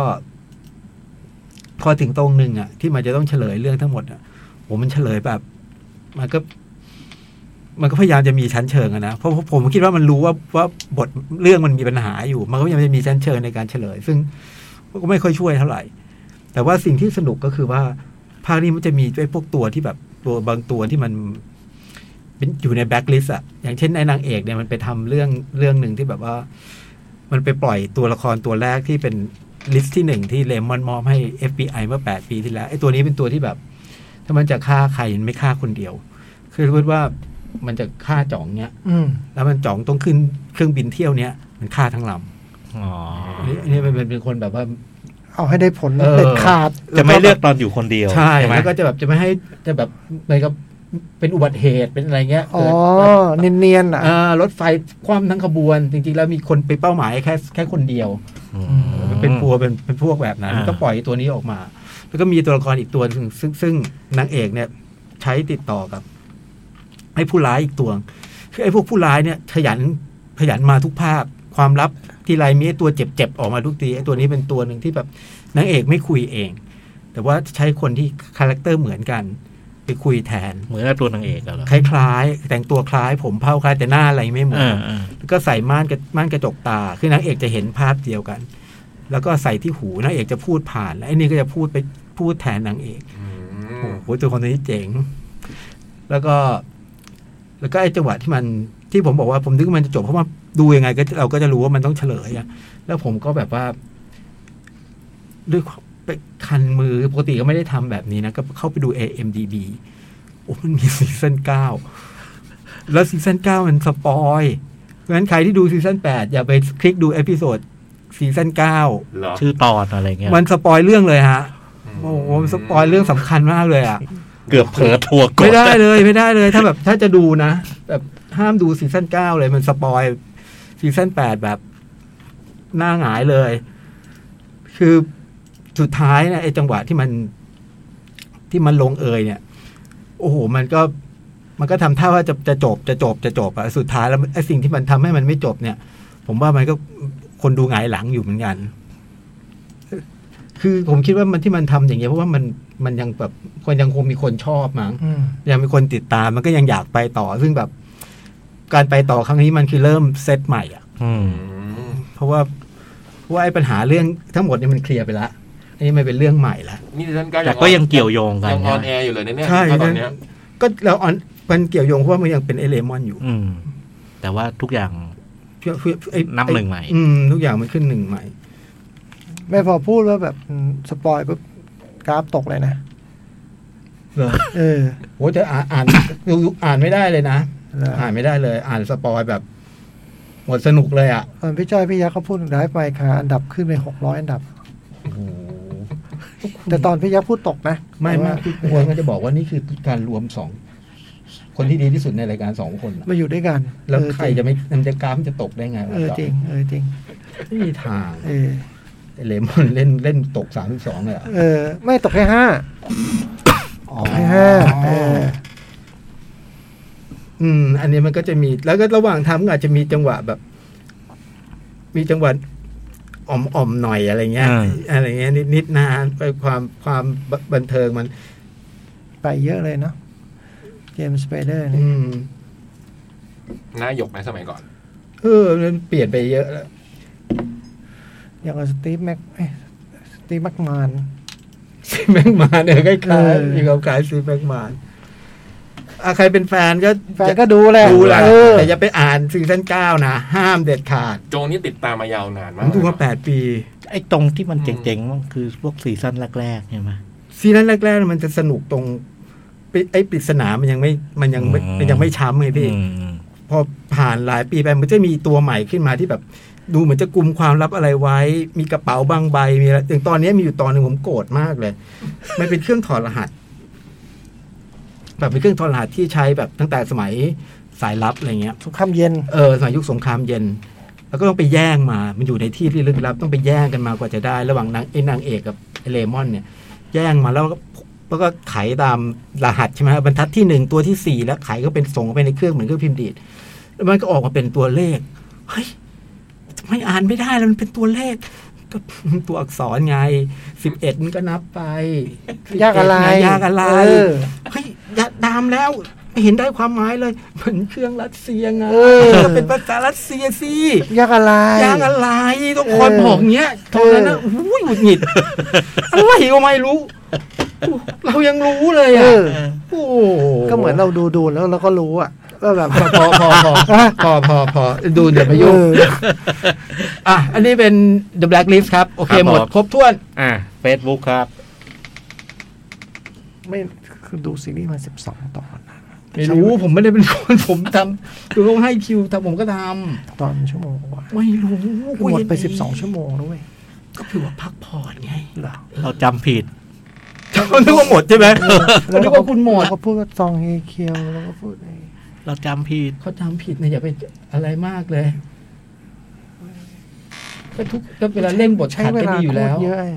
[SPEAKER 5] พอถึงตรงหนึ่งอ่ะ ที่มันจะต้องเฉลยเรื่องทั้งหมดอ่ะโหมันเฉลยแบบ มันก็ มันก็พยายามจะมีชั้นเชิงอะนะเพราะเพราะผมคิดว่ามันรู้ว่าว่าบทเรื่องมันมีปัญหาอยู่ มันก็พยายามจะมีชั้นเชิงในการเฉลย ซึ่งมันก็ไม่ค่อยช่วยเท่าไหร่ แต่ว่าสิ่งที่สนุกก็คือว่าภาคนี้มันจะมีไอ้พวกตัวที่แบบตัวบางตัวที่มัน เป็นอยู่ในแบ็คลิสอะอย่างเช่นไอ้นางเอกเนี่ยมันไปทำเรื่องเรื่องหนึ่งที่แบบว่า มันไปปล่อยตัวละครตัวแรกที่เป็นลิสต์ที่หนึ่งที่เลมอนมอบให้ FBI เมื่อแปดปีที่แล้วไอ้ตัวนี้เป็นตัวที่แบบ ถ้ามันจะฆ่าใครมันไม่ฆ่าคนเดียว คือพูดว่ามันจะฆ่าจ่องเนี้ย
[SPEAKER 2] อืม
[SPEAKER 5] แล้วมันจ่องต้องขึ้นเครื่องบินเที่ยวเนี้ยมันฆ่าทั้งลำ
[SPEAKER 3] อ๋อ
[SPEAKER 5] อันนี้อันนี้มันเป็นเป็นคนแบบว่า
[SPEAKER 2] เอาให้ได้ผล
[SPEAKER 5] เออ
[SPEAKER 2] เด็ดขาด
[SPEAKER 3] จะไม่เลือกตอนอยู่คนเดียว
[SPEAKER 5] ใช่
[SPEAKER 3] ไหม
[SPEAKER 5] แล้วก็จะแบบจะไม่ให้จะแบบเหมือนกับเป็นอุบัติเหตุเป็นอะไรเงี้ย
[SPEAKER 2] อ๋อ
[SPEAKER 5] เกิด
[SPEAKER 2] เนียนๆอ่ะ
[SPEAKER 5] อ่ารถไฟคว่ำทั้งขบวน จริงๆ แล้วมีคนไปเป้าหมายแค่แค่คนเดียว
[SPEAKER 3] อืม
[SPEAKER 5] เป็นพัวเป็นเป็นพวกแบบนั้น
[SPEAKER 3] อ่า
[SPEAKER 5] ก็ปล่อยตัวนี้ออกมา แล้วก็มีตัวละครอีกตัวหนึ่งซึ่งซึ่งนางเอกเนี่ย ใช้ติดต่อกับไอ้ผู้ร้ายอีกตัวคือไอ้พวกผู้ร้ายเนี่ย ขยันขยันมาทุกภาคความลับทีไรมีไอ้ตัวเจ็บๆออกมาทุกทีไอ้ตัวนี้เป็นตัวหนึ่งที่แบบนางเอกไม่คุยเอง แต่ว่าใช้คนที่คาแรคเตอร์เหมือนกัน ไปคุยแทน
[SPEAKER 3] เหมือนกับตัวนางเอกอะเหรอ
[SPEAKER 5] คล้ายๆ แต่งตัวคล้าย ผมเผ้าคล้ายแต่หน้าอะไรไม่เหมือน
[SPEAKER 3] อ่าอ่า
[SPEAKER 5] แล้วก็ใส่ม่านกระม่านกระจกตา คือนางเอกจะเห็นภาพเดียวกัน แล้วก็ใส่ที่หูนางเอกจะพูดผ่าน แล้วไอ้นี่ก็จะพูดไปพูดแทนนางเอก
[SPEAKER 4] อื
[SPEAKER 5] โอ้
[SPEAKER 4] ม
[SPEAKER 5] โหตัวคนนี้เจ๋ง แล้วก็ แล้วก็ไอ้จังหวะที่มัน ที่ผมบอกว่าผมนึกว่ามันจะจบเพราะว่าดูยังไงก็เราก็จะรู้ว่ามันต้องเฉลยอะแล้วผมก็แบบว่า ด้วยความไปคันมือปกติก็ไม่ได้ทำแบบนี้นะ ก็เข้าไปดู AMDB โอ้มันมีซีซั่นเก้าแล้วซีซั่นเก้ามันสปอยเพราะฉะนั้นใครที่ดูซีซั่นแปดอย่าไปคลิกดูเอพิโซดซีซั่นเก้า
[SPEAKER 4] เหรอ
[SPEAKER 3] ชื่อตอนอะไรเงี้ย
[SPEAKER 5] มันสปอยเรื่องเลยฮะ
[SPEAKER 4] ม
[SPEAKER 5] โอ้โหมันสปอยเรื่องสำคัญมากเลยอ่ะ
[SPEAKER 3] เกือบเผลอทัวร์กด
[SPEAKER 5] ไม่ได้เลยไม่ได้เลย ถ้าแบบถ้าจะดูนะ แบบห้ามดูซีซั่นเก้าเลยมันสปอยซีซั่นแปดแบบหน้าหงายเลย คือสุดท้ายนะไอ้จังหวะที่มันที่มันลงเอยเนี่ย โอ้โห มันก็ มันก็ทำท่าว่าจะจะจบจะจบจะจบอะสุดท้ายแล้วไอ้สิ่งที่มันทำให้มันไม่จบเนี่ย ผมว่ามันก็คนดูหงายหลังอยู่เหมือนกัน คือผมคิดว่ามันที่มันทำอย่างเงี้ยเพราะว่ามันมันยังแบบคนยังคงมีคนชอบมั้ง
[SPEAKER 2] อืม
[SPEAKER 5] ยังมีคนติดตามมันก็ยังอยากไปต่อ ซึ่งแบบ การไปต่อครั้งนี้มันคือเริ่มเซตใหม่อ่ะ
[SPEAKER 3] อืม
[SPEAKER 4] อืม
[SPEAKER 5] เพราะว่าเพราะว่าไอ้ปัญหาเรื่องทั้งหมดเนี่ยมันเคลียร์ไปละอันนี้มันเป็นเรื่องใหม่ละ
[SPEAKER 4] นี่ท่านก็
[SPEAKER 3] แต่ก็ยังเกี่ยวโยงกัน
[SPEAKER 4] ยังออน
[SPEAKER 3] นะ
[SPEAKER 4] แอร์อยู่เลยนะเนี่ย
[SPEAKER 5] ใช่
[SPEAKER 4] ตอนเนี้ย
[SPEAKER 5] ก็เราออนมันเกี่ยวโยงเพราะว่ามันยังเป็นเอเลมอนอยู่
[SPEAKER 3] อืม แต่ว่าทุกอย่าง
[SPEAKER 5] เพื่อเพื่อไอ้
[SPEAKER 3] นับหนึ่งใหม่
[SPEAKER 5] อืมทุกอย่างมันขึ้นหนึ่งใหม่
[SPEAKER 2] ไม่พอพูดว่าแบบอืมสปอยปุ๊บกราฟตกเลยนะ
[SPEAKER 5] เหรอ
[SPEAKER 2] เออ
[SPEAKER 5] โอ้จะอ่านอ่านดูอ่านไม่ได้เลยนะ
[SPEAKER 2] เหรออ่
[SPEAKER 5] อ่านไม่ได้เลย อ่านสปอยแบบ หมดสนุกเลยอ่ะ
[SPEAKER 2] ตอนพี่จ้อยพี่ยักษ์เขาพูดไลฟ์ไปค่ะอันดับขึ้นไปหกร้อยอันดับ
[SPEAKER 5] โอ้โห
[SPEAKER 2] แต่ตอนพี่ยักษ์พูดตกนะ
[SPEAKER 5] ไม่
[SPEAKER 2] แต่
[SPEAKER 5] ไม่
[SPEAKER 2] ว่า
[SPEAKER 5] คือควรก็จะบอกว่านี่คือการรวมสองคนที่ดีที่สุดในรายการสองคนอะ
[SPEAKER 2] มาอยู่ด้วยกัน
[SPEAKER 5] แล้ว
[SPEAKER 2] เออ
[SPEAKER 5] ใครจะไม่มันจะกราฟมันจะตกได้ไงวะ
[SPEAKER 2] เออจริงเออจริง
[SPEAKER 5] ไม่มีทาง
[SPEAKER 2] เออ
[SPEAKER 5] ไอ้เลมอนเล่นเล่นตกสามสองเลยเหรอ
[SPEAKER 2] เออ ไม่ตกแค่ห้า
[SPEAKER 5] อ๋อ
[SPEAKER 2] แค่ห้าเออ
[SPEAKER 5] อืม อันนี้มันก็จะมี แล้วก็ระหว่างทำก็อาจจะมีจังหวะแบบ มีจังหวะอ่อมอ่อมๆหน่อยอะไรเงี้ย
[SPEAKER 3] อ่า
[SPEAKER 5] อะไรเงี้ยนิดนิดๆนะไปความความบบันเทิงมัน
[SPEAKER 2] ไปเยอะเลยเนาะเจมส์สเปเดอร์นี่
[SPEAKER 5] อืม
[SPEAKER 4] หน้าหยกไหมสมัยก่อน
[SPEAKER 5] เออมันเปลี่ยนไปเยอะแล้ว
[SPEAKER 2] อย่างกับสตีฟแม็กสตีฟแม็กมาน
[SPEAKER 5] [laughs] ซีแม็กมานเนี่ยคล้าย
[SPEAKER 2] เออ
[SPEAKER 5] ๆมีความคล้ายซีแม็กมานอ่ะใครเป็นแฟนก็
[SPEAKER 2] แฟนก็ดูแหละ
[SPEAKER 5] ดูแหละ
[SPEAKER 2] เออ
[SPEAKER 5] แต่จะไปอ่านซีซั่นเก้านะห้ามเด็ดขาด
[SPEAKER 4] โจนี่ติดตามมายาวนา
[SPEAKER 5] ผม
[SPEAKER 4] นาก
[SPEAKER 5] มดูมาแปดปี
[SPEAKER 3] ไอ้ตรงที่มันเจ๋งๆมันคือพวกซีซั่นแรกๆใช่ไหม
[SPEAKER 5] ซีนั้นแรกๆ มันจะสนุกตรงปิไอ้ปริศนามันยังไม่มันยังไม่
[SPEAKER 3] อืม
[SPEAKER 5] มันยังไม่ช้ำไงพี่
[SPEAKER 3] อืม
[SPEAKER 5] พอผ่านหลายปีไปมันจะมีตัวใหม่ขึ้นมาที่แบบ ดูเหมือนจะกลุมความลับอะไรไว้ มีกระเป๋าบางใบมีอะไรอย่างตอนนี้มีอยู่ตอนหนึ่งผมโกรธมากเลย มันเป็นเครื่องถอดรหัส แบบเป็นเครื่องถอดรหัสที่ใช้แบบตั้งแต่สมัยสายลับอะไรเงี้ย
[SPEAKER 2] ทุกค่ำเย็น
[SPEAKER 5] เออสมัยยุคสงครามเย็น แล้วก็ต้องไปแย่งมา มันอยู่ในที่ที่ลึกลับ ต้องไปแย่งกันมากว่าจะได้ ระหว่างนางไอ้นางเอกกับไอ้เลมอนเนี่ย แย่งมาแล้วก็แล้วก็ไขตามรหัสใช่ไหมฮะบรรทัดที่หนึ่งตัวที่สี่แล้วไขก็เป็นส่งเข้าไปในเครื่องเหมือนเครื่องพิมพ์ดีดแล้วมันก็ออกมาเป็นตัวเลข เฮ้ยทำไมอ่านไม่ได้แล้วมันเป็นตัวเลข ก็ ตัวอักษรไงสิบเอ็ดมันก็นับไป
[SPEAKER 2] ยากอะไร
[SPEAKER 5] ยากอะไร
[SPEAKER 2] เออ
[SPEAKER 5] เฮ้ยอย่าดามแล้วไม่เห็นได้ความหมายเลยเหมือนเครื่องรัสเซียไง
[SPEAKER 2] เออ
[SPEAKER 5] ก็เป็นภาษารัสเซียสิ
[SPEAKER 2] ยากอะไร
[SPEAKER 5] ยางอะไรต้องคอยบอกเนี้ยตอนนั้นนะอุ้ยหงุดหงิดอะไรก็ไม่รู้ เรายังรู้เลย
[SPEAKER 2] เออ
[SPEAKER 5] อ่ะโอ้
[SPEAKER 2] ก็เหมือนเราดูดูๆแล้วเราก็รู้อะว่าแบบ
[SPEAKER 5] พอพอพอพอพอพอดูเดี๋ยวไปยุ่ง
[SPEAKER 2] เออ
[SPEAKER 5] อ่ะ อันนี้เป็น The Black List ครับ โอเค
[SPEAKER 3] ครับ
[SPEAKER 5] หมด
[SPEAKER 3] ผม
[SPEAKER 5] ครบถ้วน
[SPEAKER 3] อ่าเฟซบุ๊กครับ
[SPEAKER 2] ไม่คือดูซีรีส์มาสิบสองตอนนะ
[SPEAKER 5] ไม่รู้ผมไม่ได้เป็นคนผมทำคือเขาให้คิวทำผมก็ท
[SPEAKER 2] ตอนชั่วโมงกว่า
[SPEAKER 5] ำไม่รู้
[SPEAKER 2] คือหมดไปสิบสองชั่วโมงแล้วเว้ย
[SPEAKER 5] ก็คือว่าพักผ่อนไง
[SPEAKER 2] เหรอ
[SPEAKER 3] เราจำผิด
[SPEAKER 5] เขานึกว่าหมดใช่ไหม
[SPEAKER 2] แล้ว
[SPEAKER 5] นึกว่าคุณหมด
[SPEAKER 2] เราก็พูดว่าซองเฮเคียวแล้วก็พูดไอ้
[SPEAKER 3] เราจำผิด
[SPEAKER 5] เขาจำผิดนะอย่าไปอะไรมากเลยก็ทุกก็เวลาเล่นบท
[SPEAKER 2] ใช้
[SPEAKER 5] ขัด
[SPEAKER 2] เว
[SPEAKER 5] ก็
[SPEAKER 2] ลา
[SPEAKER 5] ดีอยู่
[SPEAKER 2] โค
[SPEAKER 5] แล้
[SPEAKER 2] ต
[SPEAKER 5] ว
[SPEAKER 2] รเยอะไอ้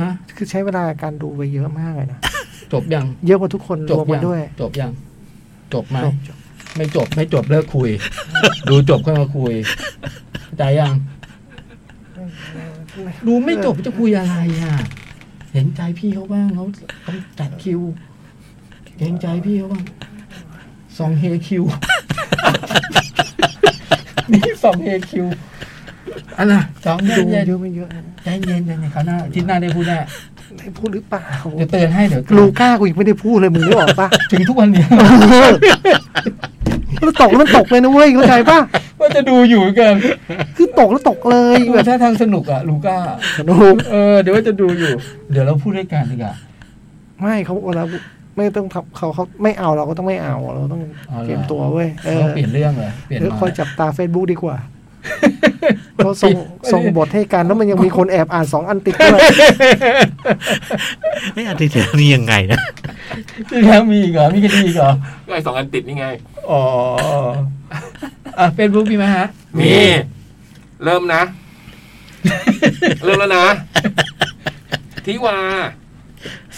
[SPEAKER 5] ฮะ
[SPEAKER 2] คือใช้เวลาการดูไปเยอะมากเลยนะ
[SPEAKER 5] จบยัง
[SPEAKER 2] เยอะกว่าทุกคน
[SPEAKER 5] จ
[SPEAKER 2] ร
[SPEAKER 5] บ
[SPEAKER 2] วมกั
[SPEAKER 5] ยั
[SPEAKER 2] น
[SPEAKER 5] ง
[SPEAKER 2] ด้วย
[SPEAKER 5] จบยังจบไหม
[SPEAKER 2] จบ
[SPEAKER 5] ไม่จบไม่จบเลิกคุย ดูจบค่อยมาคุยใจยังดูไม่จบจะคุยอะไรอ่ะเห็นใจพี่เขาบ้างเขาเขาจัดคิวเห็นใจพี่เขาบ้างสองเฮคิว [laughs] นี่สองเฮคิวอันน่ะสอง
[SPEAKER 2] ดู
[SPEAKER 5] ดู
[SPEAKER 2] เยอะไม่เยอะนะ
[SPEAKER 5] ใจเย็นๆในคราวหน้าอาทิตย์หน้าได้พูดแน่
[SPEAKER 2] ได้พูดหรือเปล่า
[SPEAKER 5] เดี๋ยวเตือนให้เดี๋ยว
[SPEAKER 2] ลูก้ากูยังไม่ได้พูดเลยมึงรู้ออกปะ
[SPEAKER 5] ถึงทุกวันเนี้ย
[SPEAKER 2] แล้วตกแล้วมันตกเลยนะเว้ยเข้าใจป่ะ
[SPEAKER 1] [laughs] ว่าจะดูอยู่เหมือนกัน
[SPEAKER 2] คือตกแล้วตกเลย
[SPEAKER 1] เอ
[SPEAKER 2] แบ
[SPEAKER 1] อบ ถ้าทางสนุกอ่ะลูก้า
[SPEAKER 2] สนุก
[SPEAKER 1] เออเดี๋ยวว่าจะดูอยู่ เดี๋ยวเราพูดด้วยกันดีกว่า
[SPEAKER 2] ไม่เขาเวลาไม่ต้องทับเขาเขาไม่เอาเราก็ต้องไม่เอาเราต้อง
[SPEAKER 1] อ๋อเหรอ
[SPEAKER 2] เตรียมตัวเว้ยเออ
[SPEAKER 1] เราเปลี่ยนเรื่องเลยเปลี่ยน
[SPEAKER 2] เออ
[SPEAKER 1] มา
[SPEAKER 2] คอยจับตา Facebook ดีกว่าเขาส่งส่งบทให้กันแล้วมันยังมีคนแอบอ่านสองอันติดด้วย
[SPEAKER 3] ไม่อาทิตย์เดียวนี่ยังไงนะ
[SPEAKER 1] ที่แล้วมีอีกเหรอมีคดีอีกเหรอ
[SPEAKER 4] ก็ไอ้สองอันติดนี่ไง
[SPEAKER 1] อ๋ออ่ะเฟซบุ๊กมีไหมฮะ
[SPEAKER 4] มี เริ่มนะ เริ่มแล้วนะทิวา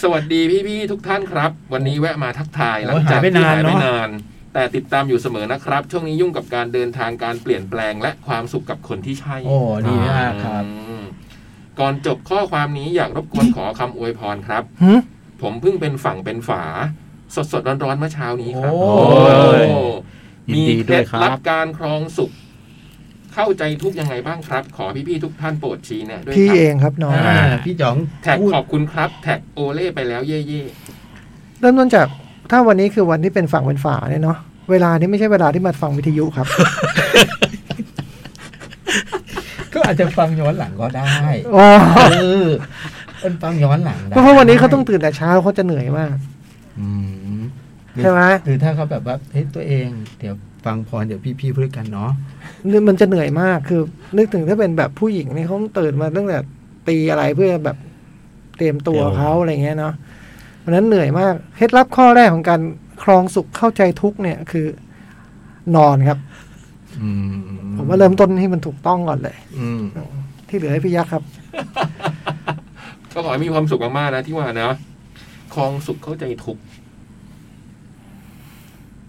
[SPEAKER 4] สวัสดีพี่ๆทุกท่านครับ วันนี้แวะมาทักทายหลังจากที่หายไปนาน แต่ติดตามอยู่เสมอนะครับ ช่วงนี้ยุ่งกับการเดินทางการเปลี่ยนแปลงและความสุขกับคนที่ใช่
[SPEAKER 1] โอ้ดีมากครับ
[SPEAKER 4] อืมก่อนจบข้อความนี้อยากรบกวนขอคำอวยพรครับ
[SPEAKER 2] หึ
[SPEAKER 4] ผมเพิ่งเป็นฝั่งเป็นฝา สดสดๆร้อนๆเมื่อเช้านี้ครับ
[SPEAKER 1] โอ้
[SPEAKER 3] ย
[SPEAKER 4] โอ้
[SPEAKER 3] ยิน
[SPEAKER 4] มี
[SPEAKER 3] ดี
[SPEAKER 4] เคล็
[SPEAKER 3] ด้วย
[SPEAKER 4] ด
[SPEAKER 3] ครั
[SPEAKER 4] ลับบ การครองสุข เข้าใจทุกยังไงบ้างครับ ขอพี่ๆทุกท่านโปรดชี้แนะด้วย
[SPEAKER 2] พี่
[SPEAKER 4] ค
[SPEAKER 2] เอ
[SPEAKER 4] รับ
[SPEAKER 2] งครับน้อง
[SPEAKER 5] อ่าพี่จ๋อง
[SPEAKER 4] แท็ก
[SPEAKER 5] พูด
[SPEAKER 4] ขอบคุณครับ แท็กโอเล่ไปแล้วเย่
[SPEAKER 2] เริ่มต้นจากถ้าวันนี้คือวันที่เป็นฝั่งเป็นฝาเนี่ยเนาะเวลานี้ไม่ใช่เวลาที่มาฟังวิทยุครับ
[SPEAKER 1] ก็อาจจะฟังย้อนหลังก็ได้
[SPEAKER 2] อ๋อ
[SPEAKER 1] เออมันฟังย้อนหลังได้
[SPEAKER 2] เพราะวันนี้เขาต้องตื่นแต่เช้าเขาจะเหนื่อยมาก
[SPEAKER 5] อืม
[SPEAKER 2] ใช่ไหม
[SPEAKER 1] หรือถ้าเขาแบบว่าเฮ้ยตัวเอง
[SPEAKER 5] เดี๋ยวฟังพรเดี๋ยวพี่ๆพูดกันเนาะ
[SPEAKER 2] นี่มันจะเหนื่อยมากคือ นึกถึงถ้าเป็นแบบผู้หญิงนี่เขาตื่นมาตั้งแต่ตีอะไรเพื่อแบบเตรียมตัวเขาอะไรเงี้ยเนาะเพราะฉะนั้นเหนื่อยมากเคล็ดลับข้อแรกของการครองสุขเข้าใจทุกข์เนี่ยคือ นอนครับ
[SPEAKER 5] อืม
[SPEAKER 2] ผมว่าเริ่มต้นให้มันถูกต้องก่อนเลย
[SPEAKER 5] อืม
[SPEAKER 2] ที่เหลือให้พี่ยักษ์ครับ
[SPEAKER 4] ๆก็ขอให้มีความสุขมากๆนะที่ว่านะครองสุขเข้าใจทุก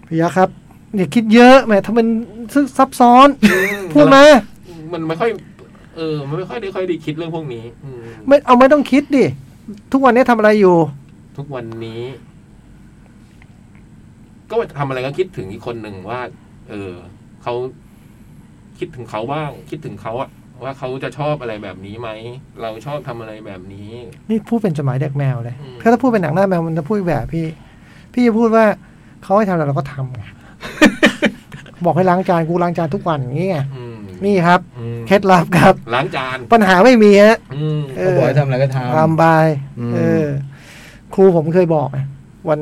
[SPEAKER 2] พี่ยักษ์ครับอย่าคิดเยอะแหมถ้ามันซึกซับซ้อน พูดมา
[SPEAKER 4] มันไม่ค่อยเออ มันไม่ค่อยได้ค่อยได้คิดเรื่องพวกนี้ อืม
[SPEAKER 2] ไม่เอาไม่ต้องคิดดิ ทุกวันนี้ทำอะไรอยู่
[SPEAKER 4] ทุกวันนี้ ก็ทำอะไรก็คิดถึงอีกคนหนึ่งว่า เออเขาคิดถึงเขาบ้าง คิดถึงเขาอะว่าเขาจะชอบอะไรแบบนี้ไหมเราชอบทำอะไรแบบนี้
[SPEAKER 2] นี่พูดเป็นจดหมายเด็กแมวเลย
[SPEAKER 4] อืม
[SPEAKER 2] ถ้าถ้าพูดเป็นหนังหน้าแมวมันจะพูดอีกแบบพี่ พี่จะพูดว่าเขาให้ทำอะไรเราก็ทำไง [laughs] บอกให้ล้างจานกูล้างจานทุกวันอย่างนี้ไง
[SPEAKER 4] อืม
[SPEAKER 2] นี่ครับ
[SPEAKER 4] อืม
[SPEAKER 2] เคล็ดลับครับ
[SPEAKER 4] ล้างจาน
[SPEAKER 2] ปัญหาไม่มีฮะ
[SPEAKER 4] อืม
[SPEAKER 2] เอ
[SPEAKER 5] เขา
[SPEAKER 2] อ
[SPEAKER 5] บอกให้ทำอะไรก็ทำ
[SPEAKER 2] ทำบาย
[SPEAKER 5] อืม
[SPEAKER 2] เออ ครูผมเคยบอกอะวัน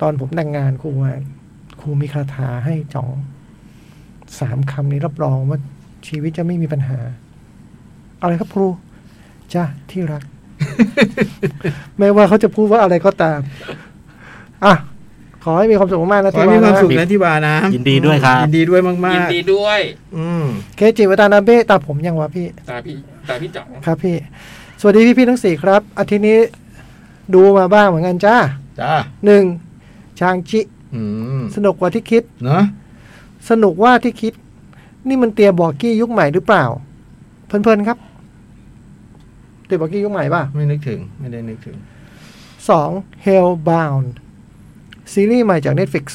[SPEAKER 2] ตอนผมแต่งงานครูว่าครูมีคาถาให้จ่องสามคำนี้รับรองว่าชีวิตจะไม่มีปัญหา อะไรครับครูจ้าที่
[SPEAKER 5] [laughs]
[SPEAKER 2] รัก ไม่ว่าเขาจะพูดว่าอะไรก็ตาม อ่ะ ขอให้มีความสุขมากๆนะ
[SPEAKER 5] ขอให้
[SPEAKER 2] ที่
[SPEAKER 5] มีความ
[SPEAKER 2] นะ
[SPEAKER 5] สุขนะที่วานะ
[SPEAKER 3] ยินดีด้วยครับ
[SPEAKER 5] ยินดีด้วยมาก
[SPEAKER 4] ยินดีด้วย
[SPEAKER 5] ๆ อืม
[SPEAKER 2] เคจิวัตานาเบะตาผมยังวะพี่
[SPEAKER 4] ตาพี่ตาพี่จ๋อง
[SPEAKER 2] ครับพี่ สวัสดีพี่พี่ๆทั้งสี่ครับ อาทิตย์นี้ดูมาบ้างเหมือนกันจ้า
[SPEAKER 5] จ้า
[SPEAKER 2] หนึ่งชางชิ
[SPEAKER 5] อืม
[SPEAKER 2] สนุกกว่าที่คิด
[SPEAKER 5] เนอะ
[SPEAKER 2] สนุกว่าที่คิด นี่มันเตียบอกกี้ยุคใหม่หรือเปล่า เพลินๆครับ เตียบอกกี้ยุคใหม่ป่ะ
[SPEAKER 5] ไม่นึกถึง ไม่ได้นึกถึง
[SPEAKER 2] สอง Hellbound ซีรีส์ใหม่จาก Netflix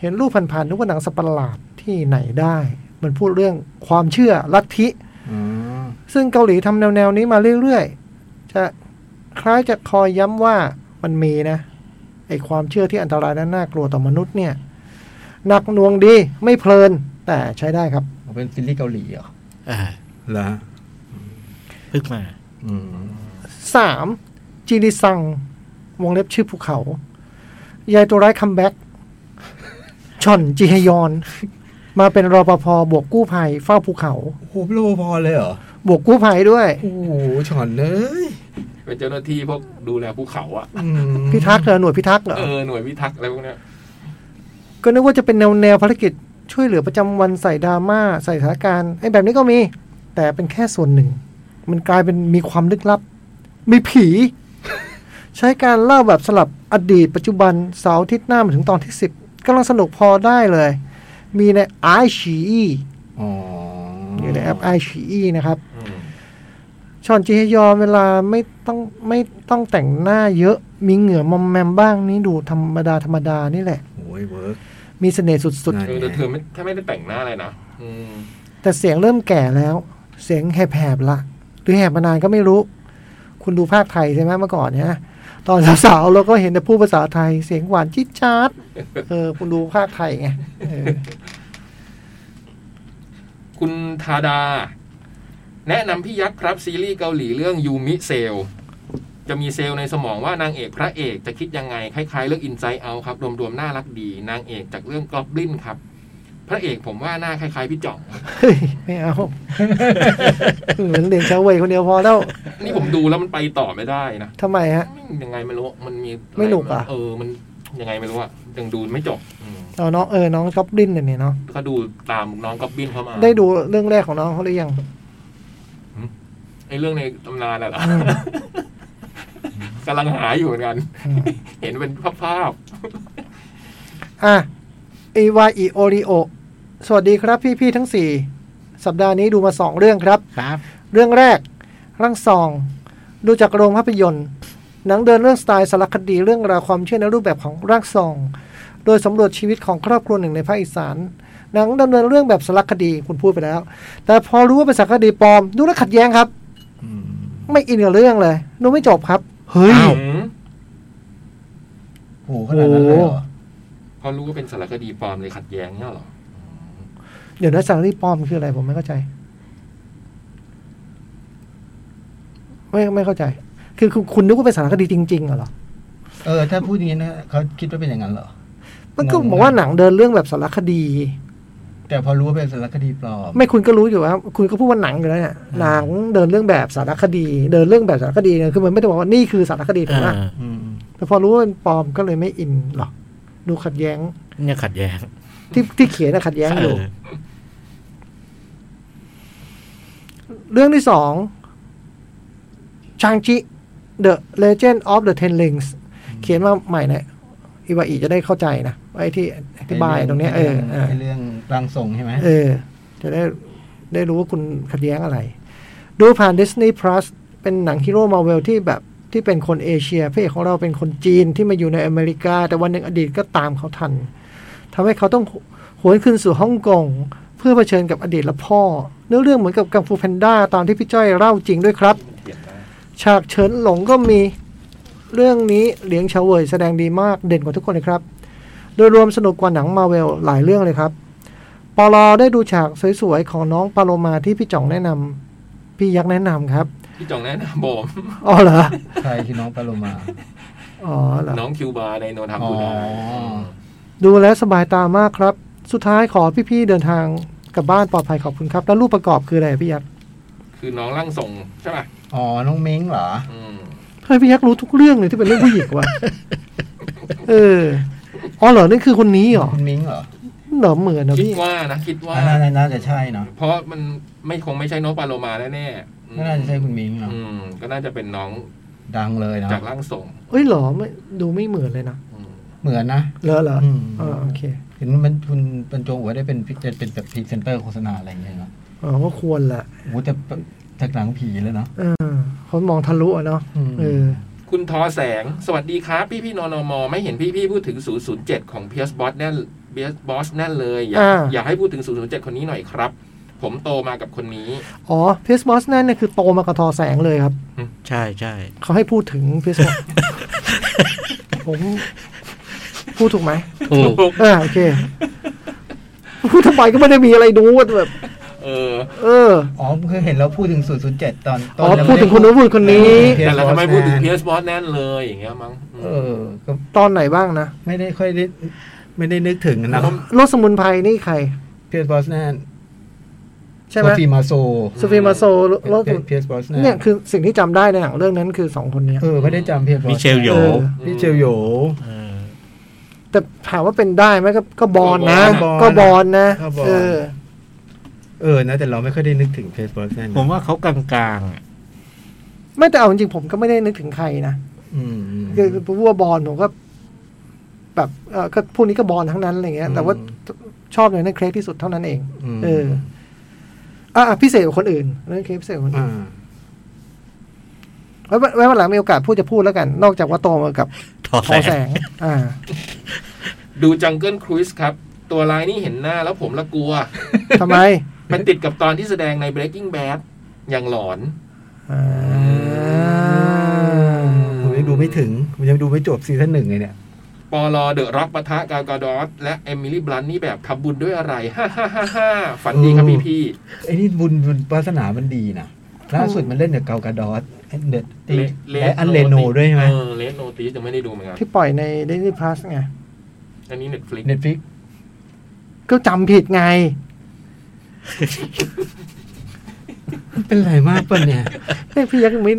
[SPEAKER 2] เห็นรูปผ่านๆนึกว่าหนังสตว์ประหลาดที่ไหนได้ มันพูดเรื่องความเชื่อลัทธิ
[SPEAKER 5] อ๋อ
[SPEAKER 2] ซึ่งเกาหลีทำแนว ๆ นี้มาเรื่อย ๆ จะคล้ายจะคอยย้ำว่ามันมีนะไอความเชื่อที่อันตรายและน่ากลัวต่อมนุษย์เนี่ยหนักหน่วงดีไม่เพลิน แต่ใช้ได้ครับ
[SPEAKER 5] เป็นซีรีส์เกาหลีเหรอ
[SPEAKER 3] อ่า
[SPEAKER 5] เหรอ
[SPEAKER 3] เพิ่งมา
[SPEAKER 5] อืม
[SPEAKER 2] 3. จีริซัง วงเล็บชื่อภูเขา ยายตัวร้ายคัมแบ็กช่อนจีฮยอน มาเป็นรปภบวกกู้ภัยเฝ้าภูเขา
[SPEAKER 5] โอ้โหเป็นรปภเลยเหรอ
[SPEAKER 2] บวกกู้ภัยด้วย
[SPEAKER 5] โอ้โหช่อนเลย
[SPEAKER 4] เป็นเจ้าหน้าที่พวกดูแลภูเขาอะ
[SPEAKER 5] อืม
[SPEAKER 2] พิทักษ์เหรอหน่วยพิทักษ์เหรอ
[SPEAKER 4] เออหน่วยพิทักษ์อะไรพวกเนี้ย
[SPEAKER 2] ก็นึกว่าจะเป็นแนวแนวภารกิจช่วยเหลือประจำวันใส่ดราม่าใส่สถานการณ์ไอ้แบบนี้ก็มี แต่เป็นแค่ส่วนหนึ่ง มันกลายเป็นมีความลึกลับ มีผี ใช้การเล่าแบบสลับอดีตปัจจุบันเสาร์อาทิตย์หน้ามาถึงตอนที่ 10กำลังสนุกพอได้เลย มีใน i อชี
[SPEAKER 5] อ๋อ
[SPEAKER 2] อยู่ในแอป i อชีนะครับ
[SPEAKER 4] อืม
[SPEAKER 2] ชอนจีฮยอนเวลาไม่ต้องไม่ต้องแต่งหน้าเยอะมีเหงื่อมอมแมมบ้างนี่ดูธรรมดาธรรมดานี่แหละ
[SPEAKER 5] โอ้ยเวิร์ก
[SPEAKER 2] มีเสน่ห์สุด ๆ
[SPEAKER 4] เออแต่เธอไม่ถ้าไม่ได้แต่งหน้าอะไรนะอืม
[SPEAKER 2] แต่เสียงเริ่มแก่แล้ว เสียงแหบๆละหรือแหบมานานก็ไม่รู้ คุณดูภาคไทยใช่ไหมเมื่อก่อนเนี่ย ตอนสาวๆเราก็เห็นแต่พูดภาษาไทยเสียงหวานชิดชาดเออคุณดูภาคไทยไงเออ [laughs]
[SPEAKER 4] คุณทาดา แนะนำพี่ยักษ์ครับซีรีส์เกาหลีเรื่องยูมิเซล จะมีเซลล์ในสมองว่านางเอกพระเอกจะคิดยังไง คล้ายๆ เรื่องอินไซ e ์เอาครับ รวมๆ น่ารักดี นางเอกจากเรื่องก o อบลินครับ พระเอกผมว่าหน้าคล้ายๆ พี่จ่อง
[SPEAKER 2] เฮ้ยไม่เอาเหมือนเด่นชาวเวยคนเดียวพอแล้ว
[SPEAKER 4] นี่ผมดูแล้วมันไปต่อไม่ได้นะ
[SPEAKER 2] ทำไมฮะ
[SPEAKER 4] ยังไงไม่รู้ มันมี
[SPEAKER 2] ไม่หนุกอ่ะ
[SPEAKER 4] เออมันยังไงไม่รู้อ่ะยังดูไม่จบอืม
[SPEAKER 2] เอาน้องเออน้องก๊อบลินเนี่ยเนี่ยเนาะ
[SPEAKER 4] ก็ดูตามน้องก o อบลินเข้ามา
[SPEAKER 2] ได้ดูเรื่องแรกของน้องเขาหรือยัง
[SPEAKER 4] ไอ้เรื่องในตำนานอะ [laughs] เหรอกำลังหาอยู่เหมือนกัน
[SPEAKER 2] อืม
[SPEAKER 4] เห็นเป็นภาพ
[SPEAKER 2] อ่ะเอวาอิโอริโอสวัสดีครับพี่ ๆ ทั้ง 4 สัปดาห์นี้ดูมา 2 เรื่องครับ
[SPEAKER 3] ครับ
[SPEAKER 2] เรื่องแรก ร่างซอง ดูจากโรงภาพยนตร์ หนังเดินเรื่องสไตล์สารคดีเรื่องราวความเชื่อในรูปแบบของร่างซอง โดยสำรวจชีวิตของครอบครัวหนึ่งในภาคอีสาน หนังดำเนินเรื่องแบบสารคดีคุณพูดไปแล้ว แต่พอรู้ว่าเป็นสารคดีปลอม ดูแล้วขัดแย้งครับ ไม่อินกับเรื่องเลยดูไม่จบครับ
[SPEAKER 5] เฮ้ย
[SPEAKER 4] ๆอืม
[SPEAKER 1] โหขนาดนั้นเลยเหรอ
[SPEAKER 4] พอรู้ว่าเป็นสารคดีปลอมเลยขัดแย้งเนี่ยเหรอ
[SPEAKER 2] เดี๋ยวนะสารคดีปลอมคืออะไรผมไม่เข้าใจ ไม่ไม่เข้าใจ คือคือคุณนึกว่าเป็นสารคดีจริงๆเหรอ
[SPEAKER 1] เออ ถ้าพูดอย่างนี้นะเขาคิดว่าเป็นอย่างนั้นเหรอ
[SPEAKER 2] มันก็
[SPEAKER 1] งงๆ
[SPEAKER 2] บอกว่าหนังเดินเรื่องแบบสารคดี
[SPEAKER 1] แต่พอรู้ว่าเป็นสารคดีปลอม
[SPEAKER 2] ไม่คุณก็รู้อยู่ว่าคุณก็พูดว่าหนังอยู่แล้วเนี่ยหนังเดินเรื่องแบบสารคดี เดินเรื่องแบบสารคดีเนี่ยคือมันไม่ได้บอกว่านี่คือสารคดีถูกไหม
[SPEAKER 1] อืม
[SPEAKER 2] แต่พอรู้ว่าเป็นปลอมก็เลยไม่อินหรอกดูขัดแย้ง
[SPEAKER 3] เนี่ยขัดแย้ง
[SPEAKER 2] ที่ที่เขียนนะขัดแย้งอยู่
[SPEAKER 3] เออ
[SPEAKER 2] เรื่องที่สองชางจิ The Legend of the Ten Rings เขียนมาใหม่เนี่ยอิวาอิจะได้เข้าใจนะไอ้ที่อธิบายตรงเนี้ยเออเออ
[SPEAKER 1] ไเรื่องร่างทรงใช่ไหม
[SPEAKER 2] เออ จะได้ได้รู้ว่าคุณขัดแย้งอะไร ดูผ่าน Disney Plus เป็นหนังฮีโร่มาเวลที่แบบที่เป็นคนเอเชียพระเอกของเราเป็นคนจีนที่มาอยู่ในอเมริกา แต่วันหนึ่งอดีตก็ตามเขาทันทำให้เขาต้องหวนคืนสู่ฮ่องกง เพื่อเผชิญกับอดีตและพ่อ เนื้อเรื่องเหมือนกับกังฟูแพนด้าตามที่พี่จ้อยเล่าจริงด้วยครับ
[SPEAKER 4] มันเขียนได้
[SPEAKER 2] ฉากเฉินหลงก็มีเรื่องนี้เหลียงเฉาเวยแสดงดีมากเด่นกว่าทุกคนเลยครับ โดยรวมสนุกกว่าหนังมาเวลหลายเรื่องเลยครับ ปอลอได้ดูฉากสวยๆ ของน้องปาโลมาที่พี่จ่องแนะนำพี่ยักษ์แนะนำครับ [laughs]
[SPEAKER 4] พี่จ่องแนะนำบอม
[SPEAKER 2] อ๋อเหรอ
[SPEAKER 1] ใครคือน้องปาโลมา
[SPEAKER 2] อ๋อเหรอ
[SPEAKER 4] น้องคิวบาร์ในโนทา
[SPEAKER 1] อ๋อ
[SPEAKER 4] มูดา
[SPEAKER 2] ดูแลวสบายตามากครับ สุดท้ายขอพี่ๆเดินทางกลับบ้านปลอดภัยขอบคุณครับ แล้วรูปประกอบคืออะไรพี่ยักษ์
[SPEAKER 4] คือน้องร่างทรงใช่ป่ะ
[SPEAKER 1] อ๋อ น้องเม้งเหรอ
[SPEAKER 4] อืม
[SPEAKER 2] เฮ้ยพี่ยักษ์รู้ทุกเรื่องเลยที่เป็นเรื่องผู้หญิงว่ะ [laughs] เอออ๋อเหรอนี่คือคนนี้เหรอ
[SPEAKER 1] คุณเม้งเหรอ
[SPEAKER 2] เหรอเหมือนนะ
[SPEAKER 4] คิด
[SPEAKER 2] พี่
[SPEAKER 4] ว่านะคิดว่า
[SPEAKER 1] อ่าน่าน่าน่าจะใช่เนาะ
[SPEAKER 4] เพราะมันไม่คงไม่ใช่น้องปาโลมาแน่ๆอืม
[SPEAKER 1] น่าจะใช่คุณเม้งเนาะ
[SPEAKER 4] อืมก็น่าจะเป็นน้อง
[SPEAKER 1] ดังเลยเนาะ
[SPEAKER 4] จากร่างทรง
[SPEAKER 2] เอ้ยเหรอไม่ดูไม่เหมือนเลยนะ
[SPEAKER 4] อืม
[SPEAKER 1] เหมือนนะ
[SPEAKER 2] เหรอเหรอ
[SPEAKER 1] อืม
[SPEAKER 2] อ่าโอเค
[SPEAKER 1] เห็นมันคุณบรรจงหัวได้เป็นจะเป็นแบบพรีเซนเตอร์โฆษณาอะไรอย่างเงี้ยเนาะ
[SPEAKER 2] อ๋อก็ควรแหละ
[SPEAKER 1] โอ้แต่จากหนังผีเลยเนาะ
[SPEAKER 2] เออคนมองทะลุอะเนาะ
[SPEAKER 1] อืม
[SPEAKER 2] เออ
[SPEAKER 4] คุณทอแสง สวัสดีครับ พี่พี่ๆนอนมไม่เห็นพี่พี่ๆพูดถึง 007 ของเพียสบอสแน่นเพียสบอสแน่นเลยอยากอยากให้พูดถึง 007 คนนี้หน่อยครับ ผมโตมากับคนนี้
[SPEAKER 2] อ๋อพีซบอสนั่นเนี่ยคือโตมากับทอแสงเลยครับ
[SPEAKER 3] ใช่ใช่
[SPEAKER 2] เขาให้พูดถึงพีซบอส ผมพูดถูกไหม
[SPEAKER 3] ถูก
[SPEAKER 2] อ่าโอเค พูดทำไมก็ไม่ได้มีอะไรดูอะแบบ
[SPEAKER 4] เออ
[SPEAKER 2] เออ
[SPEAKER 1] อ๋อคือเห็นเราพูดถึง 007 ตอนต้
[SPEAKER 2] อ๋อน
[SPEAKER 1] แล้ว
[SPEAKER 2] พูดถึงคนนู้นพูดคนนี้
[SPEAKER 1] เออ
[SPEAKER 4] แต่เรา
[SPEAKER 1] PS
[SPEAKER 4] ทำไมพูดถึง
[SPEAKER 1] Boss Man
[SPEAKER 4] PS b o s แน่นเลยอย่างเงี้ยมั้งอืม
[SPEAKER 1] เออ ก็
[SPEAKER 2] ตอนไหนบ้างนะ
[SPEAKER 1] ไม่ได้ค่อยได้ไม่ได้นึกถึงนะ
[SPEAKER 2] โลกสมุนไพรนี่ใคร
[SPEAKER 1] เพียร์บอสแนน
[SPEAKER 2] ใช่ไหม
[SPEAKER 1] ฟีมาโซ
[SPEAKER 2] ซูฟีมาโซโลกสมุน
[SPEAKER 1] เพียร์บอสแนน
[SPEAKER 2] เนี่ยคือสิ่งที่จำได้ในหนังเรื่องนั้นคือสองคนเนี้ย
[SPEAKER 1] เออ ไม่ได้จำเพียร์บอส
[SPEAKER 3] มิเชลโย
[SPEAKER 2] เออ
[SPEAKER 1] มิเชลโย
[SPEAKER 3] เออ
[SPEAKER 2] แต่ถามว่าเป็นได้ไหมก็ก็บอลนะ
[SPEAKER 1] ก็
[SPEAKER 2] ก็บบ อ
[SPEAKER 1] อ
[SPEAKER 2] ล
[SPEAKER 1] ล
[SPEAKER 2] นะ
[SPEAKER 1] นะก็บอล
[SPEAKER 2] เออ
[SPEAKER 1] เออนะแต่เราไม่ค่อยได้นึกถึงเพียร์บอสแนน
[SPEAKER 3] ผมว่าเขากลางๆอะ
[SPEAKER 2] ไม่แต่เอาจริงๆผมก็ไม่ได้นึกถึงใครนะ
[SPEAKER 1] อืม
[SPEAKER 2] คือพูดว่าบอลผมก็ แบบเออก็พวกนี้ก็บอลทั้งนั้นอะไรเงี้ย แต่ว่าชอบในนั้นเครกที่สุดเท่านั้นเอง
[SPEAKER 1] อืม
[SPEAKER 2] เอออ่ะพิเศษกว่าคนอื่นเรื่องเครกพิเศษกว่าคนอื่น
[SPEAKER 1] อ่า
[SPEAKER 2] ไว้ไว้วันหลังมีโอกาสพูดจะพูดแล้วกัน นอกจากว่าโตมากับ
[SPEAKER 3] ทอ
[SPEAKER 2] พอ
[SPEAKER 3] แส
[SPEAKER 2] แส
[SPEAKER 3] ง
[SPEAKER 2] ง อ่า
[SPEAKER 4] ดูจังเกิลครูซครับ ตัวลายนี่เห็นหน้าแล้วผมละกลัว
[SPEAKER 2] ทำไม
[SPEAKER 4] มันติดกับตอนที่แสดงใน Breaking Bad อย่างหลอน
[SPEAKER 2] อ่า
[SPEAKER 1] ผมไม่
[SPEAKER 5] ยังดูไม่ถึงมันยังดูไม่จบซีซั่นหนึ่งเลยเนี่ย
[SPEAKER 4] ปอลอเดอะร็อกปะทะกากาดอสและเอมิลี่บลันนี่แบบทำบุญด้วยอะไร ฮ่าฮ่าฮ่าฮ่าฝันดีครับพี่พี่
[SPEAKER 5] ไอ้นี่บุญบุญวาสนามันดีนะล่าสุดมันเล่นกับเกากาดอสเดดและอันเลโนด้วยใช่ไหม
[SPEAKER 4] เออเลนโนติสยังไม่ได้ดูเหมือนกัน
[SPEAKER 2] ที่ปล่อยในดิจิพัสไง
[SPEAKER 4] อันนี้เน็ตฟลิก
[SPEAKER 5] เน็ตฟิก
[SPEAKER 2] ก็จำผิดไง
[SPEAKER 5] เป็นไรมากป่ะเนี่ย
[SPEAKER 2] เฮ้ยพี่ยักษ์ยังไม่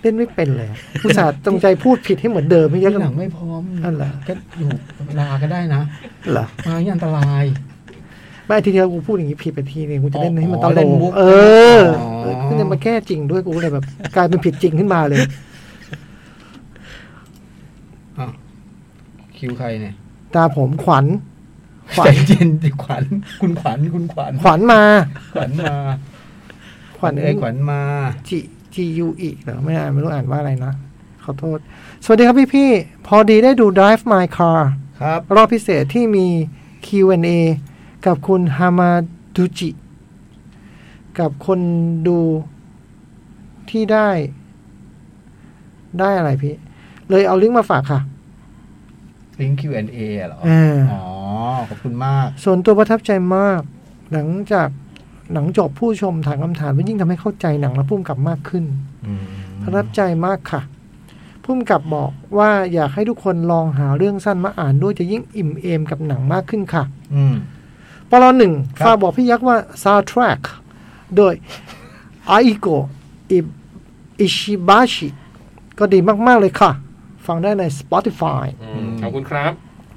[SPEAKER 2] เล่นไม่เป็นเลยอะอุตส่าห์จงใจพูดผิดให้เหมือนเดิมพี่ยัก
[SPEAKER 5] ที่
[SPEAKER 2] ษ์
[SPEAKER 5] หลัง
[SPEAKER 2] ก็
[SPEAKER 5] ไม่พร้อม
[SPEAKER 2] อันเหรอ
[SPEAKER 5] ก็อยู่ลาก็ได้นะ
[SPEAKER 2] เหรอ
[SPEAKER 5] มาอย่างอันตราย
[SPEAKER 2] ไม่อาทีที่แล้วกูพูดอย่างนี้ผิดไปทีนึงกูจะเล่นให้มันต
[SPEAKER 5] อ๋อ
[SPEAKER 2] ล
[SPEAKER 5] เล่น
[SPEAKER 2] ก
[SPEAKER 5] มุก
[SPEAKER 2] เออ
[SPEAKER 5] อ๋อ
[SPEAKER 2] เออกูจะมาแก้จริงด้วยกูเลยแบบ กลายเป็นผิดจริงขึ้นมาเลย
[SPEAKER 5] อ้าวคิวใครเนี่ย
[SPEAKER 2] ตาผมขวัญ ขวัญ
[SPEAKER 5] ใจเย็นดิขวัญคุณขวัญคุณขวัญ
[SPEAKER 2] ขวัญมา
[SPEAKER 5] ขวัญมา
[SPEAKER 2] ขวัญ
[SPEAKER 5] เอ้ยขวัญมา
[SPEAKER 2] จีจียูอีเหรอไม่อ่านไม่รู้อ่านว่าอะไรนะ ขอโทษ สวัสดีครับพี่พี่ๆพอดีได้ดู Drive My Car
[SPEAKER 5] ครับ
[SPEAKER 2] รอบพิเศษที่มี Q&A กับคุณฮามาดูจิ กับคนดูที่ได้ ได้อะไรพี่ เลยเอาลิงก์มาฝากค่ะ
[SPEAKER 5] ลิงก์ Q&A เหรอ
[SPEAKER 2] เอออ๋
[SPEAKER 5] อ๋อขอบคุณมาก
[SPEAKER 2] ส่วนตัวประทับใจมาก หลังจากหนังจบผู้ชมถามคำถามและยิ่งทำให้เข้าใจหนังและพุ่มกับมากขึ้น ประทับใจมากค่ะพุ่มกับบอกว่าอยากให้ทุกคนลองหาเรื่องสั้นมาอ่านด้วยจะยิ่งอิ่มเอมกับหนังมากขึ้นค่ะ
[SPEAKER 5] อืม
[SPEAKER 2] ปลหนึ่ง
[SPEAKER 5] ครับ
[SPEAKER 2] ฝากบอกพี่ยักษ์ว่า soundtrack โดยอาอิโกอิชิบาชิก็ดีมาก ๆ เลยค่ะ ฟังได้ใน Spotify
[SPEAKER 4] อืมขอบคุณครับ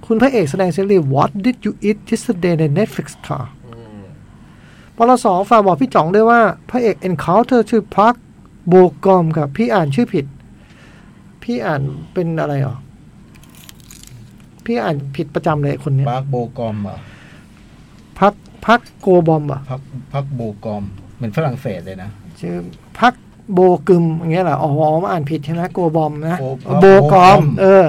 [SPEAKER 2] คุณพระเอกแสดงซีรีส์ What Did You Eat Yesterday ใน Netflix ค่ะ
[SPEAKER 4] อืม
[SPEAKER 2] ปลสองฝากบอกพี่จ๋องด้วยว่า พระเอก Encounter ชื่อพักโบกอมค่ะ พี่อ่านชื่อผิด พี่อ่านเป็นอะไรหรอ พี่อ่านผิดประจำเลยคนเนี้ย
[SPEAKER 5] พักโบกอมเหรอ
[SPEAKER 2] พักพักโกบอมอ่ะ
[SPEAKER 5] พักพักโบกอม เหมือนฝรั่งเศสเลยนะ
[SPEAKER 2] ชื่อพักโบกึมอย่างเงี้ยเหรออ๋อมาอ่านผิดใช่ไหมโกบอมนะ
[SPEAKER 5] โก
[SPEAKER 2] โบกอม
[SPEAKER 5] โบกอม
[SPEAKER 2] เออ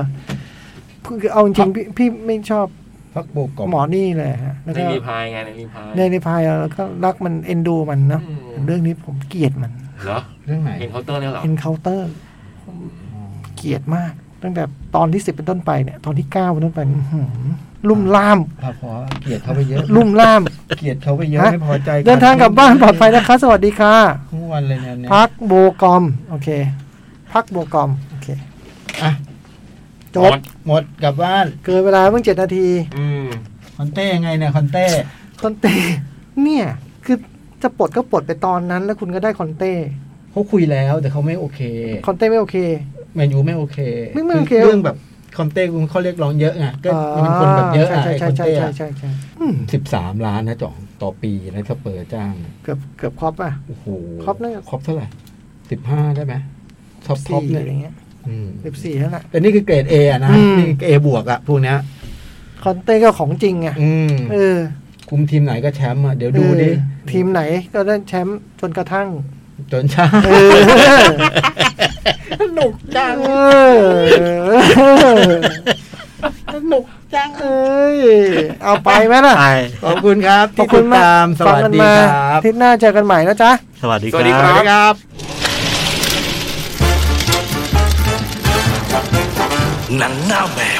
[SPEAKER 2] คือเอาจริงๆพี่พี่ไม่ชอบ
[SPEAKER 5] พักโบกอม
[SPEAKER 2] หมอนี่เลยฮะแล้ว
[SPEAKER 4] ใน
[SPEAKER 2] ก็
[SPEAKER 4] รีพายไงในรีพาย
[SPEAKER 2] ในนิพายแล้วก็รักมันเอ็นดูมันเนาะ
[SPEAKER 4] อืม
[SPEAKER 2] เรื่องนี้ผมเกลียดมัน
[SPEAKER 4] เหรอ
[SPEAKER 5] เรื่องไหน
[SPEAKER 4] เอ็นเคาน์เตอร์เนี่ยเหรอ
[SPEAKER 2] เอ็นเคาน์เตอร์เกลียดมาก ตั้งแต่ตอนที่สิบเป็นต้นไปเนี่ย ตอนที่เก้าเป็นต้นไปอื้อหือลุ่มล่าม
[SPEAKER 5] พอพอเกลียดเขาไปเยอะ
[SPEAKER 2] ลุ่มล่าม
[SPEAKER 5] เกลียดเขาไปเยอะ
[SPEAKER 2] ฮะ
[SPEAKER 5] ไม่พอใจ
[SPEAKER 2] เดินทางกลับบ้านปลอดภัยนะคะ สวัสดีค่ะ
[SPEAKER 5] ทั้งวันเลยเนี่ยเนี่ย
[SPEAKER 2] พักโบกอม โอเค พักโบกอมโอเค
[SPEAKER 5] อ่ะ
[SPEAKER 2] จบ
[SPEAKER 5] หมดกลับบ้าน
[SPEAKER 2] เกินเวลาเพิ่งเจ็ดนาที
[SPEAKER 4] อืม
[SPEAKER 5] คอนเต้ยังไงเนี่ยคอนเต้
[SPEAKER 2] คอนเต้ เนี่ย คือจะปลดก็ปลดไปตอนนั้น แล้วคุณก็ได้คอนเต้
[SPEAKER 5] เขาคุยแล้วแต่เขาไม่โอเค
[SPEAKER 2] คอนเต้ไม่โอเค
[SPEAKER 5] แมนยูไม่โอเค
[SPEAKER 2] ไม่ไม่โอเค
[SPEAKER 5] เรื่องแบบคอนเต้คุณเขาเรียกร้องเยอะไงก็มันเป็นคนแบบเยอะ
[SPEAKER 2] ใช่
[SPEAKER 5] อะ
[SPEAKER 2] ใช่
[SPEAKER 5] ไอ้
[SPEAKER 2] ใช่
[SPEAKER 5] คอน
[SPEAKER 2] ใช่ใช่
[SPEAKER 5] เต้
[SPEAKER 2] ใช่ใช่อืม
[SPEAKER 5] สิบสามล้านนะจ่องต่อปีแล้วสเปอร์จ้าง
[SPEAKER 2] เกือบเกือบครอบอ่ะ
[SPEAKER 5] โอ้โห
[SPEAKER 2] ครบเลยเหรอ
[SPEAKER 5] ครบเท่าไหร่สิบห้าได้ไหมท็อปท็อป
[SPEAKER 2] สี่
[SPEAKER 5] เนี่ย
[SPEAKER 2] อะไรเงี้ย
[SPEAKER 5] อืม
[SPEAKER 2] สิบสี่นั่นแหละ
[SPEAKER 5] แต่นี่คือเกรด A อะนะ
[SPEAKER 2] อืม
[SPEAKER 5] นี่เอบวกอะพวกเนี้ย
[SPEAKER 2] คอนเต้ก็ของจริงไง
[SPEAKER 5] อืม
[SPEAKER 2] เออ
[SPEAKER 5] คุมทีมไหนก็แชมป์อะเดี๋ยวดู
[SPEAKER 2] เออ
[SPEAKER 5] ดิ
[SPEAKER 2] ทีมไหนก็ได้แชมป์จนกระทั่ง
[SPEAKER 5] จนช้า
[SPEAKER 2] เออ
[SPEAKER 5] สนุกจัง
[SPEAKER 2] เออ
[SPEAKER 5] สนุกจัง
[SPEAKER 2] เอ้ยเอาไปไหมล่ะ
[SPEAKER 3] ใช่
[SPEAKER 5] ขอบคุณครับ
[SPEAKER 2] ขอบ
[SPEAKER 5] ที่
[SPEAKER 2] คุ
[SPEAKER 5] ติ
[SPEAKER 2] ณ
[SPEAKER 5] ด
[SPEAKER 2] มาก
[SPEAKER 5] ตามส
[SPEAKER 2] ฟัง
[SPEAKER 5] วัส
[SPEAKER 2] กัน
[SPEAKER 5] ดี
[SPEAKER 2] มา
[SPEAKER 5] ครับ
[SPEAKER 2] อาทิตย์หน้าเจอกันใหม่นะจ๊ะ
[SPEAKER 3] สวัสดี
[SPEAKER 4] สวัสดีค
[SPEAKER 3] ค
[SPEAKER 4] รั
[SPEAKER 3] รับ
[SPEAKER 4] บ
[SPEAKER 5] ครับ
[SPEAKER 6] หนังหน้าแมว